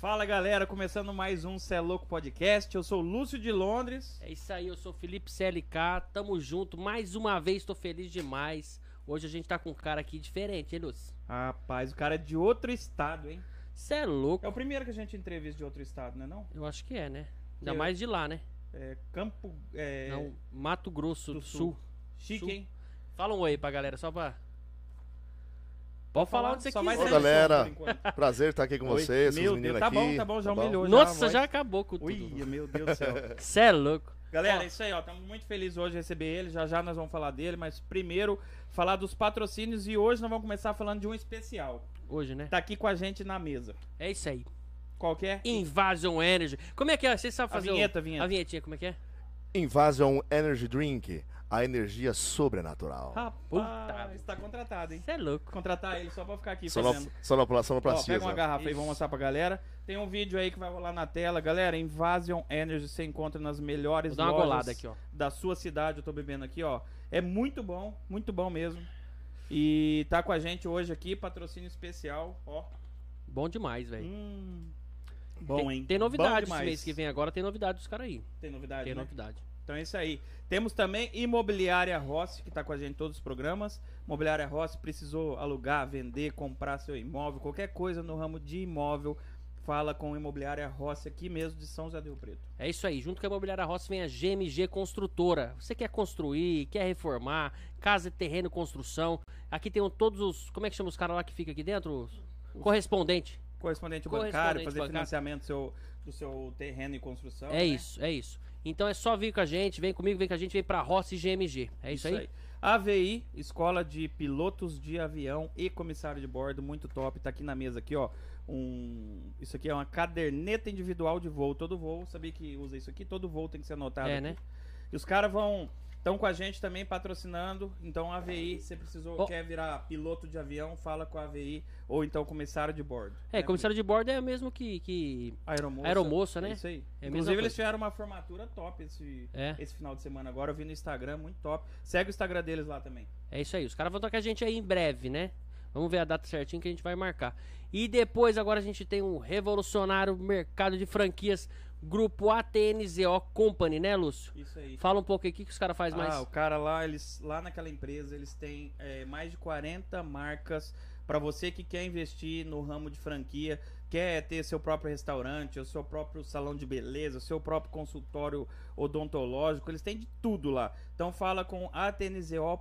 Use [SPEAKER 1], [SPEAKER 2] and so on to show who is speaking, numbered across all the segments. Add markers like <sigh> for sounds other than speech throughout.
[SPEAKER 1] Fala galera, começando mais um Cê é Louco Podcast. Eu sou o Lúcio de Londres.
[SPEAKER 2] É isso aí, eu sou o Felipe CLK, tamo junto, mais uma vez, tô feliz demais. Hoje a gente tá com um cara aqui diferente, hein, Lúcio?
[SPEAKER 1] Rapaz, o cara é de outro estado, hein?
[SPEAKER 2] Cê é louco.
[SPEAKER 1] É o primeiro que a gente entrevista de outro estado, não é não?
[SPEAKER 2] Eu acho que é, né? Ainda
[SPEAKER 1] Eu-
[SPEAKER 2] mais de lá, né?
[SPEAKER 1] É Campo... É...
[SPEAKER 2] Não, Mato Grosso do,
[SPEAKER 1] do
[SPEAKER 2] Sul.
[SPEAKER 1] Sul. Chique,
[SPEAKER 2] Sul.
[SPEAKER 1] hein?
[SPEAKER 2] Fala um oi pra galera, só pra... Pode falar onde você
[SPEAKER 1] só
[SPEAKER 2] quiser.
[SPEAKER 1] mais
[SPEAKER 3] Ô,
[SPEAKER 1] essa
[SPEAKER 3] galera.
[SPEAKER 1] por enquanto.
[SPEAKER 3] Prazer estar aqui com
[SPEAKER 1] Oi.
[SPEAKER 3] vocês,
[SPEAKER 1] Meu
[SPEAKER 3] os
[SPEAKER 1] Deus,
[SPEAKER 3] meninos
[SPEAKER 1] tá
[SPEAKER 3] aqui.
[SPEAKER 1] bom, tá bom, já humilhou.
[SPEAKER 2] Nossa,
[SPEAKER 1] voz.
[SPEAKER 2] já acabou com <laughs> tudo.
[SPEAKER 1] Ui, meu Deus do céu.
[SPEAKER 2] Cê é louco.
[SPEAKER 1] Galera,
[SPEAKER 2] Ó.
[SPEAKER 1] é isso aí, ó. Estamos muito felizes hoje de receber ele. Já já nós vamos falar dele, mas primeiro falar dos patrocínios e hoje nós vamos começar falando de um especial.
[SPEAKER 2] Hoje, né?
[SPEAKER 1] Tá aqui com a gente na mesa.
[SPEAKER 2] É isso aí.
[SPEAKER 1] Qual que é?
[SPEAKER 2] Invasion Energy. Como é que é? Vocês sabem
[SPEAKER 1] A
[SPEAKER 2] fazer
[SPEAKER 1] vinheta,
[SPEAKER 2] o...
[SPEAKER 1] a vinheta.
[SPEAKER 2] A vinhetinha, como é que é?
[SPEAKER 3] Invasion Energy Drink, a energia sobrenatural.
[SPEAKER 1] Ah, Rapaz, tá contratado, hein?
[SPEAKER 2] Cê é louco.
[SPEAKER 1] Contratar ele só pra ficar aqui
[SPEAKER 3] Sonop-
[SPEAKER 1] fazendo.
[SPEAKER 3] Sonopla,
[SPEAKER 1] Ó,
[SPEAKER 3] sonoplastia.
[SPEAKER 1] pega uma
[SPEAKER 3] Zé.
[SPEAKER 1] garrafa aí,
[SPEAKER 2] Isso.
[SPEAKER 1] vou mostrar pra galera. Tem um vídeo aí que vai rolar na tela. Galera, Invasion Energy você encontra nas melhores
[SPEAKER 2] Vou dar uma
[SPEAKER 1] lojas
[SPEAKER 2] golada aqui, ó.
[SPEAKER 1] da sua cidade. Eu tô bebendo aqui, ó. É muito bom, muito bom mesmo. E tá com a gente hoje aqui, patrocínio especial, ó.
[SPEAKER 2] Bom demais, velho.
[SPEAKER 1] Hum, bom,
[SPEAKER 2] tem,
[SPEAKER 1] hein?
[SPEAKER 2] Tem
[SPEAKER 1] Bom
[SPEAKER 2] novidade esse
[SPEAKER 1] demais.
[SPEAKER 2] mês que vem agora, tem novidade dos caras aí.
[SPEAKER 1] Tem novidade,
[SPEAKER 2] Tem
[SPEAKER 1] né?
[SPEAKER 2] novidade.
[SPEAKER 1] Então é isso aí. Temos também Imobiliária Rossi, que está com a gente em todos os programas. Imobiliária Rossi precisou alugar, vender, comprar seu imóvel, qualquer coisa no ramo de imóvel, fala com Imobiliária Rossi aqui mesmo de São José do Rio Preto.
[SPEAKER 2] É isso aí, junto com a Imobiliária Rossi vem a GMG Construtora. Você quer construir, quer reformar, casa, terreno, construção. Aqui tem um- todos os. Como é que chama os caras lá que fica aqui dentro? Os- Correspondente.
[SPEAKER 1] Correspondente,
[SPEAKER 2] Correspondente
[SPEAKER 1] bancário, fazer
[SPEAKER 2] bancário. financiamento
[SPEAKER 1] financiamento do seu terreno e construção.
[SPEAKER 2] É isso, é isso. Então é só vir com a gente, vem comigo, vem com a gente, vem pra Rossi GMG. É isso, aí?
[SPEAKER 1] AVI, Escola de Pilotos de Avião e Comissário de Bordo, muito top. Tá aqui na mesa aqui, ó. Um, isso aqui é uma caderneta individual de voo, todo voo. Sabia que usa isso aqui, todo voo tem que ser anotado.
[SPEAKER 2] É,
[SPEAKER 1] aqui.
[SPEAKER 2] né?
[SPEAKER 1] E os caras vão estão com a gente também patrocinando. Então AVI, você precisou
[SPEAKER 2] Ó.
[SPEAKER 1] quer virar piloto de avião, fala com a AVI ou então comissário de bordo.
[SPEAKER 2] É, comissário de bordo é o mesmo que. que...
[SPEAKER 1] de aeromoça.
[SPEAKER 2] aeromoça, né?
[SPEAKER 1] É isso aí.
[SPEAKER 2] É a mesma
[SPEAKER 1] Inclusive eles
[SPEAKER 2] coisa.
[SPEAKER 1] tiveram uma formatura top esse
[SPEAKER 2] É.
[SPEAKER 1] esse final de semana agora, eu vi no Instagram, muito top. Segue o Instagram deles lá também.
[SPEAKER 2] É isso aí, os caras vão estar com a gente aí em breve, né? Vamos ver a data certinho que a gente vai marcar. E depois, agora a gente tem um revolucionário mercado de franquias, grupo ATNZO Company, né, Lúcio?
[SPEAKER 1] Isso aí.
[SPEAKER 2] Fala um pouco aí, o que, que os caras fazem mais?
[SPEAKER 1] Ah, o cara lá, eles lá naquela empresa, eles têm é, mais de 40 marcas para você que quer investir no ramo de franquia, quer ter seu próprio restaurante, o seu próprio salão de beleza, o seu próprio consultório odontológico, eles têm de tudo lá. Então fala com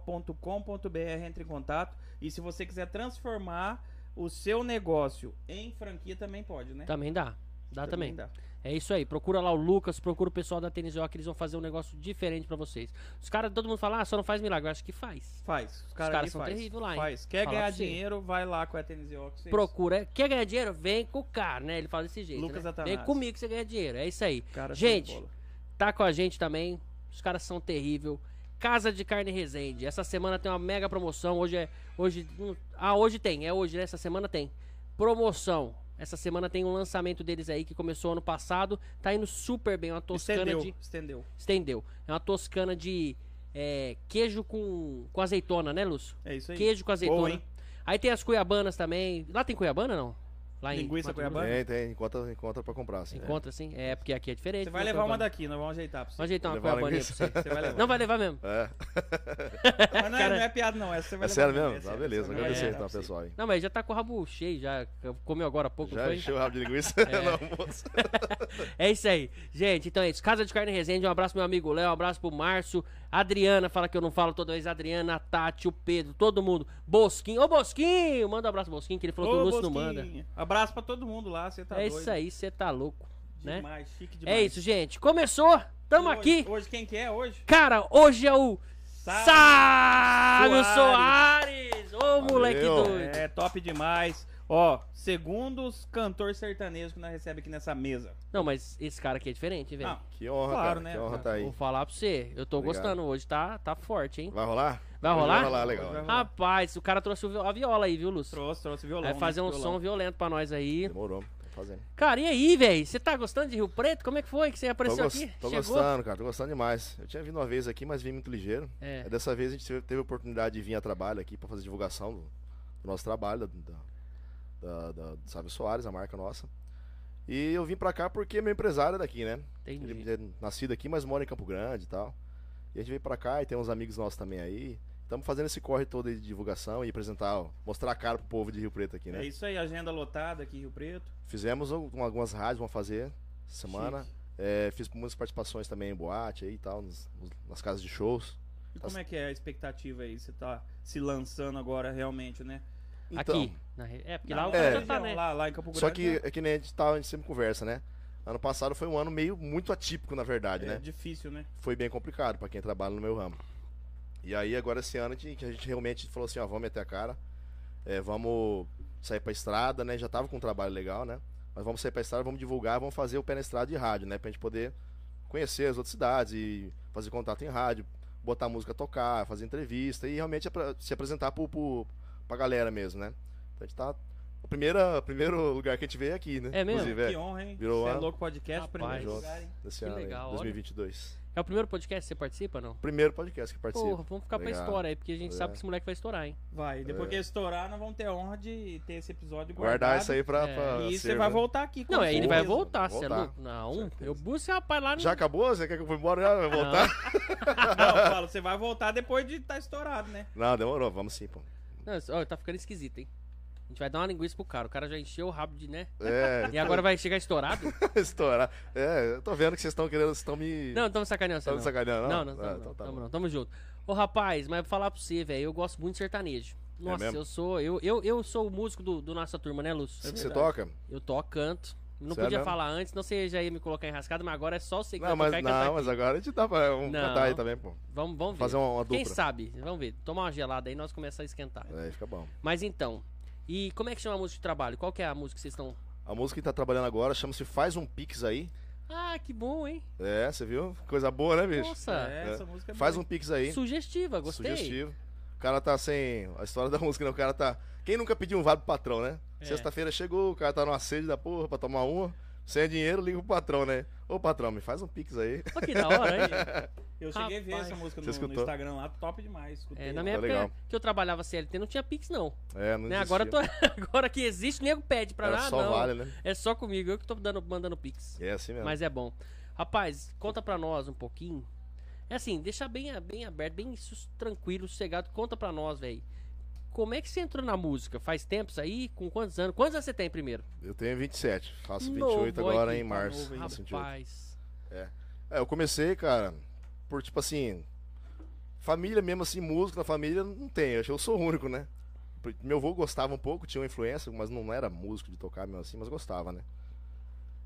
[SPEAKER 1] atnzo.com.br, entre em contato e se você quiser transformar o seu negócio em franquia também pode, né?
[SPEAKER 2] Também dá. Dá Tá, também.
[SPEAKER 1] dá.
[SPEAKER 2] É isso aí. Procura lá o Lucas, procura o pessoal da TNZO que eles vão fazer um negócio diferente pra vocês. Os caras, todo mundo fala, ah, só não faz milagre. Eu acho que faz.
[SPEAKER 1] Faz. Os caras
[SPEAKER 2] caras
[SPEAKER 1] ali
[SPEAKER 2] são
[SPEAKER 1] faz,
[SPEAKER 2] terrível lá, hein?
[SPEAKER 1] Faz. Quer
[SPEAKER 2] Falar
[SPEAKER 1] ganhar
[SPEAKER 2] pra você.
[SPEAKER 1] dinheiro, vai lá com a TNZO. que vocês-
[SPEAKER 2] Procura. Quer ganhar dinheiro? Vem com o cara, né? Ele fala desse jeito.
[SPEAKER 1] Lucas
[SPEAKER 2] né?
[SPEAKER 1] Atanasio.
[SPEAKER 2] Vem comigo que você ganha dinheiro. É isso aí.
[SPEAKER 1] Cara, show de
[SPEAKER 2] gente,
[SPEAKER 1] bola.
[SPEAKER 2] tá com a gente também. Os caras são terrível. Casa de Carne Resende. Essa semana tem uma mega promoção. Hoje é. Hoje, hum, ah, hoje tem. É hoje, né? Essa semana tem. Promoção. Essa semana tem um lançamento deles aí que começou ano passado. Tá indo super bem. Uma toscana
[SPEAKER 1] estendeu,
[SPEAKER 2] de.
[SPEAKER 1] estendeu.
[SPEAKER 2] Estendeu. É uma toscana de é, queijo com, com azeitona, né, Lúcio?
[SPEAKER 1] É isso aí.
[SPEAKER 2] Queijo com azeitona.
[SPEAKER 1] Boa, hein?
[SPEAKER 2] Aí tem as cuiabanas também. Lá tem cuiabana, não? Lá
[SPEAKER 1] Linguiça
[SPEAKER 2] Mato Grosso?
[SPEAKER 1] cuiabana?
[SPEAKER 3] Tem, tem. Encontra, encontra pra comprar, sim. né?
[SPEAKER 2] Encontra, sim. É, porque aqui é diferente.
[SPEAKER 1] Você vai
[SPEAKER 2] né,
[SPEAKER 1] levar uma
[SPEAKER 2] cuiabana.
[SPEAKER 1] daqui, nós vamos ajeitar pra
[SPEAKER 2] Vou
[SPEAKER 1] você.
[SPEAKER 2] ajeitar uma
[SPEAKER 3] Levar uma
[SPEAKER 2] então, cuiabaninha pra
[SPEAKER 3] linguiça.
[SPEAKER 1] Você
[SPEAKER 2] você. <laughs>
[SPEAKER 1] vai levar.
[SPEAKER 2] Não vai levar mesmo.
[SPEAKER 3] É.
[SPEAKER 1] Mas não, é, não é piada, não. Essa você vai
[SPEAKER 3] É
[SPEAKER 1] levar
[SPEAKER 3] sério
[SPEAKER 1] também,
[SPEAKER 3] mesmo?
[SPEAKER 1] é
[SPEAKER 3] Tá,
[SPEAKER 1] sério,
[SPEAKER 3] beleza.
[SPEAKER 1] essa
[SPEAKER 2] não
[SPEAKER 1] vai
[SPEAKER 3] Agradecer
[SPEAKER 1] levar
[SPEAKER 3] então,
[SPEAKER 1] pra você.
[SPEAKER 3] pessoal. aí.
[SPEAKER 2] Não, mas já tá com o rabo cheio, já comeu agora há pouco, não
[SPEAKER 3] Já
[SPEAKER 2] foi?
[SPEAKER 3] encheu o rabo
[SPEAKER 1] <laughs>
[SPEAKER 3] de linguiça no almoço.
[SPEAKER 2] É isso aí. Gente, então é isso. Casa de Carne Resende, um abraço pro meu amigo Léo, um abraço pro Márcio, Adriana, fala que eu não falo toda vez, Adriana, a Tati, o Pedro, todo mundo. Bosquinho, ô Bosquinho, manda um abraço pro Bosquinho, que ele falou que o
[SPEAKER 1] Ô,
[SPEAKER 2] Lúcio não
[SPEAKER 1] Bosquinho,
[SPEAKER 2] manda.
[SPEAKER 1] Abraço pra todo mundo lá, você tá
[SPEAKER 2] é
[SPEAKER 1] doido.
[SPEAKER 2] isso aí, você tá louco, né?
[SPEAKER 1] Demais, chique demais.
[SPEAKER 2] É isso, gente. Começou,
[SPEAKER 1] E
[SPEAKER 2] tamo
[SPEAKER 1] hoje-
[SPEAKER 2] aqui.
[SPEAKER 1] Hoje, quem que é hoje?
[SPEAKER 2] Cara, hoje é o
[SPEAKER 1] Sábio
[SPEAKER 2] Sábio
[SPEAKER 1] Soares.
[SPEAKER 2] Soares. Ô, moleque
[SPEAKER 3] Valeu.
[SPEAKER 2] doido.
[SPEAKER 1] É, top demais. Ó, segundos cantor sertanejo que nós recebemos aqui nessa mesa.
[SPEAKER 2] Não, mas esse cara aqui é diferente, velho.
[SPEAKER 1] Não,
[SPEAKER 3] Que honra,
[SPEAKER 1] Claro,
[SPEAKER 3] cara.
[SPEAKER 1] né,
[SPEAKER 3] que honra
[SPEAKER 1] cara?
[SPEAKER 3] tá Ah. aí.
[SPEAKER 2] Vou falar pra você, eu tô
[SPEAKER 3] Obrigado.
[SPEAKER 2] gostando hoje, tá, tá forte, hein?
[SPEAKER 3] Vai rolar?
[SPEAKER 2] Vai
[SPEAKER 3] Hoje
[SPEAKER 2] rolar?
[SPEAKER 3] Vai rolar, legal.
[SPEAKER 1] Vai rolar.
[SPEAKER 2] Rapaz, o cara trouxe o vi- a viola aí, viu, Lúcio?
[SPEAKER 1] trouxe, trouxe violão.
[SPEAKER 2] Vai fazer
[SPEAKER 1] né?
[SPEAKER 2] um
[SPEAKER 1] Violão.
[SPEAKER 2] som violento pra nós aí.
[SPEAKER 3] Demorou. Tá fazendo.
[SPEAKER 2] Cara, e aí, velho? Você tá gostando de Rio Preto? Como é que foi que você
[SPEAKER 3] Tô,
[SPEAKER 2] apareceu
[SPEAKER 3] gos-
[SPEAKER 2] aqui?
[SPEAKER 3] tô gostando, cara. Tô gostando demais. Eu tinha vindo uma vez aqui, mas vim muito ligeiro.
[SPEAKER 2] É.
[SPEAKER 3] Aí Dessa vez a gente teve- teve a oportunidade de vir a trabalho aqui pra fazer divulgação do, do nosso trabalho, da, da, da, da Sábio Soares, a marca nossa. E eu vim pra cá porque meu empresário é daqui, né?
[SPEAKER 2] Entendi.
[SPEAKER 3] Ele é nascido aqui, mas mora em Campo Grande e tal. E a gente veio pra cá e tem uns amigos nossos também aí. Estamos fazendo esse corre todo aí de divulgação e apresentar, ó, mostrar a cara pro povo de Rio Preto aqui,
[SPEAKER 1] É
[SPEAKER 3] né?
[SPEAKER 1] isso aí, agenda lotada aqui em Rio Preto.
[SPEAKER 3] Fizemos um- algumas rádios, vamos fazer essa semana.
[SPEAKER 1] Chique.
[SPEAKER 3] É, fiz muitas participações também em boate aí e tal, nos- nos- nas casas de shows.
[SPEAKER 1] E como é que é a expectativa aí? Você tá se lançando agora realmente, né?
[SPEAKER 2] Aqui. na re- é, porque lá o
[SPEAKER 1] Na
[SPEAKER 2] cara
[SPEAKER 3] Então. é.
[SPEAKER 2] já tá, né?
[SPEAKER 1] região, lá, lá em Campo Grande.
[SPEAKER 3] Só que
[SPEAKER 1] né?
[SPEAKER 3] é que nem a gente, tá, a gente sempre conversa, né? Ano passado foi um ano meio muito atípico, na verdade,
[SPEAKER 1] é
[SPEAKER 3] né?
[SPEAKER 1] difícil, né?
[SPEAKER 3] Foi bem complicado pra quem trabalha no meu ramo. E aí agora esse ano a gente, que a gente realmente falou assim, ó, vamos meter a cara, é, vamos sair pra estrada, né? Já tava com um trabalho legal, né? Mas vamos sair pra estrada, vamos divulgar, vamos fazer o pé na estrada de rádio, né? Pra gente poder conhecer as outras cidades e fazer contato em rádio, botar a música a tocar, fazer entrevista e realmente apra- se apresentar pro, pro, pra galera mesmo, né? Então a gente tá. O primeiro, o primeiro lugar que a gente veio é aqui, né?
[SPEAKER 2] É mesmo?
[SPEAKER 3] Inclusive,
[SPEAKER 1] Que honra, hein?
[SPEAKER 3] Virou
[SPEAKER 1] Você é
[SPEAKER 3] uma-
[SPEAKER 1] louco podcast,
[SPEAKER 2] Rapaz.
[SPEAKER 1] primeiro
[SPEAKER 3] Juntos.
[SPEAKER 1] lugar, hein?
[SPEAKER 3] Desse
[SPEAKER 2] Que
[SPEAKER 3] ano, aí,
[SPEAKER 2] legal, olha.
[SPEAKER 3] 2022.
[SPEAKER 2] É o primeiro podcast que você participa, não?
[SPEAKER 3] Primeiro podcast que participa.
[SPEAKER 2] Porra, vamos ficar pra
[SPEAKER 3] Obrigado. é.
[SPEAKER 2] história aí, porque a gente
[SPEAKER 3] Obrigado.
[SPEAKER 2] sabe que esse moleque vai estourar, hein?
[SPEAKER 1] Vai, depois que estourar, nós vamos ter a honra de ter esse episódio guardado.
[SPEAKER 3] É. Guardar isso aí pra.
[SPEAKER 2] É.
[SPEAKER 3] pra
[SPEAKER 1] E você
[SPEAKER 3] ser,
[SPEAKER 1] vai
[SPEAKER 3] né?
[SPEAKER 1] voltar aqui. com
[SPEAKER 2] Não, aí ele vai
[SPEAKER 1] certeza.
[SPEAKER 2] voltar, você é
[SPEAKER 3] Voltar.
[SPEAKER 2] louco? Não,
[SPEAKER 3] certeza.
[SPEAKER 2] eu busco esse rapaz lá no...
[SPEAKER 3] Já acabou? Você quer que eu vou embora já? Vai voltar?
[SPEAKER 1] Não, eu falo, você vai voltar depois de estar estourado, né?
[SPEAKER 3] Não, demorou, vamos sim, pô.
[SPEAKER 2] Não, isso- ó, tá ficando esquisito, hein? A gente vai dar uma linguiça pro cara, o cara já encheu o rabo de, né?
[SPEAKER 3] É, <laughs>
[SPEAKER 2] E agora vai chegar estourado?
[SPEAKER 3] estourar. É, eu tô vendo que vocês estão querendo, vocês estão me.
[SPEAKER 2] Não, tamo sacaneando você,
[SPEAKER 3] estão
[SPEAKER 2] não.
[SPEAKER 3] me sacaneando,
[SPEAKER 2] Não, não,
[SPEAKER 3] não?
[SPEAKER 2] não,
[SPEAKER 3] Ah,
[SPEAKER 2] não,
[SPEAKER 3] então tá
[SPEAKER 2] tamo,
[SPEAKER 3] bom.
[SPEAKER 2] não, tamo junto. Ô, rapaz, mas vou falar pra você, velho, eu gosto muito de sertanejo. Nossa,
[SPEAKER 3] É mesmo?
[SPEAKER 2] eu sou... Eu, eu, eu sou o músico do, do nossa turma, né, Lúcio?
[SPEAKER 3] Você,
[SPEAKER 1] É
[SPEAKER 3] você
[SPEAKER 1] verdade.
[SPEAKER 3] toca?
[SPEAKER 2] Eu toco, canto. Não
[SPEAKER 3] Sério
[SPEAKER 2] podia
[SPEAKER 3] é mesmo?
[SPEAKER 2] falar antes, não sei, já ia me colocar enrascado, mas agora é só você que
[SPEAKER 3] Não,
[SPEAKER 2] vai tocar
[SPEAKER 3] mas,
[SPEAKER 2] e cantar
[SPEAKER 3] não, mas agora a gente dá pra um
[SPEAKER 2] Não.
[SPEAKER 3] cantar aí também, pô.
[SPEAKER 2] Vamos, vamos ver.
[SPEAKER 3] Fazer uma, uma
[SPEAKER 2] Quem
[SPEAKER 3] dupla.
[SPEAKER 2] sabe? Vamos ver. Tomar uma gelada aí, nós começamos a esquentar.
[SPEAKER 3] É, fica bom.
[SPEAKER 2] Mas então, e como é que chama a música de trabalho? Qual que é a música que vocês estão...
[SPEAKER 3] A música que tá trabalhando agora chama-se Faz um Pix aí.
[SPEAKER 2] Ah, que bom, hein?
[SPEAKER 3] É, você viu? Coisa boa, né, bicho?
[SPEAKER 2] Nossa,
[SPEAKER 1] É, essa música é
[SPEAKER 3] Faz um
[SPEAKER 1] boa.
[SPEAKER 3] Pix aí.
[SPEAKER 2] sugestiva, gostei.
[SPEAKER 3] Sugestivo. O cara tá sem. A história da <laughs> música, né? O cara tá. Quem nunca pediu um vale pro patrão, né?
[SPEAKER 2] É.
[SPEAKER 3] Sexta-feira chegou, o cara tá numa sede da porra pra tomar uma. Sem dinheiro, liga pro patrão, né? Ô patrão, me faz um pix aí. <laughs>
[SPEAKER 2] Olha que da hora, hein?
[SPEAKER 1] Eu cheguei a ver
[SPEAKER 2] Rapaz.
[SPEAKER 1] essa música
[SPEAKER 3] um Você
[SPEAKER 1] no, no
[SPEAKER 3] escutou?
[SPEAKER 1] Instagram lá, top demais. Escutei.
[SPEAKER 2] É, na minha
[SPEAKER 3] Tá
[SPEAKER 2] época
[SPEAKER 3] legal.
[SPEAKER 2] que eu trabalhava CLT não tinha Pix, não.
[SPEAKER 3] É, não
[SPEAKER 2] Né? Agora, eu tô... <laughs> agora que existe, nego pede pra
[SPEAKER 3] Era
[SPEAKER 2] lá,
[SPEAKER 3] só
[SPEAKER 2] não.
[SPEAKER 3] vale, né?
[SPEAKER 2] É só comigo, eu que tô dando, mandando Pix.
[SPEAKER 3] É assim mesmo.
[SPEAKER 2] Mas é bom. Rapaz, conta pra nós um pouquinho. É assim, deixa bem, bem aberto, bem sus- tranquilo, sossegado. Conta pra nós, velho. Como é que você entrou na música? Faz tempo isso aí? Com quantos anos? Quantos anos você tem primeiro?
[SPEAKER 3] Eu tenho 27, faço
[SPEAKER 2] Novo,
[SPEAKER 3] 28
[SPEAKER 2] olha
[SPEAKER 3] agora
[SPEAKER 2] que
[SPEAKER 3] em
[SPEAKER 1] tá
[SPEAKER 3] março.
[SPEAKER 1] novo ainda.
[SPEAKER 3] Faço 28.
[SPEAKER 2] Rapaz.
[SPEAKER 3] É, eu comecei, cara, por tipo assim. Família mesmo, assim, música na família não tem. Eu sou o único, né? Por- Meu avô gostava um pouco, tinha uma influência, mas não era músico de tocar mesmo assim, mas gostava, né?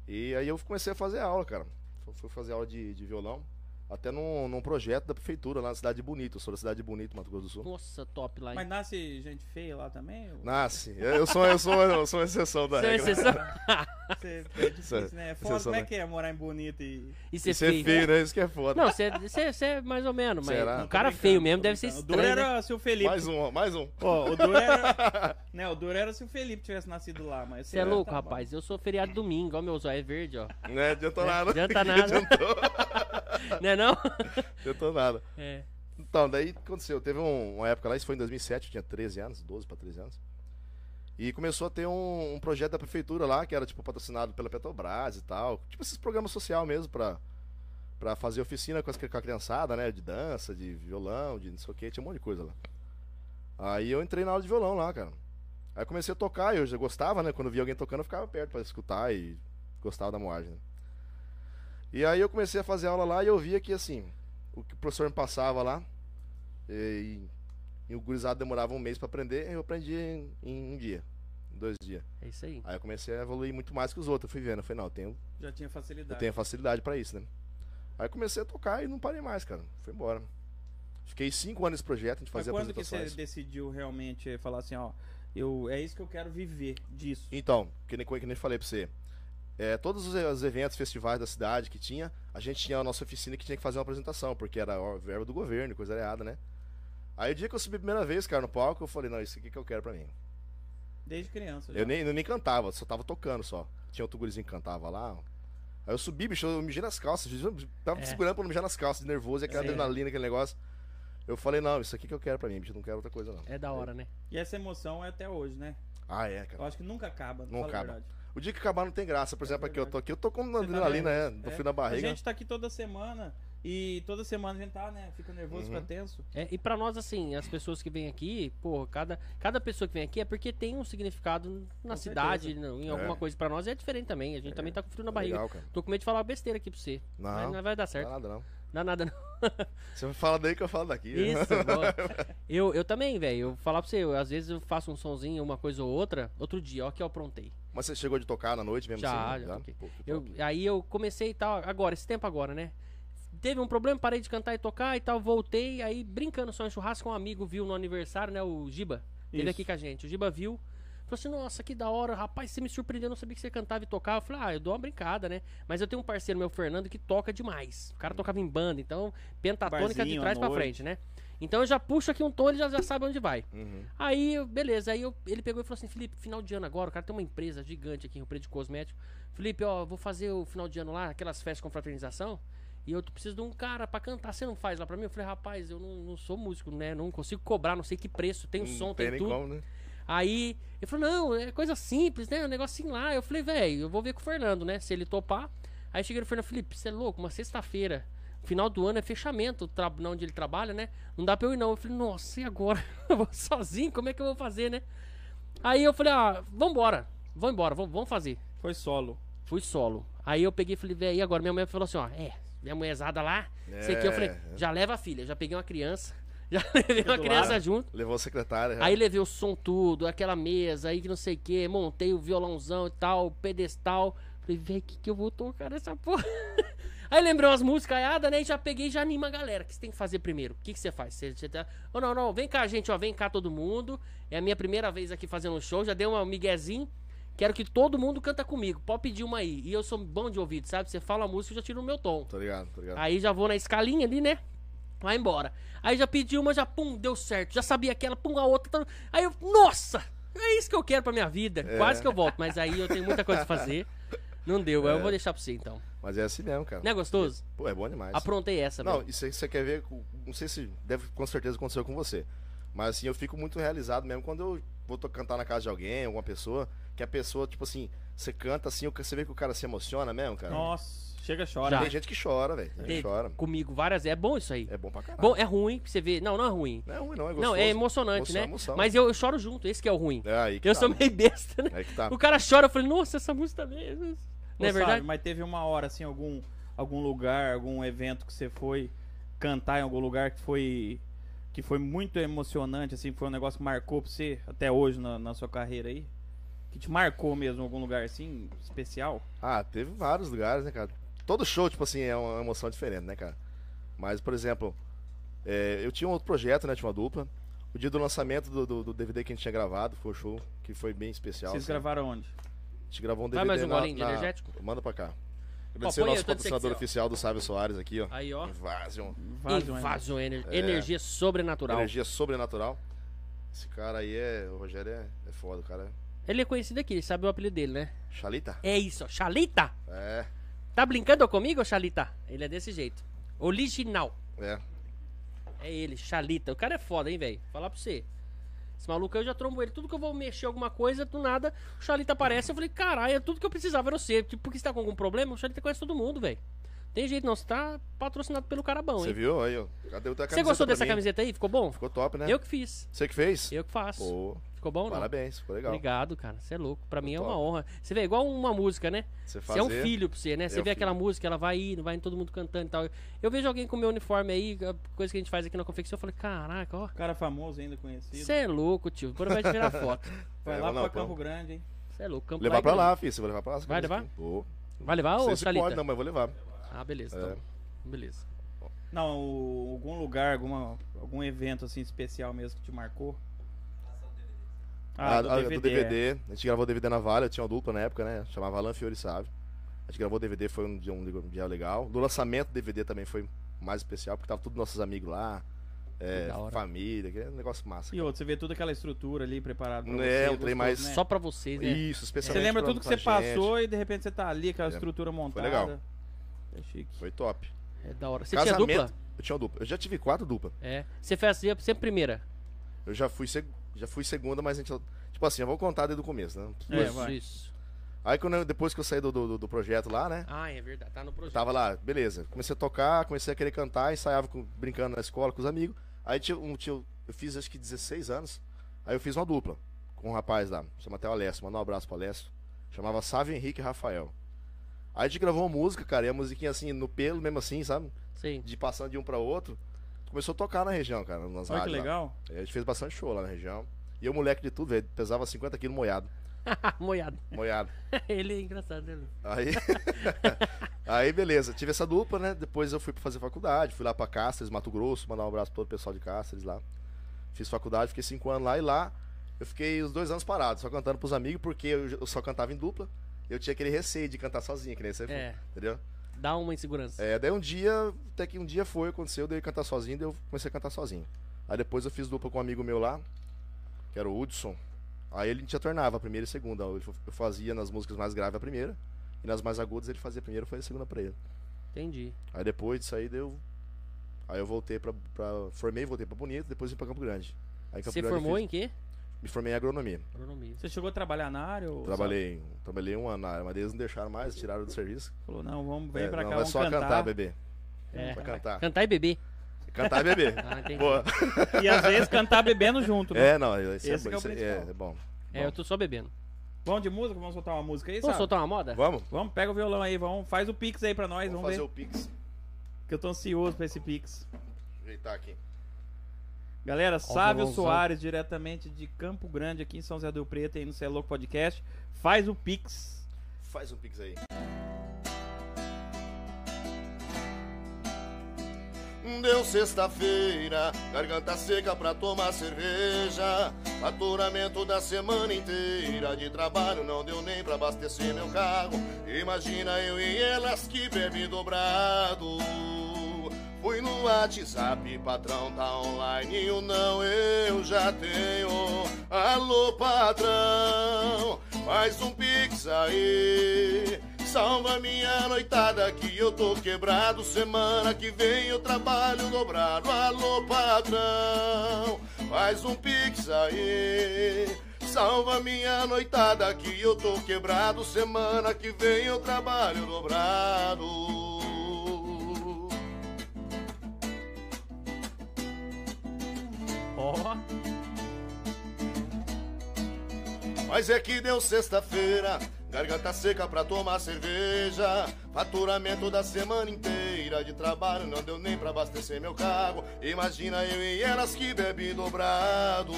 [SPEAKER 3] E aí eu comecei a fazer aula, cara. Fu- Fui fazer aula de, de violão, até num, num projeto da prefeitura lá na Cidade Bonito. Eu sou da Cidade Bonito, Mato Grosso do Sul.
[SPEAKER 2] Nossa, top lá. hein?
[SPEAKER 1] Mas nasce gente feia lá também? ou-
[SPEAKER 3] Nasce. Eu sou, eu sou, eu sou uma exceção da
[SPEAKER 2] Você é uma
[SPEAKER 3] regra.
[SPEAKER 2] exceção.
[SPEAKER 1] Cê- é
[SPEAKER 3] <laughs>
[SPEAKER 1] difícil, né? É foda,
[SPEAKER 3] Exceção,
[SPEAKER 1] como é
[SPEAKER 3] né?
[SPEAKER 1] que é morar em Bonito e.
[SPEAKER 2] E você
[SPEAKER 3] Isso é
[SPEAKER 2] feio.
[SPEAKER 3] feio, né? Isso que é foda.
[SPEAKER 2] Não, você- você você é mais ou menos, mas
[SPEAKER 3] Será?
[SPEAKER 2] um
[SPEAKER 1] Não, Ah, tô
[SPEAKER 2] cara
[SPEAKER 1] brincando,
[SPEAKER 2] feio
[SPEAKER 1] tô
[SPEAKER 2] mesmo deve ser
[SPEAKER 1] brincando.
[SPEAKER 2] estranho.
[SPEAKER 1] O duro
[SPEAKER 2] né?
[SPEAKER 1] era se o Felipe.
[SPEAKER 3] mais um, ó, mais um.
[SPEAKER 1] Ó, o duro
[SPEAKER 3] <laughs>
[SPEAKER 1] era. né, o duro era se o Felipe tivesse nascido lá, mas.
[SPEAKER 2] Você é
[SPEAKER 1] tá
[SPEAKER 2] louco,
[SPEAKER 1] bom.
[SPEAKER 2] rapaz. Eu sou feriado domingo, ó, meu zóio é verde, ó.
[SPEAKER 3] Não adiantou nada. <laughs>
[SPEAKER 2] adianta nada.
[SPEAKER 3] Adiantou,
[SPEAKER 2] Né não?
[SPEAKER 3] adiantou nada.
[SPEAKER 2] É.
[SPEAKER 3] Então, daí aconteceu. Teve um- uma época lá, isso foi em 2007, eu tinha 13 anos, 12 para 13 anos. E começou a ter um, um projeto da prefeitura lá, que era tipo patrocinado pela Petrobras e tal. Tipo esses programas social mesmo pra, pra fazer oficina com, as, cri- com a criançada, né? De dança, de violão, de não sei o que, tinha um monte de coisa lá. Aí eu entrei na aula de violão lá, cara. Aí comecei a tocar, eu já gostava, né? Quando eu via alguém tocando, eu ficava perto pra escutar e gostava da moagem, né? E aí eu comecei a fazer aula lá e eu via que, assim, o que o professor me passava lá, e, e o gurizado demorava um mês pra aprender, eu aprendi em, em um dia, em dois dias.
[SPEAKER 2] É isso aí.
[SPEAKER 3] Aí eu comecei a evoluir muito mais que os outros. Eu fui vendo, eu falei, não, eu tenho,
[SPEAKER 1] Já tinha
[SPEAKER 3] eu
[SPEAKER 1] facilidade.
[SPEAKER 3] tenho facilidade pra isso, né? Aí eu comecei a tocar e não parei mais, cara. Fui embora. Fiquei cinco anos nesse projeto, a gente
[SPEAKER 1] Mas
[SPEAKER 3] fazia
[SPEAKER 1] quando que você
[SPEAKER 3] apresentações.
[SPEAKER 1] decidiu realmente eh, falar assim, ó, eu, é isso que eu quero viver disso?
[SPEAKER 3] Então, que nem, que nem falei pra você. é, todos os, os eventos, festivais da cidade que tinha, a gente tinha a nossa oficina que tinha que fazer uma apresentação, porque era ó, verba do governo, coisa areada, né? Aí o dia que eu subi a primeira vez, cara, no palco, eu falei, não, isso aqui que eu quero pra mim.
[SPEAKER 1] Desde
[SPEAKER 2] tá
[SPEAKER 1] criança. já.
[SPEAKER 3] Eu nem, eu nem cantava, só tava tocando só. Tinha outro gurizinho que cantava lá. Aí eu subi, bicho, eu mijei nas calças. bicho, eu Tava
[SPEAKER 2] É.
[SPEAKER 3] segurando pra não mijar nas calças, de nervoso, e aquela
[SPEAKER 2] Sim.
[SPEAKER 3] adrenalina, aquele negócio. Eu falei, não, isso aqui que eu quero pra mim, bicho, eu não quero outra coisa, não.
[SPEAKER 2] É da hora, né?
[SPEAKER 1] E essa emoção é até hoje, né?
[SPEAKER 3] Ah, é, cara.
[SPEAKER 1] Eu acho que nunca acaba,
[SPEAKER 3] Não
[SPEAKER 1] fala a
[SPEAKER 3] acaba.
[SPEAKER 1] verdade.
[SPEAKER 3] O dia que acabar não tem graça. Por
[SPEAKER 1] É
[SPEAKER 3] exemplo, aqui eu tô aqui, eu tô com uma
[SPEAKER 1] Você tá
[SPEAKER 3] adrenalina, né?
[SPEAKER 1] nervoso.
[SPEAKER 3] Do
[SPEAKER 1] É.
[SPEAKER 3] frio na
[SPEAKER 1] A
[SPEAKER 3] barriga.
[SPEAKER 1] gente tá aqui toda semana e toda semana a gente tá, né? Fica nervoso,
[SPEAKER 3] Uhum.
[SPEAKER 1] fica tenso.
[SPEAKER 2] É, e pra nós, assim, as pessoas que vêm aqui, pô, cada, cada pessoa que vem aqui é porque tem um significado na
[SPEAKER 1] Com
[SPEAKER 2] cidade, no- em
[SPEAKER 3] É.
[SPEAKER 2] alguma coisa. Pra nós é diferente também. A gente também tá com frio na barriga.
[SPEAKER 3] Legal, Ah. cara.
[SPEAKER 2] Tô com medo de falar besteira aqui pra você.
[SPEAKER 3] Não,
[SPEAKER 2] Mas não vai dar certo.
[SPEAKER 3] dá nada não.
[SPEAKER 2] Dá nada, não.
[SPEAKER 3] Você fala daí que eu falo daqui.
[SPEAKER 2] Isso, boa. Eu, eu também, velho. Eu vou falar pra você, eu, às vezes eu faço um sonzinho, uma coisa ou outra. Outro dia, ó, que eu aprontei.
[SPEAKER 3] <laughs> Mas você chegou de tocar na noite mesmo
[SPEAKER 2] Já,
[SPEAKER 3] assim?
[SPEAKER 2] já toquei.
[SPEAKER 3] Pô, que
[SPEAKER 2] Eu,
[SPEAKER 3] top.
[SPEAKER 2] aí eu comecei e tal, agora, esse tempo agora, né? Teve um problema, parei de cantar e tocar e tal, voltei, aí brincando só em churrasco, um amigo viu no aniversário, né? O Giba. Ele
[SPEAKER 1] Isso.
[SPEAKER 2] aqui com a gente. O Giba viu. Falou assim, nossa, que da hora, rapaz, você me surpreendeu, eu não sabia que você cantava e tocava. Eu falei, ah, eu dou uma brincada, né? Mas eu tenho um parceiro meu, Fernando, que toca demais. O cara tocava em banda, então, pentatônica de
[SPEAKER 1] Hum. Barzinho à
[SPEAKER 2] trás pra
[SPEAKER 1] noite.
[SPEAKER 2] frente, né? Então eu já puxo aqui um tom, ele já, já sabe onde vai.
[SPEAKER 3] Uhum.
[SPEAKER 2] Aí, eu- beleza, aí eu- ele pegou e falou assim, Felipe, final de ano agora, o cara tem uma empresa gigante aqui em Rio Preto de Cosmético. Felipe, ó, vou fazer o final de ano lá, aquelas festas com fraternização, e eu preciso de um cara pra cantar, você não faz lá pra mim? Eu falei, rapaz, eu não, não sou músico, né, não consigo cobrar, não sei que preço, tem o
[SPEAKER 3] Não
[SPEAKER 2] som,
[SPEAKER 3] tem
[SPEAKER 2] tem,
[SPEAKER 3] nem
[SPEAKER 2] tudo.
[SPEAKER 3] como, né?
[SPEAKER 2] Aí, ele falou, não, é coisa simples, né, um negocinho lá. Eu falei, velho, eu vou ver com o Fernando, né, se ele topar. Aí cheguei no Fernando, Felipe, você é louco, uma sexta-feira, final do ano é fechamento, o tra- onde ele trabalha, né, não dá pra eu ir não. Eu falei, nossa, e agora? <laughs> Eu vou sozinho, como é que eu vou fazer, né? Aí eu falei, ah, vambora, vamos embora, vamos vamos fazer.
[SPEAKER 1] Foi solo.
[SPEAKER 2] Fui solo. Aí eu peguei e falei, velho, e agora? Minha mãe falou assim, ó, é, minha mulherzada lá, sei que. Eu falei,
[SPEAKER 3] É.
[SPEAKER 2] já leva a filha, já peguei uma criança, <laughs> já levei uma
[SPEAKER 1] do
[SPEAKER 2] criança
[SPEAKER 1] lado.
[SPEAKER 2] junto.
[SPEAKER 3] Levou a secretária.
[SPEAKER 2] Aí levei o som tudo, aquela mesa, aí que não sei o que, montei o violãozão e tal, o pedestal. Falei, véi, que que eu vou tocar nessa <laughs> porra? Aí lembrei umas músicas aiadas, né? E já peguei e já anima a galera. O que você tem que fazer primeiro? O que, que você faz? Você, você tá... Ô, não, não, vem cá, gente, ó, vem cá todo mundo. É a minha primeira vez aqui fazendo um show, já dei uma miguezinho. Quero que todo mundo canta comigo. Pode pedir uma aí. E eu sou bom de ouvido, sabe? Você fala a música, eu já tiro o meu tom.
[SPEAKER 3] Tô tá ligado, tô ligado.
[SPEAKER 2] Aí já vou na escalinha ali, né? Vai embora. Aí já pedi uma, já pum, deu certo. Já sabia aquela, pum, a outra. tá- Aí eu, nossa! É isso que eu quero pra minha vida.
[SPEAKER 3] É.
[SPEAKER 2] Quase que eu volto, mas aí eu tenho muita coisa pra fazer. Não deu, aí eu vou deixar pra você então.
[SPEAKER 3] Mas é assim mesmo, cara.
[SPEAKER 2] Não é gostoso?
[SPEAKER 3] Pô, é bom demais.
[SPEAKER 2] Aprontei essa,
[SPEAKER 3] Não,
[SPEAKER 2] velho.
[SPEAKER 3] isso aí você quer ver. com- Não sei se deve, com certeza aconteceu com você. Mas assim, eu fico muito realizado mesmo quando eu vou to- cantar na casa de alguém, alguma pessoa, que a pessoa, tipo assim, você canta assim, o ca- você vê que o cara se emociona mesmo, cara.
[SPEAKER 1] Nossa, chega
[SPEAKER 2] Já.
[SPEAKER 1] chora.
[SPEAKER 3] Tem gente que chora, velho. Tem gente
[SPEAKER 2] Teve
[SPEAKER 3] que chora.
[SPEAKER 2] comigo várias vezes. É bom isso aí.
[SPEAKER 3] É bom pra caralho.
[SPEAKER 2] Bom, é ruim que você vê. Não, não é ruim.
[SPEAKER 3] Não é ruim, não, é gostoso.
[SPEAKER 2] Não, é emocionante,
[SPEAKER 3] Emoção,
[SPEAKER 2] né?
[SPEAKER 3] emoção.
[SPEAKER 2] Mas eu, eu choro junto, esse que é o ruim.
[SPEAKER 3] É aí que
[SPEAKER 2] Eu
[SPEAKER 3] tá,
[SPEAKER 2] sou
[SPEAKER 3] né?
[SPEAKER 2] meio besta, né?
[SPEAKER 3] Aí que tá.
[SPEAKER 2] <laughs> O cara chora, eu falei, nossa, essa música mesmo.
[SPEAKER 1] Ô,
[SPEAKER 2] Não é
[SPEAKER 1] Sábio,
[SPEAKER 2] verdade?
[SPEAKER 1] mas teve uma hora, assim, algum, algum lugar, algum evento que você foi cantar em algum lugar que foi que foi muito emocionante, assim, foi um negócio que marcou pra você até hoje na, na sua carreira aí? Que te marcou mesmo em algum lugar, assim, especial?
[SPEAKER 3] Ah, teve vários lugares, né, cara? Todo show, tipo assim, é uma emoção diferente, né, cara? Mas, por exemplo, é, eu tinha um outro projeto, né? Tinha uma dupla. O dia do lançamento do, do- do DVD que a gente tinha gravado, foi um show que foi bem especial.
[SPEAKER 1] Vocês
[SPEAKER 3] assim.
[SPEAKER 1] gravaram onde?
[SPEAKER 3] A gente gravou um
[SPEAKER 2] Vai
[SPEAKER 3] DVD
[SPEAKER 2] mais um
[SPEAKER 3] na,
[SPEAKER 2] golinho de
[SPEAKER 3] na-
[SPEAKER 2] energético?
[SPEAKER 3] Manda pra cá. Agradecer
[SPEAKER 2] põe
[SPEAKER 3] o
[SPEAKER 2] aí,
[SPEAKER 3] nosso
[SPEAKER 2] eu tô de
[SPEAKER 3] patrocinador
[SPEAKER 2] sexy, ó.
[SPEAKER 3] oficial do Sávio Soares aqui, ó.
[SPEAKER 2] Aí, ó.
[SPEAKER 3] Invasion.
[SPEAKER 1] Vaso, né?
[SPEAKER 2] Invasão, ener- energia sobrenatural.
[SPEAKER 3] é. Energia sobrenatural. Esse cara aí é. O Rogério é, é foda, o cara. é-
[SPEAKER 2] Ele é conhecido aqui, sabe o apelido dele, né?
[SPEAKER 3] Chalita?
[SPEAKER 2] É isso, ó. Xalita!
[SPEAKER 3] É,
[SPEAKER 2] Tá brincando comigo, Xalita? Ele é desse jeito. Original.
[SPEAKER 3] é.
[SPEAKER 2] É ele, Xalita. O cara é foda, hein, velho? Falar pra você. Esse maluco aí, eu já trombo ele. Tudo que eu vou mexer alguma coisa, do nada, o Xalita aparece. Eu falei, caralho, é tudo que eu precisava era você. Tipo, porque você tá com algum problema, o Xalita conhece todo mundo, velho. Tem jeito não, você tá patrocinado pelo cara bom,
[SPEAKER 3] Você
[SPEAKER 2] hein?
[SPEAKER 3] viu? Aí, ó. Cadê o teu
[SPEAKER 2] Você gostou dessa
[SPEAKER 3] pra mim?
[SPEAKER 2] camiseta aí? Ficou bom?
[SPEAKER 3] Ficou top, né?
[SPEAKER 2] Eu que fiz.
[SPEAKER 3] Você que fez?
[SPEAKER 2] Eu que faço.
[SPEAKER 3] Pô,
[SPEAKER 2] Ficou bom ou não?
[SPEAKER 3] parabéns, ficou legal.
[SPEAKER 2] Obrigado, cara. Você é louco. Pra mim é
[SPEAKER 3] Top.
[SPEAKER 2] uma honra. Você vê, é igual uma música, né?
[SPEAKER 3] Você
[SPEAKER 2] Você
[SPEAKER 3] fazer...
[SPEAKER 2] é um filho pra você, né? Você
[SPEAKER 3] um
[SPEAKER 2] vê
[SPEAKER 3] filho.
[SPEAKER 2] aquela música, ela vai indo, vai indo todo mundo cantando e tal. Eu vejo alguém com meu uniforme aí, a coisa que a gente faz aqui na confecção, eu falei, caraca, ó.
[SPEAKER 1] um Cara famoso ainda, conhecido.
[SPEAKER 2] Você é louco, tio. Depois vai te tirar
[SPEAKER 3] <laughs>
[SPEAKER 2] foto.
[SPEAKER 1] Vai
[SPEAKER 3] É,
[SPEAKER 1] lá
[SPEAKER 3] não,
[SPEAKER 1] pra
[SPEAKER 3] pô.
[SPEAKER 1] Campo Grande, hein?
[SPEAKER 2] Você é louco. Campo
[SPEAKER 3] Levar pra
[SPEAKER 2] Grande.
[SPEAKER 3] lá, filho. Você vai levar pra lá? essa
[SPEAKER 2] Vai
[SPEAKER 3] camisa
[SPEAKER 2] levar?
[SPEAKER 3] aqui? Vou.
[SPEAKER 2] Vai levar
[SPEAKER 3] Não
[SPEAKER 2] ou
[SPEAKER 3] sei se
[SPEAKER 2] Salita?
[SPEAKER 3] pode, não, mas vou levar.
[SPEAKER 2] Ah, beleza.
[SPEAKER 3] É.
[SPEAKER 2] Então. Beleza.
[SPEAKER 1] Não, o- algum lugar, alguma, algum evento, assim, especial mesmo que te marcou?
[SPEAKER 3] Ah, ah, do, DVD.
[SPEAKER 1] é.
[SPEAKER 3] A gente gravou DVD na Vale, eu tinha uma dupla na época, né? Chamava Alan Fiore Sávio. A gente gravou DVD, foi um dia, um dia- um dia legal. Do lançamento do DVD também foi mais especial, porque tava todos nossos amigos lá. É,
[SPEAKER 2] Que da hora.
[SPEAKER 3] família, aquele negócio massa.
[SPEAKER 1] E outro, você vê toda aquela estrutura ali preparada pra
[SPEAKER 3] É,
[SPEAKER 1] você.
[SPEAKER 3] um trem mais-
[SPEAKER 1] né?
[SPEAKER 2] Só pra vocês, né?
[SPEAKER 3] Isso,
[SPEAKER 1] Você
[SPEAKER 3] especialmente.
[SPEAKER 1] lembra
[SPEAKER 3] pra-
[SPEAKER 1] tudo que
[SPEAKER 3] pra
[SPEAKER 1] você
[SPEAKER 3] gente.
[SPEAKER 1] passou e de repente você tá ali, aquela
[SPEAKER 3] É.
[SPEAKER 1] estrutura montada.
[SPEAKER 3] legal.
[SPEAKER 1] É chique.
[SPEAKER 3] Foi top.
[SPEAKER 2] É da hora. Você tinha
[SPEAKER 3] Casamento,
[SPEAKER 2] dupla?
[SPEAKER 3] Eu tinha uma dupla. Eu já tive quatro duplas.
[SPEAKER 2] É. Você fazia sempre primeira.
[SPEAKER 3] Eu já fui, seg- já fui segunda, mas a gente. Tipo assim, eu vou contar desde o começo, né?
[SPEAKER 1] É,
[SPEAKER 2] isso,
[SPEAKER 1] vai.
[SPEAKER 2] isso.
[SPEAKER 3] A Aí quando eu- depois que eu saí do, do, do projeto lá, né?
[SPEAKER 2] Ah, é verdade, tá no
[SPEAKER 3] Eu
[SPEAKER 2] projeto.
[SPEAKER 3] tava lá, beleza. Comecei a tocar, comecei a querer cantar, ensaiava com, brincando na escola com os amigos. Aí tinha um tio, eu fiz acho que 16 anos. Aí eu fiz uma dupla com um rapaz lá, chama até o Alessio, mandou um abraço pro Alessio. Chamava Sávio Henrique Rafael. Aí a gente gravou uma música, cara, e a musiquinha assim, no pelo mesmo assim, sabe?
[SPEAKER 2] Sim. <laughs>
[SPEAKER 3] De passando de um pra outro. Começou a tocar na região, cara, nas
[SPEAKER 1] Olha que
[SPEAKER 3] rádios lá.
[SPEAKER 1] legal.
[SPEAKER 3] A gente fez bastante show lá na região. E eu, moleque de tudo, velho, pesava 50 quilos moiado.
[SPEAKER 2] Ah, Moiado. <laughs>
[SPEAKER 3] Moiado.
[SPEAKER 2] Ele é engraçado, né? meu?
[SPEAKER 3] Aí, <laughs> aí beleza, tive essa dupla, né? Depois eu fui pra fazer faculdade, fui lá pra Cáceres, Mato Grosso, mandar um abraço pra todo o pessoal de Cáceres lá. Fiz faculdade, fiquei cinco anos lá e lá eu fiquei os dois anos parado, só cantando pros amigos, porque eu eu só cantava em dupla. Eu tinha aquele receio de cantar sozinho, que nem você falou,
[SPEAKER 2] É,
[SPEAKER 3] entendeu?
[SPEAKER 2] dá uma insegurança.
[SPEAKER 3] É, daí um dia, até que um dia foi, aconteceu, daí eu cantar sozinho, daí eu comecei a cantar sozinho. Aí depois eu fiz dupla com um amigo meu lá, que era o Hudson. Aí ele tinha tornava a primeira e a segunda. Eu fa- eu fazia nas músicas mais graves a primeira, e nas mais agudas ele fazia a primeira, eu fazia a segunda pra ele. É.
[SPEAKER 2] Entendi.
[SPEAKER 3] Aí depois disso aí deu. Aí eu voltei pra. pra formei, voltei pra Bonito, depois vim pra Campo Grande. Aí em Campo
[SPEAKER 2] Você
[SPEAKER 3] Grande eu
[SPEAKER 2] formou
[SPEAKER 3] fiz-
[SPEAKER 2] em quê?
[SPEAKER 3] Me formei em agronomia.
[SPEAKER 2] Agronomia.
[SPEAKER 1] Você chegou a trabalhar na área? Ou
[SPEAKER 3] Trabalhei, trabalhei um ano na área, mas eles não deixaram mais, tiraram do serviço.
[SPEAKER 1] só- Falou, não, vamos, vem
[SPEAKER 3] É,
[SPEAKER 1] pra
[SPEAKER 3] não,
[SPEAKER 1] cá,
[SPEAKER 3] é
[SPEAKER 1] vamos
[SPEAKER 3] só cantar,
[SPEAKER 1] cantar.
[SPEAKER 3] bebê.
[SPEAKER 2] É.
[SPEAKER 3] Pra cantar.
[SPEAKER 2] Cantar e beber.
[SPEAKER 3] Cantar, bebê.
[SPEAKER 2] Ah, entendi.
[SPEAKER 3] Boa.
[SPEAKER 1] e às vezes cantar bebendo junto. né?
[SPEAKER 3] <laughs> É, não, esse,
[SPEAKER 1] Esse que
[SPEAKER 3] é,
[SPEAKER 1] é
[SPEAKER 3] bom,
[SPEAKER 1] o
[SPEAKER 3] esse é,
[SPEAKER 1] principal.
[SPEAKER 3] é bom.
[SPEAKER 2] É, eu tô só bebendo.
[SPEAKER 1] Vamos de música? Vamos soltar uma música aí,
[SPEAKER 2] Vamos
[SPEAKER 1] sabe?
[SPEAKER 2] soltar uma moda?
[SPEAKER 3] Vamos?
[SPEAKER 1] Vamos, pega o violão aí, vamos, faz o pix aí pra nós,
[SPEAKER 3] Vamos
[SPEAKER 1] vamos
[SPEAKER 3] fazer
[SPEAKER 1] ver.
[SPEAKER 3] o Pix.
[SPEAKER 1] Que eu tô ansioso pra esse pix.
[SPEAKER 3] Ajeitar aqui.
[SPEAKER 1] Galera,
[SPEAKER 2] Ó,
[SPEAKER 1] Sávio
[SPEAKER 2] violãozão.
[SPEAKER 1] Soares, diretamente de Campo Grande, aqui em São José do Rio Preto, aí no Cê é Louco Podcast. Faz o pix.
[SPEAKER 3] Faz um Pix aí. Deu sexta-feira, garganta seca pra tomar cerveja. Faturamento da semana inteira de trabalho não deu nem pra abastecer meu carro. Imagina eu e elas que bebe dobrado. Fui no WhatsApp, patrão tá online e o não eu já tenho. Alô, patrão, faz um pix aí. Salva minha noitada que eu tô quebrado. Semana que vem eu trabalho dobrado. Alô, patrão, faz um pix aí. Salva minha noitada que eu tô quebrado. Semana que vem eu trabalho dobrado.
[SPEAKER 1] Ó,
[SPEAKER 3] Mas é que deu sexta-feira, garganta seca pra tomar cerveja. Faturamento da semana inteira de trabalho, não deu nem pra abastecer meu carro. Imagina eu e elas que bebe dobrado.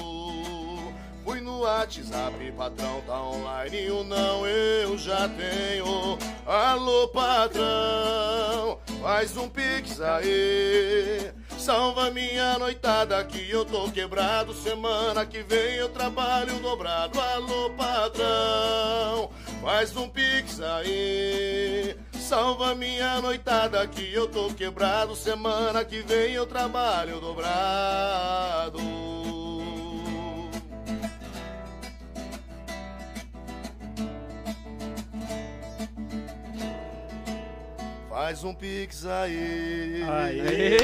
[SPEAKER 3] Fui no WhatsApp, patrão tá online e o não eu já tenho. Alô, patrão, faz um pix aí. Salva minha noitada que eu tô quebrado. Semana que vem eu trabalho dobrado. Alô, patrão, faz um pix aí. Salva minha noitada que eu tô quebrado. Semana que vem eu trabalho dobrado. Faz um pix aí.
[SPEAKER 1] Aê,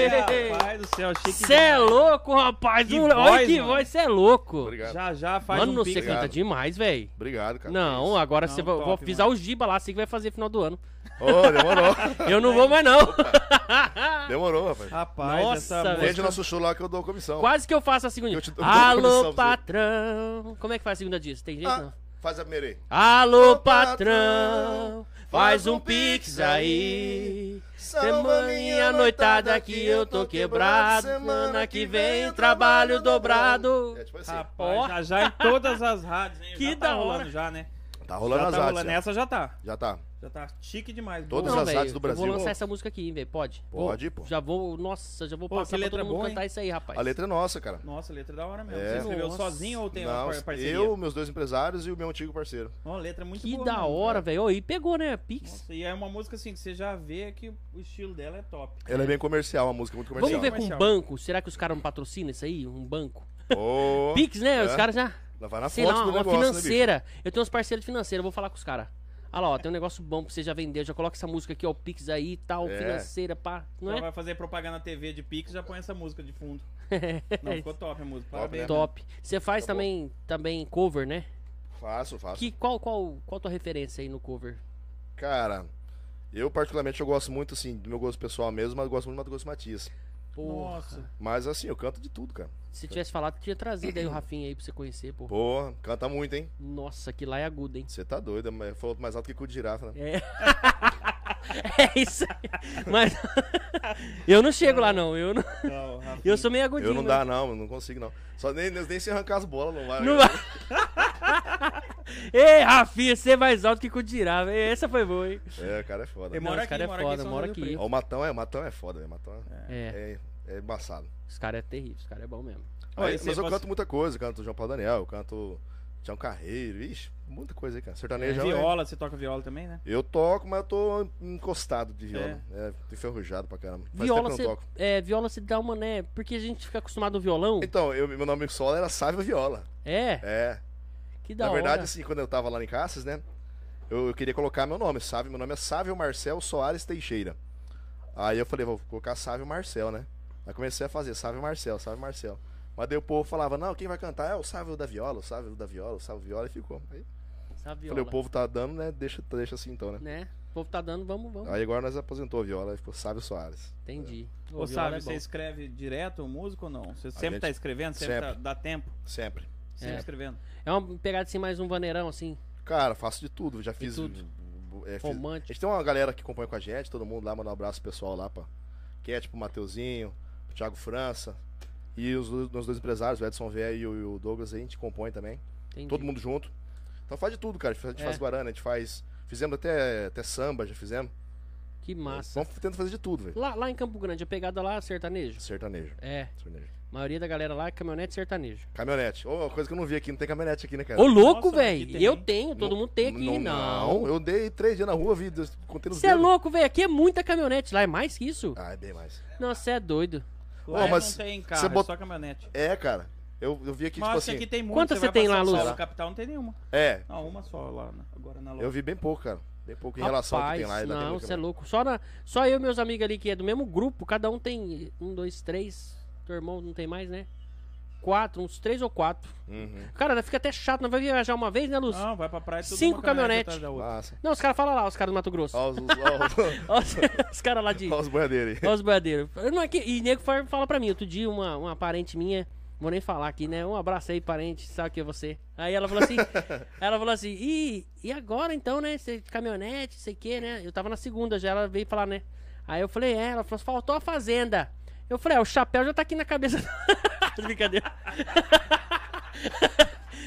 [SPEAKER 2] Aê.
[SPEAKER 1] rapaz do céu, chique.
[SPEAKER 2] Cê é louco, rapaz.
[SPEAKER 1] Que
[SPEAKER 2] Um- Olha
[SPEAKER 1] voz,
[SPEAKER 2] que
[SPEAKER 1] mano.
[SPEAKER 2] voz, cê é louco.
[SPEAKER 3] Obrigado.
[SPEAKER 1] Já já faz
[SPEAKER 2] Mano,
[SPEAKER 1] um
[SPEAKER 2] você
[SPEAKER 1] pix.
[SPEAKER 3] Obrigado.
[SPEAKER 2] canta demais, velho.
[SPEAKER 3] Obrigado, cara.
[SPEAKER 2] Não, agora
[SPEAKER 1] Não,
[SPEAKER 2] você vai-
[SPEAKER 1] top,
[SPEAKER 2] vou fiz
[SPEAKER 1] mano.
[SPEAKER 2] algiba lá, assim que vai fazer final do ano.
[SPEAKER 3] Ô, demorou. <laughs>
[SPEAKER 2] Eu não vou mais, não.
[SPEAKER 3] demorou, rapaz.
[SPEAKER 2] Ah,
[SPEAKER 1] Rapaz,
[SPEAKER 2] Nossa,
[SPEAKER 1] essa
[SPEAKER 2] velho.
[SPEAKER 1] música...
[SPEAKER 3] Vende nosso show lá que eu dou comissão.
[SPEAKER 2] Quase que eu faço a segunda.
[SPEAKER 3] Eu te dou uma comissão
[SPEAKER 2] Alô,
[SPEAKER 3] pra você.
[SPEAKER 2] patrão. Como é que faz a segunda disso? Tem jeito, não?
[SPEAKER 3] Ah, faz a primeira aí.
[SPEAKER 2] Alô,
[SPEAKER 3] Ô, patrão,
[SPEAKER 2] patrão. Faz um pix aí. Semana minha noitada que eu tô quebrado. Semana que vem trabalho dobrado.
[SPEAKER 3] É tipo assim.
[SPEAKER 1] Rapaz,
[SPEAKER 2] Ó.
[SPEAKER 1] já já em todas as rádios, hein?
[SPEAKER 2] Que
[SPEAKER 1] já tá
[SPEAKER 2] da
[SPEAKER 1] rolando
[SPEAKER 2] hora.
[SPEAKER 1] já, né?
[SPEAKER 3] Tá rolando
[SPEAKER 1] já
[SPEAKER 3] as
[SPEAKER 1] tá
[SPEAKER 3] artes.
[SPEAKER 1] rolando.
[SPEAKER 3] já.
[SPEAKER 1] Essa já tá.
[SPEAKER 3] Já tá.
[SPEAKER 1] Já tá chique demais.
[SPEAKER 3] Todas
[SPEAKER 1] boa.
[SPEAKER 3] as
[SPEAKER 2] velho,
[SPEAKER 3] artes do
[SPEAKER 2] Eu
[SPEAKER 3] Brasil.
[SPEAKER 2] vou lançar essa música aqui, hein, velho. Pode?
[SPEAKER 3] Pode,
[SPEAKER 2] Vou-
[SPEAKER 3] pô.
[SPEAKER 2] Já vou. Nossa, já vou
[SPEAKER 1] Pô,
[SPEAKER 2] passar
[SPEAKER 1] que
[SPEAKER 2] pra
[SPEAKER 1] letra
[SPEAKER 2] todo mundo
[SPEAKER 1] boa,
[SPEAKER 2] cantar isso aí, rapaz.
[SPEAKER 3] A letra é nossa, cara.
[SPEAKER 1] Nossa, letra da hora mesmo.
[SPEAKER 3] É.
[SPEAKER 1] Você escreveu
[SPEAKER 2] Nossa.
[SPEAKER 1] sozinho ou tem
[SPEAKER 3] Não,
[SPEAKER 1] uma par- parceria?
[SPEAKER 3] eu, meus dois empresários e o meu antigo parceiro.
[SPEAKER 1] Uma letra
[SPEAKER 3] é
[SPEAKER 1] muito
[SPEAKER 2] Que
[SPEAKER 1] boa.
[SPEAKER 2] da
[SPEAKER 1] mesmo.
[SPEAKER 2] hora, velho. Ô, E pegou, né? Pix.
[SPEAKER 1] Nossa, e é uma música assim que você já vê que o estilo dela é top.
[SPEAKER 3] Ela é bem comercial, uma música muito
[SPEAKER 2] Vamos
[SPEAKER 3] comercial.
[SPEAKER 2] ver com um
[SPEAKER 1] Comercial.
[SPEAKER 2] banco. Será que os caras não patrocinam isso aí? Um banco?
[SPEAKER 3] Ô,
[SPEAKER 2] Pix, né? Os
[SPEAKER 3] é.
[SPEAKER 2] caras já.
[SPEAKER 3] ela vai na
[SPEAKER 2] Sei
[SPEAKER 3] fonte
[SPEAKER 2] lá,
[SPEAKER 3] do
[SPEAKER 2] uma
[SPEAKER 3] negócio, né,
[SPEAKER 2] financeira. eu tenho uns parceiros de financeira, eu vou falar com os caras. Olha lá, ó, tem um negócio bom pra você já vender. Já coloca essa música aqui, ó, o Pix aí e tal,
[SPEAKER 3] É.
[SPEAKER 2] financeira, pá. Não
[SPEAKER 1] Ela
[SPEAKER 2] é?
[SPEAKER 1] vai fazer propaganda na TV de Pix já põe essa música de fundo.
[SPEAKER 2] <laughs>
[SPEAKER 1] Não, ficou top a música.
[SPEAKER 3] Top,
[SPEAKER 1] Parabéns.
[SPEAKER 3] né?
[SPEAKER 1] mano.
[SPEAKER 2] É Top. Você faz
[SPEAKER 3] Tá bom.
[SPEAKER 2] também, também cover, né?
[SPEAKER 3] Faço, faço.
[SPEAKER 2] Que, qual, qual, qual tua referência aí no cover?
[SPEAKER 3] Cara, eu particularmente eu gosto muito, assim, do meu gosto pessoal mesmo, mas eu gosto muito do Mato Grosso Matias.
[SPEAKER 2] Porra.
[SPEAKER 1] Nossa.
[SPEAKER 2] <laughs>
[SPEAKER 3] Mas assim, eu canto de tudo, cara.
[SPEAKER 2] Se tivesse falado, tinha trazido aí o Rafinha aí pra você conhecer, pô.
[SPEAKER 3] Porra, canta muito, hein?
[SPEAKER 2] Nossa, que lá é agudo,
[SPEAKER 1] <laughs>
[SPEAKER 2] hein?
[SPEAKER 3] Você tá doido, é- falou mais alto que cu de girafa, né?
[SPEAKER 2] É. <laughs> é isso aí. Mas <laughs> eu não chego lá, não. Eu, não...
[SPEAKER 1] Não, Então, Rafinha.
[SPEAKER 2] eu sou meio agudinho.
[SPEAKER 3] Eu não
[SPEAKER 2] né?
[SPEAKER 3] dá, não, eu não consigo, não. Só nem, nem se arrancar as bolas, não vai.
[SPEAKER 2] Não vai. <laughs> Ei, Rafinha, você é mais alto que Kudirava. Ei, Essa foi boa, hein?
[SPEAKER 3] É, cara, é foda.
[SPEAKER 1] Ele
[SPEAKER 2] Não,
[SPEAKER 3] né?
[SPEAKER 1] mora
[SPEAKER 2] os
[SPEAKER 1] aqui,
[SPEAKER 2] cara é
[SPEAKER 1] mora
[SPEAKER 2] foda,
[SPEAKER 1] aqui, em São
[SPEAKER 2] mora
[SPEAKER 1] José do
[SPEAKER 2] aqui.
[SPEAKER 1] Preto.
[SPEAKER 3] Ó, o Matão é, Matão é foda, velho. Matão é,
[SPEAKER 2] É,
[SPEAKER 3] é, é embaçado.
[SPEAKER 2] os caras é terrível, os caras é bom mesmo.
[SPEAKER 1] Ó,
[SPEAKER 3] Aí,
[SPEAKER 1] e você
[SPEAKER 3] mas eu
[SPEAKER 1] passa-
[SPEAKER 3] canto muita coisa, eu canto João Paulo Daniel, eu canto Tião Carreiro, ixi, muita coisa aí, cara. Sertanejo é,
[SPEAKER 1] Viola, você toca viola também, né?
[SPEAKER 3] Eu toco, mas eu tô encostado de viola. É, tô enferrujado pra caramba. Faz
[SPEAKER 2] Viola,
[SPEAKER 3] tempo que
[SPEAKER 2] você
[SPEAKER 3] eu não toco.
[SPEAKER 2] é, viola se dá uma, né? Porque a gente fica acostumado ao violão.
[SPEAKER 3] Então, eu- meu nome solo era Sávio Viola.
[SPEAKER 2] É,
[SPEAKER 3] É.
[SPEAKER 2] que da
[SPEAKER 3] Na verdade,
[SPEAKER 2] hora.
[SPEAKER 3] assim, quando eu tava lá em Caças, né? Eu, eu queria colocar meu nome, Sávio. Meu nome é Sávio Marcel Soares Teixeira. Aí eu falei, vou colocar Sávio Marcel, né? Aí comecei a fazer Sávio Marcel, Sávio Marcel. Mas daí o povo falava, não, quem vai cantar é o Sávio da Viola, o Sávio da Viola, o Sávio Viola, e ficou. Aí
[SPEAKER 2] Essa viola,
[SPEAKER 3] falei, o povo tá dando, né? Deixa, deixa assim então, né?
[SPEAKER 2] né? O povo tá dando, vamos, vamos.
[SPEAKER 3] Aí agora nós aposentou a Viola, aí ficou Sávio Soares.
[SPEAKER 2] Entendi. Ô,
[SPEAKER 1] Ô,
[SPEAKER 2] viola
[SPEAKER 1] Sábio,
[SPEAKER 2] é
[SPEAKER 1] você
[SPEAKER 2] bom.
[SPEAKER 1] escreve direto o músico ou não? Você sempre
[SPEAKER 3] gente-
[SPEAKER 1] tá escrevendo? Sempre,
[SPEAKER 3] sempre.
[SPEAKER 1] tá- dá tempo?
[SPEAKER 3] Sempre.
[SPEAKER 1] Sempre
[SPEAKER 2] É.
[SPEAKER 1] escrevendo.
[SPEAKER 2] É uma pegada assim, mais um vaneirão, assim.
[SPEAKER 3] Cara, faço de tudo. Já fiz.
[SPEAKER 2] tudo.
[SPEAKER 3] é, fiz- A
[SPEAKER 2] Romântico.
[SPEAKER 3] gente tem uma galera que acompanha com a gente, todo mundo lá, manda um abraço pro pessoal lá, pra... que é tipo o Mateuzinho, o Thiago França. E os dois, nos dois empresários, o Edson Vé e o, e o Douglas, a gente compõe também.
[SPEAKER 2] Entendi.
[SPEAKER 3] Todo mundo junto. Então faz de tudo, cara. A gente faz- a gente
[SPEAKER 2] É.
[SPEAKER 3] faz Guarana, a gente faz. Fizemos até, até samba, já fizemos.
[SPEAKER 2] Que massa.
[SPEAKER 3] Vamos tentando fazer de tudo, velho.
[SPEAKER 2] Lá, lá em Campo Grande, a pegada lá é sertanejo?
[SPEAKER 3] Sertanejo.
[SPEAKER 2] É,
[SPEAKER 3] sertanejo.
[SPEAKER 2] a maioria da galera lá é caminhonete sertanejo.
[SPEAKER 3] Caminhonete. Ô, coisa que eu não vi aqui, não tem caminhonete aqui, né, cara?
[SPEAKER 2] Ô, louco,
[SPEAKER 1] Nossa, aqui
[SPEAKER 2] velho.
[SPEAKER 1] tem,
[SPEAKER 2] Eu
[SPEAKER 1] hein?
[SPEAKER 2] tenho, todo mundo tem aqui, não.
[SPEAKER 3] Não, eu dei três dias na rua, vi, Deus, contei nos
[SPEAKER 2] Você é
[SPEAKER 3] dedos.
[SPEAKER 2] louco, velho. Aqui é muita caminhonete. Lá é mais que isso?
[SPEAKER 3] Ah, é bem mais.
[SPEAKER 2] Não, você é doido.
[SPEAKER 1] Lá
[SPEAKER 3] Ô, mas
[SPEAKER 1] não tem carro,
[SPEAKER 3] você
[SPEAKER 1] é
[SPEAKER 3] bota-
[SPEAKER 1] só caminhonete.
[SPEAKER 3] É, cara. Eu, eu vi aqui,
[SPEAKER 1] Mas
[SPEAKER 3] tipo assim.
[SPEAKER 1] aqui tem muito.
[SPEAKER 2] Quantas você
[SPEAKER 1] vai
[SPEAKER 2] tem
[SPEAKER 1] pra
[SPEAKER 2] lá,
[SPEAKER 1] São Paulo,
[SPEAKER 2] Luz?
[SPEAKER 1] capital não tem nenhuma.
[SPEAKER 3] É,
[SPEAKER 1] Não, uma só lá, né? agora na
[SPEAKER 3] eu
[SPEAKER 1] loja.
[SPEAKER 3] vi bem pouco, cara. Bem pouco em relação ao que tem lá. ainda tem
[SPEAKER 2] não,
[SPEAKER 3] muito
[SPEAKER 2] você é
[SPEAKER 3] mais.
[SPEAKER 2] louco. Só, na, só eu e meus amigos ali que é do mesmo grupo, cada um tem um, dois, três. Teu irmão não tem mais, né? Quatro, uns três ou quatro.
[SPEAKER 3] Uhum.
[SPEAKER 2] Cara, fica até chato, não vai viajar uma vez, né, Luz?
[SPEAKER 1] Não, Ah, vai pra praia tudo
[SPEAKER 2] Cinco
[SPEAKER 1] uma caminhonete
[SPEAKER 2] caminhonete.
[SPEAKER 1] atrás da outra.
[SPEAKER 3] Massa.
[SPEAKER 2] Não, os caras falam lá, os caras do Mato Grosso.
[SPEAKER 3] Olha os, ó,
[SPEAKER 2] Ó, os, <laughs> os caras lá de.
[SPEAKER 3] os, ó os boiadeiros aí.
[SPEAKER 2] Olha os boiadeiros. Eu Não, é que- e nego fa- fala pra mim, outro dia uma, uma parente minha, vou nem falar aqui, né? Um abraço aí, parente, sabe que é você. Aí ela falou
[SPEAKER 3] <laughs>
[SPEAKER 2] assim, ela falou assim, e, e agora então, né? Você de caminhonete, sei o que, né? Eu tava na segunda já, ela veio falar, né? Aí eu falei, é, ela falou, faltou a fazenda. Eu falei, é, o chapéu já tá aqui na cabeça. <laughs> Brincadeira.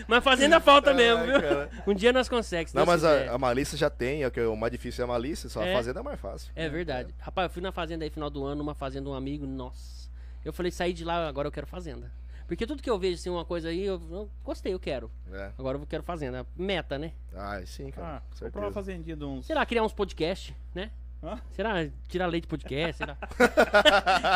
[SPEAKER 2] Mas fazenda falta mesmo,
[SPEAKER 3] Ai,
[SPEAKER 2] viu?
[SPEAKER 3] cara.
[SPEAKER 2] Um dia nós conseguimos. se
[SPEAKER 3] Não,
[SPEAKER 2] Deus
[SPEAKER 3] mas
[SPEAKER 2] quiser.
[SPEAKER 3] a, a malícia já tem, é que o mais difícil é a malícia, só
[SPEAKER 2] É.
[SPEAKER 3] a fazenda é mais fácil.
[SPEAKER 2] É verdade. Rapaz, eu fui na fazenda aí final do ano, uma fazenda de um amigo, nossa. Eu falei, saí de lá, agora eu quero fazenda. Porque tudo que eu vejo assim, uma coisa aí, eu, eu gostei, eu quero.
[SPEAKER 3] É.
[SPEAKER 2] Agora eu quero fazenda. Meta, né?
[SPEAKER 3] Ai, sim, cara.
[SPEAKER 1] Ah,
[SPEAKER 3] com
[SPEAKER 1] comprou uma
[SPEAKER 3] certeza.
[SPEAKER 1] fazendinha de uns.
[SPEAKER 2] Sei lá, criar uns podcasts, né?
[SPEAKER 1] Hã?
[SPEAKER 2] Será tirar leite podcast, será?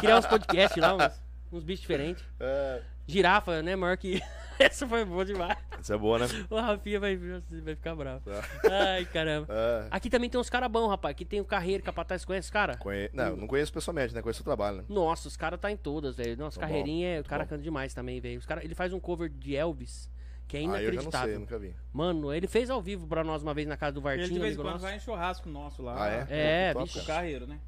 [SPEAKER 2] criar uns podcasts lá, uns, uns bichos diferentes.
[SPEAKER 3] É,
[SPEAKER 2] Girafa, né, maior que. <laughs> Essa foi boa demais.
[SPEAKER 3] isso é
[SPEAKER 2] <laughs>
[SPEAKER 3] boa, né?
[SPEAKER 2] O Rafinha vai, vai ficar bravo.
[SPEAKER 3] Tá.
[SPEAKER 2] Ai, caramba.
[SPEAKER 3] É,
[SPEAKER 2] Aqui também tem uns caras bons, rapaz. Aqui tem o Carreiro, Capataz, conhece, os cara?
[SPEAKER 3] conhe- Não, não conheço pessoalmente, né? Conheço o trabalho, né?
[SPEAKER 2] Nossa, os caras tá em todas, velho. Nossa,
[SPEAKER 3] Tá bom,
[SPEAKER 2] carreirinha, é- o
[SPEAKER 3] muito
[SPEAKER 2] cara
[SPEAKER 3] bom.
[SPEAKER 2] canta demais também, velho. Os cara, ele faz um cover de Elvis, que é
[SPEAKER 3] ah, eu já não sei,
[SPEAKER 2] inacreditável.
[SPEAKER 3] nunca vi.
[SPEAKER 2] Mano, ele fez ao vivo pra nós uma vez na casa do Vartinho,
[SPEAKER 1] Ele de vez em
[SPEAKER 2] amigo
[SPEAKER 1] quando
[SPEAKER 2] nosso.
[SPEAKER 1] vai em churrasco nosso lá.
[SPEAKER 3] Ah, é?
[SPEAKER 2] É,
[SPEAKER 3] Top,
[SPEAKER 2] bicho.
[SPEAKER 1] O
[SPEAKER 3] cara.
[SPEAKER 1] carreiro, né?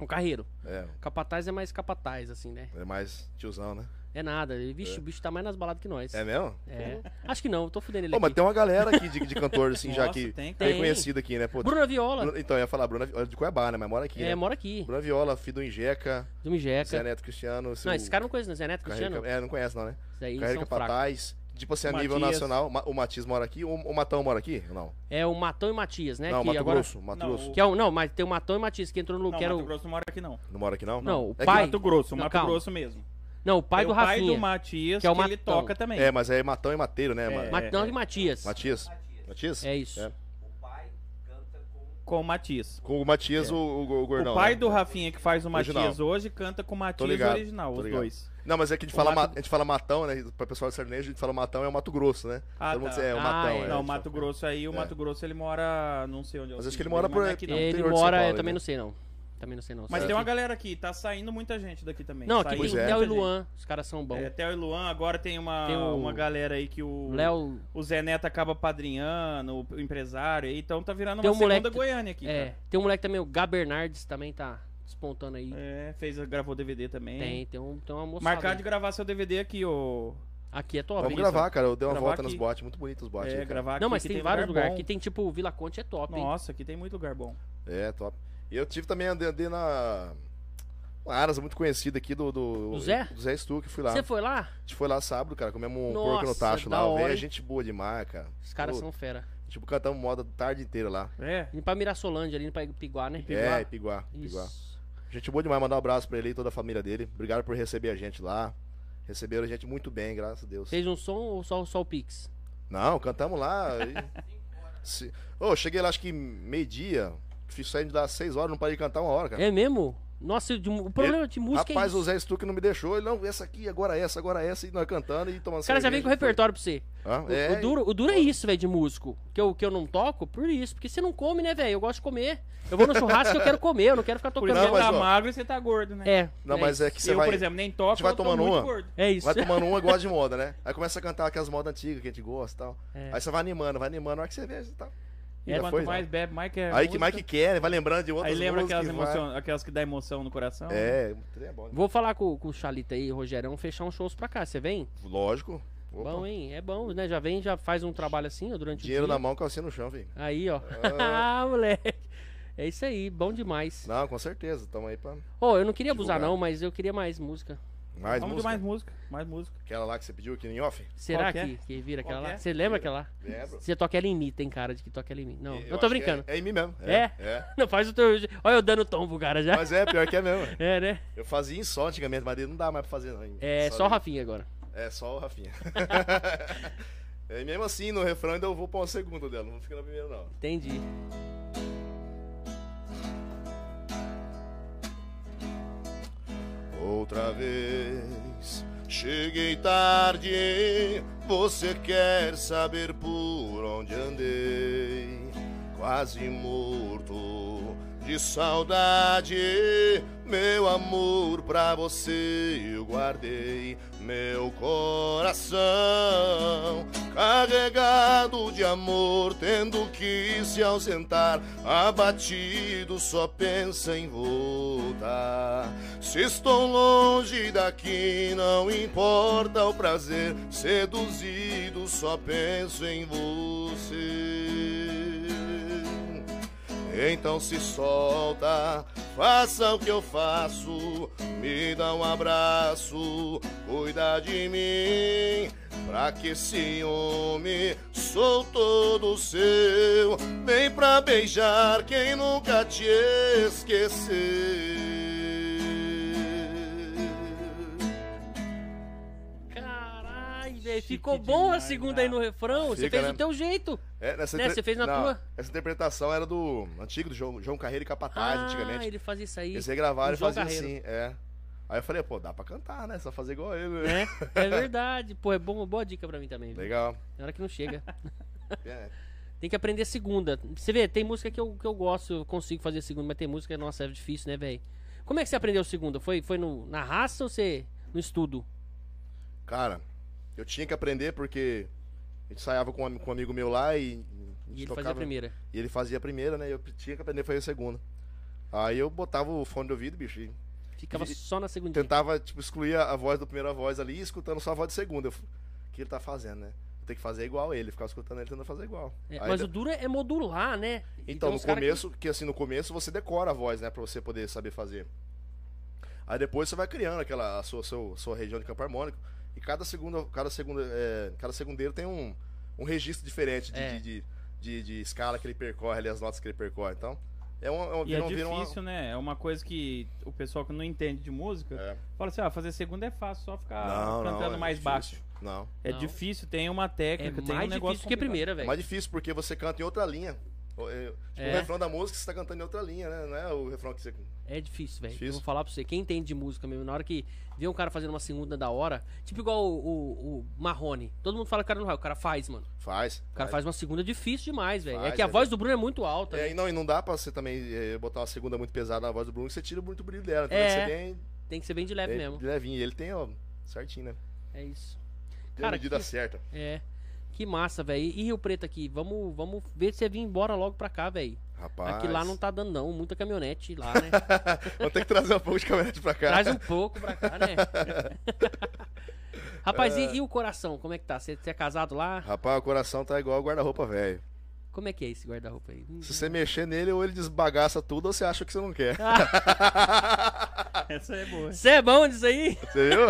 [SPEAKER 2] O carreiro.
[SPEAKER 3] É,
[SPEAKER 2] Capataz é mais capataz, assim, né?
[SPEAKER 3] é mais tiozão, né?
[SPEAKER 2] É nada. ele- Vixe, o bicho tá mais nas baladas que nós.
[SPEAKER 3] É mesmo?
[SPEAKER 2] É. Acho que não, eu tô fudendo ele
[SPEAKER 3] Pô, mas
[SPEAKER 2] aqui.
[SPEAKER 3] tem uma galera aqui de, de cantor, assim,
[SPEAKER 2] <laughs>
[SPEAKER 3] já
[SPEAKER 1] Nossa,
[SPEAKER 3] que
[SPEAKER 1] tem,
[SPEAKER 3] bem
[SPEAKER 1] cara.
[SPEAKER 2] Tem.
[SPEAKER 3] conhecida aqui, né? Pô,
[SPEAKER 2] Bruna Viola.
[SPEAKER 3] Bruna- então, eu ia falar, Bruna olha, de Cuiabá, né? Mas mora aqui,
[SPEAKER 2] é,
[SPEAKER 3] né?
[SPEAKER 2] mora aqui.
[SPEAKER 3] Bruna Viola, filho do Injeca,
[SPEAKER 2] Do
[SPEAKER 3] Zé
[SPEAKER 2] Mijeca.
[SPEAKER 3] Neto Cristiano. Esse
[SPEAKER 2] Não, esse
[SPEAKER 1] é
[SPEAKER 2] cara não conhece, né? Zé Neto Cristiano?
[SPEAKER 3] É, não conhece não, né?
[SPEAKER 2] Isso aí,
[SPEAKER 3] Carreira
[SPEAKER 2] são fracos.
[SPEAKER 3] Capataz, tipo assim, a
[SPEAKER 1] O
[SPEAKER 3] nível
[SPEAKER 1] Matias.
[SPEAKER 3] nacional, ma- o Matias mora aqui, o, o Matão mora aqui? Não,
[SPEAKER 2] É o Matão e Matias, né?
[SPEAKER 3] não,
[SPEAKER 2] que
[SPEAKER 3] Mato
[SPEAKER 2] agora.
[SPEAKER 3] Grosso, Mato
[SPEAKER 1] Não,
[SPEAKER 3] Grosso.
[SPEAKER 2] Que é o... Não, mas tem o Matão e Matias que entrou no.
[SPEAKER 1] Não,
[SPEAKER 2] que era o-
[SPEAKER 1] Mato Grosso não mora aqui, não.
[SPEAKER 3] Não mora aqui não?
[SPEAKER 2] Não, o
[SPEAKER 3] É que-
[SPEAKER 2] pai.
[SPEAKER 1] Mato Grosso,
[SPEAKER 2] Não,
[SPEAKER 1] Mato
[SPEAKER 2] calma.
[SPEAKER 1] Grosso mesmo.
[SPEAKER 2] Não, o pai
[SPEAKER 1] Tem
[SPEAKER 2] do
[SPEAKER 1] o pai
[SPEAKER 2] Rafinha.
[SPEAKER 1] do Matias,
[SPEAKER 2] que é o
[SPEAKER 1] que ele
[SPEAKER 2] Matão.
[SPEAKER 1] toca também.
[SPEAKER 3] É, mas é Matão e Mateiro, né?
[SPEAKER 1] É.
[SPEAKER 3] ma-
[SPEAKER 2] Matão e Matias.
[SPEAKER 3] Matias? Matias?
[SPEAKER 2] É isso.
[SPEAKER 3] É.
[SPEAKER 1] Com o Matias.
[SPEAKER 3] Com o Matias, o, o, o gordão.
[SPEAKER 1] É. o pai
[SPEAKER 3] né?
[SPEAKER 1] do Rafinha que faz o Matias
[SPEAKER 3] Original.
[SPEAKER 1] hoje canta com o Matias
[SPEAKER 3] ligado,
[SPEAKER 1] original,
[SPEAKER 3] tô
[SPEAKER 1] os
[SPEAKER 3] ligado.
[SPEAKER 1] dois.
[SPEAKER 3] Não, mas é que a gente,
[SPEAKER 1] O
[SPEAKER 3] fala,
[SPEAKER 1] Mato-
[SPEAKER 3] ma- a gente fala Matão, né? Pra pessoal de sertanejo, a gente fala Matão é o Mato Grosso, né?
[SPEAKER 1] Ah,
[SPEAKER 3] Todo mundo
[SPEAKER 1] tá.
[SPEAKER 3] diz, é o
[SPEAKER 2] Ah,
[SPEAKER 3] Matão.
[SPEAKER 2] é.
[SPEAKER 3] é.
[SPEAKER 1] não, o Mato Grosso aí, o
[SPEAKER 3] É.
[SPEAKER 1] Mato Grosso ele mora, não sei onde é o
[SPEAKER 3] Mas acho que
[SPEAKER 1] sítio
[SPEAKER 3] ele mora
[SPEAKER 1] dele, mas
[SPEAKER 3] por-
[SPEAKER 1] não é aqui, não.
[SPEAKER 3] É.
[SPEAKER 2] Ele
[SPEAKER 3] interior de São
[SPEAKER 2] mora,
[SPEAKER 3] Paulo,
[SPEAKER 2] eu também
[SPEAKER 3] né?
[SPEAKER 2] não sei não. Também não sei não.
[SPEAKER 1] Mas
[SPEAKER 2] Só
[SPEAKER 1] tem uma
[SPEAKER 2] que-
[SPEAKER 1] galera aqui, tá saindo muita gente daqui também.
[SPEAKER 2] Não, aqui
[SPEAKER 1] Saindo
[SPEAKER 2] tem
[SPEAKER 3] Pois é.
[SPEAKER 2] Theo e
[SPEAKER 1] muita gente.
[SPEAKER 2] Luan. Os caras são bons.
[SPEAKER 1] É, Theo e Luan, agora tem uma,
[SPEAKER 2] Tem o-
[SPEAKER 1] uma galera aí que o,
[SPEAKER 2] Léo.
[SPEAKER 1] o Zé Neto acaba padrinhando, o empresário aí, então tá virando
[SPEAKER 2] Tem
[SPEAKER 1] uma
[SPEAKER 2] um
[SPEAKER 1] segunda
[SPEAKER 2] moleque-
[SPEAKER 1] Goiânia aqui,
[SPEAKER 2] É,
[SPEAKER 1] cara.
[SPEAKER 2] tem um moleque também, o Gabernardes também tá despontando aí.
[SPEAKER 1] É, fez, gravou DVD também.
[SPEAKER 2] Tem, tem, um, tem uma moça.
[SPEAKER 1] Marcar de gravar seu DVD aqui, ô.
[SPEAKER 2] Aqui é top.
[SPEAKER 3] Vamos
[SPEAKER 2] hein?
[SPEAKER 3] gravar, cara. Eu dei uma
[SPEAKER 1] Gravar
[SPEAKER 3] volta
[SPEAKER 1] aqui.
[SPEAKER 3] nas boates, muito bonitas as boates.
[SPEAKER 1] É,
[SPEAKER 3] aí, cara.
[SPEAKER 1] gravar aqui.
[SPEAKER 2] Não, mas
[SPEAKER 1] que
[SPEAKER 2] tem, vários lugares.
[SPEAKER 1] bom.
[SPEAKER 2] Aqui tem tipo Vila Conte é top, hein?
[SPEAKER 1] Nossa, aqui tem muito lugar bom.
[SPEAKER 3] É, top. Eu tive também, andei, andei na. Uma Aras muito conhecida aqui do. Do,
[SPEAKER 2] Do Zé?
[SPEAKER 3] Do Zé Stuck, fui lá.
[SPEAKER 2] Você foi lá?
[SPEAKER 3] A gente foi lá sábado, cara, comemos um
[SPEAKER 2] Nossa,
[SPEAKER 3] porco no tacho
[SPEAKER 2] da
[SPEAKER 3] lá. O
[SPEAKER 2] hora,
[SPEAKER 3] velho é
[SPEAKER 2] hein?
[SPEAKER 3] gente boa demais, cara.
[SPEAKER 2] Os caras
[SPEAKER 3] Pô,
[SPEAKER 2] são fera.
[SPEAKER 3] Tipo, cantamos moda a tarde inteira lá.
[SPEAKER 1] É.
[SPEAKER 2] Indo pra Mirasolândia, ali indo pra Piguá, né?
[SPEAKER 1] Piguá?
[SPEAKER 3] É, em Piguá, em Piguá.
[SPEAKER 2] Isso.
[SPEAKER 3] Gente boa demais, mandar um abraço pra ele e toda a família dele. Obrigado por receber a gente lá. Receberam a gente muito bem, graças a Deus.
[SPEAKER 2] Fez um som ou só, só o Pix?
[SPEAKER 3] Não, cantamos lá. e- <laughs> Se... Ô, eu cheguei lá acho que meio-dia. Fiz saindo de lá às seis horas, não parei de cantar uma hora, cara.
[SPEAKER 2] É mesmo? Nossa, de- o problema de música
[SPEAKER 3] Rapaz,
[SPEAKER 2] é
[SPEAKER 3] o
[SPEAKER 2] isso.
[SPEAKER 3] Zé Stuck não me deixou. Ele, não, essa aqui, agora essa, agora essa. E nós cantando e tomando
[SPEAKER 2] Os caras já vêm com o
[SPEAKER 3] cerveja,
[SPEAKER 2] repertório pra você.
[SPEAKER 3] foi. Hã?
[SPEAKER 2] O,
[SPEAKER 3] é,
[SPEAKER 2] o duro, o duro é isso, velho, de músico. Que eu, que eu não toco, por isso. Porque você não come, né, velho? Eu gosto de comer. Eu vou no churrasco e eu quero comer, eu não quero ficar
[SPEAKER 1] Por
[SPEAKER 2] tocando.
[SPEAKER 1] isso
[SPEAKER 3] Não,
[SPEAKER 1] você
[SPEAKER 3] mas,
[SPEAKER 1] tá
[SPEAKER 3] ó.
[SPEAKER 1] magro e você tá gordo, né?
[SPEAKER 2] É.
[SPEAKER 3] Não,
[SPEAKER 2] é
[SPEAKER 3] mas
[SPEAKER 2] isso.
[SPEAKER 3] é que você
[SPEAKER 1] eu,
[SPEAKER 3] vai,
[SPEAKER 1] por exemplo, nem toco,
[SPEAKER 3] a gente vai
[SPEAKER 1] eu tô
[SPEAKER 3] tomando
[SPEAKER 1] muito
[SPEAKER 3] uma?
[SPEAKER 1] gordo.
[SPEAKER 2] É isso.
[SPEAKER 3] <laughs> vai tomando uma, gosta de moda, né? Aí começa a cantar aquelas modas antigas que a gente gosta e tal.
[SPEAKER 2] É.
[SPEAKER 3] Aí você vai animando, vai animando. Na hora que você vê, você tá...
[SPEAKER 1] E
[SPEAKER 3] Já
[SPEAKER 1] É, quanto
[SPEAKER 3] foi,
[SPEAKER 1] mais
[SPEAKER 3] já.
[SPEAKER 1] bebe, mais quer
[SPEAKER 3] Aí que mais
[SPEAKER 1] música.
[SPEAKER 3] que quer, vai lembrando de outras
[SPEAKER 1] Aí lembra
[SPEAKER 3] músicas
[SPEAKER 1] aquelas,
[SPEAKER 3] e vai.
[SPEAKER 1] emoção, aquelas que dá emoção no coração.
[SPEAKER 3] É, o trem é bom. né?
[SPEAKER 2] Vou falar com, com o Chalita aí, Rogerão, fechar uns shows pra cá. Você vem?
[SPEAKER 3] Lógico. Opa.
[SPEAKER 2] Bom, hein? É bom, né? Já vem, já faz um trabalho assim, ó, durante
[SPEAKER 3] Dinheiro
[SPEAKER 2] o dia.
[SPEAKER 3] na mão, calcinha no chão, filho.
[SPEAKER 2] Aí, ó. <laughs> Ah, moleque. É isso aí, bom demais.
[SPEAKER 3] Não, com certeza. Tamo aí pra
[SPEAKER 2] Ô, eu não queria abusar
[SPEAKER 3] Divulgar.
[SPEAKER 2] não, mas eu queria mais música.
[SPEAKER 3] mais
[SPEAKER 1] Vamos
[SPEAKER 3] música.
[SPEAKER 1] de mais música, mais música.
[SPEAKER 3] Aquela lá que você pediu aqui em off?
[SPEAKER 2] Será
[SPEAKER 1] Qual que
[SPEAKER 2] que, que vira aquela
[SPEAKER 1] Qual que
[SPEAKER 2] lá?
[SPEAKER 1] é?
[SPEAKER 2] Você lembra aquela lá?
[SPEAKER 3] Lembro.
[SPEAKER 2] Você toca ela em mim, tem cara de que toca ela em mim. Não, eu, tô
[SPEAKER 3] acho que
[SPEAKER 2] brincando.
[SPEAKER 3] É, é em mim mesmo.
[SPEAKER 2] É?
[SPEAKER 3] é.
[SPEAKER 2] Não, faz o teu... Olha eu dando tom pro cara já.
[SPEAKER 3] Mas é, pior que é mesmo.
[SPEAKER 2] É, né?
[SPEAKER 3] Eu fazia em só antigamente, mas não dá mais pra fazer. Não.
[SPEAKER 2] É, só o Rafinha agora.
[SPEAKER 3] É, só o Rafinha. <laughs> e mesmo assim, no refrão ainda eu vou pra uma segunda dela. Não vou ficar na primeira, não.
[SPEAKER 2] Entendi.
[SPEAKER 3] Outra vez cheguei tarde. Você quer saber por onde andei? Quase morto de saudade. Meu amor pra você eu guardei. Meu coração carregado de amor, tendo que se ausentar. Abatido só pensa em voltar. Se estou longe daqui, não importa o prazer, seduzido só penso em você. Então se solta, faça o que eu faço, me dá um abraço, cuida de mim. Pra que ciúme, sou todo seu, vem pra beijar quem nunca te esqueceu.
[SPEAKER 2] Caralho, velho.
[SPEAKER 1] Chique
[SPEAKER 2] Ficou bom a
[SPEAKER 1] demais,
[SPEAKER 2] segunda
[SPEAKER 1] né?
[SPEAKER 2] aí no refrão. Você
[SPEAKER 3] Fica,
[SPEAKER 2] fez
[SPEAKER 3] né?
[SPEAKER 2] do teu jeito.
[SPEAKER 3] É, nessa
[SPEAKER 2] Né,
[SPEAKER 3] interpre-
[SPEAKER 2] você fez na
[SPEAKER 3] Não,
[SPEAKER 2] tua?
[SPEAKER 3] Essa interpretação era do antigo, do João, João Carreiro e Capataz,
[SPEAKER 2] Ah,
[SPEAKER 3] antigamente.
[SPEAKER 2] ele fazia isso aí.
[SPEAKER 3] Eles regravaram e
[SPEAKER 2] do João
[SPEAKER 3] faziam
[SPEAKER 2] Carreiro.
[SPEAKER 3] assim, é. Aí eu falei, pô, dá pra cantar, né? Só fazer igual ele, né? <laughs>
[SPEAKER 2] Né? <laughs> É verdade. Pô, é bom, boa dica pra mim também. Viu?
[SPEAKER 3] Legal.
[SPEAKER 2] Na hora que não chega.
[SPEAKER 3] É.
[SPEAKER 2] Tem que aprender segunda. Você vê, tem música que eu, que eu gosto, eu consigo fazer segunda, mas tem música, nossa, é difícil, né, velho? Como é que você aprendeu segunda? Foi, foi no, na raça ou você no estudo?
[SPEAKER 3] Cara, eu tinha que aprender porque a gente ensaiava com um, ami- com um amigo meu lá e. a gente
[SPEAKER 2] E ele fazia a
[SPEAKER 3] tocava-
[SPEAKER 2] primeira.
[SPEAKER 3] E ele fazia a primeira, né? Eu tinha que aprender a fazer a segunda. Aí eu botava o fone de ouvido, bicho, e
[SPEAKER 2] Ficava
[SPEAKER 3] E-
[SPEAKER 2] só na segunda.
[SPEAKER 3] tentava, tipo, excluir a a voz da primeira voz ali, escutando só a voz de segunda. Eu f- O que ele tá fazendo, né? Tem que fazer igual ele, ficava escutando ele tentando fazer igual.
[SPEAKER 2] É,
[SPEAKER 3] Aí
[SPEAKER 2] mas
[SPEAKER 3] de-
[SPEAKER 2] o duro é modular, né? E tem
[SPEAKER 3] Então, no
[SPEAKER 2] uns cara que-
[SPEAKER 3] começo, que... assim, no começo você decora a voz, né, pra você poder saber fazer. Aí depois você vai criando aquela a sua, seu- sua região de campo harmônico. E cada segunda, cada segunda, é, cada segundeiro tem um, um registro diferente de,
[SPEAKER 2] É.
[SPEAKER 3] de, de, de- de escala que ele percorre, ali as notas que ele percorre. Então, é um, é um
[SPEAKER 1] E é
[SPEAKER 3] vira um- vira uma-
[SPEAKER 1] difícil, né? É uma coisa que o pessoal que não entende de música
[SPEAKER 3] É.
[SPEAKER 1] fala assim: ah, fazer segunda é fácil, só ficar
[SPEAKER 3] Não, não,
[SPEAKER 1] Tá cantando
[SPEAKER 3] é
[SPEAKER 1] mais
[SPEAKER 3] difícil.
[SPEAKER 1] baixo.
[SPEAKER 3] Não.
[SPEAKER 1] É
[SPEAKER 2] Não.
[SPEAKER 1] difícil, tem uma
[SPEAKER 2] É
[SPEAKER 1] técnica, tem um
[SPEAKER 2] mais
[SPEAKER 1] negócio
[SPEAKER 2] difícil que a
[SPEAKER 1] complicado.
[SPEAKER 2] primeira,
[SPEAKER 3] É
[SPEAKER 2] velho.
[SPEAKER 3] mais difícil porque você canta em outra linha. O- é, tipo,
[SPEAKER 2] É.
[SPEAKER 3] o refrão da música você tá cantando em outra linha, né? Não é o refrão que você.
[SPEAKER 2] É difícil, velho. Eu
[SPEAKER 3] Difícil.
[SPEAKER 2] vou falar pra você. Quem entende de música mesmo, na hora que vê um cara fazendo uma segunda da hora, tipo igual o, o, o Marrone. Todo mundo fala que o cara não vai, o cara faz, mano.
[SPEAKER 3] Faz.
[SPEAKER 2] O cara faz uma segunda difícil demais, velho. É
[SPEAKER 3] Faz,
[SPEAKER 2] que a
[SPEAKER 3] é
[SPEAKER 2] voz do Bruno é muito alta.
[SPEAKER 3] É,
[SPEAKER 2] né?
[SPEAKER 3] e, não, e não dá pra você também é, botar uma segunda muito pesada na voz do Bruno, que você tira muito o brilho dela. Então
[SPEAKER 2] É.
[SPEAKER 3] é. ser bem,
[SPEAKER 2] Tem que ser bem de leve
[SPEAKER 3] bem
[SPEAKER 2] mesmo.
[SPEAKER 3] levinho. E ele tem, ó, certinho, né?
[SPEAKER 2] É isso.
[SPEAKER 3] Tem
[SPEAKER 2] Cara,
[SPEAKER 3] a medida
[SPEAKER 2] que-
[SPEAKER 3] certa.
[SPEAKER 2] É. Que massa, velho. E Rio Preto aqui? Vamos, vamos ver se você vir embora logo pra cá, velho.
[SPEAKER 3] Rapaz.
[SPEAKER 2] Aqui
[SPEAKER 3] <laughs>
[SPEAKER 2] lá não tá dando, não. Muita caminhonete lá, né?
[SPEAKER 3] Vou ter que trazer um pouco de caminhonete pra cá.
[SPEAKER 2] Traz um pouco pra cá,
[SPEAKER 3] <laughs>
[SPEAKER 2] né? Rapaz, e, e o coração? Como é que tá? Você você é casado lá?
[SPEAKER 3] Rapaz, o coração tá igual guarda-roupa velho.
[SPEAKER 2] Como é que é esse guarda-roupa aí? Hum.
[SPEAKER 3] Se você mexer nele, ou ele desbagaça tudo, ou você acha que você não quer.
[SPEAKER 1] Essa é boa.
[SPEAKER 2] Você é bom disso aí? <laughs>
[SPEAKER 3] Você viu?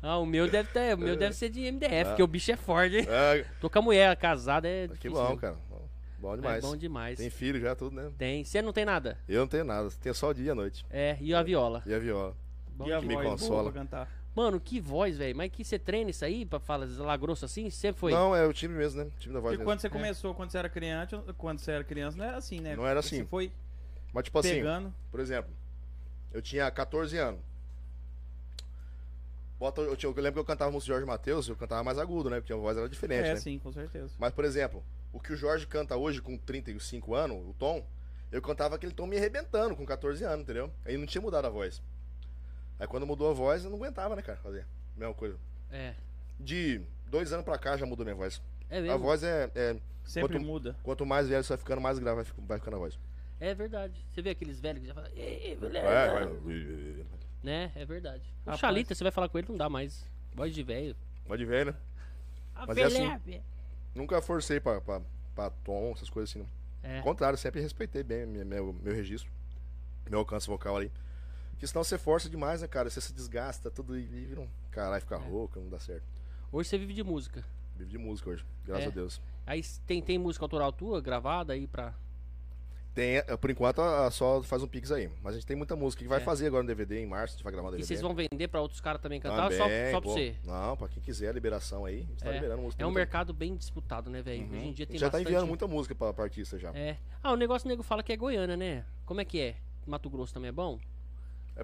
[SPEAKER 2] Ah, o meu deve, ter, o meu deve ser de MDF, porque o bicho é Ford, hein?
[SPEAKER 3] É,
[SPEAKER 2] Tô com a mulher casada, é
[SPEAKER 3] Ah. que
[SPEAKER 2] difícil,
[SPEAKER 3] bom,
[SPEAKER 2] né?
[SPEAKER 3] cara. Bom, Bom demais.
[SPEAKER 2] É bom demais.
[SPEAKER 3] Tem filho já, tudo, né?
[SPEAKER 2] Tem. Você não tem nada?
[SPEAKER 3] Eu não tenho nada, tenho só o dia e a noite.
[SPEAKER 2] É, e a viola.
[SPEAKER 3] E a viola.
[SPEAKER 2] Bom
[SPEAKER 1] e a
[SPEAKER 2] demais.
[SPEAKER 3] me
[SPEAKER 1] voz boa
[SPEAKER 3] consola.
[SPEAKER 1] pra cantar.
[SPEAKER 2] Mano, que voz, velho. Mas que você treina isso aí pra falar lá grosso assim? Sempre foi?
[SPEAKER 3] Não, é o time mesmo, né? O time da voz
[SPEAKER 1] E
[SPEAKER 3] mesmo.
[SPEAKER 1] quando você começou, quando você era criança, quando você era criança, não era assim, né?
[SPEAKER 3] Não era
[SPEAKER 1] Você
[SPEAKER 3] assim.
[SPEAKER 1] foi
[SPEAKER 3] Mas tipo assim,
[SPEAKER 1] pegando.
[SPEAKER 3] por exemplo, eu tinha 14 anos. Bota, eu, tinha- eu lembro que eu cantava música de Jorge Matheus, eu cantava mais agudo, né? Porque a voz era diferente,
[SPEAKER 1] é,
[SPEAKER 3] né?
[SPEAKER 1] sim, com certeza.
[SPEAKER 3] Mas, por exemplo, o que o Jorge canta hoje com 35 anos, o tom, eu cantava aquele tom me arrebentando com 14 anos, entendeu? Aí não tinha mudado a voz. Aí quando mudou a voz, eu não aguentava, né, cara, fazer a mesma coisa.
[SPEAKER 2] É.
[SPEAKER 3] De dois anos pra cá já mudou minha voz.
[SPEAKER 2] É
[SPEAKER 3] A
[SPEAKER 2] mesmo.
[SPEAKER 3] voz é, é-
[SPEAKER 1] Sempre
[SPEAKER 3] Quanto-
[SPEAKER 1] muda.
[SPEAKER 3] Quanto mais velho você vai ficando, mais grave vai fic- vai ficando a voz.
[SPEAKER 2] É verdade. Você vê aqueles velhos que já falam. "Ei,
[SPEAKER 3] É,
[SPEAKER 2] moleque",
[SPEAKER 3] vai.
[SPEAKER 2] Né? É verdade. O
[SPEAKER 1] Rapaz.
[SPEAKER 2] Chalita, você vai falar com ele, não dá mais. Voz de velho.
[SPEAKER 3] Pode ver, né?
[SPEAKER 2] Ah,
[SPEAKER 3] Mas é assim.
[SPEAKER 2] Felipe.
[SPEAKER 3] Nunca forcei pra, pra, pra tom, essas coisas assim, não.
[SPEAKER 2] É.
[SPEAKER 3] Ao contrário, sempre respeitei bem meu, meu, meu registro, meu alcance vocal ali. Porque senão você força demais, né, cara? Você se desgasta, tudo e e vira um. Caralho,
[SPEAKER 2] É.
[SPEAKER 3] fica rouco, não dá certo.
[SPEAKER 2] Hoje você vive de música.
[SPEAKER 3] Vivo de música hoje, graças
[SPEAKER 2] É.
[SPEAKER 3] a Deus.
[SPEAKER 2] Aí tem, tem música autoral tua gravada aí pra.
[SPEAKER 3] Tem, eh, por enquanto, a- a só faz um pix aí. Mas a gente tem muita música que vai
[SPEAKER 2] É.
[SPEAKER 3] fazer agora no DVD, em março, a gente vai gravar um
[SPEAKER 2] E
[SPEAKER 3] DVD.
[SPEAKER 2] vocês vão vender pra outros caras também cantar? Só,
[SPEAKER 3] Também,
[SPEAKER 2] só pra
[SPEAKER 3] pô.
[SPEAKER 2] você.
[SPEAKER 3] Não, pra quem quiser a liberação aí, a gente tá
[SPEAKER 2] É.
[SPEAKER 3] liberando música.
[SPEAKER 2] É um
[SPEAKER 3] muita-
[SPEAKER 2] mercado bem disputado, né, velho?
[SPEAKER 3] Uhum.
[SPEAKER 2] Hoje em dia
[SPEAKER 3] A gente
[SPEAKER 2] tem
[SPEAKER 3] já
[SPEAKER 2] bastante.
[SPEAKER 3] tá enviando muita música pra, pra artista já. É.
[SPEAKER 2] É. Ah, o negócio nego fala que é Goiânia, né? Como é que é? Mato Grosso também é bom?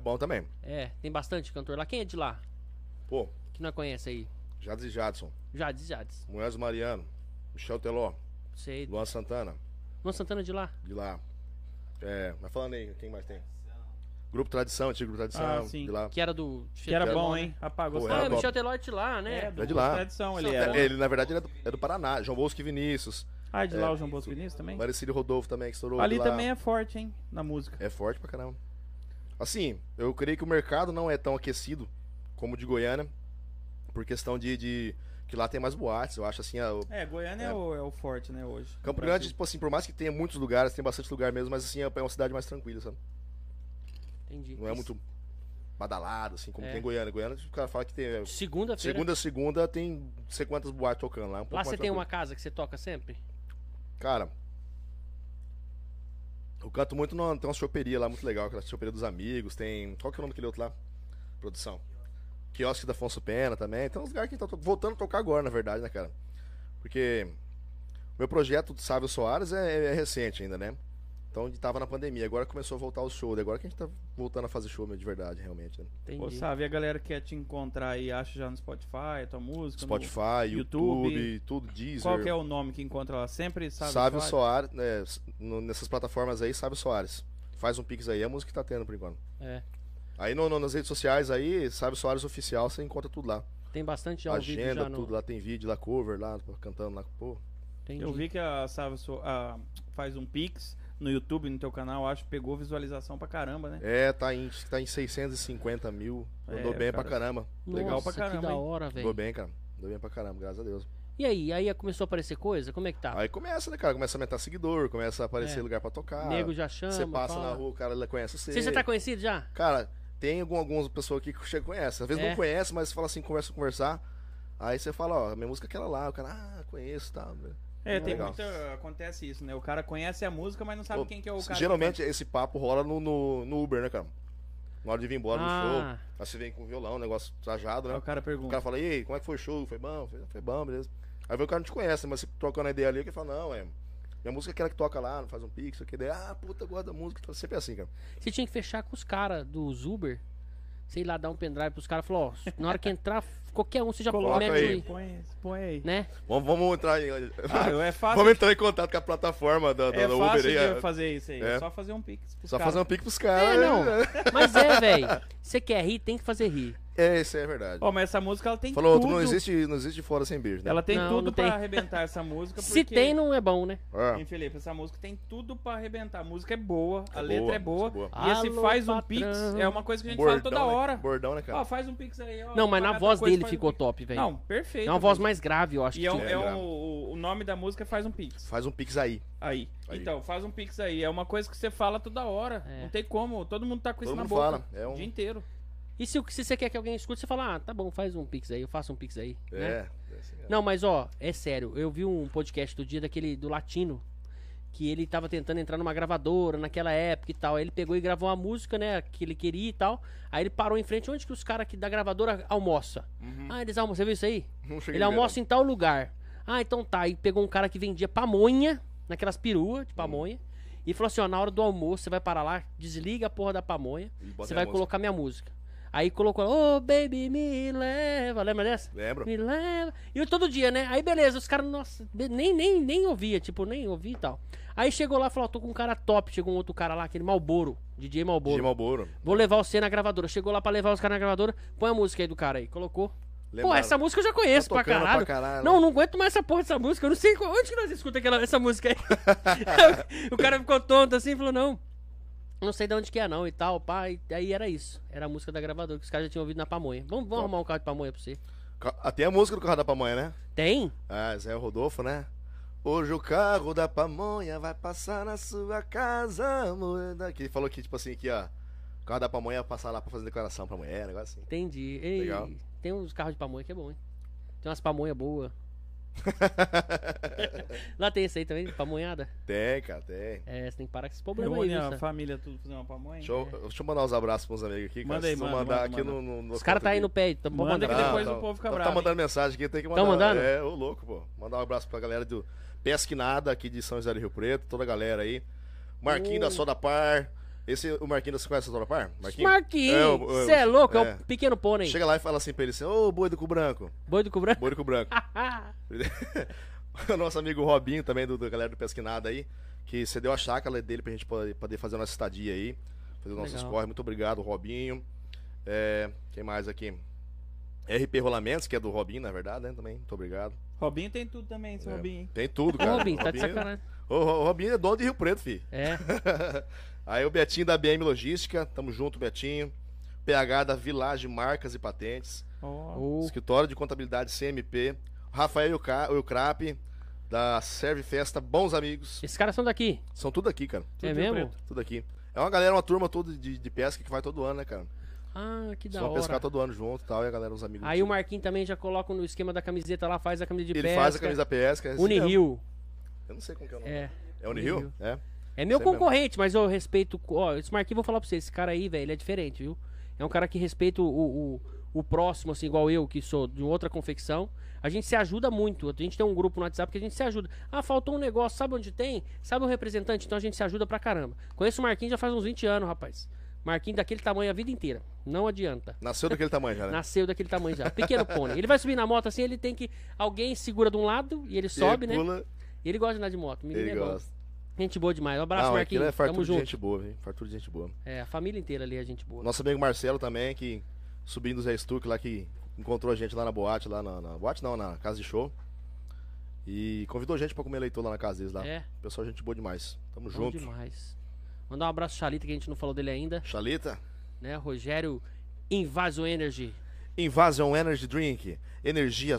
[SPEAKER 3] bom também.
[SPEAKER 2] É, tem bastante cantor lá. Quem é de lá?
[SPEAKER 3] Pô,
[SPEAKER 2] Que não conhece aí?
[SPEAKER 3] Jades e Jadson,
[SPEAKER 2] Jades, Jades.
[SPEAKER 3] Munhoz Mariano, Michel Teló,
[SPEAKER 2] Sei.
[SPEAKER 3] Luan Santana,
[SPEAKER 2] Luan Santana é de lá?
[SPEAKER 3] de lá. É, mas falando aí, quem mais tem? Grupo Tradição, antigo Grupo Tradição,
[SPEAKER 1] Ah, sim.
[SPEAKER 3] de lá.
[SPEAKER 2] Que era do.
[SPEAKER 1] Que era
[SPEAKER 2] Teló,
[SPEAKER 1] bom,
[SPEAKER 2] né?
[SPEAKER 1] hein? Apagou.
[SPEAKER 3] Pô,
[SPEAKER 1] sabe?
[SPEAKER 2] Ah,
[SPEAKER 3] era
[SPEAKER 2] é,
[SPEAKER 3] bom.
[SPEAKER 2] Michel Teló é de lá, né?
[SPEAKER 1] É, do
[SPEAKER 3] É de lá.
[SPEAKER 1] tradição, ele né?
[SPEAKER 2] Só-
[SPEAKER 1] era.
[SPEAKER 3] Ele, na verdade, ele é do, é do Paraná. João Bosco e Vinícius.
[SPEAKER 1] Ah, de lá o João Bosco Vinícius também?
[SPEAKER 3] Maricílio Rodolfo também, que estourou
[SPEAKER 1] Ali
[SPEAKER 3] de lá.
[SPEAKER 1] também é forte, hein? Na música.
[SPEAKER 3] É forte pra caramba. Assim, eu creio que o mercado não é tão aquecido como o de Goiânia, por questão de, de- que lá tem mais boates, eu acho assim. a- o-
[SPEAKER 1] É, Goiânia é,
[SPEAKER 3] É.
[SPEAKER 1] o, é o forte, né, hoje.
[SPEAKER 3] Campo
[SPEAKER 1] No
[SPEAKER 3] Grande,
[SPEAKER 1] Brasil.
[SPEAKER 3] tipo assim, por mais que tenha muitos lugares, tem bastante lugar mesmo, mas assim, é uma cidade mais tranquila, sabe?
[SPEAKER 2] Entendi.
[SPEAKER 3] Não é muito badalado, assim, como
[SPEAKER 2] É.
[SPEAKER 3] tem Goiânia. Goiânia, o cara fala que tem. é,
[SPEAKER 2] Segunda-feira.
[SPEAKER 3] Segunda, segunda, tem não sei quantas boates tocando lá. é Um pouco
[SPEAKER 2] Lá
[SPEAKER 3] mais
[SPEAKER 2] você tem
[SPEAKER 3] tranquilo.
[SPEAKER 2] uma casa que você toca sempre?
[SPEAKER 3] Cara, eu canto muito, numa, tem uma choperia lá muito legal, aquela choperia dos amigos, tem... Qual que é o nome daquele outro lá? Produção. Quiosque da Afonso Pena também, tem uns lugares que a gente tá to- voltando a tocar agora, na verdade, né, cara? Porque o meu projeto do Sávio Soares é, é recente ainda, né? Então a gente tava na pandemia, agora começou a voltar o show, daí agora que a gente tá voltando a fazer show mesmo de verdade, realmente, né?
[SPEAKER 2] Entendi.
[SPEAKER 1] Pô, sabe, a galera que quer te encontrar aí, acha já no Spotify, a tua música. no-
[SPEAKER 3] Spotify,
[SPEAKER 1] YouTube,
[SPEAKER 3] YouTube, tudo, Deezer...
[SPEAKER 1] Qual que é o nome que encontra lá? Sempre sabe.
[SPEAKER 3] Sávio
[SPEAKER 1] Soares?
[SPEAKER 3] Soares, né, s- no- nessas plataformas aí, Sávio Soares. Faz um pix aí, é a música que tá tendo por enquanto.
[SPEAKER 2] É.
[SPEAKER 3] Aí no- no- nas redes sociais aí, Sávio Soares Oficial, você encontra tudo lá.
[SPEAKER 2] Tem bastante já ouvido
[SPEAKER 3] Agenda,
[SPEAKER 2] já no...
[SPEAKER 3] tudo lá, tem vídeo lá, cover lá, cantando lá. Pô,
[SPEAKER 2] Entendi.
[SPEAKER 1] Eu vi que a Sávio So- a- faz um pix no YouTube, no teu canal, acho que pegou visualização pra caramba, né?
[SPEAKER 3] é, tá em, acho que tá em 650 mil. Mandou
[SPEAKER 1] É,
[SPEAKER 3] bem
[SPEAKER 1] cara.
[SPEAKER 3] pra caramba.
[SPEAKER 2] Nossa,
[SPEAKER 1] Legal pra
[SPEAKER 2] que
[SPEAKER 1] caramba,
[SPEAKER 2] da
[SPEAKER 1] hein?
[SPEAKER 2] hora, velho.
[SPEAKER 3] Mandou bem, cara. Mandou bem pra caramba, graças a Deus.
[SPEAKER 2] E aí? Aí começou a aparecer coisa? Como é que tá?
[SPEAKER 3] Aí começa, né, cara? Começa a aumentar seguidor, começa a aparecer
[SPEAKER 2] É.
[SPEAKER 3] lugar pra tocar.
[SPEAKER 2] Nego já chama,
[SPEAKER 3] Você passa
[SPEAKER 2] fala.
[SPEAKER 3] na rua, o cara ele conhece você.
[SPEAKER 2] Você já tá conhecido já?
[SPEAKER 3] Cara, tem algum, algumas pessoas aqui que chega e conhece. Às vezes
[SPEAKER 2] É.
[SPEAKER 3] não conhece, mas fala assim, conversa, conversar. Aí você fala, ó, minha música é aquela lá. O cara, ah, conheço e tal.
[SPEAKER 1] É, tem
[SPEAKER 3] Hum, Legal.
[SPEAKER 1] muita. Acontece isso, né? O cara conhece a música, mas não sabe
[SPEAKER 3] Pô,
[SPEAKER 1] quem que é o cara. que
[SPEAKER 3] Assim, Geralmente esse papo rola no, no, no Uber, né, cara? Na hora de vir embora
[SPEAKER 2] Ah.
[SPEAKER 3] no show. Aí você vem com violão, um negócio trajado,
[SPEAKER 1] canta. Aí
[SPEAKER 3] né?
[SPEAKER 1] O cara
[SPEAKER 3] O
[SPEAKER 1] pergunta.
[SPEAKER 3] cara fala, e aí, "Ah, como é que foi o show? Foi bom? Foi, foi bom, beleza. Aí vem o cara não te conhece, mas você trocando a ideia ali, que fala, não, é. Minha música é aquela que toca lá, não faz um pix, aqui, daí, ah, puta, gosta da música. Então, Sempre assim, cara.
[SPEAKER 2] Você tinha que fechar com os caras dos Uber, sei lá, dar um pendrive pros caras e falar, ó, na hora que entrar, qualquer um, você já
[SPEAKER 3] Coloca
[SPEAKER 2] mete
[SPEAKER 3] aí.
[SPEAKER 2] o-
[SPEAKER 1] Põe, põe aí.
[SPEAKER 2] Né?
[SPEAKER 3] Vamos, vamos entrar em.
[SPEAKER 1] Ah, é fácil,
[SPEAKER 3] <laughs> vamos entrar em contato com a plataforma da, da,
[SPEAKER 1] é
[SPEAKER 3] da
[SPEAKER 1] fácil
[SPEAKER 3] Uber aí.
[SPEAKER 1] de
[SPEAKER 3] é.
[SPEAKER 1] fazer isso aí. É
[SPEAKER 3] É.
[SPEAKER 1] só fazer um pix. pros
[SPEAKER 3] Só
[SPEAKER 1] caras.
[SPEAKER 3] fazer um pique pros caras.
[SPEAKER 2] É, não.
[SPEAKER 3] né?
[SPEAKER 2] Mas é, velho. Você quer rir, tem que fazer rir.
[SPEAKER 3] É, isso aí é verdade.
[SPEAKER 1] Ó, mas essa música ela tem
[SPEAKER 3] Falou outro,
[SPEAKER 1] tudo.
[SPEAKER 3] não existe, não existe fora sem beijo, né?
[SPEAKER 1] Ela tem
[SPEAKER 2] Não,
[SPEAKER 1] tudo
[SPEAKER 2] não
[SPEAKER 1] pra
[SPEAKER 2] tem.
[SPEAKER 1] arrebentar essa música.
[SPEAKER 2] <laughs> Se
[SPEAKER 1] porque-
[SPEAKER 2] tem, não é bom, né?
[SPEAKER 3] É.
[SPEAKER 1] Hein, Felipe, essa música tem tudo pra arrebentar. A música é boa, a
[SPEAKER 3] É
[SPEAKER 1] letra
[SPEAKER 3] boa,
[SPEAKER 1] é boa.
[SPEAKER 3] música
[SPEAKER 1] E esse
[SPEAKER 2] Alô,
[SPEAKER 1] faz um
[SPEAKER 2] patrão.
[SPEAKER 1] pix é uma coisa que a gente fala toda
[SPEAKER 3] né?
[SPEAKER 1] hora.
[SPEAKER 3] Bordão, né,
[SPEAKER 1] Ó,
[SPEAKER 3] cara?
[SPEAKER 1] faz um pix aí, ó.
[SPEAKER 2] Não, mas na
[SPEAKER 1] pagar tal
[SPEAKER 2] voz
[SPEAKER 1] coisa,
[SPEAKER 2] dele
[SPEAKER 1] faz um
[SPEAKER 2] ficou
[SPEAKER 1] pix.
[SPEAKER 2] top, velho.
[SPEAKER 1] Não, perfeito.
[SPEAKER 2] É uma voz mais grave, eu acho.
[SPEAKER 1] E é,
[SPEAKER 2] que
[SPEAKER 1] um-
[SPEAKER 2] tinha.
[SPEAKER 1] é um-
[SPEAKER 3] grave.
[SPEAKER 1] o, o nome da música é Faz um Pix.
[SPEAKER 3] Faz um pix aí.
[SPEAKER 1] Aí.
[SPEAKER 3] Aí.
[SPEAKER 1] Então, faz um Pix aí. É uma coisa que você fala toda hora.
[SPEAKER 2] É.
[SPEAKER 1] Não tem como. Todo mundo tá com isso
[SPEAKER 3] Todo
[SPEAKER 1] na
[SPEAKER 3] mundo
[SPEAKER 1] boca.
[SPEAKER 3] fala. É
[SPEAKER 1] O dia
[SPEAKER 3] um.
[SPEAKER 1] inteiro.
[SPEAKER 2] E se, o- se você quer que alguém escute, você fala, ah, tá bom, faz um pix aí, eu faço um pix aí. né?
[SPEAKER 3] É. é assim, é.
[SPEAKER 2] Não, mas ó, é sério. Eu vi um podcast do dia daquele do Latino que ele tava tentando entrar numa gravadora naquela época e tal. Aí ele pegou e gravou uma música, né, que ele queria e tal. Aí ele parou em frente onde que os caras que da gravadora almoça. Ah, eles almoçam, você viu isso aí?
[SPEAKER 3] Não cheguei
[SPEAKER 2] Ele
[SPEAKER 3] a ver, né?
[SPEAKER 2] almoça em tal lugar. Ah, então tá. E pegou um cara que vendia pamonha, naquelas peruas de
[SPEAKER 3] Hum.
[SPEAKER 2] pamonha, e falou assim: ó, na hora do almoço você vai parar lá, desliga a porra da pamonha,
[SPEAKER 3] não. E bota
[SPEAKER 2] você
[SPEAKER 3] a
[SPEAKER 2] vai
[SPEAKER 3] música.
[SPEAKER 2] colocar minha música. Aí colocou, ô baby, me leva. Lembra dessa?
[SPEAKER 3] Lembro.
[SPEAKER 2] Me leva. E eu todo dia, né? Aí beleza, os caras, nossa, be- nem, nem, nem ouvia, tipo, nem ouvia e tal. Aí chegou lá e falou: ó, tô com um cara top. Chegou um outro cara lá, aquele Malboro, DJ Malboro.
[SPEAKER 3] Jim Malboro.
[SPEAKER 2] Vou levar você na gravadora. Chegou lá pra levar os caras na gravadora, põe a música aí do cara aí. Colocou. Pô,
[SPEAKER 3] Lembraram.
[SPEAKER 2] essa música eu já conheço
[SPEAKER 3] Tá
[SPEAKER 2] pra
[SPEAKER 3] tocando
[SPEAKER 2] caralho.
[SPEAKER 3] pra caralho.
[SPEAKER 2] Não, não aguento mais essa porra dessa música. Eu não sei qual- onde que nós escutamos aquela, essa música
[SPEAKER 3] <laughs>
[SPEAKER 2] aí. <laughs> o cara ficou tonto assim e falou: não. Não sei de onde que é, não, e tal, pá. E aí era isso. Era a música da gravadora que os caras já tinham ouvido na pamonha. Vamos, vamos arrumar um carro de pamonha pra você.
[SPEAKER 3] Ca- Ah, tem a música do carro da pamonha, né?
[SPEAKER 2] Tem?
[SPEAKER 3] Ah, Zé Rodolfo, né? Hoje o carro da pamonha vai passar na sua casa, amor. Que ele falou que, tipo assim, que ó, o carro da pamonha vai passar lá pra fazer declaração pra mulher, negócio assim.
[SPEAKER 2] Entendi. Ei,
[SPEAKER 3] Legal.
[SPEAKER 2] Tem uns carros de pamonha que é bom, hein? Tem umas pamonha boa.
[SPEAKER 3] assim.
[SPEAKER 2] Lá tem esse aí também, pamonhada.
[SPEAKER 3] <laughs> tem, cara, tem.
[SPEAKER 2] É, né? você tem que parar com esse problema aí,
[SPEAKER 1] Reúne
[SPEAKER 2] viu,
[SPEAKER 1] a
[SPEAKER 2] Sam?
[SPEAKER 1] família tudo fazer uma pamonha.
[SPEAKER 3] Deixa eu, deixa eu mandar uns abraços pros amigos aqui, cara.
[SPEAKER 1] Manda aí,
[SPEAKER 3] Vocês vão
[SPEAKER 1] manda,
[SPEAKER 3] mandar
[SPEAKER 1] manda,
[SPEAKER 3] aqui
[SPEAKER 1] manda.
[SPEAKER 3] no, no,
[SPEAKER 2] Os caras tá aí no pé, então vamos
[SPEAKER 1] Manda
[SPEAKER 2] mandar.
[SPEAKER 1] que depois o povo fica
[SPEAKER 3] tá,
[SPEAKER 1] bravo,
[SPEAKER 3] Tá
[SPEAKER 1] hein?
[SPEAKER 3] mandando mensagem aqui, tem que
[SPEAKER 2] Tão
[SPEAKER 3] mandar.
[SPEAKER 2] mandando?
[SPEAKER 3] É, ô louco, pô. Mandar um abraço pra galera do Pesquinada aqui de São José do Rio Preto, toda a galera aí. Marquinho
[SPEAKER 2] Hum.
[SPEAKER 3] da Soda Par. Esse, o Marquinho da você conhece a Soda Par? Marquinho? É,
[SPEAKER 2] Marquinhos,
[SPEAKER 3] o- o-
[SPEAKER 2] você é, louco, é,
[SPEAKER 3] é.
[SPEAKER 2] o pequeno pônei.
[SPEAKER 3] Chega lá e fala assim pra ele assim, ô boi do cu branco,
[SPEAKER 2] Boi do <laughs> cobrança.
[SPEAKER 3] boi do cu branco. o nosso amigo Robinho também, do, da galera do Pesquinada aí, que cedeu a chácara dele pra gente poder poder fazer a nossa estadia aí, fazer o nosso
[SPEAKER 2] Legal.
[SPEAKER 3] score. Muito obrigado, Robinho. É, quem mais aqui? RP Rolamentos, que é do Robinho, na verdade, né? Também, muito obrigado.
[SPEAKER 1] Robinho tem tudo também, esse
[SPEAKER 3] É.
[SPEAKER 1] Robinho. hein?
[SPEAKER 3] Tem tudo,
[SPEAKER 2] Ô,
[SPEAKER 3] cara.
[SPEAKER 2] Robinho, tá de sacanagem.
[SPEAKER 3] Ô, Ro- Robinho é dono de Rio Preto, filho. <laughs>
[SPEAKER 2] É.
[SPEAKER 3] Aí o Betinho da BM Logística, tamo junto, Betinho. PH da Village Marcas e Patentes.
[SPEAKER 1] Ó.
[SPEAKER 2] O-
[SPEAKER 3] Escritório de Contabilidade CMP. Rafael Uca- Ucrap, da Serve Festa, bons amigos.
[SPEAKER 2] Esses caras são daqui.
[SPEAKER 3] São tudo aqui, cara.
[SPEAKER 1] Tudo
[SPEAKER 2] é
[SPEAKER 1] de
[SPEAKER 2] mesmo?
[SPEAKER 1] preto.
[SPEAKER 3] Tudo aqui. É uma galera, uma turma toda de, de pesca que vai todo ano, né, cara?
[SPEAKER 2] Ah, que da
[SPEAKER 3] Só pescar
[SPEAKER 2] hora.
[SPEAKER 3] todo ano junto e tal, e a galera, os amigos.
[SPEAKER 2] Aí o Marquinhos também já coloca no esquema da camiseta lá, faz a camisa de
[SPEAKER 3] Ele
[SPEAKER 2] pesca.
[SPEAKER 3] faz a camisa pesca. é assim mesmo.
[SPEAKER 2] Unirio.
[SPEAKER 3] Eu não sei como que é o nome.
[SPEAKER 2] É.
[SPEAKER 3] É Unirio?
[SPEAKER 2] Unirio.
[SPEAKER 3] É.
[SPEAKER 2] É meu
[SPEAKER 3] Isso aí
[SPEAKER 2] concorrente, mas eu respeito. Ó, esse Marquinhos, vou falar pra você, esse cara aí, velho, ele é diferente, viu? É um cara que respeita o, o, o próximo, assim, igual eu, que sou de outra confecção. A gente se ajuda muito. A gente tem um grupo no WhatsApp que a gente se ajuda. Ah, faltou um negócio, sabe onde tem? Sabe o representante? Então a gente se ajuda pra caramba. Conheço o Marquinhos já faz uns 20 anos, rapaz. Marquinhos daquele tamanho a vida inteira. Não adianta.
[SPEAKER 3] Nasceu daquele tamanho já, né?
[SPEAKER 2] Nasceu daquele tamanho já.
[SPEAKER 3] <laughs>
[SPEAKER 2] Pequeno pônei. Ele vai subir na moto assim, ele tem que. Alguém segura de um lado e ele sobe,
[SPEAKER 3] ele
[SPEAKER 2] né?
[SPEAKER 3] Pula,
[SPEAKER 2] E ele gosta de andar de moto. Menino
[SPEAKER 3] ele
[SPEAKER 2] é bom.
[SPEAKER 3] gosta.
[SPEAKER 2] Gente boa demais. Um abraço,
[SPEAKER 3] Não, aquilo
[SPEAKER 2] Marquinhos.
[SPEAKER 3] é fartura
[SPEAKER 2] Tamo
[SPEAKER 3] de
[SPEAKER 2] junto.
[SPEAKER 3] gente boa, hein? Fartura de gente boa.
[SPEAKER 2] É, a família inteira ali é gente boa.
[SPEAKER 3] Nosso amigo Marcelo também, que subindo o Zé Stuck lá, que encontrou a gente lá na boate, lá na, na boate não, na casa de show. E convidou a gente pra comer leitor lá na casa deles lá.
[SPEAKER 2] É,
[SPEAKER 3] Pessoal, gente boa demais. Tamo
[SPEAKER 2] bom
[SPEAKER 3] junto.
[SPEAKER 2] demais. Mandar um abraço pro Chalita, que a gente não falou dele ainda,
[SPEAKER 3] Chalita,
[SPEAKER 2] né? Rogério Invaso Energy. <laughs>
[SPEAKER 3] Invasion Energy Drink, energia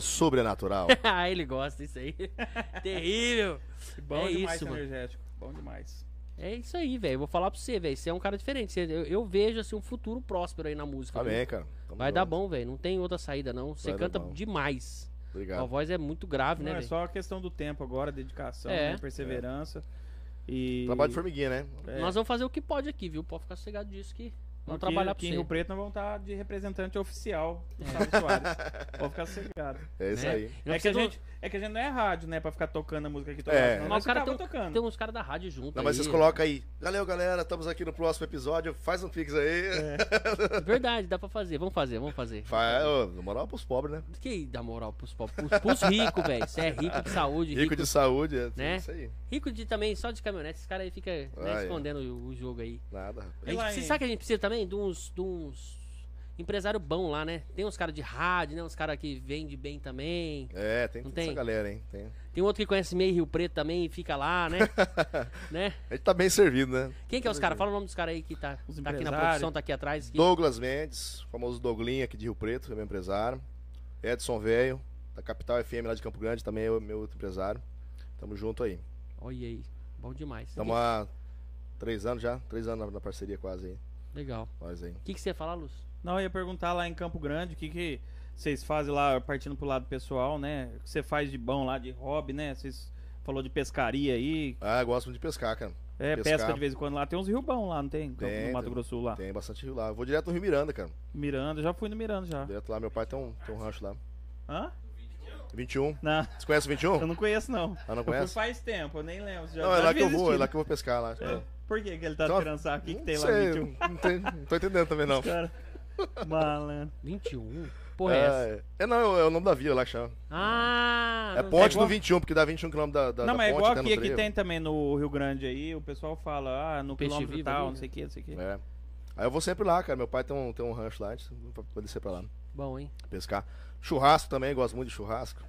[SPEAKER 2] <laughs>
[SPEAKER 3] sobrenatural.
[SPEAKER 2] ah, ele gosta disso aí. <laughs> Terrível.
[SPEAKER 1] Bom
[SPEAKER 2] é
[SPEAKER 1] demais
[SPEAKER 2] isso,
[SPEAKER 1] esse
[SPEAKER 2] mano.
[SPEAKER 1] energético. Bom demais.
[SPEAKER 2] É isso aí, velho. Eu Vou falar pra você, velho. Você é um cara diferente. Você- eu, eu vejo, assim, um futuro próspero aí na música. viu?
[SPEAKER 3] Amém, Tá cara. Tamo
[SPEAKER 2] Vai
[SPEAKER 3] junto.
[SPEAKER 2] dar bom, velho. Não tem outra saída, não. Você
[SPEAKER 3] Vai dar
[SPEAKER 2] canta
[SPEAKER 3] bom.
[SPEAKER 2] demais. A
[SPEAKER 3] Obrigado.
[SPEAKER 2] voz é muito grave, né,
[SPEAKER 1] Não, é
[SPEAKER 2] velho?
[SPEAKER 1] só a questão do tempo agora, dedicação,
[SPEAKER 2] É.
[SPEAKER 1] né, perseverança. E...
[SPEAKER 3] Trabalho de formiguinha, né?
[SPEAKER 1] é.
[SPEAKER 2] Nós vamos fazer o que pode aqui, viu? Pode ficar sossegado disso que Vamos
[SPEAKER 1] Aqui-
[SPEAKER 2] trabalhar
[SPEAKER 1] aqui
[SPEAKER 2] pra
[SPEAKER 1] em Rio
[SPEAKER 2] você. É.
[SPEAKER 1] Preto nós vamos estar de representante oficial do Sábio Soares. <laughs> Vou ficar sossegado.
[SPEAKER 3] É isso
[SPEAKER 2] Né?
[SPEAKER 3] aí.
[SPEAKER 2] Não
[SPEAKER 1] É que, a
[SPEAKER 2] precisa-
[SPEAKER 1] gente, é que a gente não é rádio, né? Pra ficar tocando a música aqui toda
[SPEAKER 3] É.
[SPEAKER 1] hora. senão
[SPEAKER 3] Mas
[SPEAKER 2] Mas
[SPEAKER 1] nós
[SPEAKER 2] o cara tem,
[SPEAKER 1] ficava
[SPEAKER 2] um-
[SPEAKER 1] tocando.
[SPEAKER 2] tem uns caras da rádio junto.
[SPEAKER 3] Não, mas
[SPEAKER 2] aí.
[SPEAKER 3] vocês colocam aí. Valeu, galera. Estamos aqui no próximo episódio. Faz um pix aí.
[SPEAKER 2] É. Verdade, dá pra fazer. Vamos fazer, vamos fazer.
[SPEAKER 3] Faz, ô, na moral, pros pobres, né?
[SPEAKER 2] Que dá moral pros pobres. Pros, pros ricos, velho. Você é rico de saúde,
[SPEAKER 3] Rico de saúde. É
[SPEAKER 2] Né?
[SPEAKER 3] isso aí.
[SPEAKER 2] rico de também, só de caminhonete. Esse cara aí fica né,
[SPEAKER 3] Ah, é.
[SPEAKER 2] escondendo o, o jogo aí.
[SPEAKER 3] Nada. rapaz.
[SPEAKER 2] A
[SPEAKER 1] E lá
[SPEAKER 2] gente, você
[SPEAKER 1] em-
[SPEAKER 2] sabe que a gente precisa também de uns, de uns empresário bom lá, né? Tem uns caras de rádio, né? Uns caras que vendem bem também.
[SPEAKER 3] É, tem
[SPEAKER 2] Não
[SPEAKER 3] toda
[SPEAKER 2] tem?
[SPEAKER 3] essa galera, hein? Tem.
[SPEAKER 2] Tem outro que conhece meio Rio Preto também e fica lá,
[SPEAKER 3] <laughs>
[SPEAKER 2] né? né?
[SPEAKER 3] A gente tá bem servido, né?
[SPEAKER 2] Quem que é os caras? Fala o nome dos caras aí que tá,
[SPEAKER 1] Os
[SPEAKER 2] tá aqui na
[SPEAKER 1] empresários.
[SPEAKER 2] produção, tá aqui atrás. Que...
[SPEAKER 3] Douglas Mendes, famoso Douglinho aqui de Rio Preto, é meu empresário. Edson Velho, da Capital FM lá de Campo Grande, também é o meu outro empresário. Tamo junto aí.
[SPEAKER 2] Olha aí, bom demais.
[SPEAKER 3] Tamo há três anos já, três anos na- na parceria quase aí.
[SPEAKER 2] Legal.
[SPEAKER 3] Nós aí.
[SPEAKER 2] O que, que você ia falar, Luz?
[SPEAKER 1] Não, eu ia perguntar lá em Campo Grande o que, que vocês fazem lá, partindo pro lado pessoal, né? O que você faz de bom lá, de hobby, né? Vocês falou de pescaria aí.
[SPEAKER 3] Ah, eu gosto muito de pescar, cara.
[SPEAKER 1] É,
[SPEAKER 3] Pescar.
[SPEAKER 1] pesca de vez em quando lá. Tem uns rio bom lá, não tem? Campo-
[SPEAKER 3] Tem,
[SPEAKER 1] no Mato
[SPEAKER 3] tem.
[SPEAKER 1] Grosso do Sul lá.
[SPEAKER 3] Tem bastante rio lá. Eu vou direto no Rio Miranda, cara.
[SPEAKER 1] Miranda, já fui no Miranda já.
[SPEAKER 3] Direto lá, meu pai tem um, tem um rancho lá.
[SPEAKER 1] Hã?
[SPEAKER 3] 21. <laughs>
[SPEAKER 1] Não,
[SPEAKER 3] Você conhece o
[SPEAKER 1] eu
[SPEAKER 3] 21?
[SPEAKER 1] não conheço não.
[SPEAKER 3] Ah, não
[SPEAKER 1] Eu fui
[SPEAKER 3] conhece?
[SPEAKER 1] faz tempo, eu nem lembro. se Já,
[SPEAKER 3] Não, é
[SPEAKER 1] já
[SPEAKER 3] lá que
[SPEAKER 1] devia
[SPEAKER 3] eu vou, é
[SPEAKER 1] existir.
[SPEAKER 3] lá que eu vou pescar lá.
[SPEAKER 1] É. Por que, que ele tá
[SPEAKER 3] Então,
[SPEAKER 1] esperando saber o que, que tem lá um
[SPEAKER 3] sei,
[SPEAKER 1] no 21?
[SPEAKER 3] Não, tem- não tô entendendo também, não. <laughs>
[SPEAKER 1] Cara, malandro.
[SPEAKER 2] 21? Porra é essa?
[SPEAKER 3] É, é, não, é o nome da vila lá que chama.
[SPEAKER 2] Ah!
[SPEAKER 3] É
[SPEAKER 2] não-
[SPEAKER 3] ponte
[SPEAKER 1] igual-
[SPEAKER 3] do 21, porque dá 21 km da, da,
[SPEAKER 1] não,
[SPEAKER 3] da
[SPEAKER 1] mas é
[SPEAKER 3] ponte
[SPEAKER 1] igual
[SPEAKER 3] até
[SPEAKER 1] aqui,
[SPEAKER 3] no
[SPEAKER 1] aqui
[SPEAKER 3] trevo.
[SPEAKER 1] tem também no Rio Grande aí, o pessoal fala, ah, no
[SPEAKER 2] Peixe
[SPEAKER 1] quilômetro
[SPEAKER 2] vivo
[SPEAKER 1] tal,
[SPEAKER 2] ali,
[SPEAKER 1] não
[SPEAKER 2] né?
[SPEAKER 1] sei o que, não sei o que.
[SPEAKER 3] É. Aí eu vou sempre lá, cara. Meu pai tem um, tem um rancho lá, a gente vai vai descer pra lá,
[SPEAKER 2] Bom, hein?
[SPEAKER 3] pescar. Churrasco também, gosto muito de churrasco.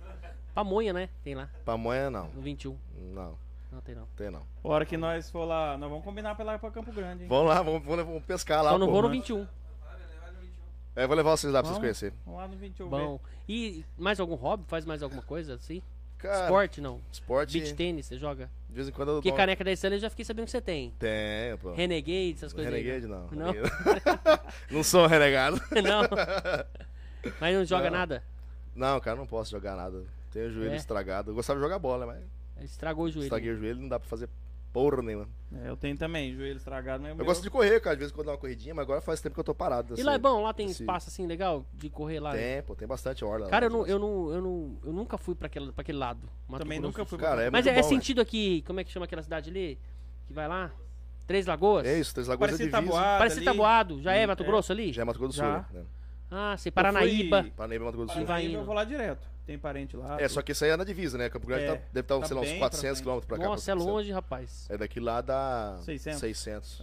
[SPEAKER 2] Pamonha, né? Tem lá,
[SPEAKER 3] Pamonha, não.
[SPEAKER 2] no 21.
[SPEAKER 3] Não,
[SPEAKER 2] Não tem não.
[SPEAKER 3] tem não.
[SPEAKER 1] A hora que nós for lá, nós vamos combinar pra lá pra Campo Grande, hein?
[SPEAKER 3] Vamos lá, vamos, vamos, vamos pescar lá.
[SPEAKER 2] Só Então não
[SPEAKER 3] pô.
[SPEAKER 2] vou no 21.
[SPEAKER 3] É, eu vou levar vocês lá pra vocês
[SPEAKER 1] Vamos.
[SPEAKER 3] conhecerem.
[SPEAKER 1] Vamos lá no 21 ver.
[SPEAKER 2] Bom. E mais algum hobby? Faz mais alguma coisa assim?
[SPEAKER 3] Cara,
[SPEAKER 2] Esporte não.
[SPEAKER 3] esporte.
[SPEAKER 2] Beach tênis, você joga?
[SPEAKER 3] De vez em quando eu
[SPEAKER 2] Porque
[SPEAKER 3] dou... um-
[SPEAKER 2] caneca da Estrela eu já fiquei sabendo que você tem.
[SPEAKER 3] Tem, pô.
[SPEAKER 2] Renegade, essas coisas aí,
[SPEAKER 3] Renegade, não.
[SPEAKER 2] Não?
[SPEAKER 3] Renegade. <laughs> não sou um renegado.
[SPEAKER 2] né? <laughs>
[SPEAKER 3] <laughs>
[SPEAKER 2] Não. Mas não joga
[SPEAKER 3] Não.
[SPEAKER 2] nada?
[SPEAKER 3] Não, cara, não posso jogar nada. Tenho o joelho
[SPEAKER 2] É?
[SPEAKER 3] estragado. Eu gostava de jogar bola, mas
[SPEAKER 2] Estragou o joelho.
[SPEAKER 3] estraguei o joelho, não dá pra fazer porra nenhuma.
[SPEAKER 1] É, eu tenho também, joelho estragado, mas o
[SPEAKER 3] Eu
[SPEAKER 1] meu-
[SPEAKER 3] gosto de correr, cara. De vez em quando dá uma corridinha, mas agora faz tempo que eu tô parado.
[SPEAKER 2] E lá é bom, lá tem
[SPEAKER 3] Esse-
[SPEAKER 2] espaço assim legal de correr lá. né?
[SPEAKER 3] Tem, pô, tem bastante orla. lá,
[SPEAKER 2] Cara, eu,
[SPEAKER 3] mas
[SPEAKER 2] não, eu, não, eu, não, eu nunca fui pra aquele, pra aquele lado. Mato
[SPEAKER 1] Também
[SPEAKER 2] Grosso
[SPEAKER 1] nunca
[SPEAKER 2] do
[SPEAKER 1] fui
[SPEAKER 3] Cara, é
[SPEAKER 2] Mas
[SPEAKER 3] muito
[SPEAKER 2] é, é
[SPEAKER 3] bom,
[SPEAKER 2] sentido aqui, como é que chama aquela cidade ali? Que vai lá? Três Lagoas?
[SPEAKER 3] É isso, Três Lagoas é
[SPEAKER 1] Parece
[SPEAKER 3] divisa.
[SPEAKER 1] tabuado.
[SPEAKER 2] Parece
[SPEAKER 1] ali.
[SPEAKER 2] Taboado, já é Mato
[SPEAKER 1] é.
[SPEAKER 2] Grosso ali?
[SPEAKER 3] Já é Mato Grosso do Sul,
[SPEAKER 1] Já.
[SPEAKER 3] né?
[SPEAKER 2] Ah, sim,
[SPEAKER 1] Eu fui-
[SPEAKER 2] Paranaíba.
[SPEAKER 3] Paranaíba é Mato Grosso do Sul.
[SPEAKER 2] vai
[SPEAKER 1] Paranaíba,
[SPEAKER 2] indo.
[SPEAKER 1] eu vou lá direto. Tem parente lá.
[SPEAKER 3] É, só que isso aí é na divisa, né? Campo Grande
[SPEAKER 1] É,
[SPEAKER 3] tá- deve estar,
[SPEAKER 1] tá
[SPEAKER 3] sei lá, uns
[SPEAKER 1] bem
[SPEAKER 3] 400
[SPEAKER 1] pra frente.
[SPEAKER 3] quilômetros pra cá.
[SPEAKER 2] Nossa, é
[SPEAKER 3] 400.
[SPEAKER 2] longe, rapaz.
[SPEAKER 3] É daqui lá dá
[SPEAKER 1] 600.
[SPEAKER 3] 600.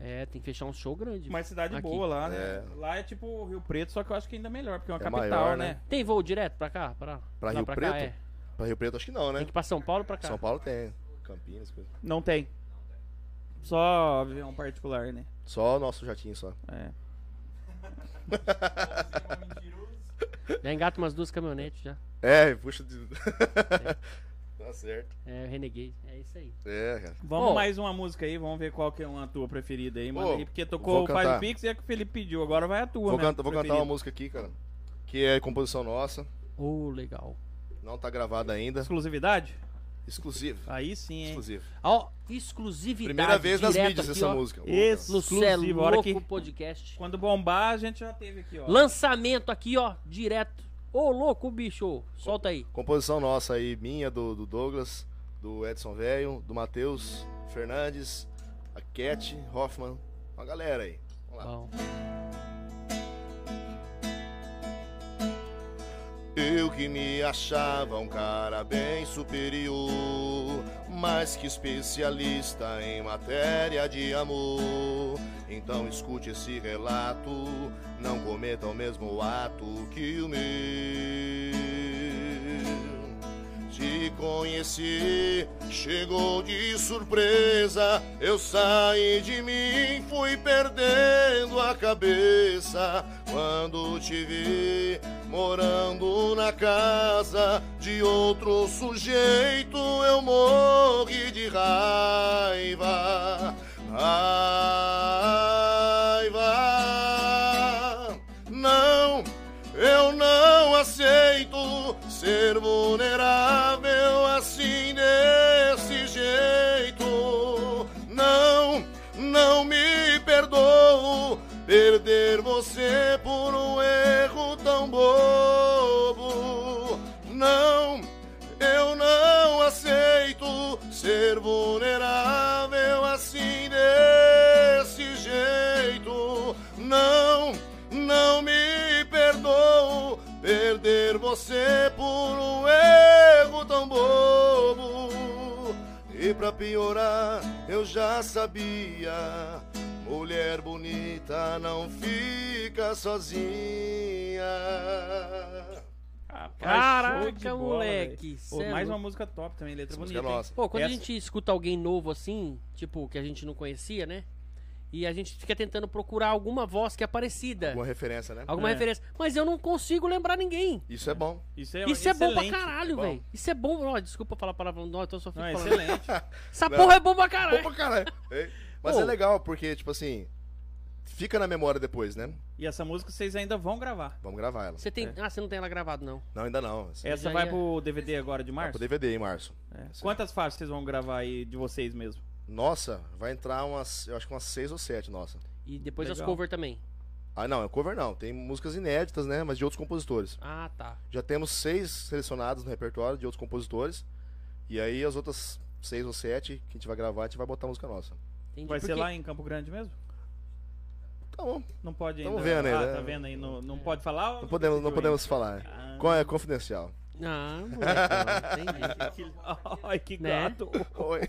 [SPEAKER 1] É.
[SPEAKER 2] É, tem que fechar um show grande.
[SPEAKER 1] Mas cidade
[SPEAKER 2] Aqui.
[SPEAKER 1] boa lá, né?
[SPEAKER 3] É.
[SPEAKER 1] Lá é tipo Rio Preto, só que eu acho que ainda melhor, porque é uma
[SPEAKER 3] É
[SPEAKER 1] capital,
[SPEAKER 3] maior,
[SPEAKER 1] né?
[SPEAKER 3] né?
[SPEAKER 2] Tem voo direto pra cá? Pra, lá
[SPEAKER 3] Rio
[SPEAKER 2] pra
[SPEAKER 3] Preto?
[SPEAKER 2] Cá, é.
[SPEAKER 3] Pra Rio Preto acho que não, né?
[SPEAKER 2] Tem que ir pra São Paulo pra cá.
[SPEAKER 3] São Paulo tem. Campinas, coisa.
[SPEAKER 1] Não tem. Só avião particular, né?
[SPEAKER 3] Só o nosso jatinho só.
[SPEAKER 1] É.
[SPEAKER 2] Já engata umas duas caminhonetes já.
[SPEAKER 3] É, puxa de. <laughs> tá certo.
[SPEAKER 2] É, Renegade. É isso aí.
[SPEAKER 3] É, cara.
[SPEAKER 1] Vamos
[SPEAKER 2] Ô.
[SPEAKER 1] mais uma música aí, vamos ver qual que é uma tua preferida aí, manda
[SPEAKER 3] Ô,
[SPEAKER 1] aí, porque
[SPEAKER 3] vou
[SPEAKER 1] tocou o Faz
[SPEAKER 3] cantar.
[SPEAKER 1] o Pix e é que o Felipe pediu, agora vai a tua,
[SPEAKER 3] Vou,
[SPEAKER 1] né?
[SPEAKER 3] cantar- vou cantar uma música aqui, cara. Que é composição nossa.
[SPEAKER 2] Ô, legal.
[SPEAKER 3] Não tá gravada ainda.
[SPEAKER 1] Exclusividade?
[SPEAKER 3] Exclusivo.
[SPEAKER 1] Aí sim, hein?
[SPEAKER 3] Exclusivo.
[SPEAKER 2] Ó, exclusividade.
[SPEAKER 3] Primeira vez nas
[SPEAKER 2] direto
[SPEAKER 3] mídias
[SPEAKER 2] É. aqui,
[SPEAKER 3] essa
[SPEAKER 2] ó.
[SPEAKER 3] música.
[SPEAKER 1] Esse-
[SPEAKER 2] Lucé é
[SPEAKER 1] Exclusivo, hora
[SPEAKER 2] Louco
[SPEAKER 1] que-
[SPEAKER 2] Podcast.
[SPEAKER 1] Quando bombar, a gente já teve aqui, ó.
[SPEAKER 2] Lançamento aqui, ó, direto. Ô, louco, bicho. Solta aí.
[SPEAKER 3] Composição nossa aí, minha, do, do Douglas, do Edson Velho, do Matheus Fernandes, a Cat Hoffman, uma galera aí. Vamos lá.
[SPEAKER 2] Bom.
[SPEAKER 3] Eu que me achava um cara bem superior, mas que especialista em matéria de amor. Então escute esse relato, não cometa o mesmo ato que o meu. Te conheci, chegou de surpresa. Eu saí de mim, fui perdendo a cabeça. Quando te vi morando na casa de outro sujeito, eu morri de raiva. Raiva. Não. Eu não aceito ser vulnerável assim desse jeito. Não, não me perdoo um assim, você por um erro tão bobo. E pra piorar, eu já sabia. Mulher bonita não fica sozinha.
[SPEAKER 1] Rapaz, show de
[SPEAKER 2] Caraca,
[SPEAKER 1] bola,
[SPEAKER 2] moleque.
[SPEAKER 1] velho. Pô,
[SPEAKER 2] cê é
[SPEAKER 1] mais uma
[SPEAKER 2] louco.
[SPEAKER 1] música top também, letra
[SPEAKER 3] Essa música
[SPEAKER 1] bonita.
[SPEAKER 3] é
[SPEAKER 1] hein?
[SPEAKER 3] nossa.
[SPEAKER 2] Pô, quando
[SPEAKER 1] Essa-
[SPEAKER 2] a gente escuta alguém novo assim, tipo, que a gente não conhecia, né? E a gente fica tentando procurar alguma voz que é parecida.
[SPEAKER 3] Uma referência, né?
[SPEAKER 2] Alguma
[SPEAKER 1] É.
[SPEAKER 2] referência. Mas eu não consigo lembrar ninguém.
[SPEAKER 3] Isso é bom.
[SPEAKER 1] Isso é,
[SPEAKER 2] Isso é bom pra
[SPEAKER 1] excelente.
[SPEAKER 2] caralho,
[SPEAKER 3] bom.
[SPEAKER 2] velho. Isso é bom. Ó, desculpa falar palavrão. Não, eu tô só fico
[SPEAKER 1] Não, é
[SPEAKER 2] falando.
[SPEAKER 1] excelente.
[SPEAKER 2] Essa
[SPEAKER 3] Não.
[SPEAKER 2] porra é bom pra
[SPEAKER 3] Bom
[SPEAKER 2] caralho. <laughs>
[SPEAKER 3] pra caralho. É. Mas
[SPEAKER 2] Pô.
[SPEAKER 3] é legal, porque, tipo assim, fica na memória depois, né?
[SPEAKER 1] E essa música vocês ainda vão gravar.
[SPEAKER 3] Vamos gravar ela.
[SPEAKER 2] Você tem.
[SPEAKER 1] É.
[SPEAKER 2] Ah, você não tem ela gravado, não.
[SPEAKER 3] Não, ainda não. Essa-
[SPEAKER 1] Essa
[SPEAKER 2] já
[SPEAKER 1] vai
[SPEAKER 2] ia-
[SPEAKER 1] pro DVD agora de
[SPEAKER 3] Vai
[SPEAKER 1] março?
[SPEAKER 3] pro DVD em março.
[SPEAKER 1] É.
[SPEAKER 3] Essa-
[SPEAKER 1] Quantas faixas vocês vão gravar aí de vocês mesmo?
[SPEAKER 3] Nossa, vai entrar umas, eu acho que umas seis ou sete, nossa.
[SPEAKER 2] E depois as
[SPEAKER 1] Legal.
[SPEAKER 2] cover também.
[SPEAKER 3] Ah, não, é cover não. Tem músicas inéditas, né? Mas de outros compositores.
[SPEAKER 2] Ah, tá.
[SPEAKER 3] Já temos seis selecionados no repertório de outros compositores. E aí as outras seis ou sete que a gente vai gravar, a gente vai botar música nossa.
[SPEAKER 2] Entendi.
[SPEAKER 1] Vai ser
[SPEAKER 2] Porque-
[SPEAKER 1] lá em Campo Grande mesmo?
[SPEAKER 3] Tá bom.
[SPEAKER 1] Não pode ainda.
[SPEAKER 3] Tamo vendo aí,
[SPEAKER 1] ah,
[SPEAKER 3] né?
[SPEAKER 1] tá vendo aí? Não,
[SPEAKER 2] É.
[SPEAKER 1] não pode falar? ou
[SPEAKER 3] Não podemos, não
[SPEAKER 1] decidiu
[SPEAKER 3] podemos falar.
[SPEAKER 1] Ah.
[SPEAKER 3] Qual é confidencial?
[SPEAKER 2] Ah,
[SPEAKER 1] <laughs>
[SPEAKER 2] moleque, não, entendi.
[SPEAKER 1] ainda? Que- <laughs> Ai, que
[SPEAKER 2] Né?
[SPEAKER 1] gato.
[SPEAKER 3] Oi.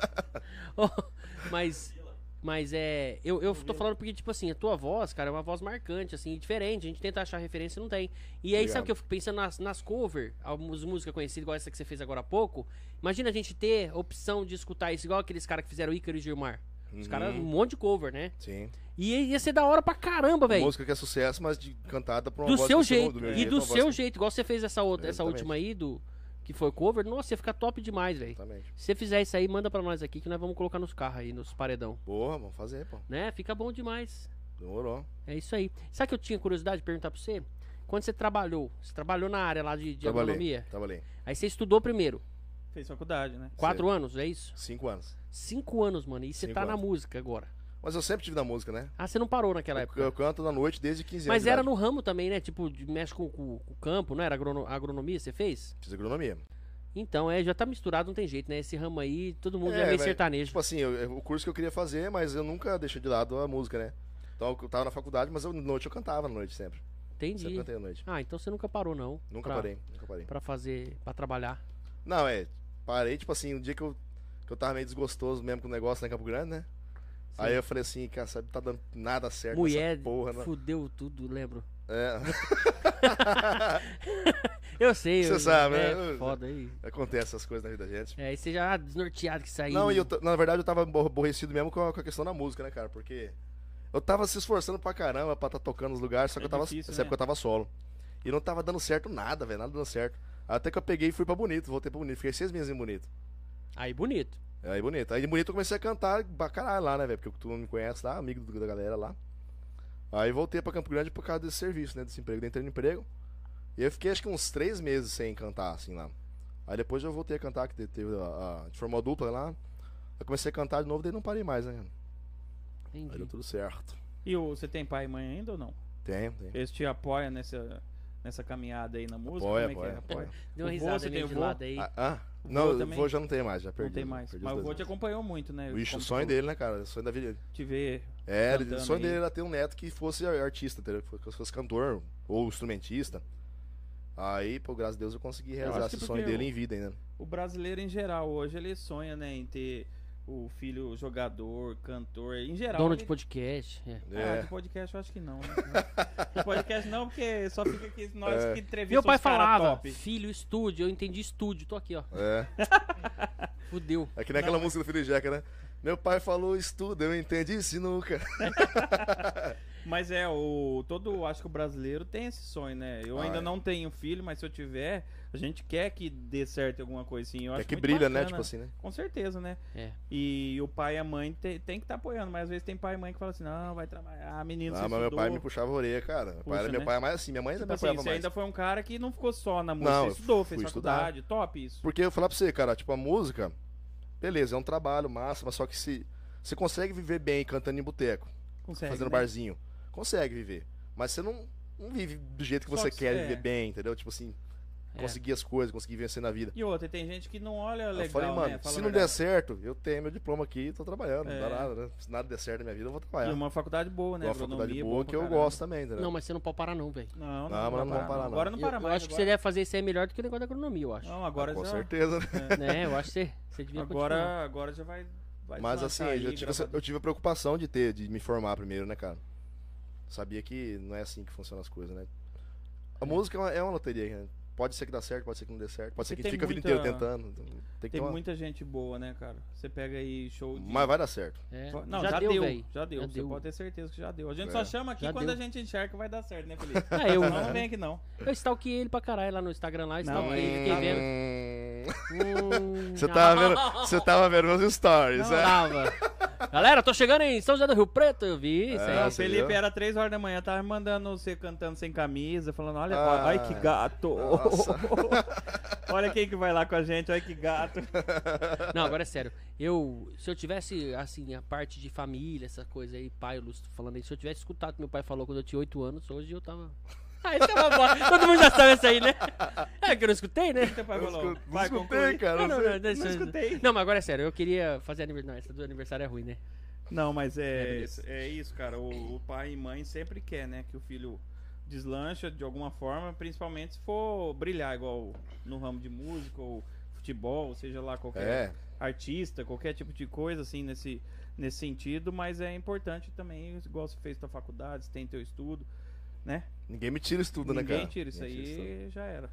[SPEAKER 2] <laughs> mas. Mas é. Eu, eu tô falando porque, tipo assim, a tua voz, cara, é uma voz marcante, assim, diferente. A gente tenta achar referência e não tem. E aí, sabe
[SPEAKER 3] Obrigado.
[SPEAKER 2] o que eu fico pensando nas, nas cover, algumas músicas conhecidas, igual essa que você fez agora há pouco. Imagina a gente ter a opção de escutar isso, igual aqueles caras que fizeram Ícaro e Gilmar. Os caras, um
[SPEAKER 3] Uhum.
[SPEAKER 2] monte de cover, né?
[SPEAKER 3] Sim.
[SPEAKER 2] E ia- ia ser da hora pra caramba, velho.
[SPEAKER 3] Música que é sucesso, mas de, cantada por uma
[SPEAKER 2] Do
[SPEAKER 3] voz
[SPEAKER 2] seu
[SPEAKER 3] que eu sou-
[SPEAKER 2] jeito.
[SPEAKER 3] do meu
[SPEAKER 2] e do
[SPEAKER 3] uma voz
[SPEAKER 2] seu
[SPEAKER 3] que-
[SPEAKER 2] jeito, igual você fez essa, outra, essa
[SPEAKER 3] Exatamente.
[SPEAKER 2] última aí, do que foi cover. Nossa, ia ficar top demais, velho.
[SPEAKER 3] Exatamente.
[SPEAKER 2] Se você fizer isso aí, manda pra nós aqui que nós vamos colocar nos carros aí, nos paredão.
[SPEAKER 3] Porra, vamos fazer, pô.
[SPEAKER 2] Né? Fica bom demais.
[SPEAKER 3] Demorou.
[SPEAKER 2] É isso aí. Sabe que eu tinha curiosidade de perguntar pra você? Quando você trabalhou, você trabalhou na área lá de, de
[SPEAKER 3] Trabalhei.
[SPEAKER 2] agronomia.
[SPEAKER 3] Trabalhei.
[SPEAKER 2] Aí você estudou primeiro.
[SPEAKER 1] Fez faculdade, né?
[SPEAKER 2] Quatro anos, é isso?
[SPEAKER 3] Cinco anos.
[SPEAKER 2] Cinco anos, mano. E você
[SPEAKER 3] Cinco
[SPEAKER 2] tá na
[SPEAKER 3] anos.
[SPEAKER 2] música agora.
[SPEAKER 3] Mas eu sempre tive na música, né?
[SPEAKER 2] Ah, você não parou naquela
[SPEAKER 3] Eu,
[SPEAKER 2] época.
[SPEAKER 3] eu canto na noite desde 15 anos.
[SPEAKER 2] Mas
[SPEAKER 3] de
[SPEAKER 2] era
[SPEAKER 3] idade.
[SPEAKER 2] no ramo também, né? Tipo, de- mexe com, com- com o campo, não era agrono- agronomia, você fez?
[SPEAKER 3] Fiz agronomia.
[SPEAKER 2] Então, é, já tá misturado, não tem jeito, né? Esse ramo aí, todo mundo
[SPEAKER 3] É,
[SPEAKER 2] é, meio
[SPEAKER 3] mas-
[SPEAKER 2] sertanejo.
[SPEAKER 3] Tipo assim, eu- eu- o curso que eu queria fazer, mas eu nunca deixei de lado a música, né? Então eu tava na faculdade, mas eu, noite eu cantava na noite sempre. Sempre
[SPEAKER 2] Entendi. Tá.
[SPEAKER 3] cantei à noite.
[SPEAKER 2] Ah, então você nunca parou, não.
[SPEAKER 3] Nunca
[SPEAKER 2] pra-
[SPEAKER 3] parei, nunca parei.
[SPEAKER 2] Pra fazer, pra trabalhar.
[SPEAKER 3] Não, é, parei, tipo assim, um dia que eu, que eu tava meio desgostoso mesmo com o negócio na Campo Grande, né? Aí eu falei assim, cara, sabe, tá dando nada certo
[SPEAKER 2] Mulher
[SPEAKER 3] nessa porra, né?
[SPEAKER 2] fudeu tudo, lembro.
[SPEAKER 3] É, <laughs>
[SPEAKER 2] Eu sei.
[SPEAKER 3] Você
[SPEAKER 2] eu-
[SPEAKER 3] sabe,
[SPEAKER 2] é,
[SPEAKER 3] né?
[SPEAKER 2] Foda aí.
[SPEAKER 3] acontece essas coisas na vida da gente.
[SPEAKER 2] É, aí você já ah, desnorteado que saiu.
[SPEAKER 3] Não, e eu, t- na verdade eu tava abor- aborrecido mesmo com a, com a questão da música, né, cara? Porque eu tava se esforçando pra caramba pra tá tocando nos lugares, só que
[SPEAKER 1] É
[SPEAKER 3] eu tava.
[SPEAKER 1] difícil,
[SPEAKER 3] nessa
[SPEAKER 1] né?
[SPEAKER 3] época eu tava solo. E não tava dando certo nada, velho, nada dando certo. Até que eu peguei e fui pra Bonito, voltei pra Bonito, fiquei seis meses em Bonito.
[SPEAKER 2] Aí bonito.
[SPEAKER 3] Aí bonito. Aí de bonito eu comecei a cantar pra caralho lá, né, velho? Porque tu não me conhece lá, amigo do- da galera lá. Aí voltei pra Campo Grande por causa desse serviço, né? Desse emprego. Entrei no emprego. E eu fiquei acho que uns três meses sem cantar, assim, lá. Aí depois eu voltei a cantar, que te- teve a, a, a gente formou a dupla lá. Eu comecei a cantar de novo, daí não parei mais, né? Aí
[SPEAKER 2] Entendi.
[SPEAKER 3] deu tudo certo.
[SPEAKER 1] E o- você tem pai e mãe ainda ou não?
[SPEAKER 3] Tem, tem.
[SPEAKER 1] Eles te apoiam nessa, nessa caminhada aí na música?
[SPEAKER 3] Apoia,
[SPEAKER 1] Como é que
[SPEAKER 3] apoia.
[SPEAKER 1] é? Apoia.
[SPEAKER 2] Deu uma
[SPEAKER 1] O vô,
[SPEAKER 2] risada
[SPEAKER 1] você
[SPEAKER 2] meio
[SPEAKER 1] tem
[SPEAKER 2] de
[SPEAKER 1] vô?
[SPEAKER 2] lado aí.
[SPEAKER 3] Ah, ah,
[SPEAKER 1] O
[SPEAKER 3] não,
[SPEAKER 1] vô
[SPEAKER 3] eu
[SPEAKER 1] também?
[SPEAKER 3] vou já não tem mais, já perdi.
[SPEAKER 1] Não tem
[SPEAKER 3] os-
[SPEAKER 1] mais.
[SPEAKER 3] perdi os
[SPEAKER 1] Mas o
[SPEAKER 3] dois
[SPEAKER 1] vô te
[SPEAKER 3] anos.
[SPEAKER 1] acompanhou muito, né?
[SPEAKER 3] O ixi, o
[SPEAKER 1] Como tu falou,
[SPEAKER 3] sonho dele, né, cara? O sonho da vida dele.
[SPEAKER 1] Te ver.
[SPEAKER 3] É, ele- o
[SPEAKER 1] cantando
[SPEAKER 3] sonho
[SPEAKER 1] aí.
[SPEAKER 3] dele era ter um neto que fosse artista, entendeu? Que fosse- fosse cantor ou instrumentista. Aí, pô, graças a Deus eu consegui realizar
[SPEAKER 1] acho que
[SPEAKER 3] esse
[SPEAKER 1] porque
[SPEAKER 3] sonho dele
[SPEAKER 1] o-
[SPEAKER 3] em vida né? ainda.
[SPEAKER 1] O brasileiro em geral hoje ele sonha, né, em ter o filho jogador, cantor, em geral.
[SPEAKER 2] Dono
[SPEAKER 1] ele-
[SPEAKER 2] de podcast. é.
[SPEAKER 1] Ah,
[SPEAKER 3] É.
[SPEAKER 1] de podcast eu acho que não. Né? <laughs> de podcast não, porque só fica aqui nós
[SPEAKER 3] É.
[SPEAKER 1] que entrevistamos
[SPEAKER 2] Meu pai
[SPEAKER 1] os cara
[SPEAKER 2] falava,
[SPEAKER 1] top.
[SPEAKER 2] filho, estúdio. Eu entendi estúdio. Tô aqui, ó.
[SPEAKER 3] É.
[SPEAKER 2] Fudeu.
[SPEAKER 3] É que nem aquela música do Filho Jeca, né? Meu pai falou estuda, eu entendi isso nunca.
[SPEAKER 1] Mas é, o todo, acho que o brasileiro tem esse sonho, né? Eu
[SPEAKER 3] Ah,
[SPEAKER 1] ainda
[SPEAKER 3] é.
[SPEAKER 1] não tenho filho, mas se eu tiver, a gente quer que dê certo em alguma coisa assim. Eu
[SPEAKER 3] É
[SPEAKER 1] acho
[SPEAKER 3] que
[SPEAKER 1] muito
[SPEAKER 3] brilha, né?
[SPEAKER 1] bacana.
[SPEAKER 3] Tipo assim, né?
[SPEAKER 1] Com certeza, né?
[SPEAKER 2] É.
[SPEAKER 1] E o pai e a mãe te- tem que estar apoiando, mas às vezes tem pai e mãe que fala assim: não, vai trabalhar, menino, você
[SPEAKER 3] Ah, mas meu
[SPEAKER 1] estudou.
[SPEAKER 3] pai me puxava a orelha, cara. Meu pai,
[SPEAKER 1] Puxa,
[SPEAKER 3] era- meu
[SPEAKER 1] né?
[SPEAKER 3] pai é mais assim, minha mãe ainda
[SPEAKER 1] Tipo
[SPEAKER 3] me
[SPEAKER 1] assim,
[SPEAKER 3] apoiava
[SPEAKER 1] você
[SPEAKER 3] mais.
[SPEAKER 1] ainda foi um cara que não ficou só na música,
[SPEAKER 3] Não,
[SPEAKER 1] você estudou, fez
[SPEAKER 3] fui
[SPEAKER 1] faculdade, top isso.
[SPEAKER 3] Porque eu falar pra você, cara, tipo, a música, beleza, é um trabalho massa, mas só que se você consegue viver bem cantando em boteco.
[SPEAKER 1] Consegue,
[SPEAKER 3] fazendo
[SPEAKER 1] né?
[SPEAKER 3] barzinho. Consegue viver. Mas você não, não vive do jeito que
[SPEAKER 1] Só
[SPEAKER 3] você
[SPEAKER 1] que-
[SPEAKER 3] quer
[SPEAKER 1] é.
[SPEAKER 3] viver bem, entendeu? Tipo assim,
[SPEAKER 2] É.
[SPEAKER 3] conseguir as coisas, conseguir vencer na vida.
[SPEAKER 1] E outra, e tem gente que não olha legal,
[SPEAKER 3] eu falei, mano,
[SPEAKER 1] né? Fala
[SPEAKER 3] se
[SPEAKER 1] a
[SPEAKER 3] não der
[SPEAKER 1] verdade.
[SPEAKER 3] certo, eu tenho meu diploma aqui e tô trabalhando, não
[SPEAKER 1] É.
[SPEAKER 3] dá nada, né? Se nada der certo na minha vida, eu vou
[SPEAKER 1] E
[SPEAKER 3] trabalhar.
[SPEAKER 1] uma faculdade boa, né?
[SPEAKER 3] uma
[SPEAKER 1] Agronomia,
[SPEAKER 3] faculdade boa
[SPEAKER 1] pra
[SPEAKER 3] que eu
[SPEAKER 1] caramba.
[SPEAKER 3] gosto também, entendeu?
[SPEAKER 2] Não, mas você não pode parar, não, velho.
[SPEAKER 1] Não, não,
[SPEAKER 3] Não, mas
[SPEAKER 1] vai
[SPEAKER 3] não vamos parar, não.
[SPEAKER 1] Agora não
[SPEAKER 2] Eu-
[SPEAKER 1] para
[SPEAKER 2] eu
[SPEAKER 1] mais.
[SPEAKER 2] acho que você
[SPEAKER 1] agora.
[SPEAKER 2] deve fazer isso aí melhor do que o negócio da agronomia, eu acho.
[SPEAKER 1] Não, agora
[SPEAKER 3] Com
[SPEAKER 1] já.
[SPEAKER 3] certeza, né?
[SPEAKER 2] né? Eu acho que você, você devia continuar.
[SPEAKER 1] Agora, agora já vai. vai
[SPEAKER 3] Mas
[SPEAKER 1] deslanchar
[SPEAKER 3] assim,
[SPEAKER 1] aí,
[SPEAKER 3] eu, já tive
[SPEAKER 1] graças
[SPEAKER 3] essa-
[SPEAKER 1] a Deus.
[SPEAKER 3] eu tive a preocupação de ter, de me formar primeiro, né, cara? Sabia que não é assim que funcionam as coisas, né? A música é uma, é uma loteria, né? Pode ser que dá certo, pode ser que não dê certo, pode ser
[SPEAKER 1] Porque
[SPEAKER 3] que
[SPEAKER 1] tem
[SPEAKER 3] fica a vida
[SPEAKER 1] muita-
[SPEAKER 3] inteira tentando. então Tem que ter
[SPEAKER 1] Tem
[SPEAKER 3] uma...
[SPEAKER 1] muita gente boa, né, cara? Você pega aí show de.
[SPEAKER 3] Mas vai dar certo.
[SPEAKER 2] É.
[SPEAKER 1] Não, já, deu,
[SPEAKER 2] velho.
[SPEAKER 1] já deu.
[SPEAKER 2] Já
[SPEAKER 1] Você
[SPEAKER 2] deu.
[SPEAKER 1] pode ter certeza que já deu. A gente
[SPEAKER 3] É.
[SPEAKER 1] só chama aqui
[SPEAKER 2] Já
[SPEAKER 1] quando
[SPEAKER 2] deu.
[SPEAKER 1] a gente enxerga que vai dar certo, né, Felipe?
[SPEAKER 2] Ah, <laughs> eu,
[SPEAKER 1] Não, não vem aqui não.
[SPEAKER 2] eu stalkeei ele pra caralho lá no Instagram lá,
[SPEAKER 1] Não, é.
[SPEAKER 2] stalkeei,
[SPEAKER 1] ele
[SPEAKER 2] fiquei
[SPEAKER 1] tá-
[SPEAKER 2] vendo.
[SPEAKER 3] Hum,
[SPEAKER 2] Hum,
[SPEAKER 3] Você tava vendo,
[SPEAKER 1] <laughs>
[SPEAKER 2] não,
[SPEAKER 3] você tava vendo meus stories, né?
[SPEAKER 2] tava. Galera, tô chegando em São José do Rio Preto, eu vi isso
[SPEAKER 3] É,
[SPEAKER 2] aí.
[SPEAKER 1] Não,
[SPEAKER 3] você
[SPEAKER 1] Felipe,
[SPEAKER 3] viu?
[SPEAKER 1] era 3 horas da manhã, tava me mandando você cantando sem camisa, falando, olha,
[SPEAKER 3] Ah,
[SPEAKER 1] ai que gato.
[SPEAKER 3] nossa.
[SPEAKER 1] <laughs> olha quem que vai lá com a gente, olha que gato.
[SPEAKER 2] Não, agora é sério. Eu, se eu tivesse, assim, a parte de família, essa coisa aí, pai, o Lúcio falando aí, se eu tivesse escutado o que meu pai falou quando eu tinha 8 anos, hoje eu tava. Ah, isso é uma bosta. Todo mundo já sabe isso aí, né? É que eu não escutei, né? Ah,
[SPEAKER 1] Teu pai
[SPEAKER 3] <laughs> Eu
[SPEAKER 1] falou,
[SPEAKER 3] escu- Não
[SPEAKER 1] vai
[SPEAKER 3] escutei,
[SPEAKER 1] concluir.
[SPEAKER 2] Não,
[SPEAKER 3] cara. não
[SPEAKER 2] não,
[SPEAKER 3] sei.
[SPEAKER 2] não, deixa-
[SPEAKER 1] Não escutei.
[SPEAKER 2] Não, mas agora é sério, eu queria fazer aniversário. Não, essa do aniversário é ruim, né?
[SPEAKER 1] Não, mas
[SPEAKER 2] É,
[SPEAKER 1] é,
[SPEAKER 2] beleza.
[SPEAKER 1] é isso, cara. O, o pai e mãe sempre quer, né, que o filho deslancha de alguma forma, principalmente se for brilhar igual no ramo de música ou futebol, ou seja lá qualquer
[SPEAKER 3] É,
[SPEAKER 1] artista, qualquer tipo de coisa assim nesse, nesse sentido, mas é importante também, igual você fez tua faculdade, você tem teu estudo, né?
[SPEAKER 3] ninguém me tira isso tudo, né, cara?
[SPEAKER 1] Ninguém tira isso
[SPEAKER 3] Ninguém tira isso
[SPEAKER 1] aí, já era.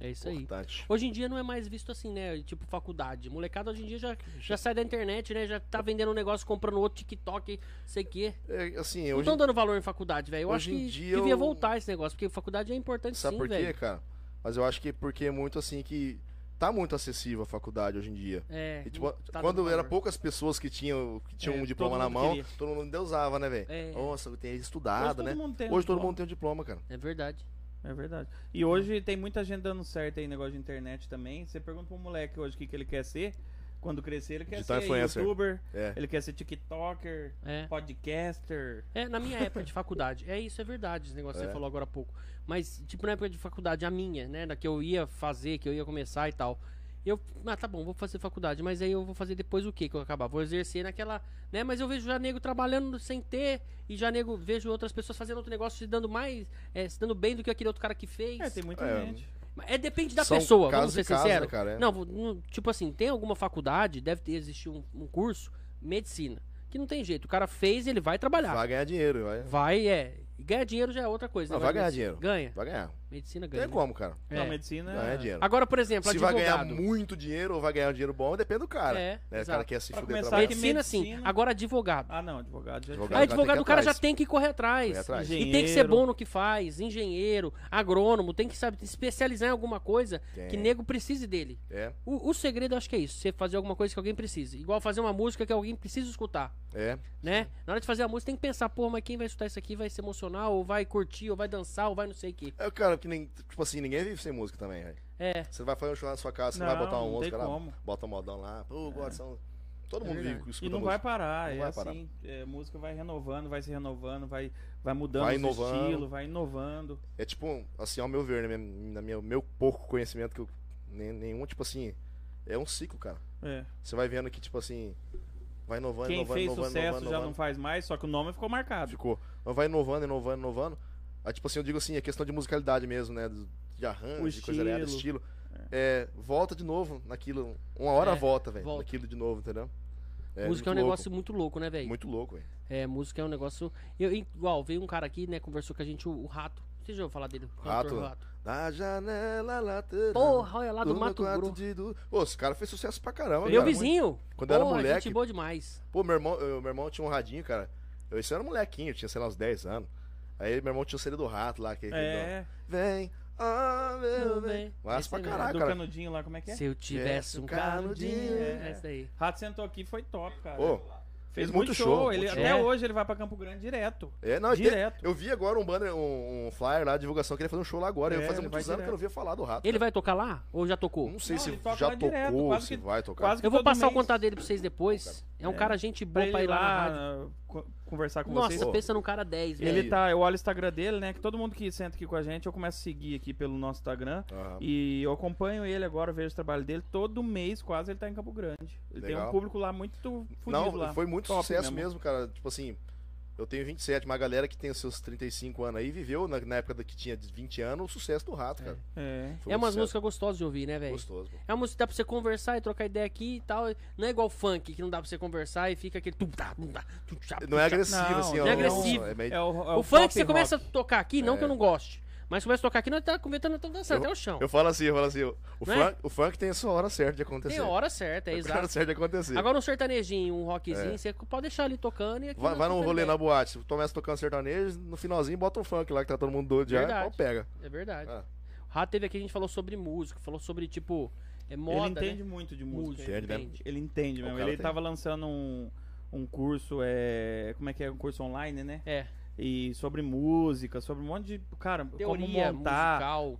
[SPEAKER 2] É isso
[SPEAKER 3] tudo.
[SPEAKER 2] aí.
[SPEAKER 3] Importante.
[SPEAKER 2] Hoje em dia não é mais visto assim, né? Tipo faculdade. Molecada hoje em dia já, já sai da internet, né? Já tá vendendo um negócio, comprando outro TikTok, sei o quê.
[SPEAKER 3] É, assim,
[SPEAKER 2] Não
[SPEAKER 3] hoje,
[SPEAKER 2] estão dando valor em faculdade, velho. Eu acho
[SPEAKER 3] hoje em
[SPEAKER 2] que
[SPEAKER 3] dia
[SPEAKER 2] devia
[SPEAKER 3] eu-
[SPEAKER 2] voltar esse negócio, porque faculdade é importante
[SPEAKER 3] Sabe
[SPEAKER 2] sim,
[SPEAKER 3] por quê,
[SPEAKER 2] velho.
[SPEAKER 3] cara? Mas eu acho que porque é muito assim que. Tá muito acessível a faculdade hoje em dia.
[SPEAKER 2] É,
[SPEAKER 3] E, tipo,
[SPEAKER 2] não tá
[SPEAKER 3] quando
[SPEAKER 2] dando
[SPEAKER 3] era
[SPEAKER 2] valor.
[SPEAKER 3] poucas pessoas que tinham, que tinham
[SPEAKER 1] É,
[SPEAKER 3] um diploma
[SPEAKER 1] todo
[SPEAKER 3] na
[SPEAKER 1] mundo
[SPEAKER 3] mão,
[SPEAKER 1] queria.
[SPEAKER 3] todo mundo ainda usava, né, velho?
[SPEAKER 2] É.
[SPEAKER 3] Nossa, eu tenho estudado, né?
[SPEAKER 1] mundo tem um
[SPEAKER 3] Hoje todo
[SPEAKER 1] diploma.
[SPEAKER 3] mundo tem um diploma, cara.
[SPEAKER 2] É verdade.
[SPEAKER 1] É verdade. E hoje tem muita gente dando certo aí, negócio de internet também. Você pergunta pro moleque hoje o que, que ele quer ser. Quando crescer, ele quer
[SPEAKER 3] Digital
[SPEAKER 1] ser
[SPEAKER 3] influencer.
[SPEAKER 1] youtuber,
[SPEAKER 3] É.
[SPEAKER 1] ele quer ser tiktoker,
[SPEAKER 2] É.
[SPEAKER 1] podcaster.
[SPEAKER 2] É, na minha época de faculdade. É isso, é verdade, esse negócio que você
[SPEAKER 3] É.
[SPEAKER 2] falou agora há pouco. Mas, tipo, na época de faculdade, a minha, né? Da que eu ia fazer, que eu ia começar e tal. Eu, ah, tá bom, vou fazer faculdade, mas aí eu vou fazer depois o que que eu acabar? Vou exercer naquela, né? Mas eu vejo já nego trabalhando sem ter, e já nego, vejo outras pessoas fazendo outro negócio, se dando mais, eh, se dando bem do que aquele outro cara que fez.
[SPEAKER 1] É, tem muita
[SPEAKER 3] É.
[SPEAKER 1] gente.
[SPEAKER 2] Mas É, depende da
[SPEAKER 3] São
[SPEAKER 2] pessoa, vamos
[SPEAKER 3] casos
[SPEAKER 2] ser
[SPEAKER 3] e casos,
[SPEAKER 2] sinceros.
[SPEAKER 3] né, cara? É.
[SPEAKER 2] Não, vou- não, tipo assim, tem alguma faculdade, deve ter existir um, um curso, medicina, que não tem jeito. O cara fez, ele vai trabalhar.
[SPEAKER 3] Vai ganhar dinheiro, vai.
[SPEAKER 2] Vai, é. E Ganhar dinheiro já é outra coisa.
[SPEAKER 3] Não,
[SPEAKER 2] né?
[SPEAKER 3] vai ganhar
[SPEAKER 2] Mas
[SPEAKER 3] dinheiro.
[SPEAKER 2] Ganha.
[SPEAKER 3] Vai ganhar.
[SPEAKER 2] Medicina
[SPEAKER 3] Tem
[SPEAKER 2] ganha. né?
[SPEAKER 3] como, cara.
[SPEAKER 2] É.
[SPEAKER 1] Na Então, medicina.
[SPEAKER 3] Ganhar dinheiro.
[SPEAKER 2] Agora, por exemplo,
[SPEAKER 3] Se vai ganhar
[SPEAKER 2] advogado.
[SPEAKER 3] muito dinheiro ou vai ganhar um dinheiro bom, depende do cara.
[SPEAKER 2] É,
[SPEAKER 3] né? O
[SPEAKER 2] exato.
[SPEAKER 3] cara quer se
[SPEAKER 1] Pra
[SPEAKER 3] fuder
[SPEAKER 1] começar,
[SPEAKER 3] trabalhando.
[SPEAKER 1] tem
[SPEAKER 2] Medicina, sim.
[SPEAKER 1] Medicina.
[SPEAKER 2] Agora, advogado.
[SPEAKER 1] Ah, não, advogado já é
[SPEAKER 2] Aí,
[SPEAKER 3] Advogado.
[SPEAKER 1] diferente.
[SPEAKER 3] tem que
[SPEAKER 2] advogado,
[SPEAKER 3] ir
[SPEAKER 2] o cara já
[SPEAKER 3] atrás.
[SPEAKER 2] tem que correr atrás.
[SPEAKER 3] Correr atrás.
[SPEAKER 2] E tem que ser
[SPEAKER 1] Engenheiro.
[SPEAKER 2] bom no que faz. Engenheiro, agrônomo, tem que sabe, se especializar em alguma coisa que
[SPEAKER 3] Tem.
[SPEAKER 2] nego precise dele.
[SPEAKER 3] É,
[SPEAKER 2] O, o segredo, eu acho que é isso. Você fazer alguma coisa que alguém precise. Igual fazer uma música que alguém precisa escutar.
[SPEAKER 3] é.
[SPEAKER 2] né? Na hora de fazer a música, tem que pensar, pô, mas quem vai escutar isso aqui vai se emocionar, ou vai curtir, ou vai dançar, ou vai não sei o quê.
[SPEAKER 3] É, cara, que nem, tipo assim, ninguém vive sem música também, velho.
[SPEAKER 2] É.
[SPEAKER 3] Você vai fazer um churrasco na sua casa, você
[SPEAKER 1] Não,
[SPEAKER 3] vai botar
[SPEAKER 1] não
[SPEAKER 3] uma música
[SPEAKER 1] tem
[SPEAKER 3] lá,
[SPEAKER 1] como.
[SPEAKER 3] bota um modão lá, pô, gosto de som. Todo
[SPEAKER 2] É
[SPEAKER 3] mundo
[SPEAKER 2] verdade.
[SPEAKER 3] vive com escuta
[SPEAKER 1] E não
[SPEAKER 3] música.
[SPEAKER 1] vai parar,
[SPEAKER 3] Não
[SPEAKER 1] é
[SPEAKER 3] vai parar.
[SPEAKER 1] assim, é, música vai renovando, vai se renovando, vai, vai mudando
[SPEAKER 3] Vai
[SPEAKER 1] o
[SPEAKER 3] inovando.
[SPEAKER 1] estilo, vai inovando.
[SPEAKER 3] É tipo, um- assim, ao meu ver, né, minha- na minha, meu pouco conhecimento, que eu, nem- nenhum, tipo assim, é um ciclo, cara.
[SPEAKER 1] É.
[SPEAKER 3] Você vai vendo que, tipo assim, vai inovando,
[SPEAKER 1] Quem
[SPEAKER 3] inovando,
[SPEAKER 1] fez
[SPEAKER 3] inovando,
[SPEAKER 1] sucesso
[SPEAKER 3] inovando,
[SPEAKER 1] já
[SPEAKER 3] inovando.
[SPEAKER 1] não faz mais, só que o nome ficou marcado.
[SPEAKER 3] Ficou. Mas vai inovando, inovando, inovando. Aí, tipo assim, eu digo assim, é questão de musicalidade mesmo, né? do- De arranjo,
[SPEAKER 1] O
[SPEAKER 3] de coisa aliada,
[SPEAKER 1] estilo.
[SPEAKER 3] estilo. É, volta de novo naquilo. Uma hora
[SPEAKER 2] É,
[SPEAKER 3] volta, velho.
[SPEAKER 2] volta.
[SPEAKER 3] Naquilo de novo, entendeu?
[SPEAKER 2] música é um
[SPEAKER 3] muito
[SPEAKER 2] negócio muito louco, né,
[SPEAKER 3] Louco,
[SPEAKER 2] velho?
[SPEAKER 3] muito louco, velho.
[SPEAKER 2] É, música é um negócio. Eu, igual, veio um cara aqui, né, conversou com a gente, o, o Rato. Vocês já ouviram falar dele? O
[SPEAKER 3] Rato.
[SPEAKER 2] cantor
[SPEAKER 3] Da janela lateral.
[SPEAKER 2] Porra, olha lá do
[SPEAKER 3] meu
[SPEAKER 2] Mato
[SPEAKER 3] quarto
[SPEAKER 2] Grosso.
[SPEAKER 3] de du- Ô, esse cara fez sucesso pra caramba,
[SPEAKER 2] Meu
[SPEAKER 3] cara.
[SPEAKER 2] vizinho.
[SPEAKER 3] Quando eu era
[SPEAKER 2] Porra,
[SPEAKER 3] moleque-
[SPEAKER 2] Gente boa demais.
[SPEAKER 3] Pô, meu irmão, eu- meu irmão tinha um radinho, cara. Eu, isso era um molequinho, eu tinha, sei lá, uns 10 anos. Aí meu irmão tinha o CD do rato lá. Que,
[SPEAKER 1] É,
[SPEAKER 3] Vem, ah, meu bem. Mas
[SPEAKER 2] Esse
[SPEAKER 3] pra
[SPEAKER 2] é mesmo.
[SPEAKER 3] caralho,
[SPEAKER 1] do
[SPEAKER 3] cara.
[SPEAKER 1] canudinho lá, como é que é?
[SPEAKER 2] Se eu tivesse um
[SPEAKER 3] canudinho,
[SPEAKER 2] canudinho.
[SPEAKER 1] é.
[SPEAKER 2] É isso aí.
[SPEAKER 1] Rato sentou aqui, foi top, cara.
[SPEAKER 3] Ô,
[SPEAKER 1] Fez
[SPEAKER 3] Fez
[SPEAKER 1] muito
[SPEAKER 3] muito
[SPEAKER 1] show.
[SPEAKER 3] show,
[SPEAKER 1] ele,
[SPEAKER 3] muito
[SPEAKER 1] até
[SPEAKER 2] show.
[SPEAKER 1] hoje ele vai pra Campo Grande direto.
[SPEAKER 3] É, não, e tem-
[SPEAKER 1] Direto.
[SPEAKER 3] eu vi agora um banner, um, um flyer lá, divulgação, que ele ia fazer um show lá agora.
[SPEAKER 1] É,
[SPEAKER 3] eu fazia
[SPEAKER 1] ele
[SPEAKER 3] muitos
[SPEAKER 1] vai
[SPEAKER 3] anos que eu não via falar do rato.
[SPEAKER 2] Ele
[SPEAKER 3] cara.
[SPEAKER 2] vai tocar lá? Ou já tocou?
[SPEAKER 3] Não sei
[SPEAKER 1] Não,
[SPEAKER 3] se
[SPEAKER 1] ele toca
[SPEAKER 3] já
[SPEAKER 1] lá
[SPEAKER 3] tocou,
[SPEAKER 1] direto, quase
[SPEAKER 3] se
[SPEAKER 1] que-
[SPEAKER 3] vai tocar.
[SPEAKER 1] quase que
[SPEAKER 2] Eu vou
[SPEAKER 1] todo
[SPEAKER 2] passar o
[SPEAKER 1] mês.
[SPEAKER 2] contato dele pra vocês depois. É um cara gente
[SPEAKER 1] Pra
[SPEAKER 2] boa pra,
[SPEAKER 1] ele ir
[SPEAKER 2] ir lá, na rádio.
[SPEAKER 1] lá uh, co- conversar com
[SPEAKER 2] Nossa,
[SPEAKER 1] vocês.
[SPEAKER 3] Pô.
[SPEAKER 2] pensa num cara 10, velho.
[SPEAKER 1] Ele
[SPEAKER 3] aí?
[SPEAKER 1] tá, eu olho o Instagram dele, né? Que todo mundo que senta aqui com a gente, eu começo a seguir aqui pelo nosso Instagram.
[SPEAKER 3] Aham.
[SPEAKER 1] E eu acompanho ele agora, vejo o trabalho dele. Todo mês quase ele tá em Campo Grande. Ele tem um
[SPEAKER 3] Legal.
[SPEAKER 1] público lá muito fudido
[SPEAKER 3] Não,
[SPEAKER 1] lá.
[SPEAKER 3] foi muito
[SPEAKER 1] Top
[SPEAKER 3] sucesso
[SPEAKER 1] mesmo.
[SPEAKER 3] mesmo. cara. Tipo assim, eu tenho 27, mas a galera que tem os seus 35 anos aí viveu na, na época da- que tinha 20 anos o sucesso do rato, cara.
[SPEAKER 1] É.
[SPEAKER 3] Foi
[SPEAKER 2] É
[SPEAKER 3] um
[SPEAKER 2] umas
[SPEAKER 3] sucesso
[SPEAKER 2] músicas gostosas de ouvir, né, velho?
[SPEAKER 3] gostoso. pô.
[SPEAKER 2] É uma música que dá pra você conversar e trocar ideia aqui e tal. Não é igual funk, que não dá pra você conversar e fica aquele. tum, tá, tum, tá, tum, tchá, tum,
[SPEAKER 3] Não é
[SPEAKER 2] tchá.
[SPEAKER 3] agressivo,
[SPEAKER 1] Não,
[SPEAKER 3] assim,
[SPEAKER 1] não
[SPEAKER 3] ó.
[SPEAKER 2] é agressivo.
[SPEAKER 3] É meio...
[SPEAKER 1] É o, é
[SPEAKER 2] O funk
[SPEAKER 1] pop
[SPEAKER 2] você começa
[SPEAKER 1] rock. É.
[SPEAKER 2] a tocar aqui, não que eu não goste. Mas começa a tocar aqui, nós tá comentando, estamos dançando até o chão.
[SPEAKER 3] Eu falo assim, eu falo assim, o, o
[SPEAKER 2] Não é?
[SPEAKER 3] funk, o funk tem a sua hora certa de acontecer.
[SPEAKER 2] Tem hora certa, é
[SPEAKER 3] Tem a hora
[SPEAKER 2] exato.
[SPEAKER 3] certa de acontecer.
[SPEAKER 2] Agora um sertanejinho, um rockzinho, você pode deixar ali tocando e aqui.
[SPEAKER 3] É. vai,
[SPEAKER 2] nós
[SPEAKER 3] vai num
[SPEAKER 2] tudo
[SPEAKER 3] rolê
[SPEAKER 2] bem.
[SPEAKER 3] na boate, começa tocando sertanejo, no finalzinho bota um funk lá que tá todo mundo doido já,
[SPEAKER 2] Verdade.
[SPEAKER 3] pau pega.
[SPEAKER 2] É verdade.
[SPEAKER 3] Ah.
[SPEAKER 2] O Rato teve aqui, a gente falou sobre música, falou sobre, tipo, é moda,
[SPEAKER 1] Ele entende
[SPEAKER 2] né?
[SPEAKER 1] muito de música.
[SPEAKER 2] música.
[SPEAKER 3] Entende, né?
[SPEAKER 2] entende.
[SPEAKER 1] Ele entende mesmo.
[SPEAKER 3] O cara
[SPEAKER 1] Ele
[SPEAKER 3] tem.
[SPEAKER 1] tava lançando um, um curso, é, como é que é? Um curso online, né?
[SPEAKER 2] É,
[SPEAKER 1] E sobre música, sobre um monte de. Cara,
[SPEAKER 2] teoria,
[SPEAKER 1] como montar.
[SPEAKER 2] musical.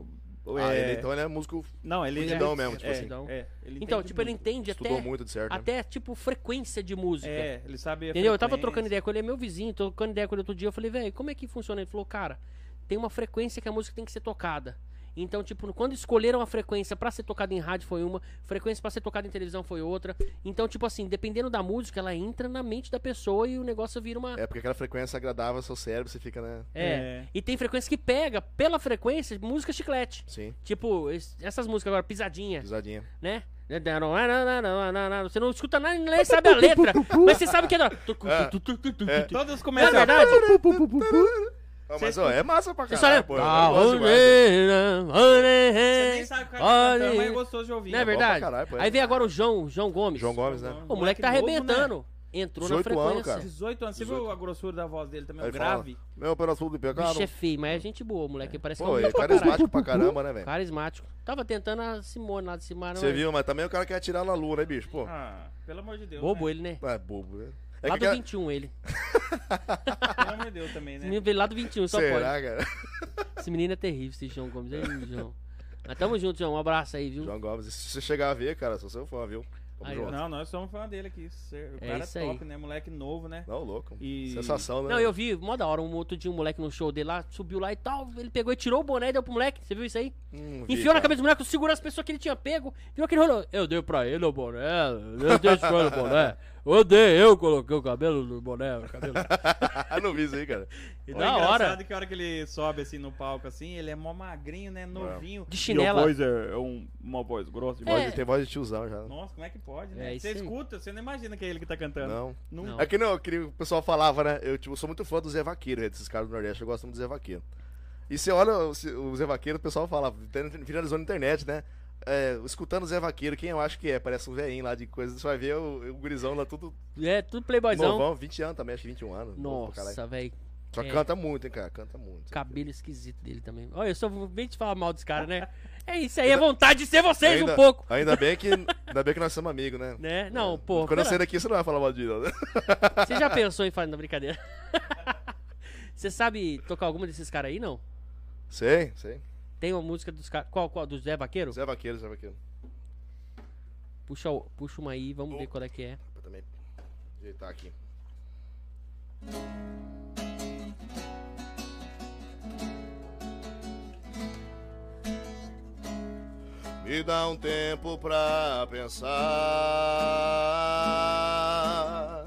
[SPEAKER 2] né?
[SPEAKER 3] Ah,
[SPEAKER 1] é,
[SPEAKER 3] ele, então ele é músico,
[SPEAKER 1] Não, ele
[SPEAKER 3] Fudidão
[SPEAKER 1] é,
[SPEAKER 3] mesmo, tipo
[SPEAKER 1] é,
[SPEAKER 3] assim.
[SPEAKER 1] é, ele
[SPEAKER 2] Então,
[SPEAKER 1] entende
[SPEAKER 2] tipo, ele
[SPEAKER 1] muito.
[SPEAKER 2] entende
[SPEAKER 3] estudou
[SPEAKER 2] até,
[SPEAKER 3] muito de certo. né?
[SPEAKER 2] até, tipo, frequência de música.
[SPEAKER 1] É, ele sabe. a
[SPEAKER 2] Entendeu? Eu tava
[SPEAKER 1] frequência.
[SPEAKER 2] trocando ideia com ele, é meu vizinho, trocando ideia com ele outro dia. Eu falei, velho, como é que funciona? Ele falou, cara, tem uma frequência que a música tem que ser tocada. Então, tipo, quando escolheram a frequência pra ser tocada em rádio foi uma, frequência pra ser tocada em televisão foi outra. Então, tipo assim, dependendo da música, ela entra na mente da pessoa e o negócio vira uma.
[SPEAKER 3] É porque aquela frequência agradável ao seu cérebro, você fica, né?
[SPEAKER 2] É.
[SPEAKER 1] É.
[SPEAKER 2] E tem frequência que pega, pela frequência, música chiclete.
[SPEAKER 3] Sim,
[SPEAKER 2] Tipo, es- essas músicas agora, pisadinha,
[SPEAKER 3] pisadinha.
[SPEAKER 2] né? Você não escuta nada em inglês, sabe a letra, mas você sabe que é. da-
[SPEAKER 1] Todas
[SPEAKER 2] Não é
[SPEAKER 1] começam.
[SPEAKER 2] verdade?
[SPEAKER 3] Ah, mas, ó, é massa pra
[SPEAKER 2] Você só lembra.
[SPEAKER 3] caralho, pô. eu gosto demais, né?
[SPEAKER 1] Você nem sabe o cara tá
[SPEAKER 2] Olha
[SPEAKER 1] cantando, mas é
[SPEAKER 2] aí.
[SPEAKER 1] gostoso de ouvir.
[SPEAKER 2] Não é
[SPEAKER 3] pra
[SPEAKER 2] verdade?
[SPEAKER 3] caralho, pô, é
[SPEAKER 2] Aí vem agora o João, o João Gomes.
[SPEAKER 3] João Gomes, né?
[SPEAKER 2] O moleque tá
[SPEAKER 1] Moleque novo,
[SPEAKER 2] arrebentando. Entrou na
[SPEAKER 3] 18 anos,
[SPEAKER 2] frequência.
[SPEAKER 3] cara.
[SPEAKER 1] 18 anos. Você viu a grossura da voz dele também?
[SPEAKER 3] Aí
[SPEAKER 1] O grave.
[SPEAKER 3] Meu, pelo sul do pecado.
[SPEAKER 2] Bicho é feio, mas é gente boa, o moleque. Parece que é
[SPEAKER 3] Pô,
[SPEAKER 2] um
[SPEAKER 3] é
[SPEAKER 2] moleque
[SPEAKER 3] carismático pra caramba, né, velho?
[SPEAKER 2] carismático. Tava tentando a Simone lá de cima.
[SPEAKER 3] Você viu, mas também o cara quer atirar na lua, né, bicho? Pô,
[SPEAKER 1] Ah, pelo amor de Deus.
[SPEAKER 2] Bobo
[SPEAKER 1] né?
[SPEAKER 2] ele, né?
[SPEAKER 3] é bobo, né? É
[SPEAKER 2] Lá
[SPEAKER 3] que
[SPEAKER 2] do
[SPEAKER 3] cara-
[SPEAKER 2] 21 ele.
[SPEAKER 1] Pelo amor de Deus também,
[SPEAKER 2] Esse
[SPEAKER 1] né?
[SPEAKER 2] menino veio lá do 21, só pode.
[SPEAKER 3] Será, cara? <laughs>
[SPEAKER 2] Esse menino é terrível, esse João Gomes. Aí, João. Mas tamo junto, João. Um abraço aí, viu?
[SPEAKER 3] João Gomes, se você chegar a ver, cara, sou seu fã, viu? Tamo
[SPEAKER 2] Aí, ó.
[SPEAKER 3] junto. Não,
[SPEAKER 1] Não, nós somos fã dele aqui. Ser- O
[SPEAKER 2] É
[SPEAKER 1] cara é
[SPEAKER 2] isso aí.
[SPEAKER 1] top, né? Moleque novo, né?
[SPEAKER 3] louco.
[SPEAKER 1] E-
[SPEAKER 3] Sensação, né?
[SPEAKER 2] Não, eu vi, mó da hora, um outro dia um moleque no show dele lá, subiu lá e tal, ele pegou e tirou o boné e deu pro moleque, você viu isso aí?
[SPEAKER 3] Hum, vi,
[SPEAKER 2] Enfiou na
[SPEAKER 3] cara.
[SPEAKER 2] cabeça do moleque, segurou as pessoas que ele tinha pego, viu aquele rolê, eu dei pra ele o boné, eu dei pra ele o boné, eu dei, eu coloquei o cabelo no boné, o
[SPEAKER 3] <laughs>
[SPEAKER 2] cabelo...
[SPEAKER 3] Ah, <laughs> não vi isso aí, cara.
[SPEAKER 1] E
[SPEAKER 2] da hora.
[SPEAKER 1] que a hora que ele sobe assim no palco, assim, ele é mó magrinho, né? Novinho.
[SPEAKER 2] De
[SPEAKER 1] E a
[SPEAKER 2] chinela.
[SPEAKER 1] voz é, é um- uma voz grossa
[SPEAKER 2] É.
[SPEAKER 1] demais.
[SPEAKER 3] Voz de- Tem voz de tiozão já.
[SPEAKER 1] Nossa, como é que pode,
[SPEAKER 2] É
[SPEAKER 1] né?
[SPEAKER 2] isso
[SPEAKER 1] você
[SPEAKER 2] aí.
[SPEAKER 1] escuta, você não imagina que é ele que tá cantando.
[SPEAKER 3] Não.
[SPEAKER 1] Nunca.
[SPEAKER 2] Não.
[SPEAKER 3] É que não, eu queria- o pessoal falava, né? Eu tipo, sou muito fã do Zé Vaqueiro, né, desses caras do Nordeste, eu gosto muito do Zé Vaqueiro. E você olha o o Zé Vaqueiro, o pessoal fala, viralizou na internet, né? É, escutando o Zé Vaqueiro, quem eu acho que é? Parece um velhinho lá de coisa. Você vai ver o, o gurizão lá, tudo
[SPEAKER 2] É, tudo playboyzão.
[SPEAKER 3] novão, 20 anos também, acho que 21 anos. novo pra caralho.
[SPEAKER 2] Nossa, velho,
[SPEAKER 3] Só
[SPEAKER 2] é.
[SPEAKER 3] canta muito, hein, cara? Canta muito.
[SPEAKER 2] cabelo esquisito dele também. Olha, eu só vim te falar mal desse cara,
[SPEAKER 3] <laughs>
[SPEAKER 2] né? É isso aí, é vontade de ser vocês
[SPEAKER 3] ainda,
[SPEAKER 2] um
[SPEAKER 3] <laughs>
[SPEAKER 2] pouco,
[SPEAKER 3] Ainda bem que, ainda bem que nós somos amigos, né?
[SPEAKER 2] né? Não, pô,
[SPEAKER 3] Quando eu
[SPEAKER 2] pera-
[SPEAKER 3] sair daqui, você tá não vai falar mal de mim, não, né?
[SPEAKER 2] Você
[SPEAKER 3] <laughs>
[SPEAKER 2] já pensou em fazer na brincadeira? <laughs> Você sabe tocar alguma desses caras aí, não?
[SPEAKER 3] Sei, sei.
[SPEAKER 2] Tem uma música dos caras. Qual, qual? Do Zé Vaqueiro?
[SPEAKER 3] Zé Vaqueiro, Zé Vaqueiro.
[SPEAKER 2] Puxa, o- puxa uma aí, vamos ver qual é que é.
[SPEAKER 3] Pra também ajeitar aqui. Me dá um tempo pra pensar.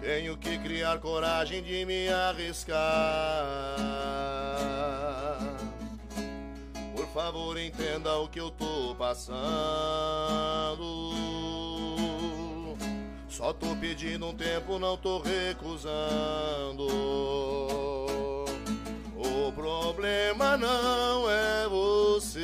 [SPEAKER 3] Tenho que criar coragem de me arriscar. Por favor, entenda o que eu tô passando. Só tô pedindo um tempo, não tô recusando. O problema não é você.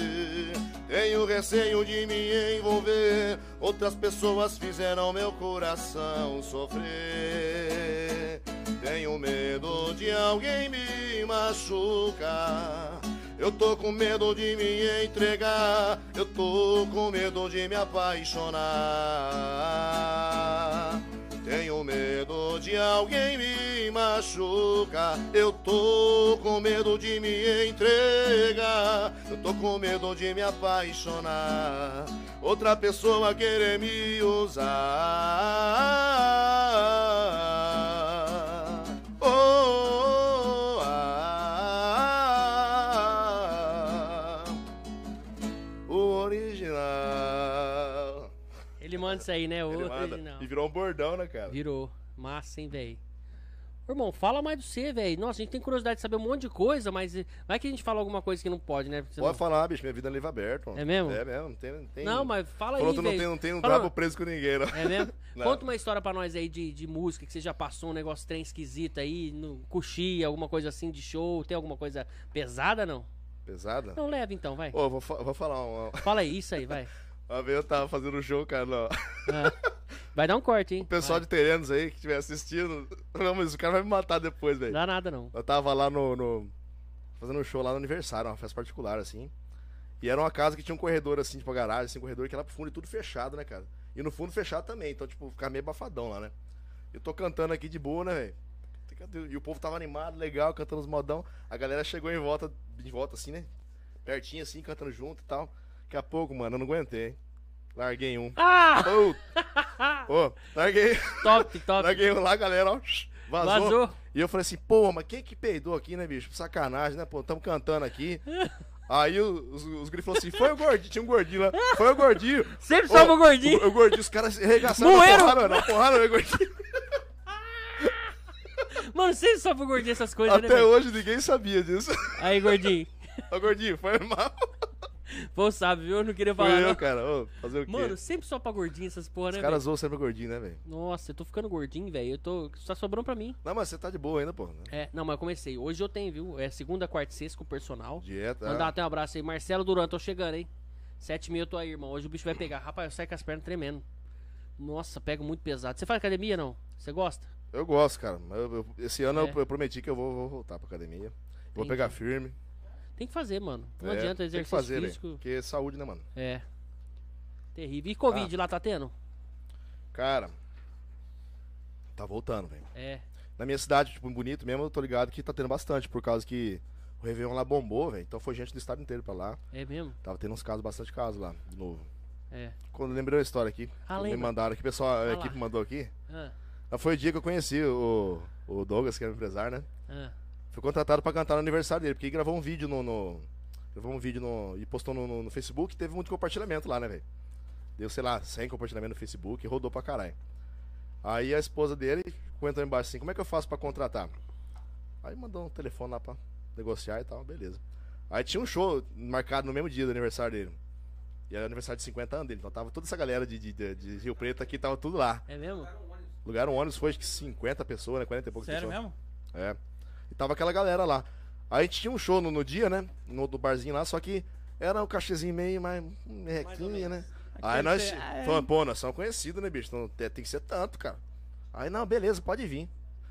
[SPEAKER 3] Tenho receio de me envolver. Outras pessoas fizeram meu coração sofrer. Tenho medo de alguém me machucar. Eu tô com medo de me entregar. Eu tô com medo de me apaixonar. Tenho medo de alguém me machucar. Eu tô com medo de me entregar. Eu tô com medo de me apaixonar. Outra pessoa querer me usar. Oh, ah,
[SPEAKER 2] antes aí, né?
[SPEAKER 3] Ele
[SPEAKER 2] Hoje,
[SPEAKER 3] manda.
[SPEAKER 2] não.
[SPEAKER 3] E virou um bordão, né, cara?
[SPEAKER 2] Virou. Massa, hein, velho? Irmão, fala mais do C, velho. Nossa, a gente tem curiosidade de saber um monte de coisa, mas eh, vai que a gente fala alguma coisa que não pode, né? Você
[SPEAKER 3] Pode falar, bicho, minha vida é livre aberto. mano.
[SPEAKER 2] É mesmo?
[SPEAKER 3] É mesmo, não tem. não tem-
[SPEAKER 2] não... não, mas fala
[SPEAKER 3] Falou,
[SPEAKER 2] aí,
[SPEAKER 3] tu não
[SPEAKER 2] velho.
[SPEAKER 3] tem, não tem um
[SPEAKER 2] Fala-
[SPEAKER 3] brabo preso com ninguém, não.
[SPEAKER 2] É mesmo?
[SPEAKER 3] <laughs> Não.
[SPEAKER 2] Conta uma história pra nós aí de, de música que você já passou um negócio trem esquisito aí, no coxia, alguma coisa assim de show, tem alguma coisa pesada não?
[SPEAKER 3] Pesada?
[SPEAKER 2] Não leva então, vai.
[SPEAKER 3] Ô, vou, fa- vou falar uma.
[SPEAKER 2] Fala aí, isso aí,
[SPEAKER 3] <laughs>
[SPEAKER 2] vai.
[SPEAKER 3] Uma vez eu tava fazendo um show, cara, não.
[SPEAKER 2] Ah, vai dar um corte, hein?
[SPEAKER 3] O pessoal de Terenos aí que estiver assistindo. Não, mas o cara vai me matar depois,
[SPEAKER 2] Não
[SPEAKER 3] velho.
[SPEAKER 2] dá nada não.
[SPEAKER 3] Eu tava lá no, no- fazendo um show lá no aniversário, uma festa particular, assim. E era uma casa que tinha um corredor, assim, tipo, a garagem, assim, um corredor que era pro fundo e tudo fechado, né, cara? E no fundo fechado também, então, tipo, ficava meio abafadão lá, né? Eu tô cantando aqui de boa, né, velho? E o povo tava animado, legal, cantando os modão. A galera chegou em volta, em volta, assim, né? Pertinho, assim, cantando junto e tal. Daqui a pouco, mano, eu não aguentei, hein? Larguei um.
[SPEAKER 2] Ah!
[SPEAKER 3] Ô, ô, larguei,
[SPEAKER 2] Top, top.
[SPEAKER 3] larguei um lá, galera, ó. vazou.
[SPEAKER 2] Vazou.
[SPEAKER 3] E eu falei assim, porra, mas quem que peidou aqui, né, bicho? Sacanagem, né, pô? Tamo
[SPEAKER 2] <laughs>
[SPEAKER 3] cantando aqui. Aí os, os grifos falaram assim, foi o gordinho, tinha um gordinho lá, foi o
[SPEAKER 2] <laughs>
[SPEAKER 3] gordinho.
[SPEAKER 2] Sempre salva o gordinho.
[SPEAKER 3] O, o gordinho, os caras arregaçaram
[SPEAKER 2] Moeram.
[SPEAKER 3] na porrada, na porrada, né, gordinho.
[SPEAKER 2] Mano, sempre salva o gordinho essas coisas, né?
[SPEAKER 3] Até
[SPEAKER 2] velho?
[SPEAKER 3] hoje ninguém
[SPEAKER 2] <laughs>
[SPEAKER 3] sabia disso.
[SPEAKER 2] Aí, gordinho.
[SPEAKER 3] Ô, gordinho, foi mal.
[SPEAKER 2] Pô, sabe, viu? Eu não queria falar.
[SPEAKER 3] Foi eu,
[SPEAKER 2] não.
[SPEAKER 3] cara, ô, fazer o quê?
[SPEAKER 2] né? Mano, sempre só pra gordinho essas porra,
[SPEAKER 3] os
[SPEAKER 2] né?
[SPEAKER 3] caras zoam sempre o gordinho, né, velho?
[SPEAKER 2] velho? Nossa, eu tô ficando gordinho, velho. Eu tô. Tá sobrando pra mim.
[SPEAKER 3] Não, mas você tá de boa ainda, pô.
[SPEAKER 2] É, não, mas eu comecei. Hoje eu tenho, viu? É segunda, quarta e sexta com o personal.
[SPEAKER 3] Dieta.
[SPEAKER 2] Mandar até um abraço aí. Marcelo Duran, tô chegando, hein? Sete e meia eu tô aí, irmão. Hoje o bicho vai pegar. Rapaz, eu saio com as pernas tremendo. Nossa, pego muito pesado. Você faz academia, não? Você gosta?
[SPEAKER 3] Eu gosto, cara. mas eu- eu- esse ano
[SPEAKER 2] É.
[SPEAKER 3] eu, eu prometi que eu vou, vou voltar pra academia. Vou
[SPEAKER 2] Entendi.
[SPEAKER 3] pegar firme.
[SPEAKER 2] Tem que fazer, mano. Não
[SPEAKER 3] É,
[SPEAKER 2] adianta
[SPEAKER 3] tem que
[SPEAKER 2] exercício
[SPEAKER 3] fazer, velho,
[SPEAKER 2] físico.
[SPEAKER 3] Porque é saúde, né, mano?
[SPEAKER 2] É. Terrível. E Covid
[SPEAKER 3] Ah.
[SPEAKER 2] lá tá tendo?
[SPEAKER 3] Cara, tá voltando, velho.
[SPEAKER 2] É.
[SPEAKER 3] Na minha cidade, tipo, em Bonito mesmo, eu tô ligado que tá tendo bastante, por causa que o Réveillon lá bombou, velho. Então foi gente do estado inteiro pra lá.
[SPEAKER 2] É mesmo?
[SPEAKER 3] Tava tendo uns casos, bastante casos lá, de novo.
[SPEAKER 2] É.
[SPEAKER 3] Quando eu lembrei uma história aqui,
[SPEAKER 2] Ah,
[SPEAKER 3] que me
[SPEAKER 2] lembra.
[SPEAKER 3] mandaram aqui, o pessoal, a
[SPEAKER 2] lá.
[SPEAKER 3] equipe mandou aqui.
[SPEAKER 2] Ah,
[SPEAKER 3] Mas Foi o dia que eu conheci o, o Douglas, que é o empresário, né?
[SPEAKER 2] ah.
[SPEAKER 3] Fui contratado pra cantar no aniversário dele, porque ele gravou um vídeo no. no- gravou um vídeo no, e postou no, no, no Facebook e teve muito compartilhamento lá, né, velho? Deu, sei lá, 100 compartilhamentos no Facebook e rodou pra caralho. Aí a esposa dele comentou embaixo assim: como é que eu faço pra contratar? Aí mandou um telefone lá pra negociar e tal, beleza. Aí tinha um show marcado no mesmo dia do aniversário dele. E era aniversário de 50 anos dele, então tava toda essa galera de, de, de- de Rio Preto aqui, tava tudo lá.
[SPEAKER 2] É mesmo?
[SPEAKER 3] Lugar um ônibus foi acho que 50 pessoas, né? 40 e poucas
[SPEAKER 1] Sério
[SPEAKER 3] pessoas.
[SPEAKER 1] mesmo?
[SPEAKER 3] É. E tava aquela galera lá. Aí a gente tinha um show no, no dia, né? No do barzinho lá, só que era um cachezinho meio mais merrequinha, né? Aí
[SPEAKER 1] Aquele
[SPEAKER 3] nós.
[SPEAKER 1] que- ah, é.
[SPEAKER 3] Falando, pô, nós somos conhecidos, né, bicho? Então, te- tem que ser tanto, cara. Aí, não, beleza, pode vir.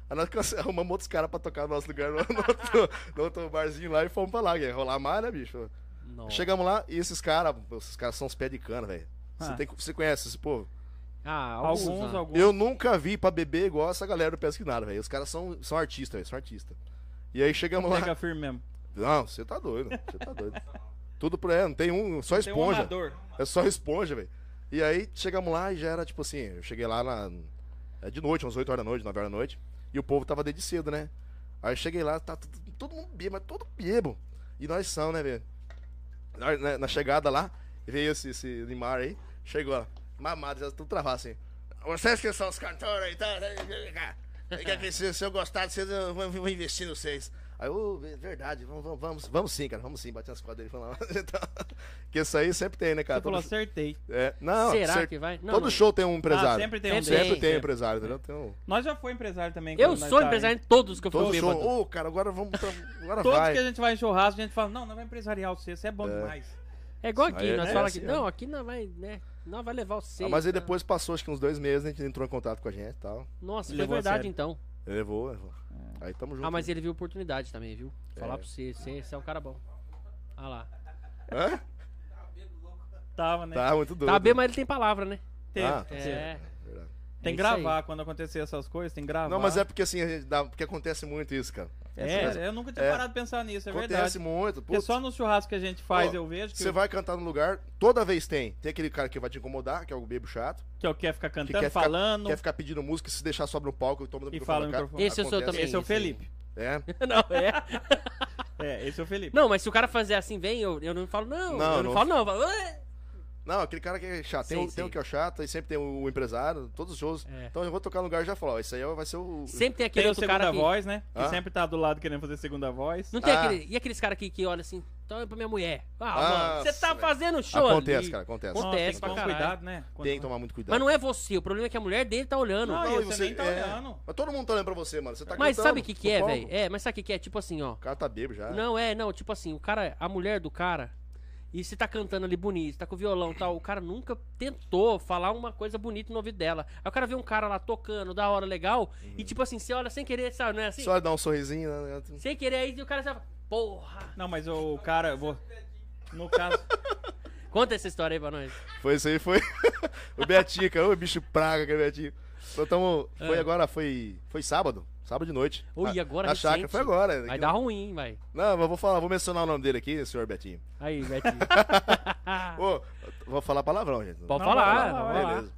[SPEAKER 3] Aí nós cance- <laughs> arrumamos outros caras pra tocar no nosso lugar, no, no outro, <laughs> no outro barzinho lá e fomos pra lá, que ia rolar mais, né, bicho?
[SPEAKER 2] Nossa.
[SPEAKER 3] Chegamos lá e esses caras, esses caras são os pés de cana, velho. Você,
[SPEAKER 1] Ah.
[SPEAKER 3] tem- você conhece esse povo?
[SPEAKER 2] Ah, alguns.
[SPEAKER 1] Alguns,
[SPEAKER 2] ah.
[SPEAKER 1] alguns.
[SPEAKER 3] Eu nunca vi pra beber igual essa galera do Pesca que Nada, velho. Os caras são, são artistas, velho. São artistas. E aí chegamos lá.
[SPEAKER 1] Pega firme mesmo.
[SPEAKER 3] Não, você tá doido. Você tá doido. Tudo pra ela, não tem um, só
[SPEAKER 1] Tem um
[SPEAKER 3] esponja.
[SPEAKER 1] amador.
[SPEAKER 3] é só esponja, velho. E aí chegamos lá e já era tipo assim, eu cheguei lá na, é de noite, umas 8 horas da noite, 9 horas da noite, e o povo tava desde cedo, né? Aí eu cheguei lá, tá tudo- todo mundo bebo, mas todo bebo. E nós são, né, velho? Na, na- na chegada lá, veio esse, esse Neymar aí, chegou lá, mamado, já tudo travado assim. Vocês que são os cantores então, né? e tal, tá, que se, se eu gostar de vocês, eu vou, vou investir nos vocês. Aí, ô, é verdade, vamos, vamos, vamos, vamos sim, cara, vamos sim, bater as quadras dele <laughs> falando. Porque isso aí sempre tem, né, cara?
[SPEAKER 1] Você falou,
[SPEAKER 3] Todo-
[SPEAKER 1] acertei.
[SPEAKER 3] é, não,
[SPEAKER 2] Será
[SPEAKER 3] cer-
[SPEAKER 2] que vai? Não,
[SPEAKER 3] Todo
[SPEAKER 2] não.
[SPEAKER 3] show tem um empresário.
[SPEAKER 1] Ah, sempre tem um
[SPEAKER 2] Sempre
[SPEAKER 1] desse.
[SPEAKER 3] Sempre
[SPEAKER 2] tem, é.
[SPEAKER 3] tem, empresário, entendeu? Tem um-
[SPEAKER 1] Nós já foi empresário também.
[SPEAKER 2] Eu
[SPEAKER 1] quando nós
[SPEAKER 2] sou
[SPEAKER 1] tá
[SPEAKER 2] empresário
[SPEAKER 1] em-
[SPEAKER 2] em todos que eu
[SPEAKER 3] Todo
[SPEAKER 2] fui
[SPEAKER 3] show.
[SPEAKER 2] bêbado.
[SPEAKER 3] Ô, cara, agora vamos. pra- Agora
[SPEAKER 1] Todos
[SPEAKER 3] vai.
[SPEAKER 1] que a gente vai em churrasco, a gente fala, não, não vai empresariar você, você é bom demais.
[SPEAKER 2] É igual
[SPEAKER 3] Isso
[SPEAKER 2] aqui,
[SPEAKER 3] aí é
[SPEAKER 2] nós falamos
[SPEAKER 3] assim,
[SPEAKER 2] aqui.
[SPEAKER 3] é.
[SPEAKER 2] Não, aqui não vai, né? Não vai levar o C.
[SPEAKER 3] Ah, mas aí
[SPEAKER 1] né?
[SPEAKER 3] depois passou, acho que uns dois meses, né, a gente entrou em contato com a gente e tal.
[SPEAKER 2] Ah, Nossa, foi
[SPEAKER 1] Levou a
[SPEAKER 2] verdade
[SPEAKER 1] sério.
[SPEAKER 2] então.
[SPEAKER 3] Ele levou, levou.
[SPEAKER 1] É.
[SPEAKER 3] Aí tamo junto.
[SPEAKER 2] Ah, mas
[SPEAKER 3] né?
[SPEAKER 2] ele viu oportunidade também, viu? Falar
[SPEAKER 3] É.
[SPEAKER 2] pra você, você, você é um cara bom. Ah lá.
[SPEAKER 3] Hã?
[SPEAKER 1] Tava, né?
[SPEAKER 3] Tá muito doido.
[SPEAKER 2] Tá bem, mas ele tem palavra, né?
[SPEAKER 1] Teve,
[SPEAKER 3] Ah.
[SPEAKER 1] teve.
[SPEAKER 2] É.
[SPEAKER 3] Verdade.
[SPEAKER 1] Tem
[SPEAKER 2] É
[SPEAKER 1] que
[SPEAKER 2] isso aí.
[SPEAKER 1] gravar, quando acontecer essas coisas, tem que gravar.
[SPEAKER 3] Não, mas é porque assim, a gente dá- porque acontece muito isso, cara.
[SPEAKER 1] É,
[SPEAKER 2] É.
[SPEAKER 1] sério, eu nunca tinha
[SPEAKER 3] É.
[SPEAKER 1] parado de pensar nisso, é
[SPEAKER 3] acontece
[SPEAKER 1] verdade.
[SPEAKER 3] muito.
[SPEAKER 1] Porque
[SPEAKER 3] Putz,
[SPEAKER 1] só no churrasco que a gente faz,
[SPEAKER 3] Ó,
[SPEAKER 1] eu vejo que,
[SPEAKER 3] Você vai cantar no lugar, toda vez tem. Tem aquele cara que vai te incomodar, que é o bebo chato,
[SPEAKER 1] que eu quero ficar
[SPEAKER 3] que
[SPEAKER 1] cantando,
[SPEAKER 3] quer ficar,
[SPEAKER 1] falando,
[SPEAKER 3] quer ficar pedindo música, se deixar sobre o palco e toma no
[SPEAKER 1] E fala no
[SPEAKER 3] cara.
[SPEAKER 1] microfone.
[SPEAKER 2] Esse eu sou
[SPEAKER 3] Acontece.
[SPEAKER 2] também.
[SPEAKER 1] Esse é o
[SPEAKER 2] Sim, sim.
[SPEAKER 1] Felipe.
[SPEAKER 3] É.
[SPEAKER 2] <laughs> Não, é.
[SPEAKER 1] É, esse é o Felipe.
[SPEAKER 2] Não, mas se o cara fazer assim, vem, eu, eu não falo, não.
[SPEAKER 3] Não,
[SPEAKER 2] eu não,
[SPEAKER 3] não.
[SPEAKER 2] falo, não. Eu falo, "Ué".
[SPEAKER 3] Não, aquele cara que é chato. Tem,
[SPEAKER 2] Sim,
[SPEAKER 3] o- tem
[SPEAKER 2] sim.
[SPEAKER 3] o que é o chato, e sempre tem o empresário, todos os shows.
[SPEAKER 2] É.
[SPEAKER 3] Então eu vou tocar no lugar e já falo, ó, isso aí vai ser o.
[SPEAKER 2] Sempre tem aquele
[SPEAKER 1] Tem o
[SPEAKER 2] outro
[SPEAKER 1] segunda
[SPEAKER 2] cara que...
[SPEAKER 1] voz, né? Que
[SPEAKER 3] Hã?
[SPEAKER 1] sempre tá do lado querendo fazer segunda voz.
[SPEAKER 2] Não tem
[SPEAKER 3] Ah.
[SPEAKER 2] aquele... E aqueles caras que, que olham assim, então é pra minha mulher. Ah,
[SPEAKER 3] Nossa,
[SPEAKER 2] mano, você tá
[SPEAKER 3] velho.
[SPEAKER 2] fazendo show
[SPEAKER 3] Acontece,
[SPEAKER 2] ali.
[SPEAKER 3] cara, acontece.
[SPEAKER 2] Nossa,
[SPEAKER 1] tem
[SPEAKER 2] acontece
[SPEAKER 1] que
[SPEAKER 2] pra
[SPEAKER 1] tomar
[SPEAKER 2] caralho.
[SPEAKER 1] cuidado, né? Quando-
[SPEAKER 3] Tem que tomar muito cuidado.
[SPEAKER 2] Mas não é você, o problema é que a mulher dele tá olhando.
[SPEAKER 1] Não,
[SPEAKER 3] Não,
[SPEAKER 1] e
[SPEAKER 3] e
[SPEAKER 1] você,
[SPEAKER 3] você-
[SPEAKER 1] nem tá
[SPEAKER 3] é.
[SPEAKER 1] olhando.
[SPEAKER 3] Mas todo mundo tá olhando pra você, mano. Você tá
[SPEAKER 2] mas
[SPEAKER 3] cantando
[SPEAKER 2] sabe o que que
[SPEAKER 3] no
[SPEAKER 2] é,
[SPEAKER 3] palco.
[SPEAKER 2] velho? É, mas sabe o que que é? Tipo assim, ó.
[SPEAKER 3] O cara tá bêbado já.
[SPEAKER 2] Não, é, não, tipo assim, o cara, a mulher do cara, e você tá cantando ali bonito, você tá com violão e tal, o cara nunca tentou falar uma coisa bonita no ouvido dela. Aí o cara vê um cara lá tocando, da hora, legal, e tipo assim, você olha sem querer, sabe, não é assim?
[SPEAKER 3] Uhum. Só dá um sorrisinho, né?
[SPEAKER 2] Sem querer, aí o cara já fala, porra!
[SPEAKER 1] Não, mas o cara, eu vou. No caso.
[SPEAKER 2] Conta essa história aí pra nós.
[SPEAKER 3] Foi isso aí, foi. <laughs> o Betinho, cara. O bicho praga que é o Betinho. Então, tamo- foi agora, foi, foi sábado. Sábado de noite.
[SPEAKER 2] Ô,
[SPEAKER 3] Na-
[SPEAKER 2] e É. agora,
[SPEAKER 3] Na chácara,
[SPEAKER 2] recente?
[SPEAKER 3] foi agora.
[SPEAKER 2] Vai
[SPEAKER 3] Aqui-
[SPEAKER 2] dar ruim, hein, vai.
[SPEAKER 3] Não, mas vou falar, vou mencionar o nome dele aqui, senhor Betinho.
[SPEAKER 2] Aí,
[SPEAKER 3] <laughs>
[SPEAKER 2] Betinho. Tá.
[SPEAKER 3] Ô, vou falar palavrão, gente.
[SPEAKER 2] Pode
[SPEAKER 1] Não,
[SPEAKER 2] falar,
[SPEAKER 1] vai lá,
[SPEAKER 2] vai
[SPEAKER 1] vai
[SPEAKER 2] lá.
[SPEAKER 3] Beleza.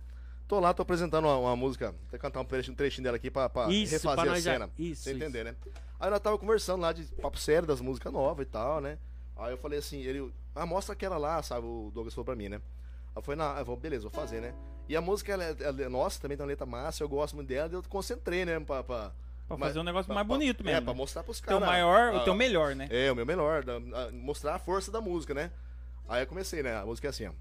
[SPEAKER 3] Tô lá, tô apresentando uma, uma música. Vou até cantar um trechinho, um trechinho dela aqui pra, pra
[SPEAKER 2] Isso,
[SPEAKER 3] refazer
[SPEAKER 2] pra
[SPEAKER 3] a
[SPEAKER 2] nós já-
[SPEAKER 3] cena.
[SPEAKER 2] isso,
[SPEAKER 3] Você entender, né? Aí nós tava conversando lá de papo sério das músicas novas e tal, né? Aí eu falei assim, ele. Ah, mostra aquela lá, sabe? O Douglas falou pra mim, né? Aí foi na. Eu falei, beleza, vou fazer, né? E a música, ela, é- ela é nossa, também tem uma letra massa, eu gosto muito dela, daí eu concentrei, né? Pra, pra,
[SPEAKER 1] Pra
[SPEAKER 3] mas-
[SPEAKER 1] fazer um negócio
[SPEAKER 3] pra-
[SPEAKER 1] mais
[SPEAKER 3] pra-
[SPEAKER 1] bonito
[SPEAKER 3] É,
[SPEAKER 1] mesmo.
[SPEAKER 3] pra
[SPEAKER 1] né?
[SPEAKER 3] mostrar pros
[SPEAKER 1] O
[SPEAKER 3] caras.
[SPEAKER 1] teu maior, o
[SPEAKER 3] ah,
[SPEAKER 1] teu melhor, né?
[SPEAKER 3] é, o meu melhor. da- a- mostrar a força da música, né? Aí eu comecei, né? A música é assim, ó.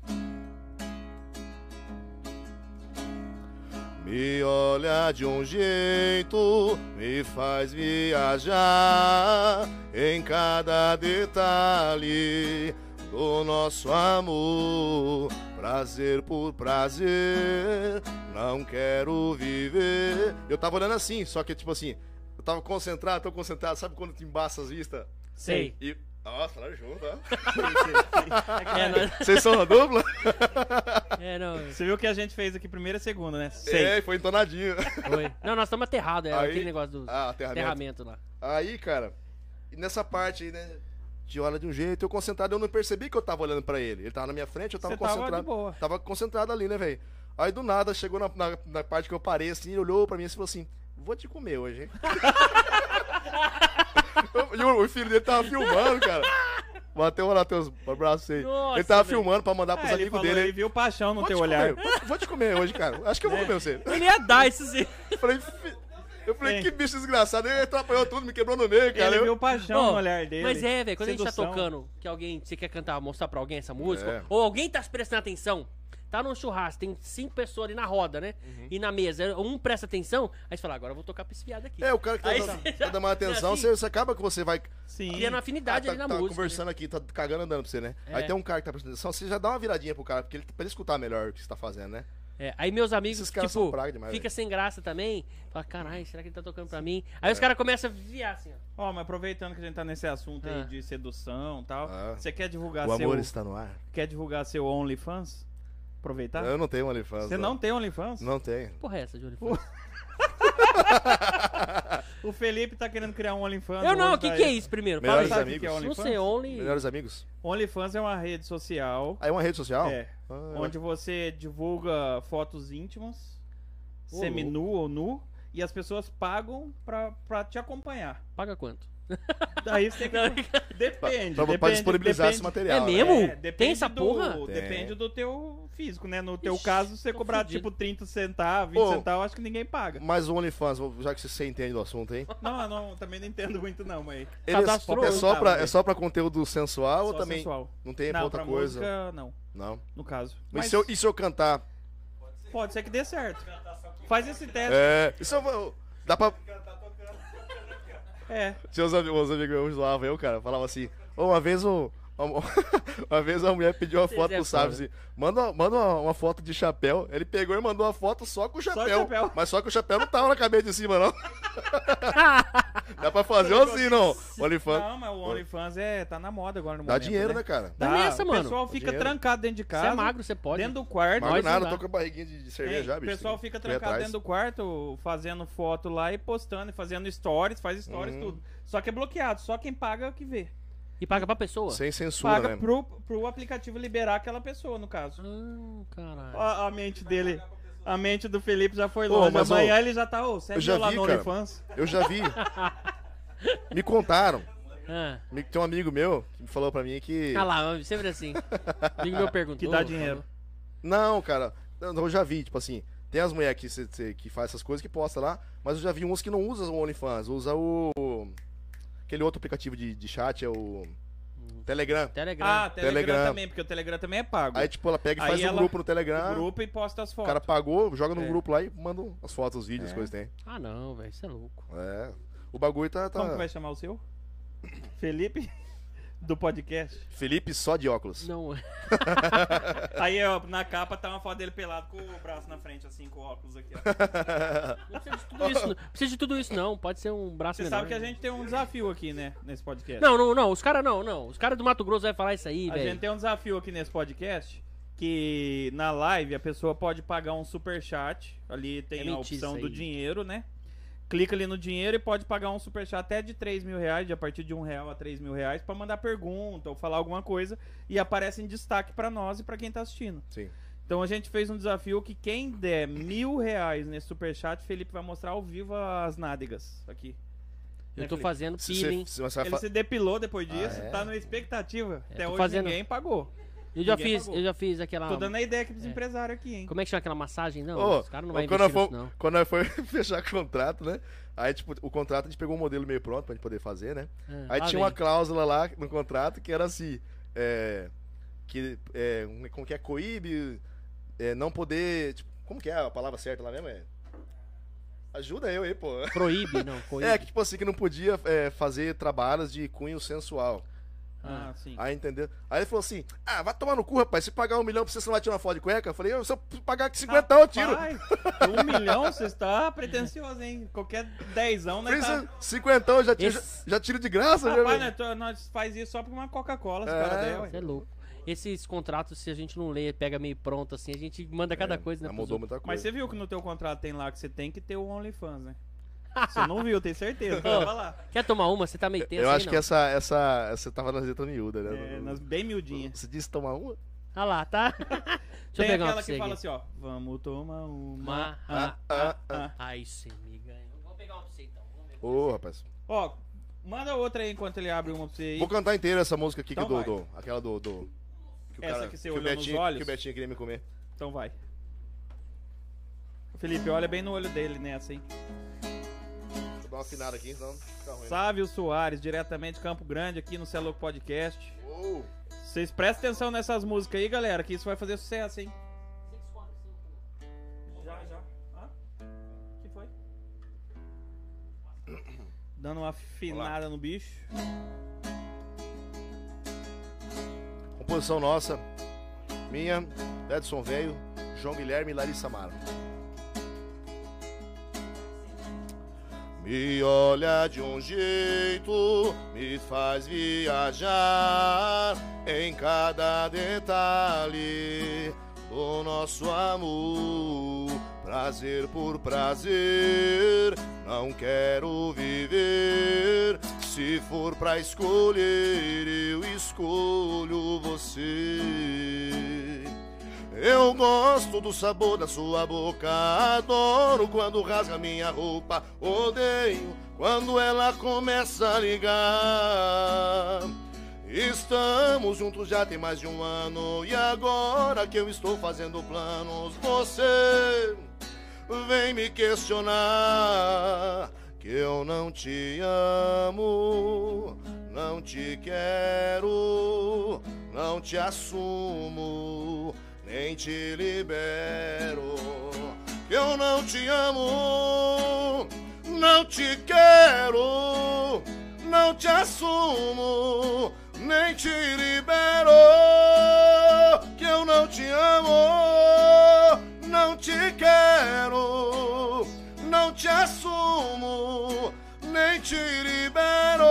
[SPEAKER 3] Me olha de um jeito, me faz viajar em cada detalhe do nosso amor. Prazer por prazer, não quero viver. Eu tava olhando assim, só que tipo assim, eu tava concentrado, tão concentrado, sabe quando te embaça as vistas?
[SPEAKER 2] Sei.
[SPEAKER 3] E. Nossa, falaram junto, ó.
[SPEAKER 2] É, nós-
[SPEAKER 3] <laughs>
[SPEAKER 2] <laughs>
[SPEAKER 3] Vocês são a dupla?
[SPEAKER 2] é, não,
[SPEAKER 1] Você viu o que a gente fez aqui primeira e segunda, né? Sei.
[SPEAKER 3] É, foi entonadinho.
[SPEAKER 2] foi. Não, nós estamos aterrados, é
[SPEAKER 3] Aí-
[SPEAKER 2] aquele negócio do
[SPEAKER 3] Ah, aterramento.
[SPEAKER 2] aterramento lá.
[SPEAKER 3] Aí, cara, e nessa parte aí, né? Te olha de um jeito, eu concentrado, eu não percebi que eu tava olhando pra ele. Ele tava na minha frente, eu tava
[SPEAKER 1] Você tava de
[SPEAKER 3] concentrado.
[SPEAKER 1] boa.
[SPEAKER 3] Tava concentrado ali, né, velho? Aí do nada chegou na, na- na parte que eu parei assim, ele olhou pra mim e falou assim: Vou te comer
[SPEAKER 1] <laughs>
[SPEAKER 3] hoje, hein? e o, o filho dele tava filmando, cara. Bateu o Matheus, um abraço aí.
[SPEAKER 2] Nossa,
[SPEAKER 3] ele tava
[SPEAKER 2] velho.
[SPEAKER 3] filmando pra mandar pros
[SPEAKER 1] Ah, ele
[SPEAKER 3] amigos
[SPEAKER 1] falou,
[SPEAKER 3] dele.
[SPEAKER 1] ele
[SPEAKER 3] ele,
[SPEAKER 1] viu paixão no
[SPEAKER 3] "Vou te
[SPEAKER 1] teu olhar.
[SPEAKER 3] comer, vou- Vou te comer hoje, cara. Acho que eu vou comer você.
[SPEAKER 2] Ele ia dar isso sim.
[SPEAKER 3] Eu falei, "Fi-" eu falei
[SPEAKER 1] Sim.
[SPEAKER 3] que bicho desgraçado. Ele atrapalhou tudo, me quebrou no meio, cara.
[SPEAKER 1] Ele
[SPEAKER 3] Eu-
[SPEAKER 1] viu paixão
[SPEAKER 2] Ó,
[SPEAKER 1] no olhar dele.
[SPEAKER 2] Mas é, velho, quando a gente tá
[SPEAKER 1] sedução.
[SPEAKER 2] tocando, que alguém, você quer cantar, mostrar pra alguém essa música,
[SPEAKER 3] É.
[SPEAKER 2] ou alguém tá prestando atenção, tá num churrasco, tem cinco pessoas ali na roda, né?
[SPEAKER 3] Uhum.
[SPEAKER 2] E na mesa, um presta atenção, aí você fala, agora eu vou tocar pra esse viado aqui.
[SPEAKER 3] É, o cara que tá,
[SPEAKER 2] Aí
[SPEAKER 3] dando-
[SPEAKER 2] você já-
[SPEAKER 3] tá dando mais atenção,
[SPEAKER 2] assim-
[SPEAKER 3] você, você acaba que você vai.
[SPEAKER 1] Sim.
[SPEAKER 2] Criando afinidade
[SPEAKER 3] Ah, tá,
[SPEAKER 2] ali é na
[SPEAKER 3] tá
[SPEAKER 2] música. né?
[SPEAKER 3] conversando aqui, tá cagando andando pra você, né?
[SPEAKER 2] É.
[SPEAKER 3] Aí tem um cara que tá prestando atenção, você já dá uma viradinha pro cara, porque ele, pra ele escutar melhor o que você tá fazendo, né?
[SPEAKER 2] né? É, aí meus amigos,
[SPEAKER 3] Esses caras
[SPEAKER 2] tipo,
[SPEAKER 3] são praga demais,
[SPEAKER 2] fica
[SPEAKER 3] velho.
[SPEAKER 2] sem graça também, fala, caralho, será que ele tá tocando pra mim? Aí
[SPEAKER 3] É.
[SPEAKER 2] os caras começam a viar assim, ó.
[SPEAKER 1] Ó, mas aproveitando que a gente tá nesse assunto
[SPEAKER 2] Ah.
[SPEAKER 1] aí de sedução e tal,
[SPEAKER 3] Ah.
[SPEAKER 1] você quer divulgar
[SPEAKER 3] o
[SPEAKER 1] seu
[SPEAKER 3] amor está no ar.
[SPEAKER 1] quer divulgar seu OnlyFans? Aproveitar?
[SPEAKER 3] Eu não tenho OnlyFans.
[SPEAKER 1] Tá. Você não tem OnlyFans?
[SPEAKER 3] Não tenho.
[SPEAKER 2] Porra, é essa, Júlio?
[SPEAKER 1] O Felipe tá querendo criar um OnlyFans.
[SPEAKER 2] Eu não,
[SPEAKER 1] hoje
[SPEAKER 2] o que,
[SPEAKER 1] tá
[SPEAKER 2] que é
[SPEAKER 1] aí.
[SPEAKER 2] isso primeiro? Fala
[SPEAKER 3] Melhores
[SPEAKER 2] aí.
[SPEAKER 1] sabe o que que
[SPEAKER 3] amigos.
[SPEAKER 1] é
[SPEAKER 2] Não
[SPEAKER 1] OnlyFans?
[SPEAKER 2] sei, Only.
[SPEAKER 3] Melhores amigos.
[SPEAKER 1] OnlyFans é uma rede social
[SPEAKER 3] Aí uma rede social?
[SPEAKER 1] é,
[SPEAKER 3] Ah,
[SPEAKER 1] onde você divulga fotos íntimas,
[SPEAKER 2] Ô,
[SPEAKER 1] seminu ou nu, e as pessoas pagam pra, pra te acompanhar.
[SPEAKER 2] Paga quanto?
[SPEAKER 1] Daí você tem que.
[SPEAKER 2] <laughs>
[SPEAKER 3] Pra,
[SPEAKER 1] depende.
[SPEAKER 3] Então, pra,
[SPEAKER 1] depende
[SPEAKER 3] pra disponibilizar esse
[SPEAKER 1] depende-
[SPEAKER 3] material.
[SPEAKER 2] É
[SPEAKER 3] né?
[SPEAKER 2] mesmo?
[SPEAKER 1] É,
[SPEAKER 2] Tem
[SPEAKER 1] depende
[SPEAKER 2] essa
[SPEAKER 1] do-
[SPEAKER 2] porra?
[SPEAKER 3] Tem.
[SPEAKER 1] Depende do teu físico, né? No teu
[SPEAKER 2] Ixi,
[SPEAKER 1] caso, se você
[SPEAKER 2] tô
[SPEAKER 1] cobrar
[SPEAKER 2] fudido.
[SPEAKER 1] tipo 30 centavos, 20
[SPEAKER 3] Ô.
[SPEAKER 1] centavos, acho que ninguém
[SPEAKER 2] <laughs>
[SPEAKER 1] paga.
[SPEAKER 3] Mas o OnlyFans, já que você entende do assunto, hein?
[SPEAKER 1] Não, eu não, também não entendo muito, não, mas.
[SPEAKER 3] Ele é,
[SPEAKER 2] Cadastrou,
[SPEAKER 3] só- é só
[SPEAKER 1] tá,
[SPEAKER 3] pra,
[SPEAKER 1] ok.
[SPEAKER 3] é só pra conteúdo sensual ou
[SPEAKER 1] só
[SPEAKER 3] também
[SPEAKER 1] sensual.
[SPEAKER 3] não tem pra
[SPEAKER 1] Não,
[SPEAKER 3] outra
[SPEAKER 1] pra
[SPEAKER 3] coisa?
[SPEAKER 1] música, não.
[SPEAKER 3] Não.
[SPEAKER 1] No caso.
[SPEAKER 3] E, se eu, e se eu cantar?
[SPEAKER 1] Pode ser que dê certo. Faz esse teste.
[SPEAKER 3] É. E se eu. vou- Dá pra.
[SPEAKER 1] É.
[SPEAKER 3] Tinha uns amigos, uns amigos meus zoavam eu, cara. Falava assim, "Ô, uma vez o. Uma, <laughs> uma vez uma mulher pediu uma
[SPEAKER 2] Vocês
[SPEAKER 3] foto
[SPEAKER 2] é
[SPEAKER 3] pro Sábio assim, manda, manda uma, uma foto de chapéu. Ele pegou e mandou uma foto só com o chapéu.
[SPEAKER 1] chapéu.
[SPEAKER 3] Mas só que o chapéu não tava na cabeça de
[SPEAKER 1] <laughs>
[SPEAKER 3] cima, não. Dá pra fazer assim, não. Olifante.
[SPEAKER 1] Não, mas o OnlyFans é, tá na moda agora no
[SPEAKER 3] Dá
[SPEAKER 1] momento.
[SPEAKER 3] dinheiro, né, cara?
[SPEAKER 1] Dá,
[SPEAKER 2] Dá nessa,
[SPEAKER 1] O
[SPEAKER 2] mano.
[SPEAKER 1] pessoal
[SPEAKER 3] Dá
[SPEAKER 1] fica
[SPEAKER 3] dinheiro.
[SPEAKER 1] trancado dentro de
[SPEAKER 2] Você
[SPEAKER 1] casa.
[SPEAKER 2] é magro, você pode.
[SPEAKER 1] Dentro do quarto.
[SPEAKER 3] Mas
[SPEAKER 2] Nós não
[SPEAKER 3] nada,
[SPEAKER 2] dá.
[SPEAKER 3] tô com a barriguinha de, de cerveja
[SPEAKER 1] Tem,
[SPEAKER 3] já,
[SPEAKER 1] É, o
[SPEAKER 3] bicho.
[SPEAKER 1] pessoal fica
[SPEAKER 3] Correr
[SPEAKER 1] trancado
[SPEAKER 3] atrás.
[SPEAKER 1] dentro do quarto, fazendo foto lá e postando, e fazendo stories, faz stories,
[SPEAKER 3] Uhum.
[SPEAKER 1] tudo. Só que é bloqueado, só quem paga é o que vê.
[SPEAKER 2] E paga pra pessoa?
[SPEAKER 3] Sem censura,
[SPEAKER 1] Paga
[SPEAKER 3] né?
[SPEAKER 1] pro, pro aplicativo liberar aquela pessoa, no caso.
[SPEAKER 2] Ah, caralho.
[SPEAKER 1] A, a mente dele, a mente do Felipe já foi
[SPEAKER 3] Ô,
[SPEAKER 1] longe.
[SPEAKER 3] mas, ô,
[SPEAKER 1] Amanhã ele já tá, ô, você
[SPEAKER 3] eu já
[SPEAKER 1] viu lá
[SPEAKER 3] vi,
[SPEAKER 1] no
[SPEAKER 3] cara.
[SPEAKER 1] OnlyFans?
[SPEAKER 3] Eu
[SPEAKER 1] <laughs>
[SPEAKER 3] já vi. Me contaram.
[SPEAKER 2] Ah.
[SPEAKER 3] Me- Tem um amigo meu que me falou pra mim que.
[SPEAKER 1] <laughs>
[SPEAKER 2] Ah lá, sempre assim. Amigo meu
[SPEAKER 1] Que
[SPEAKER 2] perguntou.
[SPEAKER 1] dá dinheiro.
[SPEAKER 2] falou.
[SPEAKER 3] Não, cara, eu eu já vi, tipo assim, tem as mulheres que, cê- cê- que faz essas coisas que posta lá, mas eu já vi uns que não usam o OnlyFans, usa o. Aquele outro aplicativo de, de chat, é o.
[SPEAKER 1] Hum.
[SPEAKER 3] Telegram.
[SPEAKER 2] Telegram.
[SPEAKER 1] Ah, Telegram,
[SPEAKER 3] Telegram.
[SPEAKER 1] também, porque o Telegram também é pago.
[SPEAKER 3] Aí, tipo, ela pega e
[SPEAKER 1] Aí
[SPEAKER 3] faz um
[SPEAKER 1] ela-
[SPEAKER 3] grupo no Telegram,
[SPEAKER 1] o grupo e posta as
[SPEAKER 3] o
[SPEAKER 1] fotos.
[SPEAKER 3] cara pagou, joga no
[SPEAKER 1] É.
[SPEAKER 3] grupo lá e manda um, as fotos, os vídeos,
[SPEAKER 1] É.
[SPEAKER 3] as coisas que tem.
[SPEAKER 2] Ah, não, velho, isso é louco.
[SPEAKER 3] É. O bagulho tá. tá-
[SPEAKER 1] Como que vai chamar o seu? Felipe? Do podcast.
[SPEAKER 3] Felipe só de óculos.
[SPEAKER 2] Não, <laughs>
[SPEAKER 1] Aí, ó, na capa tá uma foto dele pelado com o braço na frente, assim, com o óculos aqui, ó.
[SPEAKER 2] não precisa de tudo isso, não precisa de tudo isso, não. Pode ser um braço
[SPEAKER 1] Você
[SPEAKER 2] menor.
[SPEAKER 1] sabe que a gente tem um desafio aqui, né? Nesse podcast.
[SPEAKER 2] Não, não, não. Os caras não, não. Os caras do Mato Grosso vai falar isso aí,
[SPEAKER 1] a gente
[SPEAKER 2] velho.
[SPEAKER 1] tem um desafio aqui nesse podcast. Que na live a pessoa pode pagar um superchat. Ali tem
[SPEAKER 2] É
[SPEAKER 1] a
[SPEAKER 2] mentira
[SPEAKER 1] opção
[SPEAKER 2] isso
[SPEAKER 1] do
[SPEAKER 2] aí.
[SPEAKER 1] dinheiro, né? Clica ali no dinheiro e pode pagar um superchat até de 3 mil reais, de a partir de um real a 3 mil reais, pra mandar pergunta ou falar alguma coisa. E aparece em destaque pra nós e pra quem tá assistindo.
[SPEAKER 3] Sim.
[SPEAKER 1] Então a gente fez um desafio que quem der mil reais nesse superchat, Felipe vai mostrar ao vivo as nádegas aqui.
[SPEAKER 2] Eu
[SPEAKER 1] né,
[SPEAKER 2] tô
[SPEAKER 1] Felipe?
[SPEAKER 2] fazendo
[SPEAKER 3] Se você-
[SPEAKER 2] peeling.
[SPEAKER 3] se você vai
[SPEAKER 1] Ele
[SPEAKER 3] fa-
[SPEAKER 1] se depilou depois
[SPEAKER 3] Ah,
[SPEAKER 1] disso,
[SPEAKER 3] é?
[SPEAKER 1] tá numa expectativa. Até
[SPEAKER 2] É, tô
[SPEAKER 1] hoje
[SPEAKER 2] fazendo-
[SPEAKER 1] ninguém pagou.
[SPEAKER 2] Eu já
[SPEAKER 1] Ninguém
[SPEAKER 2] fiz,
[SPEAKER 1] pagou.
[SPEAKER 2] eu já fiz aquela.
[SPEAKER 1] Tô dando a ideia aqui pros
[SPEAKER 2] é.
[SPEAKER 1] empresários aqui, hein?
[SPEAKER 2] Como é que chama aquela massagem? Não,
[SPEAKER 3] Ô,
[SPEAKER 2] os caras não vão
[SPEAKER 3] quando,
[SPEAKER 2] investir
[SPEAKER 3] nós
[SPEAKER 2] nisso,
[SPEAKER 3] fomos-
[SPEAKER 2] não.
[SPEAKER 3] quando nós foi <laughs> fechar contrato, né? Aí, tipo, o contrato a gente pegou um modelo meio pronto pra gente poder fazer, né?
[SPEAKER 2] Ah,
[SPEAKER 3] Aí
[SPEAKER 2] lá
[SPEAKER 3] tinha
[SPEAKER 2] vem.
[SPEAKER 3] uma cláusula lá no contrato que era assim: é, que, é, um- como que é? Coíbe é, não poder. tipo, como que é a palavra certa lá mesmo? É? Ajuda eu aí, pô.
[SPEAKER 2] Proíbe, não. Coíbe.
[SPEAKER 3] É, que tipo assim, que não podia é, fazer trabalhos de cunho sensual.
[SPEAKER 1] Ah, sim.
[SPEAKER 3] Aí entendeu? Aí ele falou assim: Ah, vai tomar no cu, rapaz. Se pagar um milhão pra você, você não vai tirar uma foto de cueca? Eu falei: "Eu, Se eu pagar 50, eu tiro.
[SPEAKER 1] Rapaz, um milhão, você está pretencioso, hein? Qualquer dezão, né? Tá...
[SPEAKER 3] Pensa, 50 eu já tiro,
[SPEAKER 2] Esse-
[SPEAKER 3] já, já tiro de graça, já,
[SPEAKER 1] Rapaz, né, nós,
[SPEAKER 3] velho.
[SPEAKER 1] to- nós faz isso só por uma Coca-Cola, se
[SPEAKER 3] É,
[SPEAKER 1] cara der,
[SPEAKER 2] Você é
[SPEAKER 1] ué.
[SPEAKER 2] louco. Esses contratos, se a gente não lê, pega meio pronto assim, a gente manda cada coisa, né?
[SPEAKER 3] Ah,
[SPEAKER 2] pros
[SPEAKER 3] mudou
[SPEAKER 2] outros.
[SPEAKER 3] muita coisa.
[SPEAKER 1] Mas você viu que no teu contrato tem lá que você tem que ter o OnlyFans, né? Você não viu, tenho
[SPEAKER 3] <laughs>
[SPEAKER 1] certeza. Tava lá.
[SPEAKER 2] Quer tomar uma? Você tá meio tenso
[SPEAKER 3] eu
[SPEAKER 2] aí,
[SPEAKER 3] acho
[SPEAKER 2] não.
[SPEAKER 3] que essa, essa. Você tava nas letras miúdas, né?
[SPEAKER 1] assim, É, nas- bem miudinha.
[SPEAKER 3] Você disse tomar uma?
[SPEAKER 2] Ah lá, tá? Deixa eu
[SPEAKER 1] Tem
[SPEAKER 2] pegar uma
[SPEAKER 1] aquela
[SPEAKER 2] pra
[SPEAKER 1] que
[SPEAKER 2] você
[SPEAKER 1] fala
[SPEAKER 2] aqui.
[SPEAKER 1] assim, ó. Vamos tomar uma.
[SPEAKER 2] Uma,
[SPEAKER 1] Ah, ah, ah.
[SPEAKER 2] Ai, você me ganhou. Vou pegar uma pra você então. Vamos ver.
[SPEAKER 3] Ô, rapaz.
[SPEAKER 1] Ó, manda outra aí enquanto ele abre uma pra você aí.
[SPEAKER 3] Vou cantar inteira essa música aqui
[SPEAKER 1] Então
[SPEAKER 3] que do,
[SPEAKER 1] vai.
[SPEAKER 3] do. Aquela do. do- que
[SPEAKER 1] Essa que você
[SPEAKER 3] o
[SPEAKER 1] olhou nos
[SPEAKER 3] Betinho,
[SPEAKER 1] olhos?
[SPEAKER 3] Que o Betinho queria me comer.
[SPEAKER 1] Então vai. Felipe, olha bem no olho dele nessa, hein?
[SPEAKER 3] Vou dar uma afinada aqui, senão fica ruim. né?
[SPEAKER 1] Sávio Soares, diretamente de Campo Grande, aqui no Celuco Podcast.
[SPEAKER 3] Ô,
[SPEAKER 1] Vocês prestem atenção nessas músicas aí, galera, que isso vai fazer sucesso, hein? Já, já. Ah, que foi? Dando uma afinada no bicho.
[SPEAKER 3] Composição nossa. Minha, Edson Velho, João Guilherme e Larissa Mara. Me olha de um jeito, me faz viajar em cada detalhe do nosso amor. Prazer por prazer, não quero viver. Se for pra escolher, eu escolho você. Eu gosto do sabor da sua boca, adoro quando rasga minha roupa, odeio quando ela começa a ligar. Estamos juntos já tem mais de um ano e agora que eu estou fazendo planos, você vem me questionar que eu não te amo, não te quero, não te assumo, nem te libero. Que eu não te amo, não te quero, não te assumo, nem te libero. Que eu não te amo, não te quero, não te assumo, nem te libero.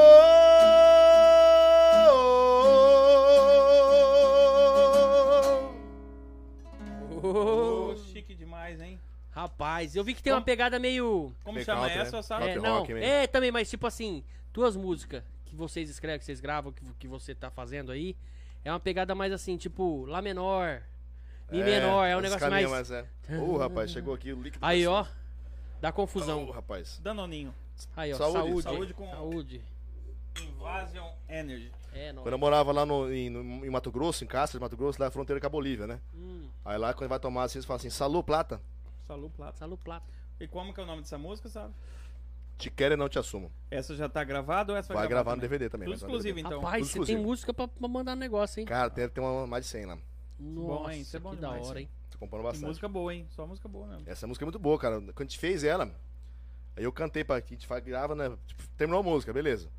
[SPEAKER 1] Ô,
[SPEAKER 2] Ô,
[SPEAKER 1] chique demais, hein?
[SPEAKER 2] Rapaz, eu vi que tem uma pegada meio.
[SPEAKER 1] Como
[SPEAKER 3] Bem
[SPEAKER 1] chama
[SPEAKER 3] counter,
[SPEAKER 1] essa,
[SPEAKER 3] né?
[SPEAKER 1] sabe?
[SPEAKER 2] é,
[SPEAKER 3] rock
[SPEAKER 2] não.
[SPEAKER 3] mesmo.
[SPEAKER 2] É, também, mas tipo assim, duas músicas que vocês escrevem, que vocês gravam, que, que você tá fazendo aí, é uma pegada mais assim, tipo, Lá menor, Mi menor, é um
[SPEAKER 3] esse
[SPEAKER 2] negócio mais.
[SPEAKER 3] caminho, mas é. Ô, rapaz, chegou aqui o líquido.
[SPEAKER 2] Aí, ó, dá
[SPEAKER 3] Ô,
[SPEAKER 2] confusão.
[SPEAKER 3] rapaz.
[SPEAKER 1] É Danoninho.
[SPEAKER 2] Aí, ó,
[SPEAKER 3] Saúde,
[SPEAKER 2] saúde.
[SPEAKER 1] saúde com-
[SPEAKER 2] saúde.
[SPEAKER 1] Em Vasion Energy.
[SPEAKER 2] É, não.
[SPEAKER 3] Quando eu morava lá no, em, no- em Mato Grosso, em Cáceres, Mato Grosso, lá é a fronteira com a Bolívia, né?
[SPEAKER 2] Hum,
[SPEAKER 3] Aí lá quando vai tomar assim, eles falam assim, salô, plata,
[SPEAKER 1] Salud Plata.
[SPEAKER 2] Salu Plata.
[SPEAKER 1] E como que é o nome dessa música, sabe?
[SPEAKER 3] te querem não te assumo.
[SPEAKER 1] Essa já tá gravada ou essa
[SPEAKER 3] Vai,
[SPEAKER 1] vai,
[SPEAKER 3] gravar no
[SPEAKER 1] também?
[SPEAKER 3] DVD também.
[SPEAKER 1] Tudo
[SPEAKER 3] vai gravar no
[SPEAKER 1] exclusivo, então.
[SPEAKER 2] Rapaz,
[SPEAKER 3] tudo
[SPEAKER 2] você tem
[SPEAKER 3] exclusivo.
[SPEAKER 2] música pra, pra mandar um negócio, hein?
[SPEAKER 3] DVD. Cara, tem, tem uma, mais de 100 lá.
[SPEAKER 2] Nossa,
[SPEAKER 1] hein? Isso é bom
[SPEAKER 2] que da
[SPEAKER 1] demais,
[SPEAKER 2] hora,
[SPEAKER 1] hein?
[SPEAKER 2] hein?
[SPEAKER 3] Tô comprando
[SPEAKER 1] E
[SPEAKER 3] bastante.
[SPEAKER 1] música boa, hein? Só música boa mesmo.
[SPEAKER 3] Essa música é muito boa, cara. Quando a gente fez ela, aí eu cantei pra aqui, a gente fa- grava, né? Tipo, terminou a música, beleza.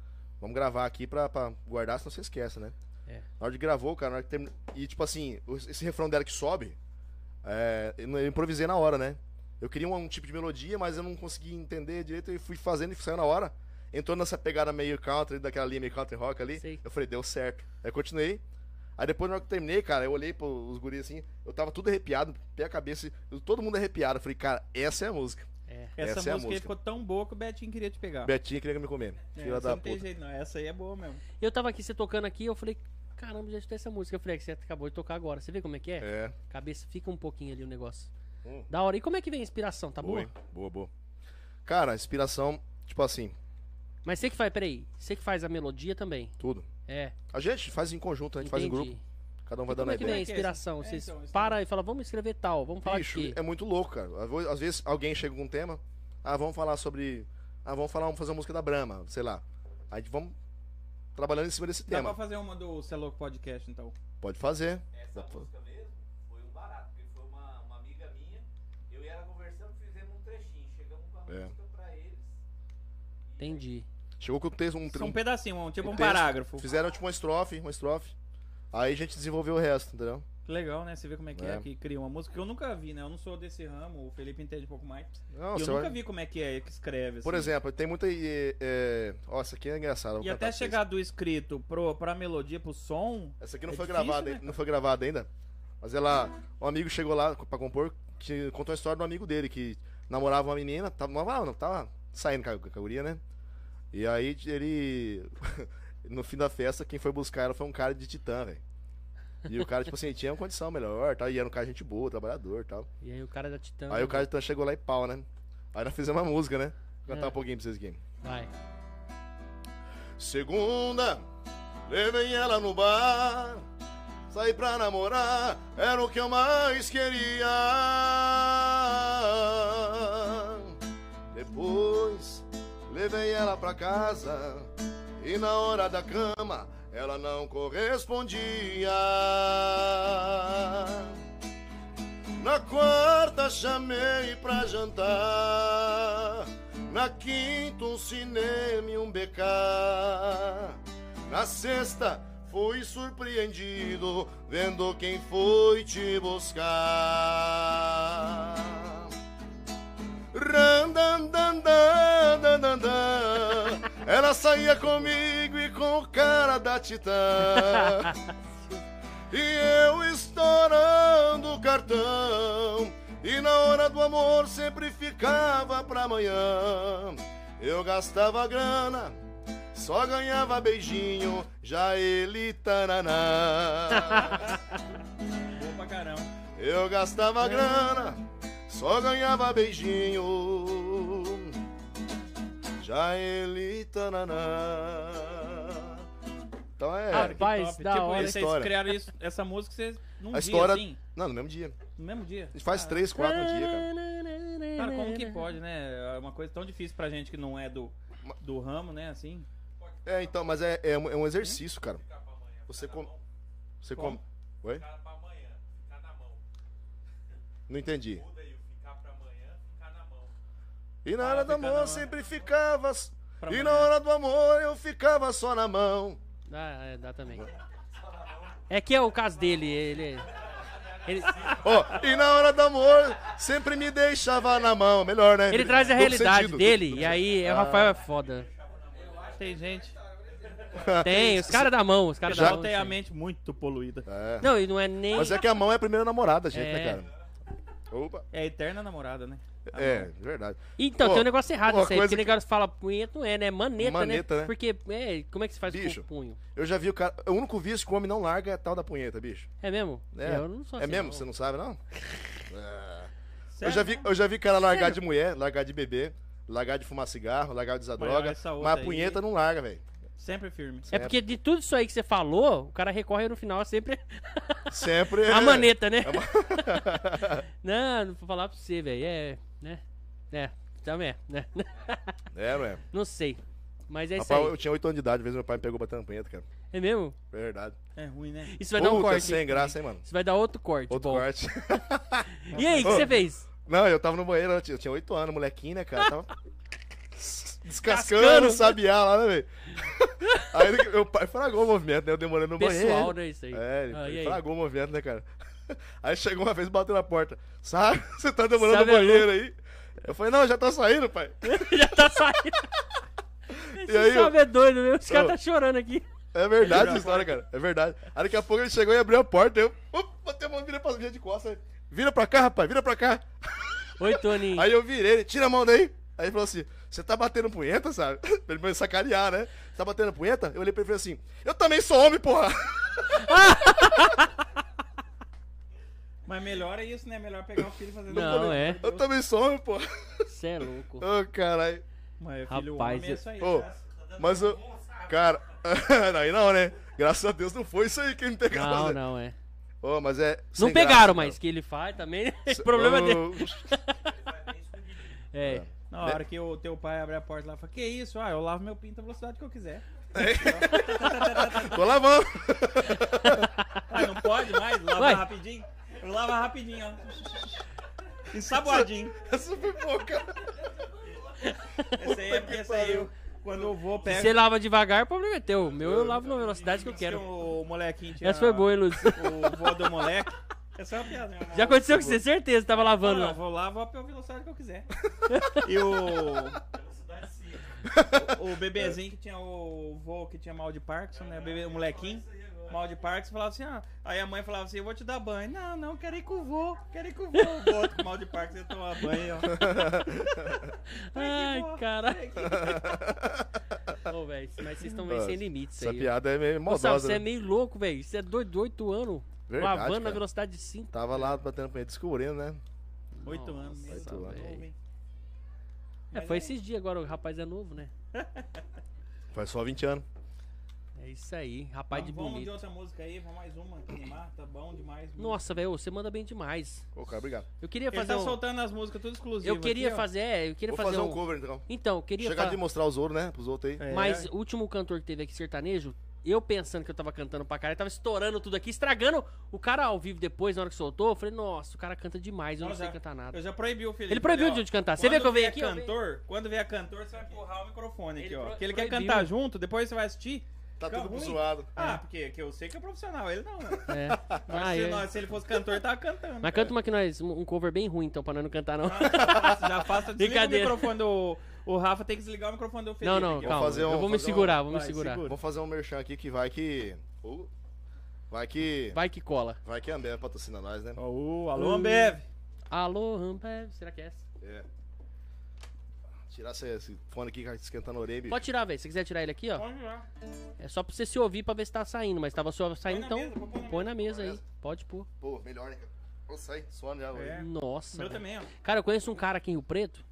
[SPEAKER 3] Vamos gravar aqui pra, pra guardar, senão você esquece, né?
[SPEAKER 2] É.
[SPEAKER 3] Na hora de gravou, cara, na hora que terminou. E tipo assim, o- esse refrão dela que sobe, é, eu não- eu improvisei na hora, né? Eu queria um, um tipo de melodia, mas eu não consegui entender direito e fui fazendo e saiu na hora. Entrou nessa pegada meio country, daquela linha meio country rock ali.
[SPEAKER 2] Sei.
[SPEAKER 3] Eu falei, deu certo. Aí continuei. Aí depois, na hora que eu terminei, cara, eu olhei pros guris assim, eu tava tudo arrepiado, pé a cabeça, eu- todo mundo arrepiado. Eu falei, cara, essa é a música.
[SPEAKER 2] É.
[SPEAKER 1] Essa,
[SPEAKER 3] Essa é
[SPEAKER 1] música,
[SPEAKER 3] a
[SPEAKER 1] aí
[SPEAKER 3] música.
[SPEAKER 1] ficou tão boa que o Betinho queria te pegar.
[SPEAKER 3] Betinha queria me comer.
[SPEAKER 1] É,
[SPEAKER 3] Filha
[SPEAKER 1] essa
[SPEAKER 3] da
[SPEAKER 1] não tem
[SPEAKER 3] puta.
[SPEAKER 1] jeito, não. Essa aí é boa mesmo.
[SPEAKER 2] Eu tava aqui, você tocando aqui, eu falei, caramba, já escutei essa música. Eu falei, é que você acabou de tocar agora. Você vê como é que é?
[SPEAKER 3] É.
[SPEAKER 2] Cabeça fica um pouquinho ali o negócio.
[SPEAKER 3] Hum.
[SPEAKER 2] Da hora. E como é que vem a inspiração, tá
[SPEAKER 3] boa,
[SPEAKER 2] boa?
[SPEAKER 3] hein? boa, boa. Cara, inspiração, tipo assim,
[SPEAKER 2] Mas você que faz, peraí, você que faz a melodia também.
[SPEAKER 3] tudo.
[SPEAKER 2] É,
[SPEAKER 3] A gente faz em conjunto, a gente faz em grupo, cada um vai
[SPEAKER 2] e como
[SPEAKER 3] dando a
[SPEAKER 2] é que vem
[SPEAKER 3] ideia.
[SPEAKER 2] a
[SPEAKER 1] ideia.
[SPEAKER 2] inspiração?
[SPEAKER 1] É, então,
[SPEAKER 2] Vocês
[SPEAKER 1] isso aí.
[SPEAKER 2] param e falam, vamos escrever tal, vamos falar
[SPEAKER 3] Bicho,
[SPEAKER 2] de quê?
[SPEAKER 3] é muito louco, cara. Às vo- Às vezes alguém chega com um tema, ah, vamos falar sobre. Ah, vamos falar, vamos fazer uma música da Brahma, sei lá. Aí vamos trabalhando em cima desse
[SPEAKER 1] Dá
[SPEAKER 3] tema.
[SPEAKER 1] pra fazer uma do Celo Podcast, então.
[SPEAKER 3] Pode fazer.
[SPEAKER 1] É,
[SPEAKER 4] Essa
[SPEAKER 3] Dá pra-
[SPEAKER 4] música mesmo foi um barato, porque foi uma, uma amiga minha, eu e ela conversando, fizemos um trechinho, chegamos com a
[SPEAKER 3] É.
[SPEAKER 4] música pra eles.
[SPEAKER 2] Entendi.
[SPEAKER 3] Chegou com o texto, um,
[SPEAKER 1] São um
[SPEAKER 3] um
[SPEAKER 1] pedacinho, um- tipo um
[SPEAKER 3] texto.
[SPEAKER 1] parágrafo.
[SPEAKER 3] Fizeram tipo uma estrofe, uma estrofe. Aí a gente desenvolveu o resto, entendeu?
[SPEAKER 1] Legal, né? Você vê como é que é,
[SPEAKER 3] É.
[SPEAKER 1] que cria uma música. Que eu nunca vi, né? Eu não sou desse ramo, o Felipe entende um pouco mais.
[SPEAKER 3] Não,
[SPEAKER 1] eu
[SPEAKER 3] você
[SPEAKER 1] nunca
[SPEAKER 3] vai-
[SPEAKER 1] vi como é que é que escreve.
[SPEAKER 3] Por
[SPEAKER 1] assim.
[SPEAKER 3] exemplo, tem muita. eh, eh, Ó, essa aqui é engraçada. eu vou
[SPEAKER 1] E
[SPEAKER 3] cantar
[SPEAKER 1] até
[SPEAKER 3] pra vocês.
[SPEAKER 1] chegar do escrito pro, pra melodia, pro som.
[SPEAKER 3] Essa aqui não
[SPEAKER 1] é
[SPEAKER 3] foi
[SPEAKER 1] difícil,
[SPEAKER 3] gravada,
[SPEAKER 1] né,
[SPEAKER 3] ainda- não foi gravada ainda. Mas ela. Um amigo chegou lá pra compor, que contou a história do amigo dele, que namorava uma menina, tava, namorava não, tava saindo com a, com a guria, né? E aí ele. <laughs> No fim da festa, quem foi buscar ela foi um cara de titã, velho. E o cara, tipo assim, tinha uma condição melhor, tal, e era um cara gente boa, trabalhador tal.
[SPEAKER 2] E aí o cara da Titã.
[SPEAKER 3] Aí o cara então chegou lá e pau, né? Aí nós fizemos uma música, né? Vou cantar
[SPEAKER 2] É.
[SPEAKER 3] um pouquinho pra vocês aqui.
[SPEAKER 2] Vai.
[SPEAKER 3] Segunda, levei ela no bar. Saí pra namorar, era o que eu mais queria. Depois, levei ela pra casa. E na hora da cama, ela não correspondia. Na quarta chamei pra jantar. Na quinta um cinema e um BK. Na sexta fui surpreendido vendo quem foi te buscar. Ran, dan, dan, dan, dan, dan, dan. Ela saía comigo e com o cara da Titã. E eu estourando o cartão. E na hora do amor sempre ficava pra amanhã. Eu gastava grana, só ganhava beijinho. Já ele taraná.
[SPEAKER 1] Boa pra caramba.
[SPEAKER 3] Eu gastava grana, só ganhava beijinho. Já ele taraná. Então é.
[SPEAKER 2] Ah, Rapaz,
[SPEAKER 1] Que
[SPEAKER 2] da
[SPEAKER 1] tipo,
[SPEAKER 2] hora,
[SPEAKER 3] hein?
[SPEAKER 1] vocês
[SPEAKER 3] História.
[SPEAKER 1] criaram isso, essa música vocês num
[SPEAKER 3] A
[SPEAKER 1] dia,
[SPEAKER 3] história-
[SPEAKER 1] assim,
[SPEAKER 3] Não, no mesmo dia.
[SPEAKER 1] no mesmo dia.
[SPEAKER 3] A gente faz
[SPEAKER 1] Ah,
[SPEAKER 3] três, quatro no dia, cara.
[SPEAKER 1] Cara, como que pode, né? É uma coisa tão difícil pra gente que não é do, do ramo, né? Assim.
[SPEAKER 3] É, então, mas é, é, um, é um exercício, cara. Você come. Você
[SPEAKER 1] Como?
[SPEAKER 3] come. Oi?
[SPEAKER 4] Ficar pra amanhã, ficar na mão.
[SPEAKER 3] Não entendi.
[SPEAKER 4] Muda aí, o ficar pra amanhã, ficar na mão.
[SPEAKER 3] E na
[SPEAKER 1] Ah,
[SPEAKER 3] hora do
[SPEAKER 1] fica na
[SPEAKER 3] amor
[SPEAKER 1] mão.
[SPEAKER 3] sempre ficava. s-
[SPEAKER 1] Pra
[SPEAKER 3] E
[SPEAKER 1] amanhã.
[SPEAKER 3] na hora do amor eu ficava só na mão.
[SPEAKER 2] Ah, é, dá também. É que é o caso dele, ele. Ele,
[SPEAKER 3] Ó, e na hora do amor sempre me deixava na mão. Melhor, né?
[SPEAKER 2] ele traz a
[SPEAKER 3] Duplo
[SPEAKER 2] realidade
[SPEAKER 3] sentido.
[SPEAKER 2] dele, e aí
[SPEAKER 3] Ah.
[SPEAKER 2] é, o Rafael é foda.
[SPEAKER 1] Tem gente que
[SPEAKER 2] Tem, os caras da mão, os caras da
[SPEAKER 1] já
[SPEAKER 2] mão.
[SPEAKER 1] tem é a
[SPEAKER 2] assim.
[SPEAKER 1] mente muito poluída.
[SPEAKER 3] É.
[SPEAKER 2] Não, e não é nem.
[SPEAKER 3] Mas é que a mão é a primeira namorada, gente, né,
[SPEAKER 2] É.
[SPEAKER 3] cara? Opa.
[SPEAKER 1] É a eterna namorada, né? A
[SPEAKER 3] É,
[SPEAKER 1] mão.
[SPEAKER 3] verdade.
[SPEAKER 2] Então,
[SPEAKER 3] Pô,
[SPEAKER 2] tem um negócio errado
[SPEAKER 3] uma
[SPEAKER 2] nisso aí.
[SPEAKER 3] coisa
[SPEAKER 2] Porque o
[SPEAKER 3] que-
[SPEAKER 2] negócio fala punheta, não é, né? Maneta,
[SPEAKER 3] Maneta,
[SPEAKER 2] né?
[SPEAKER 3] né?
[SPEAKER 2] Porque, é, como é que se faz
[SPEAKER 3] Bicho.
[SPEAKER 2] com o punho?
[SPEAKER 3] Eu já vi o cara. O único vício que o homem não larga é a tal da punheta, bicho.
[SPEAKER 2] É mesmo?
[SPEAKER 3] É.
[SPEAKER 2] Eu não sou
[SPEAKER 3] É
[SPEAKER 2] assim,
[SPEAKER 3] mesmo?
[SPEAKER 2] não.
[SPEAKER 3] Você não sabe, não? É. Eu
[SPEAKER 1] Sério,
[SPEAKER 3] já, vi,
[SPEAKER 1] né?
[SPEAKER 3] eu já vi cara largar de mulher, largar de bebê, largar de fumar cigarro, largar de usar
[SPEAKER 1] Mas
[SPEAKER 3] droga.
[SPEAKER 1] essa outra
[SPEAKER 3] Mas a
[SPEAKER 1] aí-
[SPEAKER 3] punheta não larga, velho.
[SPEAKER 1] Sempre firme.
[SPEAKER 2] É porque de tudo isso aí que você falou, o cara recorre no final
[SPEAKER 3] <laughs>
[SPEAKER 2] sempre
[SPEAKER 3] Sempre.
[SPEAKER 2] a maneta, né?
[SPEAKER 3] É uma-
[SPEAKER 2] Não, não vou falar pra você, velho. É, né? É, também é, né?
[SPEAKER 3] <laughs> é, não é?
[SPEAKER 2] Não sei. Mas é isso
[SPEAKER 3] Rapaz,
[SPEAKER 2] aí.
[SPEAKER 3] eu tinha 8 anos de idade, às vezes meu pai me pegou batendo punheta, cara.
[SPEAKER 2] É mesmo?
[SPEAKER 3] É verdade.
[SPEAKER 1] É ruim, né?
[SPEAKER 2] Isso vai dar um
[SPEAKER 3] Puta,
[SPEAKER 2] corte.
[SPEAKER 3] sem graça, hein, mano.
[SPEAKER 2] Isso vai dar outro corte.
[SPEAKER 3] Outro
[SPEAKER 2] bom.
[SPEAKER 3] corte.
[SPEAKER 2] E aí, o que
[SPEAKER 3] Ô.
[SPEAKER 2] você fez?
[SPEAKER 3] Não, eu tava no banheiro, eu tinha- eu tinha 8 anos, molequinho, né,
[SPEAKER 2] <laughs>
[SPEAKER 3] cara? Tava descascando
[SPEAKER 2] Cascando.
[SPEAKER 3] o sabiá lá, né, velho? Aí ele- meu pai fragou o movimento, né? Eu demorei no
[SPEAKER 2] Pessoal,
[SPEAKER 3] banheiro.
[SPEAKER 2] né? Isso aí.
[SPEAKER 3] É, ele,
[SPEAKER 2] Ah, e
[SPEAKER 3] ele
[SPEAKER 2] aí?
[SPEAKER 3] fragou o movimento, né, cara? <laughs> Aí chegou uma vez e bateu na porta. Sabe, <laughs> você tá demorando
[SPEAKER 2] Sabe
[SPEAKER 3] no
[SPEAKER 2] a luz?
[SPEAKER 3] banheiro aí? Eu falei, não, já tá saindo, pai.
[SPEAKER 2] <laughs> Já tá saindo. Esse
[SPEAKER 3] aí,
[SPEAKER 2] salve é doido, meu. Os caras
[SPEAKER 3] Ô.
[SPEAKER 2] tá chorando aqui.
[SPEAKER 3] É verdade essa história, cara. É verdade. Aí daqui a pouco ele chegou e abriu a porta. Eu up, botei a mão, virei pra vira de costas. aí, Vira pra cá, rapaz, vira pra cá.
[SPEAKER 2] Oi, Toninho.
[SPEAKER 3] Aí eu virei, ele, tira a mão daí. Aí ele falou assim: Você tá batendo punheta, sabe? <laughs> Pra ele me sacanear, né? Tá batendo punheta? Eu olhei pra ele e falei assim: Eu também sou homem, porra!
[SPEAKER 1] Mas melhor é isso, né? Melhor pegar o filho fazendo
[SPEAKER 2] Não, é.
[SPEAKER 3] Eu também sou homem, porra! <laughs>
[SPEAKER 2] Você é louco.
[SPEAKER 3] Ô, caralho.
[SPEAKER 1] Mas filho, o
[SPEAKER 2] Rapaz,
[SPEAKER 1] homem é isso aí.
[SPEAKER 3] Ô,
[SPEAKER 1] tá?
[SPEAKER 3] mas o. Cara, <laughs> não, aí não, né? Graças a Deus não foi isso aí que me pegaram.
[SPEAKER 2] Não,
[SPEAKER 3] né?
[SPEAKER 2] não, é.
[SPEAKER 3] Ô, mas é.
[SPEAKER 2] Não
[SPEAKER 3] sem
[SPEAKER 2] pegaram,
[SPEAKER 3] graça,
[SPEAKER 2] mas
[SPEAKER 3] cara.
[SPEAKER 2] que ele faz também. O problema é dele.
[SPEAKER 3] Ô,
[SPEAKER 2] É.
[SPEAKER 1] Na hora que o teu pai abre a porta lá, fala: Que isso? Ah, eu lavo meu pinto à velocidade que eu quiser.
[SPEAKER 3] Tô lavando! <laughs>
[SPEAKER 1] Ah, não pode mais? Lava
[SPEAKER 2] Vai.
[SPEAKER 1] rapidinho? Lava rapidinho, ó. Ensaboadinho.
[SPEAKER 3] Essa foi pouca!
[SPEAKER 1] Essa aí é porque essa aí eu, quando eu vou,
[SPEAKER 2] Se
[SPEAKER 1] pego.
[SPEAKER 2] você lava devagar, o problema é teu. O meu eu lavo na velocidade que eu
[SPEAKER 3] é
[SPEAKER 1] Diz
[SPEAKER 2] quero.
[SPEAKER 1] O molequinho tinha.
[SPEAKER 2] Essa foi boa,
[SPEAKER 3] <laughs>
[SPEAKER 2] hein, Luz?
[SPEAKER 1] O vô do moleque. Essa é uma piada. né?
[SPEAKER 2] Já aconteceu com você, certeza, tava lavando
[SPEAKER 1] Não, eu
[SPEAKER 2] lá.
[SPEAKER 1] vou lá, vou a velocidade que eu quiser.
[SPEAKER 2] <laughs>
[SPEAKER 1] e o. <laughs> O bebezinho que tinha o vô que tinha mal de Parkinson, né? O, bebê, o molequinho. Mal de Parkinson falava assim, ah. Aí a mãe falava assim, eu vou te dar banho. Não, não, quero ir com o vô, quero ir com o vô. O vô com mal de Parkinson ia tomar banho,
[SPEAKER 2] <laughs>
[SPEAKER 1] ó.
[SPEAKER 2] Ai, caralho.
[SPEAKER 1] Que
[SPEAKER 2] Ô, velho, mas vocês estão meio
[SPEAKER 3] Nossa,
[SPEAKER 2] sem limites
[SPEAKER 3] Essa
[SPEAKER 2] aí.
[SPEAKER 3] piada é meio
[SPEAKER 2] Ô,
[SPEAKER 3] maldosa.
[SPEAKER 2] Sabe, você é
[SPEAKER 3] né?
[SPEAKER 2] meio louco, velho. Você é doido de 8 anos.
[SPEAKER 3] Verdade,
[SPEAKER 2] lavando na
[SPEAKER 3] cara.
[SPEAKER 2] velocidade de 5.
[SPEAKER 3] Tava lá batendo punheta, descobrindo, né?
[SPEAKER 1] Oito anos.
[SPEAKER 2] Nossa,
[SPEAKER 1] Oito
[SPEAKER 3] velho.
[SPEAKER 1] novo, hein?
[SPEAKER 2] É,
[SPEAKER 1] Mas
[SPEAKER 2] foi
[SPEAKER 1] é
[SPEAKER 2] esses dias agora, o rapaz é novo, né?
[SPEAKER 3] Faz só 20 anos.
[SPEAKER 2] É isso aí, rapaz de
[SPEAKER 1] Vamos- Vamos de
[SPEAKER 2] bonito.
[SPEAKER 1] outra música aí, vamos mais uma que animar, tá bom demais. mano.
[SPEAKER 2] Nossa, velho, você manda bem demais.
[SPEAKER 3] Ô, cara, obrigado.
[SPEAKER 2] Eu queria
[SPEAKER 1] Ele
[SPEAKER 2] fazer
[SPEAKER 1] tá
[SPEAKER 2] um...
[SPEAKER 1] soltando as músicas tudo exclusivo.
[SPEAKER 2] Eu queria
[SPEAKER 1] aqui, ó.
[SPEAKER 2] fazer, é, eu queria
[SPEAKER 3] Vou fazer um
[SPEAKER 2] um...
[SPEAKER 3] cover, então.
[SPEAKER 2] Então, eu queria
[SPEAKER 3] Chegar
[SPEAKER 2] fazer.
[SPEAKER 3] de mostrar os ouros, né? Pros outros aí.
[SPEAKER 1] É.
[SPEAKER 2] Mas o último cantor que teve aqui sertanejo, eu pensando que eu tava cantando pra caralho, tava estourando tudo aqui, estragando o cara ao vivo depois, na hora que soltou, eu falei, nossa, o cara canta demais, eu não,
[SPEAKER 1] Não,
[SPEAKER 2] sei
[SPEAKER 1] já-
[SPEAKER 2] cantar
[SPEAKER 1] <laughs>
[SPEAKER 2] nada.
[SPEAKER 1] Eu já proibi o Felipe.
[SPEAKER 2] Ele proibiu
[SPEAKER 1] Falei, ó,
[SPEAKER 2] de cantar. Você vê
[SPEAKER 1] quando
[SPEAKER 2] que eu
[SPEAKER 1] vier
[SPEAKER 2] venho aqui, ó,
[SPEAKER 1] Cantor, quando vier cantor, você vai empurrar o microfone aqui,
[SPEAKER 2] Ele
[SPEAKER 1] ó.
[SPEAKER 2] pro-
[SPEAKER 1] Porque ele quer
[SPEAKER 2] proibiu.
[SPEAKER 1] cantar junto, depois você vai assistir.
[SPEAKER 3] Tá
[SPEAKER 1] Fica
[SPEAKER 3] tudo
[SPEAKER 1] ruim.
[SPEAKER 3] zoado.
[SPEAKER 1] Ah, porque que eu sei que é profissional, ele não, né?
[SPEAKER 2] É.
[SPEAKER 1] Mas
[SPEAKER 2] <laughs> Ah,
[SPEAKER 1] se,
[SPEAKER 2] é.
[SPEAKER 1] nós- se ele fosse cantor, ele tava cantando.
[SPEAKER 2] Mas canta uma que nós. Um cover bem ruim, então, pra nós não cantar, não.
[SPEAKER 1] Já faça, desliga o
[SPEAKER 2] Brincadeira.
[SPEAKER 1] microfone do... O Rafa tem que desligar o microfone do Felipe.
[SPEAKER 2] Não, não,
[SPEAKER 1] aqui, ó.
[SPEAKER 3] Vamos
[SPEAKER 2] calma.
[SPEAKER 3] fazer um-
[SPEAKER 2] eu vou me
[SPEAKER 3] fazer um-
[SPEAKER 2] segurar, vou me
[SPEAKER 1] Vai,
[SPEAKER 2] segurar.
[SPEAKER 1] segura.
[SPEAKER 3] Vamos fazer um merchan aqui que vai que. Ô, Vai que.
[SPEAKER 2] Vai que cola.
[SPEAKER 3] Vai que a Ambev patrocina nós, né?
[SPEAKER 1] Ó, alô, Ambev.
[SPEAKER 2] Alô, Ambev, será que é essa?
[SPEAKER 3] É. Tirar esse, esse fone aqui que tá esquentando a orelha. bicho.
[SPEAKER 2] Pode tirar, velho. Se você quiser tirar ele aqui, ó.
[SPEAKER 1] Pode lá.
[SPEAKER 2] É só pra você se ouvir pra ver se tá saindo, mas tava só saindo,
[SPEAKER 1] na
[SPEAKER 2] então.
[SPEAKER 1] mesa, vou pôr na
[SPEAKER 2] põe na mesa aí.
[SPEAKER 3] Beleza.
[SPEAKER 2] Pode pôr.
[SPEAKER 3] Pô, melhor, né, cara? Ô, sai, suando já.
[SPEAKER 1] É.
[SPEAKER 3] É.
[SPEAKER 2] Nossa.
[SPEAKER 1] Meu
[SPEAKER 2] velho.
[SPEAKER 1] também, ó.
[SPEAKER 2] Cara, eu conheço um cara aqui em Rio Preto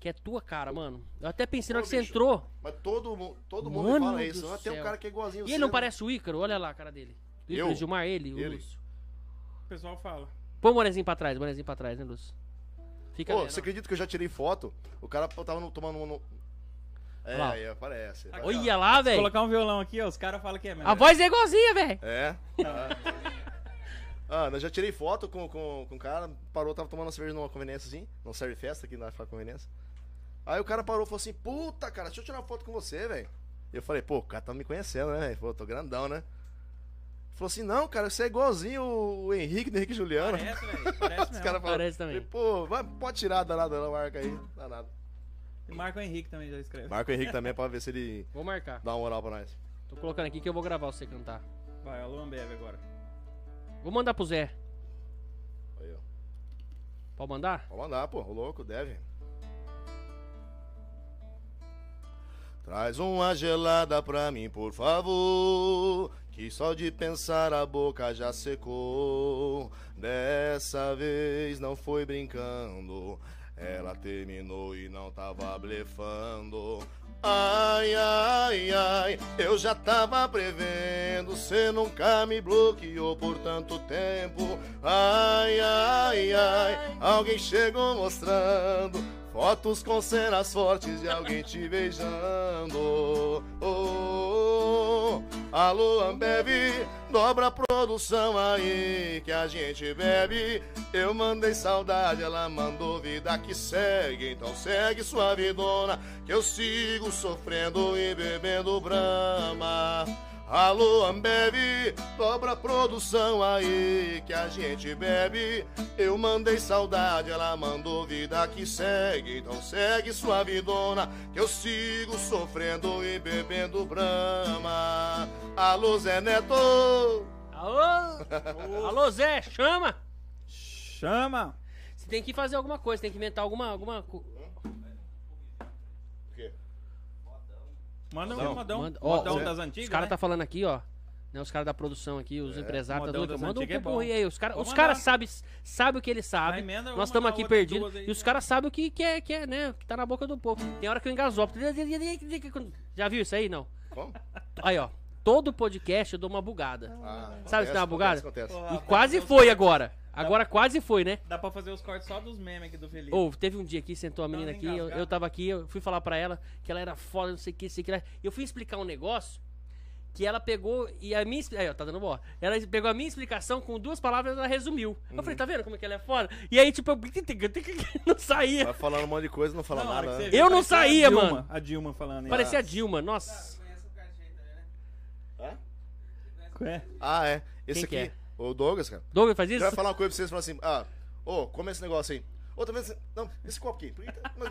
[SPEAKER 2] que é tua cara, mano. Eu até pensei na
[SPEAKER 3] Ô,
[SPEAKER 2] hora que você
[SPEAKER 3] bicho.
[SPEAKER 2] entrou.
[SPEAKER 3] Mas todo, mu- todo mundo
[SPEAKER 2] Mano
[SPEAKER 3] fala
[SPEAKER 2] do
[SPEAKER 3] isso. Ah, Tem um
[SPEAKER 2] céu.
[SPEAKER 3] cara que é igualzinho
[SPEAKER 2] E
[SPEAKER 3] você,
[SPEAKER 2] ele não
[SPEAKER 3] né?
[SPEAKER 2] parece o Ícaro? Olha lá a cara dele. Do Ícaro,
[SPEAKER 3] Eu?
[SPEAKER 2] Gilmar, ele, o
[SPEAKER 3] Ele?
[SPEAKER 2] Lúcio.
[SPEAKER 1] O pessoal fala.
[SPEAKER 2] Põe o bonezinho pra trás, o bonezinho pra trás, né, Lúcio? Fica
[SPEAKER 3] Pô,
[SPEAKER 2] vendo,
[SPEAKER 3] você
[SPEAKER 2] ó.
[SPEAKER 3] acredita que eu já tirei foto? O cara pô, tava no- tomando um. no- É,
[SPEAKER 2] lá.
[SPEAKER 3] aí, aparece.
[SPEAKER 2] Olha lá,
[SPEAKER 1] Se
[SPEAKER 2] velho.
[SPEAKER 1] colocar um violão aqui, ó, os caras falam que é mesmo.
[SPEAKER 2] A voz é igualzinha, velho.
[SPEAKER 3] É? Ah, eu já tirei foto com, com, com um cara, parou, tava tomando uma cerveja numa conveniência assim, num serve festa aqui na Fla Conveniência. Aí o cara parou e falou assim, puta, cara, deixa eu tirar uma foto com você, velho. Eu falei, pô, o cara tá me conhecendo, né, velho? Pô, tô grandão, né? Ele falou assim, não, cara, você é igualzinho o Henrique do Henrique e Juliano.
[SPEAKER 1] Parece, velho. Parece
[SPEAKER 3] Os
[SPEAKER 1] mesmo.
[SPEAKER 3] caras falaram,
[SPEAKER 2] Parece também.
[SPEAKER 3] falei, pô, vai, pode tirar, danada, não marca aí, danado.
[SPEAKER 1] E Marco Henrique também já escreveu.
[SPEAKER 3] Marca o Henrique também pra ver se ele
[SPEAKER 2] Vou marcar.
[SPEAKER 3] dá uma moral pra nós.
[SPEAKER 2] Tô colocando aqui que eu vou gravar você cantar.
[SPEAKER 1] Vai, alô, Ambev agora.
[SPEAKER 2] Vou mandar pro Zé.
[SPEAKER 3] Aí, ó.
[SPEAKER 2] Pode mandar?
[SPEAKER 3] Pode mandar, pô. O louco, deve. Traz uma gelada pra mim, por favor. Que só de pensar a boca já secou. Dessa vez não foi brincando. Ela terminou e não tava blefando. Ai, ai, ai, eu já tava prevendo, cê nunca me bloqueou por tanto tempo. Ai, ai, ai, alguém chegou mostrando fotos com cenas fortes de alguém te beijando. Oh, alô, Ambev, dobra a produção aí que a gente bebe. Eu mandei saudade, ela mandou vida que segue. Então segue sua vidona, que eu sigo sofrendo e bebendo brama. Alô, Ambev, dobra a produção aí que a gente bebe. Eu mandei saudade, ela mandou vida que segue. Então segue sua vidona, que eu sigo sofrendo e bebendo brama. Alô, Zé Neto!
[SPEAKER 2] <laughs> Alô? Alô, Zé, chama!
[SPEAKER 1] Chama!
[SPEAKER 2] Você tem que fazer alguma coisa, tem que inventar alguma. alguma... co-
[SPEAKER 1] Manda
[SPEAKER 3] Modão.
[SPEAKER 1] um modão.
[SPEAKER 2] Manda- ó,
[SPEAKER 1] modão
[SPEAKER 2] ó,
[SPEAKER 1] das antigas.
[SPEAKER 2] Os caras
[SPEAKER 1] né? É,
[SPEAKER 2] tá falando aqui, ó. Né, os caras da produção aqui, os empresários, tá
[SPEAKER 1] modão
[SPEAKER 2] tudo aqui.
[SPEAKER 1] das
[SPEAKER 2] Manda um
[SPEAKER 1] antigas é bom.
[SPEAKER 2] pupurri aí. Os caras
[SPEAKER 1] Vou
[SPEAKER 2] os cara
[SPEAKER 1] mandar.
[SPEAKER 2] sabem sabe o que eles
[SPEAKER 1] Na
[SPEAKER 2] sabem.
[SPEAKER 1] emenda, eu vou
[SPEAKER 2] Nós estamos
[SPEAKER 1] mandar
[SPEAKER 2] aqui
[SPEAKER 1] outras
[SPEAKER 2] perdidos.
[SPEAKER 1] duas aí,
[SPEAKER 2] E os
[SPEAKER 1] né?
[SPEAKER 2] caras sabem o que, que é, que é, né? Que tá na boca do povo. Tem hora que eu engasopo. Já viu isso aí? Não.
[SPEAKER 3] Como?
[SPEAKER 2] Aí, ó. Todo podcast eu dou uma bugada.
[SPEAKER 3] Ah,
[SPEAKER 2] Sabe se dá uma bugada?
[SPEAKER 3] Acontece, acontece.
[SPEAKER 1] Ó,
[SPEAKER 2] E
[SPEAKER 1] rapaz,
[SPEAKER 2] quase
[SPEAKER 1] dá-
[SPEAKER 2] foi agora. Agora quase foi, né?
[SPEAKER 1] Dá pra fazer os cortes só dos memes aqui do Felipe.
[SPEAKER 2] Ou teve um dia aqui, sentou a menina
[SPEAKER 1] Tava
[SPEAKER 2] aqui, eu,
[SPEAKER 1] engasgada.
[SPEAKER 2] eu tava aqui, eu fui falar pra ela que ela era foda, não sei o que, sei o que. lá. Eu fui explicar um negócio que ela pegou e a minha. expli- Aí, ó, tá dando bola. Ela pegou a minha explicação com duas palavras ela resumiu.
[SPEAKER 3] Uhum.
[SPEAKER 2] Eu falei, tá vendo como é que ela é foda? E aí, tipo, eu <laughs> não saía.
[SPEAKER 3] Vai falando um monte de coisa e não fala
[SPEAKER 1] Não, a hora
[SPEAKER 3] nada.
[SPEAKER 1] que
[SPEAKER 3] né?
[SPEAKER 1] você vê,
[SPEAKER 2] Eu não
[SPEAKER 1] parecia a
[SPEAKER 2] saía,
[SPEAKER 1] Dilma,
[SPEAKER 2] mano.
[SPEAKER 1] A Dilma falando aí.
[SPEAKER 2] Parecia a Dilma, nossa.
[SPEAKER 4] Conhece o cara de jeito, né?
[SPEAKER 3] Hã?
[SPEAKER 1] É.
[SPEAKER 3] Ah, é. Esse
[SPEAKER 2] Quem que
[SPEAKER 3] aqui, o Douglas, cara.
[SPEAKER 2] Douglas faz
[SPEAKER 3] Ele
[SPEAKER 2] isso?
[SPEAKER 3] vai falar uma coisa pra vocês e falar assim: ah, ô, come esse negócio aí. Outra vez, não, esse copo aqui. Por que tá- mas-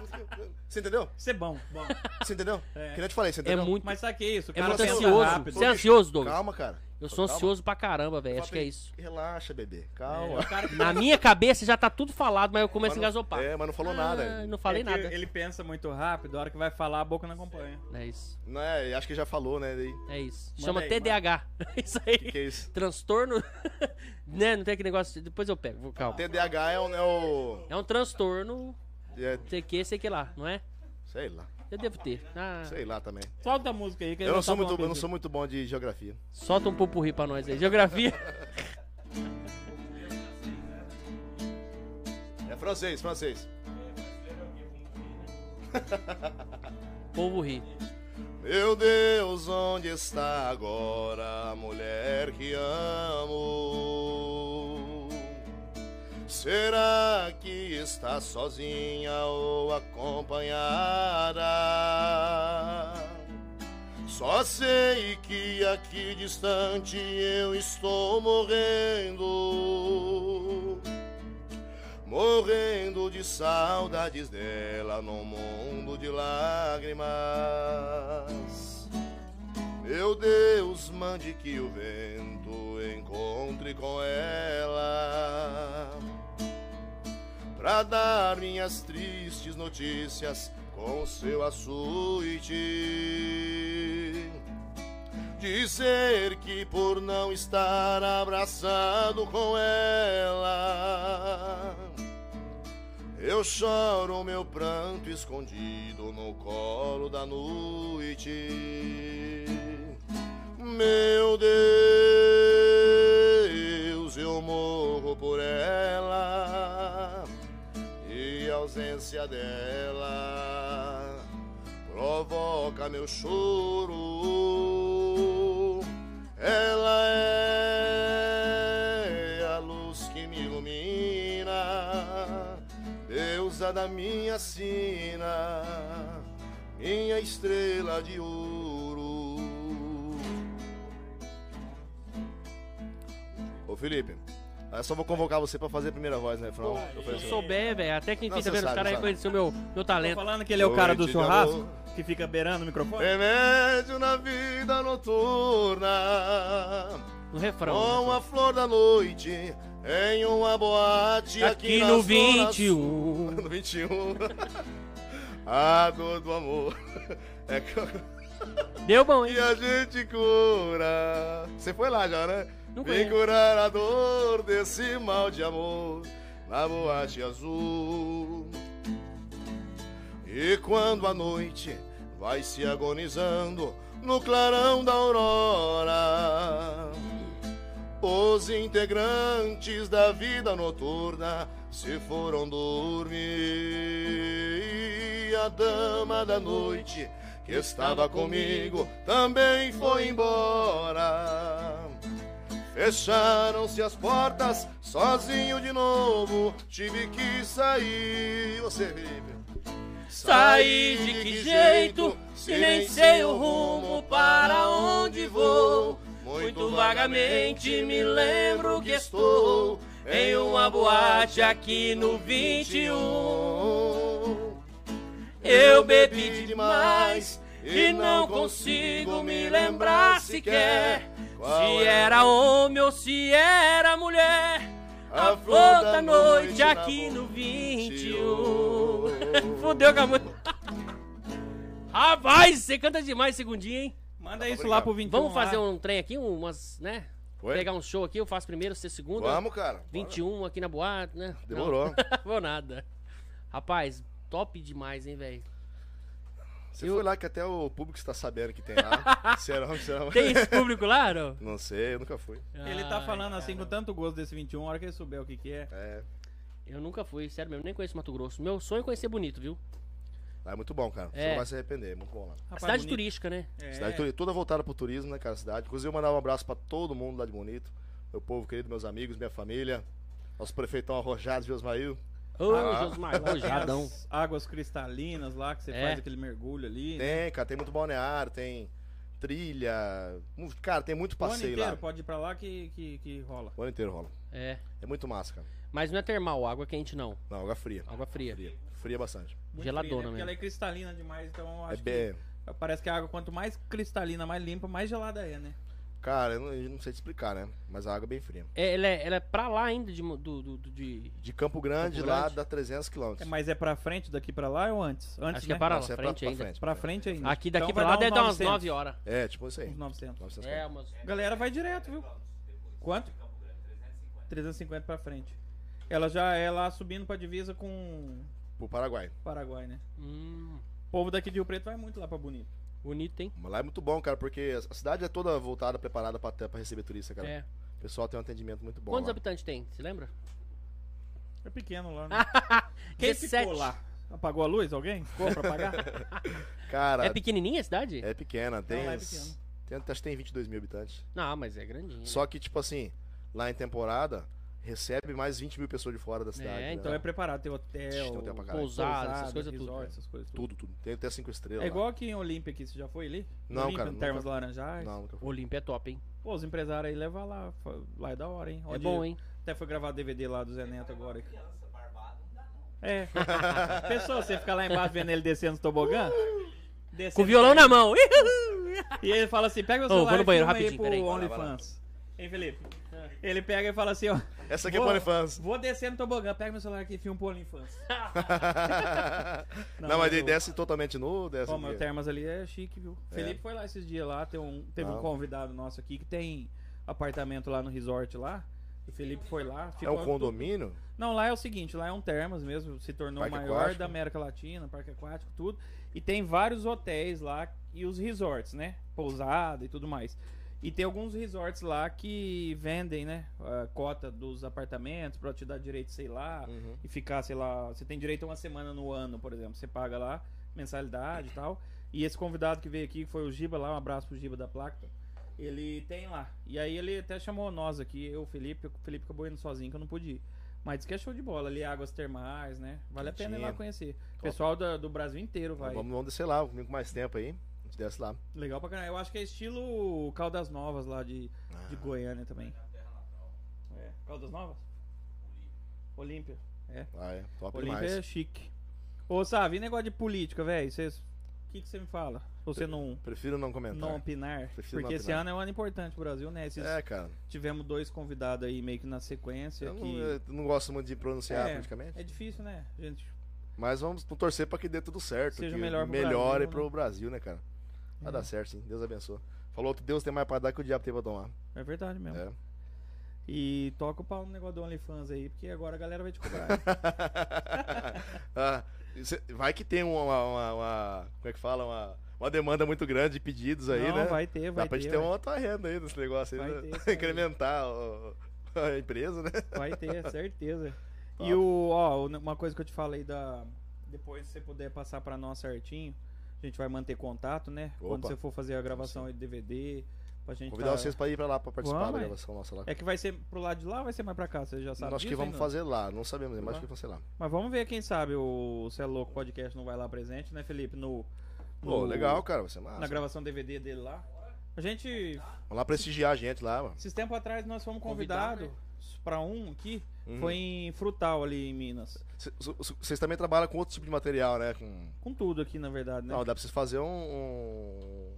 [SPEAKER 3] Você entendeu?
[SPEAKER 1] Isso é bom. bom.
[SPEAKER 3] Você entendeu?
[SPEAKER 1] É.
[SPEAKER 3] Que nem eu te falei, você
[SPEAKER 2] É <laughs>
[SPEAKER 3] entendeu?
[SPEAKER 2] muito.
[SPEAKER 1] Mas sabe que isso? O
[SPEAKER 2] É
[SPEAKER 1] cara
[SPEAKER 2] muito
[SPEAKER 1] pensa
[SPEAKER 2] ansioso.
[SPEAKER 1] rápido.
[SPEAKER 2] Você é ansioso, Douglas.
[SPEAKER 3] Calma, cara.
[SPEAKER 2] Eu sou
[SPEAKER 3] Calma.
[SPEAKER 2] ansioso pra caramba, velho.
[SPEAKER 3] Fala
[SPEAKER 2] Acho que
[SPEAKER 3] pra
[SPEAKER 2] é
[SPEAKER 3] ele,
[SPEAKER 2] isso.
[SPEAKER 3] Relaxa, bebê.
[SPEAKER 1] É,
[SPEAKER 3] Calma.
[SPEAKER 1] o
[SPEAKER 2] <laughs>
[SPEAKER 1] cara que
[SPEAKER 2] Na minha cabeça já tá tudo falado, mas eu
[SPEAKER 3] Mas
[SPEAKER 2] começo a
[SPEAKER 3] não-
[SPEAKER 2] engasopar.
[SPEAKER 3] É, mas não falou
[SPEAKER 2] Ah,
[SPEAKER 3] nada.
[SPEAKER 2] Não falei
[SPEAKER 1] é que
[SPEAKER 2] nada.
[SPEAKER 1] Ele pensa muito rápido, a hora que vai falar, a boca não acompanha.
[SPEAKER 2] É isso.
[SPEAKER 3] Não é, acho que já falou, né? daí.
[SPEAKER 2] É isso.
[SPEAKER 1] Manda
[SPEAKER 2] Chama
[SPEAKER 1] aí,
[SPEAKER 2] TDAH. <laughs> Isso
[SPEAKER 3] Que
[SPEAKER 2] aí.
[SPEAKER 3] que é isso?
[SPEAKER 2] Transtorno. <laughs> né? Não tem aquele negócio. Depois eu pego. vou- Calma.
[SPEAKER 3] TDAH é o. É o
[SPEAKER 2] É um transtorno.
[SPEAKER 3] é-
[SPEAKER 2] Sei que, sei que lá, não é?
[SPEAKER 3] sei lá.
[SPEAKER 2] Eu devo ter. Ah,
[SPEAKER 3] Sei lá também.
[SPEAKER 1] Solta a música aí que
[SPEAKER 3] Eu não, sou muito, eu não sou muito bom de geografia.
[SPEAKER 2] solta um pupurri pra nós aí. Geografia. <laughs>
[SPEAKER 3] É francês, francês.
[SPEAKER 2] Povo ri.
[SPEAKER 3] Meu Deus, onde está agora a mulher que amo? Será que está sozinha ou acompanhada? Só sei que aqui distante eu estou morrendo. Morrendo de saudades dela num mundo de lágrimas. Meu Deus, mande que o vento encontre com ela. Pra dar minhas tristes notícias com seu açoite. Dizer que por não estar abraçado com ela, eu choro meu pranto escondido no colo da noite. Meu Deus, eu morro por ela e a ausência dela provoca meu choro. Ela é a luz que me ilumina, deusa da minha sina, minha estrela de ouro. Ô Felipe, eu só vou convocar você pra fazer a primeira voz, né, Fran? Eu
[SPEAKER 2] Se eu
[SPEAKER 3] falei assim,
[SPEAKER 2] souber, velho, até que enfim,
[SPEAKER 3] Não,
[SPEAKER 2] tá
[SPEAKER 3] você
[SPEAKER 2] vendo? Os
[SPEAKER 3] sabe,
[SPEAKER 2] caras
[SPEAKER 3] sabe.
[SPEAKER 2] reconheceram meu, meu talento.
[SPEAKER 1] falando que ele é o cara do
[SPEAKER 3] Noite de
[SPEAKER 1] churrasco,
[SPEAKER 3] amor.
[SPEAKER 1] que fica beirando o
[SPEAKER 3] É.
[SPEAKER 1] microfone.
[SPEAKER 3] Remédio na vida noturna
[SPEAKER 2] No refrão.
[SPEAKER 3] Com a flor da noite Em uma boate
[SPEAKER 2] Aqui
[SPEAKER 3] Aqui, na
[SPEAKER 2] no
[SPEAKER 3] Zona
[SPEAKER 2] 21.
[SPEAKER 3] Sul. <laughs> No 21 <laughs> A dor do amor <laughs> É que
[SPEAKER 2] Deu bom, hein?
[SPEAKER 3] que a gente cura Você foi lá já, né?
[SPEAKER 2] Não
[SPEAKER 3] Vem
[SPEAKER 2] conheço.
[SPEAKER 3] curar a dor desse mal de amor Na boate azul E quando a noite vai se agonizando no clarão da aurora. Os integrantes da vida noturna se foram dormir. E a dama da noite que estava comigo também foi embora. Fecharam-se as portas, sozinho de novo, tive que sair. Você vive.
[SPEAKER 1] Saí de que jeito, se nem sei o rumo para onde vou. Muito vagamente me lembro que estou em uma boate aqui no 21. Eu bebi demais e não consigo me lembrar sequer se
[SPEAKER 3] é?
[SPEAKER 1] era homem ou se era mulher. A flor da noite aqui no
[SPEAKER 2] <laughs>
[SPEAKER 1] 21. <laughs> Fudeu com a música.
[SPEAKER 2] Rapaz, você canta demais segundinha, hein?
[SPEAKER 1] Manda isso lá pro 21.
[SPEAKER 2] Vamos
[SPEAKER 1] lá.
[SPEAKER 2] fazer um trem aqui, umas, né?
[SPEAKER 3] Foi?
[SPEAKER 2] Pegar um show aqui, eu faço primeiro, você segunda.
[SPEAKER 3] Vamos, cara. bora.
[SPEAKER 2] 21 aqui na boate,
[SPEAKER 1] um.
[SPEAKER 2] né? Não.
[SPEAKER 3] Demorou.
[SPEAKER 2] <laughs> Vou nada. Rapaz, top demais, hein, velho?
[SPEAKER 3] Você
[SPEAKER 2] Eu-
[SPEAKER 3] foi lá que até o público está sabendo que
[SPEAKER 1] <laughs>
[SPEAKER 3] tem lá. serão, serão.
[SPEAKER 2] Tem esse público lá, não?
[SPEAKER 3] Não sei, eu nunca fui.
[SPEAKER 1] Ele tá
[SPEAKER 2] Ai,
[SPEAKER 1] falando assim
[SPEAKER 2] cara.
[SPEAKER 1] com tanto gosto desse 21, a hora que ele souber o que que é.
[SPEAKER 3] É,
[SPEAKER 2] Eu nunca fui, sério mesmo, nem conheço Mato Grosso. Meu sonho é conhecer bonito, viu?
[SPEAKER 3] lá é muito bom, cara. Você
[SPEAKER 2] É.
[SPEAKER 3] não vai se arrepender, é muito bom lá.
[SPEAKER 1] Rapaz,
[SPEAKER 2] Cidade
[SPEAKER 1] Tá bonito.
[SPEAKER 2] turística, né?
[SPEAKER 1] É.
[SPEAKER 3] Cidade turi- toda voltada pro turismo, né, cara? a Cidade. Inclusive, eu mandar um abraço pra todo mundo lá de Bonito. Meu povo querido, meus amigos, minha família. Nosso prefeitão arrojado, Josmail.
[SPEAKER 2] Ô,
[SPEAKER 3] Ah.
[SPEAKER 2] Josmar,
[SPEAKER 1] Tem
[SPEAKER 2] rojadão.
[SPEAKER 1] as águas cristalinas lá que você
[SPEAKER 2] É.
[SPEAKER 1] faz aquele mergulho ali.
[SPEAKER 3] Tem, cara, tem muito balneário, tem trilha. mu- Cara, tem muito
[SPEAKER 1] o um ano
[SPEAKER 3] passeio
[SPEAKER 1] inteiro
[SPEAKER 3] lá.
[SPEAKER 1] pode ir pra lá que, que, que rola.
[SPEAKER 3] O ano inteiro rola.
[SPEAKER 2] É.
[SPEAKER 3] É muito massa, cara.
[SPEAKER 2] Mas não é termal, água quente não.
[SPEAKER 3] Não, água fria.
[SPEAKER 2] Água fria.
[SPEAKER 3] Fria, fria bastante.
[SPEAKER 1] Muito
[SPEAKER 2] Geladona
[SPEAKER 1] frio, né? Porque
[SPEAKER 2] mesmo.
[SPEAKER 1] ela é cristalina demais, então eu acho
[SPEAKER 3] é bem.
[SPEAKER 1] que parece que a água quanto mais cristalina, mais limpa, mais gelada é, né?
[SPEAKER 3] Cara, eu não, eu não sei te explicar, né? Mas a água é bem fria.
[SPEAKER 2] É, ela, é, ela é pra lá ainda de. mo- Do, do- do- de-
[SPEAKER 3] De Campo Grande,
[SPEAKER 2] Campo
[SPEAKER 3] lá
[SPEAKER 2] Grande?
[SPEAKER 3] dá 300
[SPEAKER 1] É,
[SPEAKER 3] quilômetros.
[SPEAKER 1] mas é pra frente daqui pra lá ou antes? Antes,
[SPEAKER 2] Acho que é
[SPEAKER 1] né?
[SPEAKER 2] para lá,
[SPEAKER 3] Nossa, é
[SPEAKER 2] frente ainda.
[SPEAKER 1] Pra frente ainda.
[SPEAKER 2] Aqui daqui
[SPEAKER 1] Então
[SPEAKER 2] pra
[SPEAKER 1] vai
[SPEAKER 2] lá
[SPEAKER 1] dar
[SPEAKER 2] deve
[SPEAKER 1] uns
[SPEAKER 2] dar umas
[SPEAKER 1] 900.
[SPEAKER 2] 9 horas.
[SPEAKER 3] É, tipo isso aí.
[SPEAKER 1] Uns 900.
[SPEAKER 3] 900
[SPEAKER 2] É, umas.
[SPEAKER 1] Galera vai direto, viu? Quanto? 350 pra frente. Ela já é lá subindo pra divisa com
[SPEAKER 3] Pro Paraguai.
[SPEAKER 1] o Paraguai, né?
[SPEAKER 2] Hum,
[SPEAKER 1] O povo daqui de Rio Preto vai muito lá pra Bonito.
[SPEAKER 2] bonito, hein?
[SPEAKER 3] Mas lá é muito bom, cara, porque a cidade é toda voltada, preparada pra, até pra receber turista, cara.
[SPEAKER 2] É.
[SPEAKER 3] O pessoal tem um atendimento muito bom.
[SPEAKER 2] Quantos
[SPEAKER 3] lá.
[SPEAKER 2] habitantes tem? Você lembra?
[SPEAKER 1] É pequeno lá,
[SPEAKER 2] <laughs>
[SPEAKER 1] né? Quem
[SPEAKER 2] 17.
[SPEAKER 1] ficou lá? Apagou a luz? Alguém? Ficou pra apagar?
[SPEAKER 2] <laughs>
[SPEAKER 3] Cara,
[SPEAKER 2] É pequenininha a cidade?
[SPEAKER 3] é pequena. Tem,
[SPEAKER 1] Não, lá é
[SPEAKER 3] uns-
[SPEAKER 1] pequeno.
[SPEAKER 3] tem- acho que tem 22 mil habitantes.
[SPEAKER 2] Não, mas é grandinha.
[SPEAKER 3] Só que, tipo assim, lá em temporada, recebe mais 20 mil pessoas de fora da cidade. né?
[SPEAKER 1] Então é preparado, tem hotel,
[SPEAKER 3] Tem hotel pra caralho.
[SPEAKER 2] Pousada, essas coisas
[SPEAKER 1] resort,
[SPEAKER 2] tudo.
[SPEAKER 1] essas coisas tudo.
[SPEAKER 3] Tudo, tudo. Tem até cinco estrelas.
[SPEAKER 1] É
[SPEAKER 3] lá.
[SPEAKER 1] igual aqui em Olímpia, que você já foi ali?
[SPEAKER 3] Não,
[SPEAKER 1] Olímpia,
[SPEAKER 3] cara,
[SPEAKER 1] em termos
[SPEAKER 3] nunca-
[SPEAKER 1] laranjais.
[SPEAKER 3] Não, nunca fui.
[SPEAKER 2] Olímpia é top, hein?
[SPEAKER 1] Pô, os empresários aí levam lá, fa- lá é da hora, hein?
[SPEAKER 2] É
[SPEAKER 1] Onde
[SPEAKER 2] bom, hein?
[SPEAKER 1] Até foi gravar DVD lá do Zé Neto agora. É. <laughs> Pessoa, você fica lá embaixo vendo ele descendo no tobogã?
[SPEAKER 2] Uh! Com o violão na mão.
[SPEAKER 1] <laughs> E ele fala assim, pega o
[SPEAKER 2] Ô,
[SPEAKER 1] celular
[SPEAKER 2] vou no
[SPEAKER 1] e
[SPEAKER 2] banheiro
[SPEAKER 1] filma aí
[SPEAKER 2] rapidinho, peraí.
[SPEAKER 1] pro
[SPEAKER 3] Vai lá, vai lá.
[SPEAKER 1] OnlyFans. Hein, Felipe?
[SPEAKER 2] Ah.
[SPEAKER 1] Ele pega e fala assim, ó...
[SPEAKER 3] Essa aqui é
[SPEAKER 1] Vou- <laughs>
[SPEAKER 3] Bonifans.
[SPEAKER 1] Vou descer no tobogã, pega meu celular aqui e filma pro OnlyFans.
[SPEAKER 3] não,
[SPEAKER 1] Não,
[SPEAKER 3] mas
[SPEAKER 1] mas
[SPEAKER 3] ele
[SPEAKER 1] o-
[SPEAKER 3] desce totalmente nu, desce.
[SPEAKER 1] Ó, meu Termas ali é chique, viu?
[SPEAKER 3] É. Ah.
[SPEAKER 1] Felipe foi lá esses dias lá, tem um, teve
[SPEAKER 3] Não.
[SPEAKER 1] um convidado nosso aqui que tem apartamento lá no resort lá. O Felipe foi lá.
[SPEAKER 3] é
[SPEAKER 1] ficou-
[SPEAKER 3] um condomínio?
[SPEAKER 1] Não, lá é o seguinte, lá é um termas mesmo, se tornou o
[SPEAKER 3] Parque
[SPEAKER 1] maior
[SPEAKER 3] aquático.
[SPEAKER 1] da América Latina, parque aquático, tudo. E tem vários hotéis lá e os resorts, né? Pousada e tudo mais. E tem alguns resorts lá que vendem, né? A cota dos apartamentos pra te dar direito, sei lá,
[SPEAKER 3] Uhum.
[SPEAKER 1] e ficar, sei lá, você tem direito a uma semana no ano, por exemplo, você paga lá mensalidade e tal. E esse convidado que veio aqui, que foi o Giba lá, um abraço pro Giba da Placa. Ele tem lá. E aí ele até chamou nós aqui, eu, o Felipe, o Felipe acabou indo sozinho que eu não pude ir. Mas disse que é show de bola, ali águas termais, né? Vale a pena ir lá
[SPEAKER 3] Quentinho.
[SPEAKER 1] conhecer. O pessoal da- do, Brasil inteiro vai.
[SPEAKER 3] Então Vamos, vamos descer lá, comigo mais tempo aí. A gente desce lá.
[SPEAKER 1] Legal pra caralho. Eu acho que é estilo Caldas Novas lá de, de Goiânia também. É. Caldas Novas? Olímpia.
[SPEAKER 3] Ah, é. Top
[SPEAKER 1] Olímpia
[SPEAKER 3] demais.
[SPEAKER 1] é chique. Ô, Savi, e negócio de política, velho? O que que você me fala? Você não,
[SPEAKER 3] Prefiro não comentar.
[SPEAKER 1] é não opinar?
[SPEAKER 3] Prefiro não
[SPEAKER 1] Porque esse
[SPEAKER 3] opinar.
[SPEAKER 1] ano é um ano importante pro Brasil, né? Esses-
[SPEAKER 3] É, cara.
[SPEAKER 1] Tivemos dois convidados aí meio que na sequência.
[SPEAKER 3] Eu não, é
[SPEAKER 1] que...
[SPEAKER 3] eu não gosto muito de pronunciar
[SPEAKER 1] É,
[SPEAKER 3] politicamente.
[SPEAKER 1] É difícil, né? Gente,
[SPEAKER 3] Mas vamos torcer pra que dê tudo certo.
[SPEAKER 1] Seja
[SPEAKER 3] que
[SPEAKER 1] melhor pro
[SPEAKER 3] melhore
[SPEAKER 1] Brasil, né? É.
[SPEAKER 3] pro Brasil, né, cara? Vai dar certo, sim. Deus abençoe. Falou que Deus tem mais pra dar que o diabo tem pra tomar.
[SPEAKER 1] é verdade mesmo.
[SPEAKER 3] É. <laughs>
[SPEAKER 1] E toca o pau no negócio do OnlyFans aí, porque agora a galera vai te
[SPEAKER 3] <laughs>
[SPEAKER 1] cobrar.
[SPEAKER 3] Ah, cê- vai que tem uma, uma- uma- Como é que fala? Uma, uma demanda muito grande de pedidos aí,
[SPEAKER 1] Não,
[SPEAKER 3] né?
[SPEAKER 1] vai ter, vai
[SPEAKER 3] Dá pra
[SPEAKER 1] ter.
[SPEAKER 3] gente ter
[SPEAKER 1] vai
[SPEAKER 3] uma outra renda aí nesse negócio aí,
[SPEAKER 1] Vai
[SPEAKER 3] né? <laughs>
[SPEAKER 1] ter, sim.
[SPEAKER 3] Incrementar o- a empresa, né?
[SPEAKER 1] Vai ter, é certeza.
[SPEAKER 3] Top.
[SPEAKER 1] E o, ó, uma coisa que eu te falei da. Depois, se você puder passar pra nós certinho, a gente vai manter contato, né? Quando
[SPEAKER 3] Opa.
[SPEAKER 1] você for fazer a gravação aí de DVD, pra gente.
[SPEAKER 3] Convidar
[SPEAKER 1] tá-
[SPEAKER 3] vocês pra ir pra lá pra participar
[SPEAKER 1] Vamos,
[SPEAKER 3] da
[SPEAKER 1] é.
[SPEAKER 3] gravação nossa lá.
[SPEAKER 1] É que vai ser pro lado de lá ou vai ser mais pra cá? Você já sabe.
[SPEAKER 3] Nós acho que
[SPEAKER 1] disso, hein,
[SPEAKER 3] vamos
[SPEAKER 1] Nuno?
[SPEAKER 3] fazer lá, não sabemos, mas
[SPEAKER 1] Lá.
[SPEAKER 3] acho que vamos fazer lá.
[SPEAKER 1] Mas vamos ver, quem sabe o Cê é Louco Podcast não vai lá presente, né, Felipe? No.
[SPEAKER 3] Pô,
[SPEAKER 1] no-
[SPEAKER 3] legal, cara, vai ser massa.
[SPEAKER 1] Na gravação DVD dele lá. A gente
[SPEAKER 3] Vamos lá prestigiar a gente lá, mano.
[SPEAKER 1] Esses tempos atrás nós fomos
[SPEAKER 2] Convidado,
[SPEAKER 1] convidados pra um aqui,
[SPEAKER 3] Uhum.
[SPEAKER 1] foi em Frutal ali em Minas.
[SPEAKER 3] Cê- su- su- Vocês também trabalham com outro tipo de material, né? Com...
[SPEAKER 1] Com tudo aqui, na verdade, né?
[SPEAKER 3] Não, dá pra vocês fazer um. um-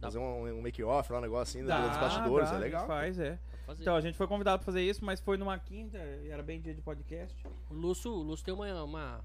[SPEAKER 2] Dá.
[SPEAKER 3] Fazer um, um make-off lá, um negócio assim,
[SPEAKER 1] Dá,
[SPEAKER 3] dos bastidores,
[SPEAKER 1] dá,
[SPEAKER 3] é
[SPEAKER 1] a gente
[SPEAKER 3] legal.
[SPEAKER 1] Faz, é.
[SPEAKER 2] Pra fazer.
[SPEAKER 1] Então, a gente foi convidado pra fazer isso, mas foi numa quinta, e era bem dia de podcast.
[SPEAKER 2] O Lúcio, o Lúcio tem uma, uma,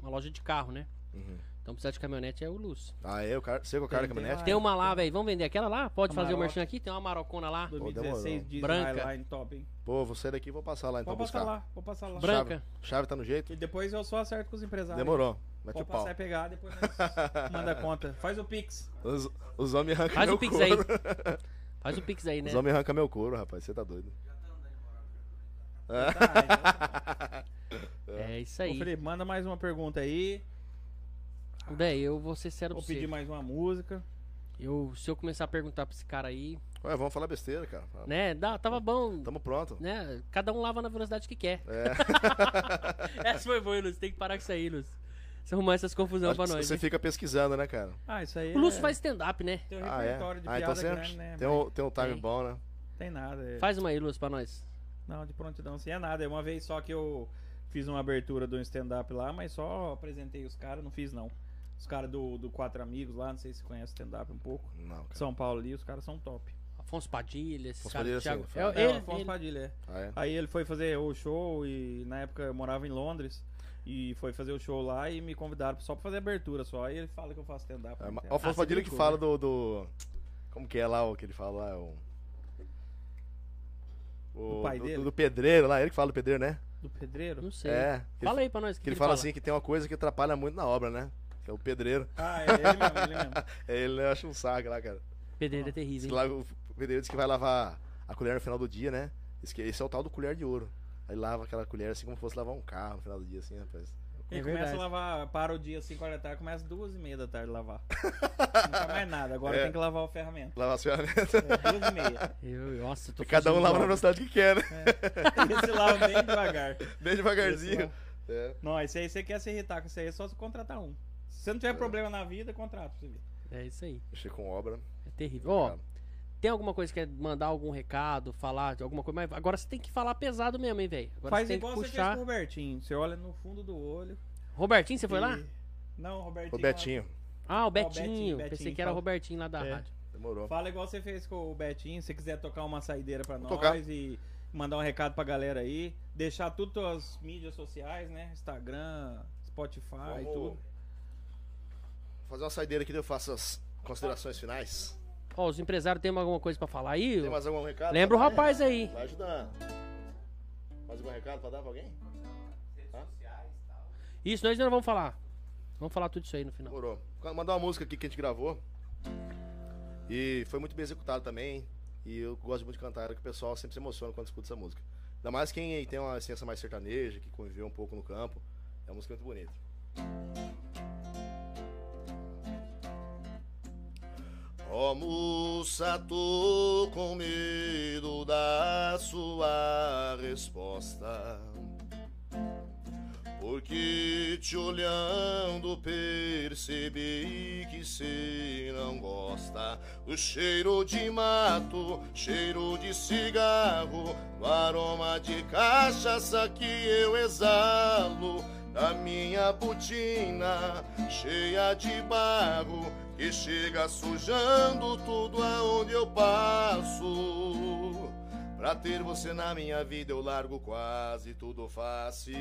[SPEAKER 2] uma loja de carro, né?
[SPEAKER 3] Uhum.
[SPEAKER 2] Então precisa de caminhonete é o Lúcio.
[SPEAKER 3] Ah, é, o cara, você com o cara
[SPEAKER 1] Tem-
[SPEAKER 3] da
[SPEAKER 1] tem
[SPEAKER 3] caminhonete?
[SPEAKER 1] Ah,
[SPEAKER 2] Tem uma lá, velho. Vamos vender aquela lá? Pode
[SPEAKER 1] A
[SPEAKER 2] fazer o
[SPEAKER 1] Maroc.
[SPEAKER 2] merchan aqui? Tem uma marocona lá.
[SPEAKER 3] demorou.
[SPEAKER 1] 2016 diz
[SPEAKER 2] Branca.
[SPEAKER 1] Highline Top, hein?
[SPEAKER 3] Pô, vou sair daqui e vou passar lá então
[SPEAKER 1] Pode passar
[SPEAKER 3] buscar.
[SPEAKER 1] lá, vou passar lá.
[SPEAKER 2] Branca.
[SPEAKER 3] Chave, chave tá no jeito?
[SPEAKER 1] E depois eu só acerto com os empresários.
[SPEAKER 3] Demorou. Mete
[SPEAKER 1] Pode
[SPEAKER 3] o pau.
[SPEAKER 1] passar e pegar, depois
[SPEAKER 3] <laughs>
[SPEAKER 1] nós manda a conta. Faz o Pix.
[SPEAKER 3] Os, os homens arrancam
[SPEAKER 2] Faz
[SPEAKER 3] meu
[SPEAKER 2] o pix
[SPEAKER 3] couro.
[SPEAKER 2] aí. <laughs> Faz o pix aí, né?
[SPEAKER 3] Os homens arrancam meu couro, rapaz. Você tá doido.
[SPEAKER 2] <laughs>
[SPEAKER 1] Tá,
[SPEAKER 2] É isso
[SPEAKER 1] então. Ô,
[SPEAKER 2] aí.
[SPEAKER 1] Felipe, manda mais uma pergunta aí.
[SPEAKER 2] Daí eu vou ser sério
[SPEAKER 1] Vou
[SPEAKER 2] pra você.
[SPEAKER 1] pedir mais uma música.
[SPEAKER 2] Eu, se eu começar a perguntar pra esse cara aí,
[SPEAKER 3] Ué, vamos falar besteira, cara.
[SPEAKER 2] né? Dá, tava bom.
[SPEAKER 3] Tamo pronto.
[SPEAKER 2] Né? Cada um lava na velocidade que quer.
[SPEAKER 3] É.
[SPEAKER 2] <laughs> Essa foi boa, Lúcio. Tem que parar com isso aí, Lúcio. Você arrumar essas confusões
[SPEAKER 3] Acho
[SPEAKER 2] pra
[SPEAKER 3] que
[SPEAKER 2] nós.
[SPEAKER 3] você
[SPEAKER 2] né?
[SPEAKER 3] fica pesquisando, né, cara?
[SPEAKER 1] Ah, isso aí.
[SPEAKER 2] O Lúcio
[SPEAKER 1] é-
[SPEAKER 2] faz stand-up, né?
[SPEAKER 1] Tem um
[SPEAKER 3] Ah, é?
[SPEAKER 1] repertório de
[SPEAKER 3] Ah,
[SPEAKER 1] piada
[SPEAKER 3] então você
[SPEAKER 1] grande, né?
[SPEAKER 3] tem um, tem um time
[SPEAKER 2] Tem.
[SPEAKER 3] bom, né?
[SPEAKER 1] Mas Tem nada. é-
[SPEAKER 2] Faz uma aí, Lúcio, pra nós.
[SPEAKER 1] Não, de prontidão assim é nada. É uma vez só que eu fiz uma abertura do stand-up lá, mas só apresentei os caras, não fiz não. Os caras do, do Quatro Amigos lá, não sei se conhece stand-up um pouco.
[SPEAKER 3] Não, cara.
[SPEAKER 1] São Paulo ali, os caras são top.
[SPEAKER 2] Afonso Padilha, esse
[SPEAKER 3] Afonso
[SPEAKER 2] cara,
[SPEAKER 3] Padilha,
[SPEAKER 2] Thiago.
[SPEAKER 3] sim,
[SPEAKER 2] É,
[SPEAKER 3] fala.
[SPEAKER 1] É, o
[SPEAKER 2] ele,
[SPEAKER 1] Afonso
[SPEAKER 2] ele-
[SPEAKER 1] Padilha. é.
[SPEAKER 3] Ah, é?
[SPEAKER 1] Aí ele foi fazer o show e na época eu morava em Londres. E foi fazer o show lá e me convidaram só pra fazer abertura só. Aí ele fala que eu faço stand-up.
[SPEAKER 3] É,
[SPEAKER 1] não
[SPEAKER 3] ma-
[SPEAKER 1] tem
[SPEAKER 3] ó, o Afonso
[SPEAKER 2] Ah, você
[SPEAKER 3] Padilha que
[SPEAKER 2] brincou,
[SPEAKER 3] fala
[SPEAKER 2] né?
[SPEAKER 3] do, do- Como que é lá o que ele fala lá? é O... o-
[SPEAKER 1] Do pai
[SPEAKER 3] do,
[SPEAKER 1] dele?
[SPEAKER 3] do pedreiro lá, ele que fala do pedreiro, né?
[SPEAKER 1] Do pedreiro?
[SPEAKER 3] <laughs>
[SPEAKER 2] Não sei.
[SPEAKER 3] É. Que
[SPEAKER 2] Fala
[SPEAKER 3] ele,
[SPEAKER 2] aí pra nós. o
[SPEAKER 3] que ele fala, assim que tem uma coisa que atrapalha muito na obra, né? Que é o pedreiro.
[SPEAKER 1] Ah, é ele mesmo, ele mesmo.
[SPEAKER 3] <laughs> É, ele né, acha um saco lá, cara.
[SPEAKER 2] Pedreiro é
[SPEAKER 3] Diz
[SPEAKER 2] terrível.
[SPEAKER 3] que
[SPEAKER 2] hein?
[SPEAKER 3] lá o pedreiro diz que vai lavar a colher no final do dia, né? Diz que esse é o tal do colher de ouro. Aí lava aquela colher assim como se fosse lavar um carro no final do dia, assim, rapaz.
[SPEAKER 1] Ele
[SPEAKER 2] É
[SPEAKER 1] começa
[SPEAKER 2] verdade.
[SPEAKER 1] a lavar, para o dia 5 horas da tarde, começa duas e meia da tarde a lavar. Não tá mais nada, agora
[SPEAKER 3] É.
[SPEAKER 1] tem que lavar o ferramenta.
[SPEAKER 3] Lavar as ferramentas.
[SPEAKER 1] É, duas e meia.
[SPEAKER 2] Eu, nossa, eu tô
[SPEAKER 3] <laughs> Cada um
[SPEAKER 2] fazendo
[SPEAKER 3] lava na
[SPEAKER 2] mal.
[SPEAKER 3] velocidade que quer, né? <laughs>
[SPEAKER 1] Esse lava bem devagar.
[SPEAKER 3] Bem devagarzinho.
[SPEAKER 1] Esse
[SPEAKER 3] É.
[SPEAKER 1] Não, esse aí você quer se irritar com isso aí, é só se contratar um. Se você não
[SPEAKER 3] É.
[SPEAKER 1] tiver problema na vida, contrata pra você ver.
[SPEAKER 2] É isso aí.
[SPEAKER 3] Mexer com obra.
[SPEAKER 2] É terrível. Ó, tem alguma coisa que quer mandar algum recado, falar de alguma coisa? Mas agora você tem que falar pesado mesmo, hein, velho? Agora
[SPEAKER 1] Faz
[SPEAKER 2] você tem
[SPEAKER 1] igual
[SPEAKER 2] que
[SPEAKER 1] você fez
[SPEAKER 2] puxar.
[SPEAKER 1] com o Robertinho. Você olha no fundo do olho.
[SPEAKER 2] Robertinho, você foi
[SPEAKER 1] e-
[SPEAKER 2] lá?
[SPEAKER 1] Não, é o Robertinho.
[SPEAKER 3] Ô, Betinho,
[SPEAKER 2] Ah, o
[SPEAKER 1] Betinho,
[SPEAKER 2] Betinho. Pensei
[SPEAKER 1] Betinho,
[SPEAKER 2] que era o
[SPEAKER 1] fala.
[SPEAKER 2] Robertinho lá da
[SPEAKER 1] É.
[SPEAKER 2] rádio.
[SPEAKER 3] demorou.
[SPEAKER 1] Fala igual você fez com o Betinho. Se quiser tocar uma saideira pra nós
[SPEAKER 3] Vou tocar.
[SPEAKER 1] e mandar um recado pra galera aí. Deixar tudo as mídias sociais, né? Instagram, Spotify,
[SPEAKER 3] Vamos
[SPEAKER 1] tudo.
[SPEAKER 3] fazer uma saideira aqui, daí eu faço as considerações finais.
[SPEAKER 2] Ó, os empresários têm alguma coisa pra falar aí?
[SPEAKER 3] Tem né? mais algum recado?
[SPEAKER 2] Lembra o
[SPEAKER 3] pra dar?
[SPEAKER 2] rapaz aí.
[SPEAKER 3] Vai ajudar. Mais algum recado pra dar pra alguém?
[SPEAKER 2] Isso, nós não vamos falar. Vamos falar tudo isso aí no final.
[SPEAKER 3] Demorou. Mandar uma música aqui que a gente gravou. E foi muito bem executado também. E eu gosto muito de cantar, é que o pessoal sempre se emociona quando escuta essa música. Ainda mais quem tem uma essência mais sertaneja, que conviveu um pouco no campo. É uma música muito bonita. Almoça, tô com medo da sua resposta. Porque te olhando percebi que cê não gosta do cheiro de mato, cheiro de cigarro, do aroma de cachaça que eu exalo da minha botina cheia de barro que chega sujando tudo aonde eu passo. Pra ter você na minha vida eu largo quase tudo fácil.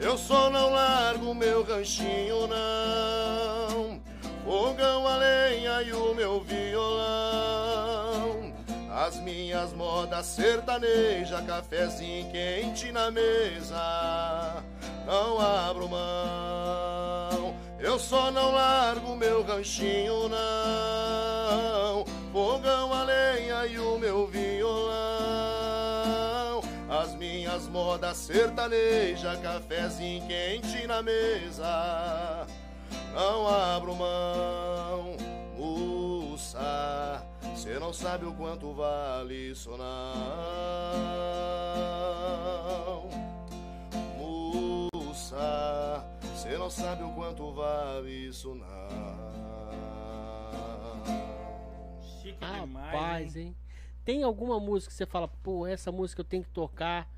[SPEAKER 3] Eu só não largo meu ranchinho, não. Fogão, a lenha e o meu violão. As as minhas modas sertaneja, cafezinho quente na mesa. Não abro mão, eu só não largo meu ranchinho, não. Fogão a lenha e o meu violão. As minhas modas sertaneja, cafezinho quente na mesa. Não abro mão, moça. Cê não sabe o quanto vale isso não Moça, cê não sabe o quanto vale isso não
[SPEAKER 1] Chique demais.
[SPEAKER 2] Rapaz,
[SPEAKER 1] hein?
[SPEAKER 2] hein? Tem alguma música que você fala, pô, essa música eu tenho que tocar?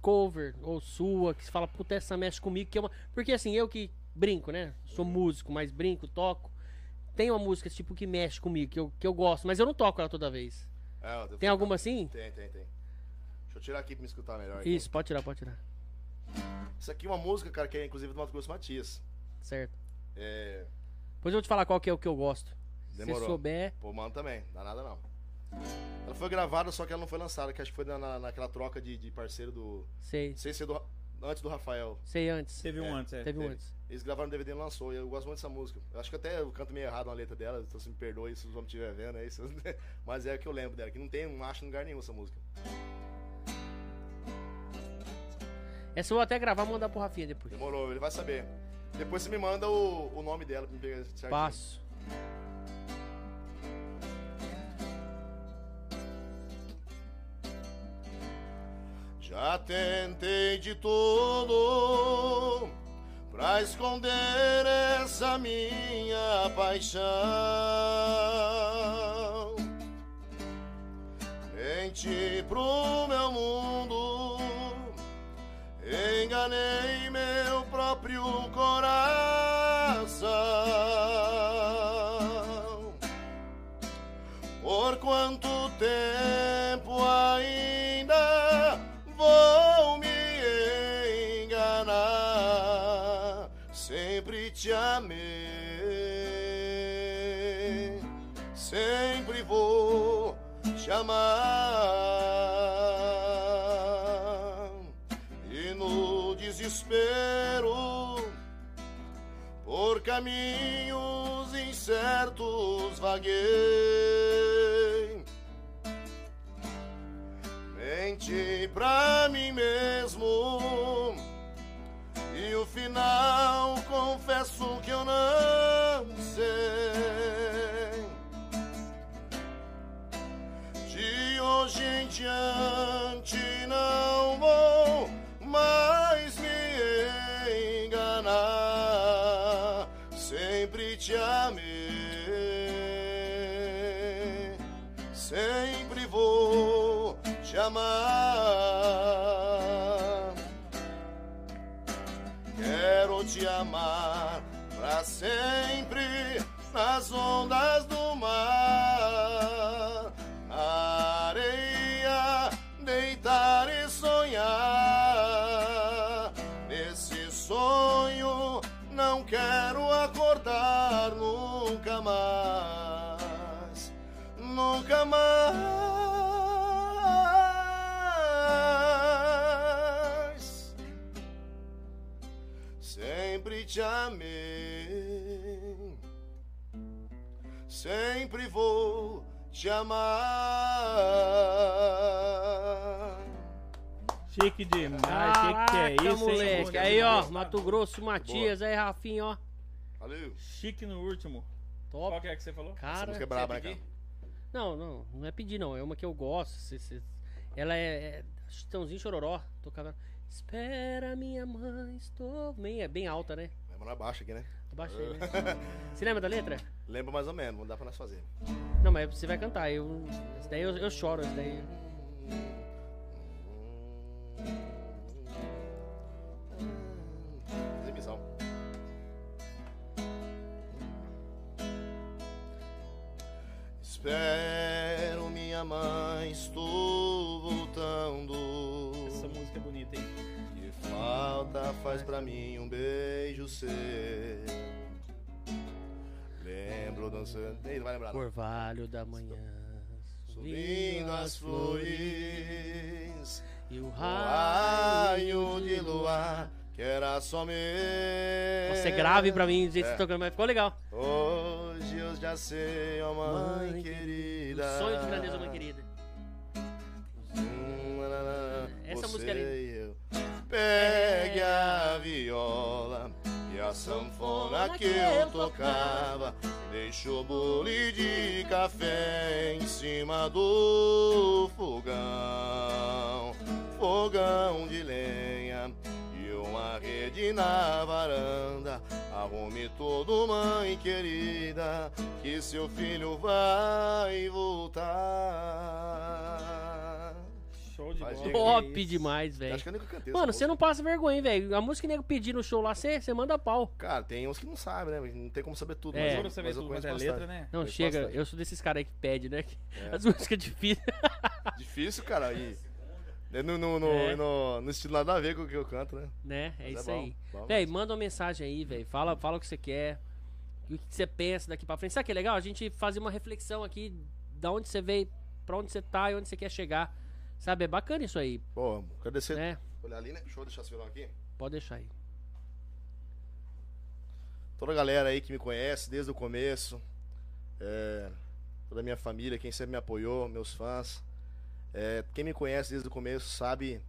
[SPEAKER 2] Cover ou sua, que você fala, puta, essa mexe comigo. Que é uma... Porque assim, eu que brinco, né? Sou músico, mas brinco, toco. Tem uma música tipo que mexe comigo, que eu, que eu gosto, mas eu não toco ela toda vez.
[SPEAKER 3] É, eu devo-
[SPEAKER 2] Tem alguma assim?
[SPEAKER 3] Tem, tem, tem. Deixa eu tirar aqui pra me escutar melhor. então.
[SPEAKER 2] Isso, pode tirar, pode tirar.
[SPEAKER 3] Isso aqui é uma música, cara, que é inclusive do Mato Grosso Matias.
[SPEAKER 2] Certo.
[SPEAKER 3] É.
[SPEAKER 2] Depois eu vou te falar qual que é o que eu gosto. Se
[SPEAKER 3] Demorou.
[SPEAKER 2] souber,
[SPEAKER 3] Pô, mano, também. Dá nada não. Ela foi gravada, só que ela não foi lançada, que acho que foi na, na- naquela troca de, de parceiro do.
[SPEAKER 2] sei.
[SPEAKER 3] Sem ser do. Ra- Antes do Rafael.
[SPEAKER 2] Sei antes.
[SPEAKER 1] Teve um
[SPEAKER 3] É,
[SPEAKER 1] antes, é.
[SPEAKER 2] Teve um
[SPEAKER 3] teve.
[SPEAKER 2] antes.
[SPEAKER 3] Eles gravaram no DVD e lançou. E eu gosto muito dessa música. Eu acho que até eu canto meio errado na letra dela, então se me perdoe se os homens estiverem vendo aí. se- <laughs> Mas é o que eu lembro dela, que não tem, não acho em lugar nenhum essa música.
[SPEAKER 2] Essa eu vou até gravar e mandar pro Rafinha depois.
[SPEAKER 3] Demorou, ele vai saber. Depois você me manda o, o nome dela pra me pegar certinho.
[SPEAKER 2] Passo.
[SPEAKER 3] Já tentei de tudo pra esconder essa minha paixão. Menti pro meu mundo, enganei meu próprio coração. Por quanto tempo ainda vou me enganar? Sempre te amei, sempre vou te amar. E no desespero por caminhos incertos vaguei. Menti pra mim mesmo e o final confesso que eu não sei. De hoje em diante não vou mais me enganar. Sempre te amei, sempre vou te amar. Quero te amar pra sempre nas ondas do mar, na areia, deitar e sonhar. Nesse sonho não quero acordar nunca mais, nunca mais. Sempre te amei, sempre vou te amar.
[SPEAKER 1] Chique demais.
[SPEAKER 2] um- Caraca,
[SPEAKER 1] que, que é isso, hein?
[SPEAKER 2] moleque. Aí, ó, Mato Grosso, Matias, aí, Rafinha, ó.
[SPEAKER 3] Valeu.
[SPEAKER 1] Chique no último. Qual
[SPEAKER 2] Top.
[SPEAKER 1] que é que você falou?
[SPEAKER 3] Essa
[SPEAKER 2] Cara.
[SPEAKER 3] música é braba, né,
[SPEAKER 4] quer
[SPEAKER 3] cara?
[SPEAKER 2] Não, não, não é pedir, não. É uma que eu gosto. se- se- Ela é. é Chitãozinho Chororó. Tocava. Espera, minha mãe, estou bem. É bem alta, né?
[SPEAKER 3] Lembra na baixa aqui, né?
[SPEAKER 2] Abaixei, né? Você lembra da letra?
[SPEAKER 3] Lembra mais ou menos, não dá pra nós fazer.
[SPEAKER 2] Não, mas você vai cantar. Eu... Esse daí eu, eu choro, esse daí.
[SPEAKER 3] Exibição. Espero, minha mãe, estou voltando.
[SPEAKER 1] Essa música é bonita, hein?
[SPEAKER 3] Que falta faz pra mim um beijo seu. Lembro dançando. Ei, não vai lembrar. não.
[SPEAKER 2] Orvalho da manhã.
[SPEAKER 3] Subindo as flores,
[SPEAKER 2] E o
[SPEAKER 3] o
[SPEAKER 2] raio.
[SPEAKER 3] raio de luar, que era somente.
[SPEAKER 2] Nossa, é grave pra mim, do jeito que
[SPEAKER 3] É.
[SPEAKER 2] você tocando, mas ficou legal.
[SPEAKER 3] Hoje eu já sei, ó mãe,
[SPEAKER 2] Mãe
[SPEAKER 3] querida.
[SPEAKER 2] O sonho de grandeza, mãe querida.
[SPEAKER 3] Hum, nananã,
[SPEAKER 2] Essa
[SPEAKER 3] você
[SPEAKER 2] música é linda.
[SPEAKER 3] e eu. Pegue a viola e a É. sanfona que eu tocava. Deixa o bule de café em cima do fogão. Fogão de lenha e uma rede na varanda. Arrume tudo, mãe querida, que seu filho vai voltar.
[SPEAKER 1] Show de
[SPEAKER 3] Faz
[SPEAKER 1] bola.
[SPEAKER 2] Top
[SPEAKER 1] Que isso.
[SPEAKER 2] demais, velho.
[SPEAKER 3] é Acho que é eu nunca cantei
[SPEAKER 2] Mano,
[SPEAKER 3] essa
[SPEAKER 2] você
[SPEAKER 3] música.
[SPEAKER 2] não passa vergonha, hein, velho. A música que nego pedir no show lá, você você manda pau.
[SPEAKER 3] Cara, tem uns que não sabem, né? Não tem como saber tudo.
[SPEAKER 2] É.
[SPEAKER 3] mas,
[SPEAKER 1] Juro
[SPEAKER 3] eu,
[SPEAKER 1] saber
[SPEAKER 3] mas eu
[SPEAKER 1] tudo quanto
[SPEAKER 3] conheço
[SPEAKER 1] é letra,
[SPEAKER 3] bastante. Tá
[SPEAKER 1] né?
[SPEAKER 2] Não,
[SPEAKER 3] Conheço
[SPEAKER 2] chega,
[SPEAKER 3] bastante.
[SPEAKER 2] eu sou desses caras aí que pede, né?
[SPEAKER 3] É.
[SPEAKER 2] As músicas difíceis. <laughs>
[SPEAKER 3] Difícil, cara. E... e No, no, no,
[SPEAKER 2] É.
[SPEAKER 3] no, no estilo nada a ver com o que eu canto, né?
[SPEAKER 2] né? É
[SPEAKER 3] Mas
[SPEAKER 2] isso
[SPEAKER 3] bom,
[SPEAKER 2] aí.
[SPEAKER 3] bom.
[SPEAKER 2] Véi, manda uma mensagem aí, velho. Fala, fala o que você quer. E o que você pensa daqui pra frente. Sabe que é legal? A gente fazer uma reflexão aqui da onde você veio, pra onde você tá e onde você quer chegar. Sabe? É bacana isso aí,
[SPEAKER 3] Bom, quero descer.
[SPEAKER 2] né?
[SPEAKER 3] Olhar ali, né? Deixa eu deixar esse violão aqui.
[SPEAKER 2] Pode deixar aí.
[SPEAKER 3] Toda a galera aí que me conhece desde o começo. é, toda a minha família, quem sempre me apoiou, meus fãs. É, quem me conhece desde o começo sabe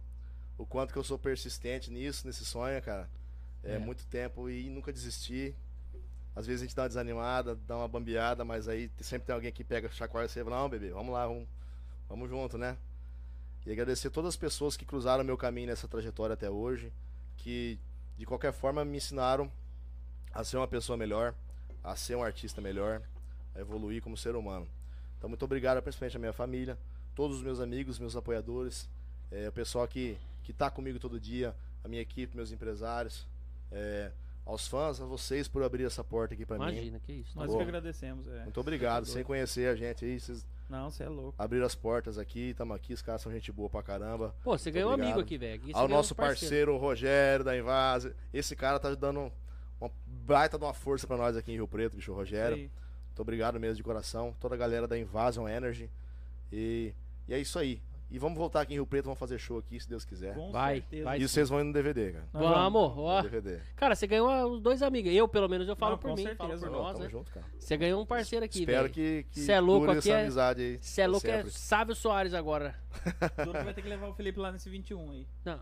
[SPEAKER 3] o quanto que eu sou persistente nisso, nesse sonho, cara. É,
[SPEAKER 2] É.
[SPEAKER 3] muito tempo e nunca desisti. Às vezes a gente dá uma desanimada, dá uma bambeada, mas aí te- sempre tem alguém que pega chacoalha e você fala, não, bebê, vamos lá, vamos, vamos junto, né? E agradecer todas as pessoas que cruzaram meu caminho nessa trajetória até hoje, que de qualquer forma me ensinaram a ser uma pessoa melhor, a ser um artista melhor, a evoluir como ser humano. Então, muito obrigado, principalmente à minha família, todos os meus amigos, meus apoiadores, eh, o pessoal que, que tá comigo todo dia, a minha equipe, meus empresários, eh, aos fãs, a vocês por abrir essa porta aqui para mim.
[SPEAKER 2] Imagina, que isso. tá
[SPEAKER 1] Nós
[SPEAKER 3] Boa.
[SPEAKER 1] que agradecemos. é.
[SPEAKER 3] Muito obrigado, sem conhecer a gente aí, vocês
[SPEAKER 1] Não, você é louco.
[SPEAKER 3] abriram as portas aqui, estamos aqui, os caras são gente boa pra caramba.
[SPEAKER 2] Pô, você ganhou um
[SPEAKER 3] obrigado.
[SPEAKER 2] amigo aqui, velho. Aqui você
[SPEAKER 3] Ao
[SPEAKER 2] ganhou um
[SPEAKER 3] nosso parceiro Rogério da Invase, esse cara tá dando uma baita de uma força pra nós aqui em Rio Preto, bicho, o Rogério.
[SPEAKER 1] Aí.
[SPEAKER 3] Muito obrigado mesmo de coração. Toda a galera da Invasion Energy. E, e é isso aí. E vamos voltar aqui em Rio Preto, vamos fazer show aqui, se Deus quiser.
[SPEAKER 1] Com
[SPEAKER 2] Vai,
[SPEAKER 1] certeza.
[SPEAKER 2] vai.
[SPEAKER 3] E vocês vão ir no DVD, cara.
[SPEAKER 1] Nós
[SPEAKER 2] Vamos,
[SPEAKER 3] No
[SPEAKER 2] ó.
[SPEAKER 3] DVD.
[SPEAKER 2] Cara, você ganhou uns dois amigos. Eu, pelo menos, eu falo
[SPEAKER 1] Não,
[SPEAKER 2] por
[SPEAKER 1] com
[SPEAKER 2] mim, falo
[SPEAKER 1] certeza.
[SPEAKER 2] por
[SPEAKER 3] Não,
[SPEAKER 2] nós,
[SPEAKER 3] tamo
[SPEAKER 2] né?
[SPEAKER 3] junto, cara.
[SPEAKER 2] Você ganhou um parceiro aqui,
[SPEAKER 3] Espero
[SPEAKER 2] velho.
[SPEAKER 3] que, que
[SPEAKER 2] Cê é louco
[SPEAKER 3] dure
[SPEAKER 2] aqui,
[SPEAKER 3] essa
[SPEAKER 2] é-
[SPEAKER 3] amizade aí. Tá
[SPEAKER 2] Você é
[SPEAKER 3] pra
[SPEAKER 2] louco, é
[SPEAKER 3] sempre.
[SPEAKER 2] Sávio Soares agora.
[SPEAKER 1] Duro que vai ter que levar o Felipe lá nesse 21 aí.
[SPEAKER 2] Não,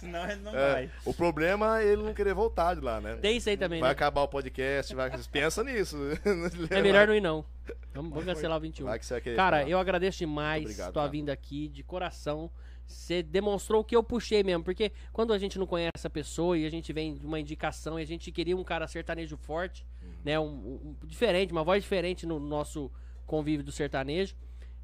[SPEAKER 1] Senão ele não
[SPEAKER 3] É,
[SPEAKER 1] vai.
[SPEAKER 3] o problema é ele não querer voltar de lá, né?
[SPEAKER 2] tem isso aí também,
[SPEAKER 3] vai
[SPEAKER 2] né?
[SPEAKER 3] acabar o podcast, vai... pensa nisso.
[SPEAKER 2] É melhor não ir, não. Vamos, vamos cancelar o 21.
[SPEAKER 3] Vai que você vai querer
[SPEAKER 2] Cara,
[SPEAKER 3] falar.
[SPEAKER 2] eu agradeço demais
[SPEAKER 3] Muito obrigado,
[SPEAKER 2] tua
[SPEAKER 3] cara.
[SPEAKER 2] vinda aqui, de coração. Você demonstrou o que eu puxei mesmo, porque quando a gente não conhece a pessoa e a gente vem de uma indicação e a gente queria um cara sertanejo forte,
[SPEAKER 3] Uhum.
[SPEAKER 2] né? Um, um- um diferente, uma voz diferente no nosso convívio do sertanejo.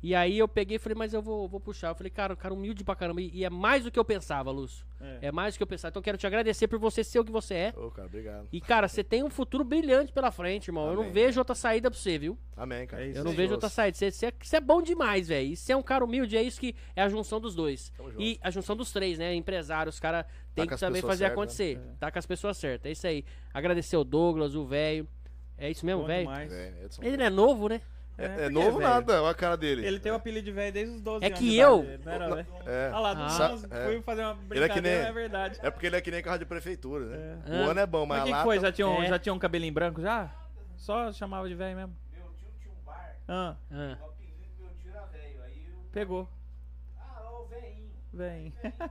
[SPEAKER 2] E aí eu peguei e falei, mas eu vou, vou puxar. Eu falei, cara, um cara humilde pra caramba. E, e é mais do que eu pensava, Lúcio.
[SPEAKER 1] É.
[SPEAKER 2] É mais do que eu pensava. Então eu quero te agradecer por você ser o que você é.
[SPEAKER 3] Ô, cara, obrigado.
[SPEAKER 2] E, cara, você tem um futuro brilhante pela frente, irmão. Eu não
[SPEAKER 3] Amém.
[SPEAKER 2] vejo outra saída pra você, viu?
[SPEAKER 3] Amém, cara.
[SPEAKER 1] É isso
[SPEAKER 2] Eu não
[SPEAKER 1] aí.
[SPEAKER 2] vejo outra saída. Você- Você é- você é bom demais, velho. E Você é um cara humilde, é isso que é a junção dos dois.
[SPEAKER 3] Tamo junto.
[SPEAKER 2] E a junção dos três, né? Empresário, os caras têm
[SPEAKER 3] Tá com
[SPEAKER 2] que
[SPEAKER 3] as
[SPEAKER 2] também
[SPEAKER 3] pessoas
[SPEAKER 2] fazer
[SPEAKER 3] certas, né?
[SPEAKER 2] acontecer. Tá com as pessoas certas. É isso aí. Agradecer o Douglas, o velho. É isso mesmo,
[SPEAKER 1] Bom
[SPEAKER 2] velho?
[SPEAKER 1] demais. É,
[SPEAKER 3] É, Edson.
[SPEAKER 2] Ele não é novo, né?
[SPEAKER 1] porque
[SPEAKER 3] É, é novo
[SPEAKER 1] velho.
[SPEAKER 3] nada, olha a cara dele.
[SPEAKER 1] Ele tem um- o apelido de velho desde os 12
[SPEAKER 2] É
[SPEAKER 1] anos.
[SPEAKER 2] que
[SPEAKER 1] de
[SPEAKER 2] eu-
[SPEAKER 1] idade, Não era, velho?
[SPEAKER 3] É.
[SPEAKER 1] Olha lá, do
[SPEAKER 2] Ah.
[SPEAKER 1] Santos,
[SPEAKER 3] É.
[SPEAKER 1] fui fazer uma
[SPEAKER 3] Ele é que
[SPEAKER 1] brincadeira,
[SPEAKER 3] nem-
[SPEAKER 1] é verdade.
[SPEAKER 3] É porque ele é que nem carro de prefeitura, né?
[SPEAKER 2] É.
[SPEAKER 3] O ano é bom, mas,
[SPEAKER 1] Mas o que,
[SPEAKER 3] lá.
[SPEAKER 1] que foi? Já tinha, um,
[SPEAKER 2] É.
[SPEAKER 1] já tinha um cabelinho branco já? Só chamava de velho mesmo.
[SPEAKER 4] Meu tio tinha um bar,
[SPEAKER 1] Ah,
[SPEAKER 2] Ah.
[SPEAKER 4] o apelido do meu tio era velho. Aí eu.
[SPEAKER 1] pegou.
[SPEAKER 4] Ah, ô velhinho.
[SPEAKER 1] Vem. <laughs>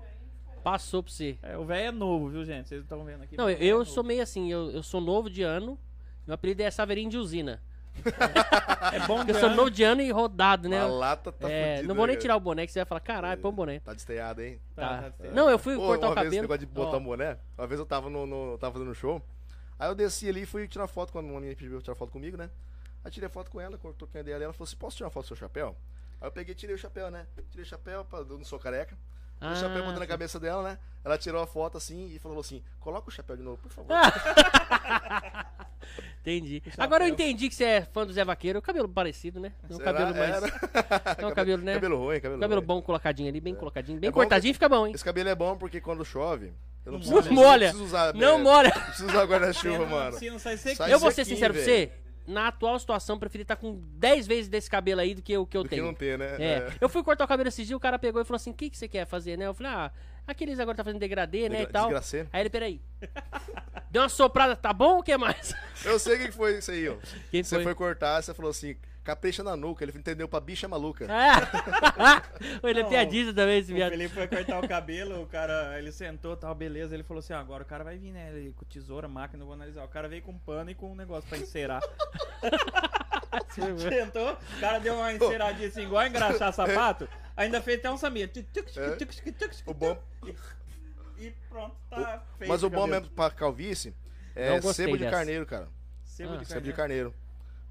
[SPEAKER 2] Passou pra você.
[SPEAKER 1] É, o velho é novo, viu, gente? Vocês estão vendo aqui.
[SPEAKER 2] Não, eu,
[SPEAKER 1] Mas é
[SPEAKER 2] eu
[SPEAKER 1] novo.
[SPEAKER 2] sou meio assim, eu, eu sou novo de ano. Meu apelido é Saverin de usina.
[SPEAKER 1] É bom
[SPEAKER 2] Porque <laughs> eu
[SPEAKER 1] de
[SPEAKER 2] sou
[SPEAKER 1] ano.
[SPEAKER 2] novo de ano e rodado, né?
[SPEAKER 3] A lata tá
[SPEAKER 2] É,
[SPEAKER 3] fudida,
[SPEAKER 2] não vou nem
[SPEAKER 3] né,
[SPEAKER 2] tirar o boné, que você vai falar, caralho, põe o boné.
[SPEAKER 3] cara? Tá desteiado, hein?
[SPEAKER 1] Tá,
[SPEAKER 2] Tá.
[SPEAKER 1] tá, tá.
[SPEAKER 2] Não, eu <laughs> fui
[SPEAKER 3] Ô,
[SPEAKER 2] cortar
[SPEAKER 3] É. uma
[SPEAKER 2] o
[SPEAKER 3] vez esse
[SPEAKER 2] cabelo.
[SPEAKER 3] negócio de botar
[SPEAKER 2] Ó.
[SPEAKER 3] boné. Uma vez eu tava, no, no- tava fazendo um show. Aí eu desci ali e fui tirar foto quando uma menina pediu pra tirar foto comigo, né? Aí tirei foto com ela, cortou com a ideia dela. Ela falou assim: posso tirar uma foto do seu chapéu? Aí eu peguei e tirei o chapéu, né? Tirei o chapéu, pra, eu não sou careca. Tirei o chapéu
[SPEAKER 2] Ah,
[SPEAKER 3] botando na
[SPEAKER 2] sim.
[SPEAKER 3] cabeça dela, né? Ela tirou a foto assim e falou assim: coloca o chapéu de novo, por favor.
[SPEAKER 2] Ah, Entendi. Agora eu entendi que você é fã do Zé Vaqueiro. Cabelo parecido, né? Não,
[SPEAKER 3] Será?
[SPEAKER 2] cabelo mais.
[SPEAKER 3] Era.
[SPEAKER 2] <laughs> Não, cabelo, né? Cabelo,
[SPEAKER 3] Cabelo ruim, cabelo ruim.
[SPEAKER 2] bom colocadinho ali, bem colocadinho. Bem
[SPEAKER 3] É bom
[SPEAKER 2] cortadinho, fica bom, hein?
[SPEAKER 3] Esse cabelo é bom porque quando chove, eu não
[SPEAKER 1] Não
[SPEAKER 3] preciso,
[SPEAKER 2] molha.
[SPEAKER 3] não preciso usar.
[SPEAKER 2] Não
[SPEAKER 3] é,
[SPEAKER 2] molha.
[SPEAKER 3] Não preciso usar
[SPEAKER 1] Se
[SPEAKER 3] guarda-chuva,
[SPEAKER 1] não-
[SPEAKER 3] mano.
[SPEAKER 1] Se não sai
[SPEAKER 3] Sai
[SPEAKER 1] sequinho.
[SPEAKER 2] Eu vou ser
[SPEAKER 3] aqui,
[SPEAKER 2] sincero pra você. na atual situação, preferi estar com 10 vezes desse cabelo aí do que o que eu
[SPEAKER 3] do que
[SPEAKER 2] tenho.
[SPEAKER 3] não ter, né?
[SPEAKER 2] É. Eu fui cortar o cabelo esses dias, o cara pegou e falou assim: o que, que você quer fazer, né? Eu falei, ah, aqueles agora tá fazendo degradê, né? E tal.
[SPEAKER 3] Desgraceiro.
[SPEAKER 2] Aí ele, peraí. Deu uma soprada, tá bom ou o que
[SPEAKER 3] <laughs>
[SPEAKER 2] mais?
[SPEAKER 3] Eu sei o que que foi isso aí, ó.
[SPEAKER 2] Quem
[SPEAKER 3] Você foi cortar, você falou assim, capricha na nuca. Ele entendeu pra bicha maluca.
[SPEAKER 2] <laughs> Ah, É. ele é
[SPEAKER 1] Não,
[SPEAKER 2] piadista também, esse
[SPEAKER 1] O
[SPEAKER 2] viado.
[SPEAKER 1] Felipe foi cortar o cabelo, o cara, ele sentou, tal, beleza. Ele falou assim: ah, agora o cara vai vir, né? Ele, com tesoura, máquina, eu vou analisar. O cara veio com pano e com um negócio pra
[SPEAKER 2] <laughs>
[SPEAKER 1] encerar. Sentou, o cara deu uma enceradinha assim, igual a engraxar sapato. Ainda fez até um sambinha. Tuc, tuc, tuc,
[SPEAKER 3] É.
[SPEAKER 1] tuc, tuc, tuc,
[SPEAKER 3] O bom,
[SPEAKER 1] E pronto, tá feito.
[SPEAKER 3] mas o bom
[SPEAKER 1] cabelo.
[SPEAKER 3] mesmo pra calvície é
[SPEAKER 2] Não gostei
[SPEAKER 3] sebo de
[SPEAKER 2] dessa.
[SPEAKER 3] carneiro, cara.
[SPEAKER 1] Sebo
[SPEAKER 2] Ah,
[SPEAKER 1] de
[SPEAKER 3] Sebo de
[SPEAKER 1] carne.
[SPEAKER 3] carneiro.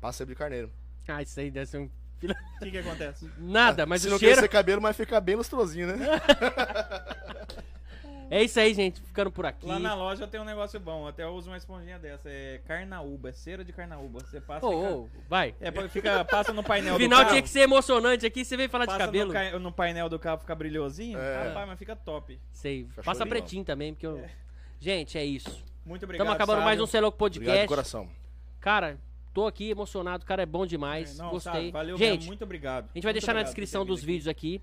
[SPEAKER 3] Passa sebo de carneiro.
[SPEAKER 2] Ah, isso aí deve ser um.
[SPEAKER 1] O que que acontece?
[SPEAKER 2] Nada, mas
[SPEAKER 3] Ah, Se
[SPEAKER 2] o
[SPEAKER 3] não
[SPEAKER 2] cheiro.
[SPEAKER 3] crescer cabelo, mas fica bem lustrosinho, né?
[SPEAKER 2] É isso aí, gente. Ficando por aqui.
[SPEAKER 1] Lá na loja tem um negócio bom, até eu uso uma esponjinha dessa. É carnaúba, é cera de carnaúba. Você passa.
[SPEAKER 2] Ô,
[SPEAKER 1] e
[SPEAKER 2] ô, vai.
[SPEAKER 1] É, pô, fica, passa no painel
[SPEAKER 2] O
[SPEAKER 1] do
[SPEAKER 2] final
[SPEAKER 1] carro.
[SPEAKER 2] tinha que ser emocionante aqui, você veio falar de
[SPEAKER 1] Passa
[SPEAKER 2] cabelo.
[SPEAKER 1] No, ca- no painel do carro, fica brilhosinho.
[SPEAKER 3] É.
[SPEAKER 1] Rapaz, mas fica top.
[SPEAKER 2] Sei.
[SPEAKER 3] Fica
[SPEAKER 2] Passa
[SPEAKER 3] show de bola.
[SPEAKER 2] pretinho também, porque eu. Gente, é isso.
[SPEAKER 1] Muito obrigado.
[SPEAKER 2] Estamos acabando
[SPEAKER 1] Sábio.
[SPEAKER 2] mais um Celoco
[SPEAKER 3] Obrigado de
[SPEAKER 2] Podcast.
[SPEAKER 3] coração.
[SPEAKER 2] Cara, tô aqui emocionado, cara, é bom demais.
[SPEAKER 1] Não,
[SPEAKER 2] Gostei.
[SPEAKER 1] Sábio, valeu,
[SPEAKER 2] gente,
[SPEAKER 1] mesmo, muito obrigado.
[SPEAKER 2] a gente vai deixar na descrição dos vídeos aqui.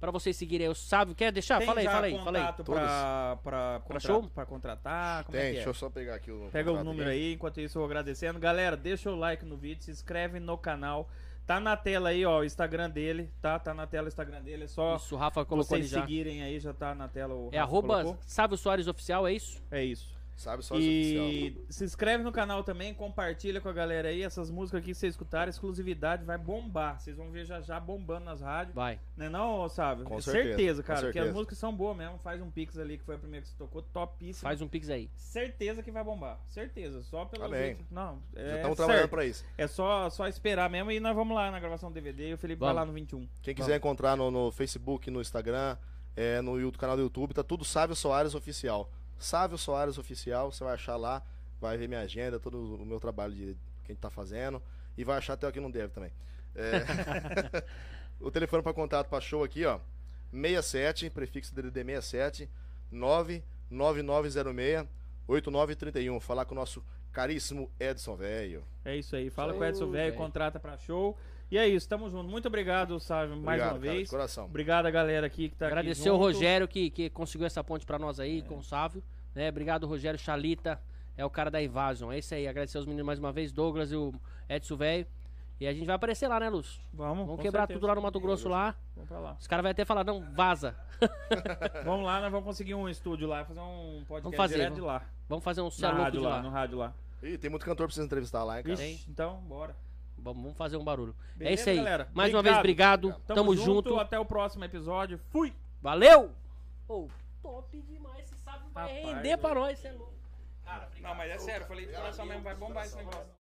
[SPEAKER 2] Pra vocês seguirem aí o Sávio. Quer deixar?
[SPEAKER 1] Tem
[SPEAKER 2] fala aí,
[SPEAKER 1] já
[SPEAKER 2] fala aí, fala aí.
[SPEAKER 1] contato Pra, pra, contra-
[SPEAKER 2] show?
[SPEAKER 1] pra contratar, como
[SPEAKER 3] Tem,
[SPEAKER 1] é que
[SPEAKER 3] deixa
[SPEAKER 1] é?
[SPEAKER 3] eu só pegar aqui o.
[SPEAKER 1] Pega o
[SPEAKER 3] contrato
[SPEAKER 1] número
[SPEAKER 3] aqui.
[SPEAKER 1] aí, enquanto isso eu vou agradecendo. Galera, deixa o like no vídeo, se inscreve no canal. Tá na tela aí, ó, o Instagram dele, tá? Tá na tela o Instagram dele, é só
[SPEAKER 2] Isso, o Rafa colocou ali
[SPEAKER 1] vocês
[SPEAKER 2] já.
[SPEAKER 1] seguirem aí, já tá na tela o
[SPEAKER 2] É
[SPEAKER 1] Rafa
[SPEAKER 2] arroba
[SPEAKER 1] colocou.
[SPEAKER 2] Sávio Soares Oficial, é isso?
[SPEAKER 1] É isso.
[SPEAKER 3] Sabe só
[SPEAKER 1] E
[SPEAKER 3] oficial.
[SPEAKER 1] se inscreve no canal também, compartilha com a galera aí. Essas músicas aqui que vocês escutarem, exclusividade, vai bombar. Vocês vão ver já já bombando nas rádios.
[SPEAKER 2] Vai.
[SPEAKER 1] Né não, Sábio?
[SPEAKER 3] Com
[SPEAKER 1] certeza,
[SPEAKER 3] certeza, com
[SPEAKER 1] cara. Porque
[SPEAKER 3] certeza.
[SPEAKER 1] as músicas são boas mesmo. Faz um pix ali, que foi a primeira que você tocou, topíssima.
[SPEAKER 2] Faz um pix aí.
[SPEAKER 1] Certeza que vai bombar. Certeza. Só pelo
[SPEAKER 3] Amém.
[SPEAKER 1] jeito. Não,
[SPEAKER 3] Já
[SPEAKER 1] é
[SPEAKER 3] estamos
[SPEAKER 1] certo.
[SPEAKER 3] trabalhando pra isso.
[SPEAKER 1] É só, só esperar mesmo e nós vamos lá na gravação do DVD e um. o Felipe
[SPEAKER 2] Vamos.
[SPEAKER 1] vai lá no 21.
[SPEAKER 3] Quem quiser encontrar no, no Facebook, no Instagram, é, no, Yu- canal do YouTube, tá tudo Sávio Soares Oficial. Sávio Soares Oficial, você vai achar lá, vai ver minha agenda, todo o meu trabalho de que a gente tá fazendo. E vai achar até o que não deve também. É. <laughs> o telefone para contato para show aqui, ó. 67, prefixo DDD 67, 99906 8931. Falar com o nosso caríssimo Edson Velho.
[SPEAKER 1] É isso aí. Fala
[SPEAKER 2] Isso
[SPEAKER 1] com o
[SPEAKER 2] aí,
[SPEAKER 1] Edson Velho,
[SPEAKER 2] velho.
[SPEAKER 1] contrata pra show. E é isso, tamo junto. Muito obrigado, Sábio, mais
[SPEAKER 3] Obrigado,
[SPEAKER 1] uma
[SPEAKER 3] cara, de
[SPEAKER 1] vez.
[SPEAKER 3] coração.
[SPEAKER 1] Obrigado a galera aqui que tá aqui
[SPEAKER 2] Agradecer o
[SPEAKER 1] junto.
[SPEAKER 2] Rogério que, que conseguiu essa ponte pra nós aí, com o Sávio. Né? Obrigado, Rogério Chalita. É o cara da Invasion. É isso aí. Agradecer os meninos mais uma vez, Douglas e o Edson Velho. E a gente vai aparecer lá, né, Luz?
[SPEAKER 1] Vamos,
[SPEAKER 2] Vamos
[SPEAKER 1] com
[SPEAKER 2] quebrar
[SPEAKER 1] certeza.
[SPEAKER 2] tudo lá no Mato Grosso lá.
[SPEAKER 1] Vamos pra lá.
[SPEAKER 2] Os caras vão até falar, não, vaza.
[SPEAKER 1] Vamos lá, nós vamos conseguir um estúdio lá, fazer um podcast
[SPEAKER 2] Vamos fazer,
[SPEAKER 1] direto
[SPEAKER 2] vamos.
[SPEAKER 1] de lá.
[SPEAKER 2] Vamos fazer um
[SPEAKER 1] Na
[SPEAKER 2] céu louco de
[SPEAKER 1] rádio lá,
[SPEAKER 2] lá.
[SPEAKER 1] no rádio lá.
[SPEAKER 3] Ih, tem muito cantor pra vocês entrevistar lá, hein, cara?
[SPEAKER 1] Ixi, então, bora.
[SPEAKER 2] Vamos vamos fazer um barulho. é
[SPEAKER 1] Beleza,
[SPEAKER 2] isso aí.
[SPEAKER 1] galera?
[SPEAKER 2] Mais uma vez, obrigado. Tamo, junto.
[SPEAKER 1] Até o próximo episódio. Fui!
[SPEAKER 2] Valeu! Pô, top demais. Esse sábio vai
[SPEAKER 1] Rapaz,
[SPEAKER 2] render pra
[SPEAKER 1] eu-
[SPEAKER 2] nós, cê é louco.
[SPEAKER 1] Não, mas é sério, eu falei de coração mesmo, vai bombar esse negócio.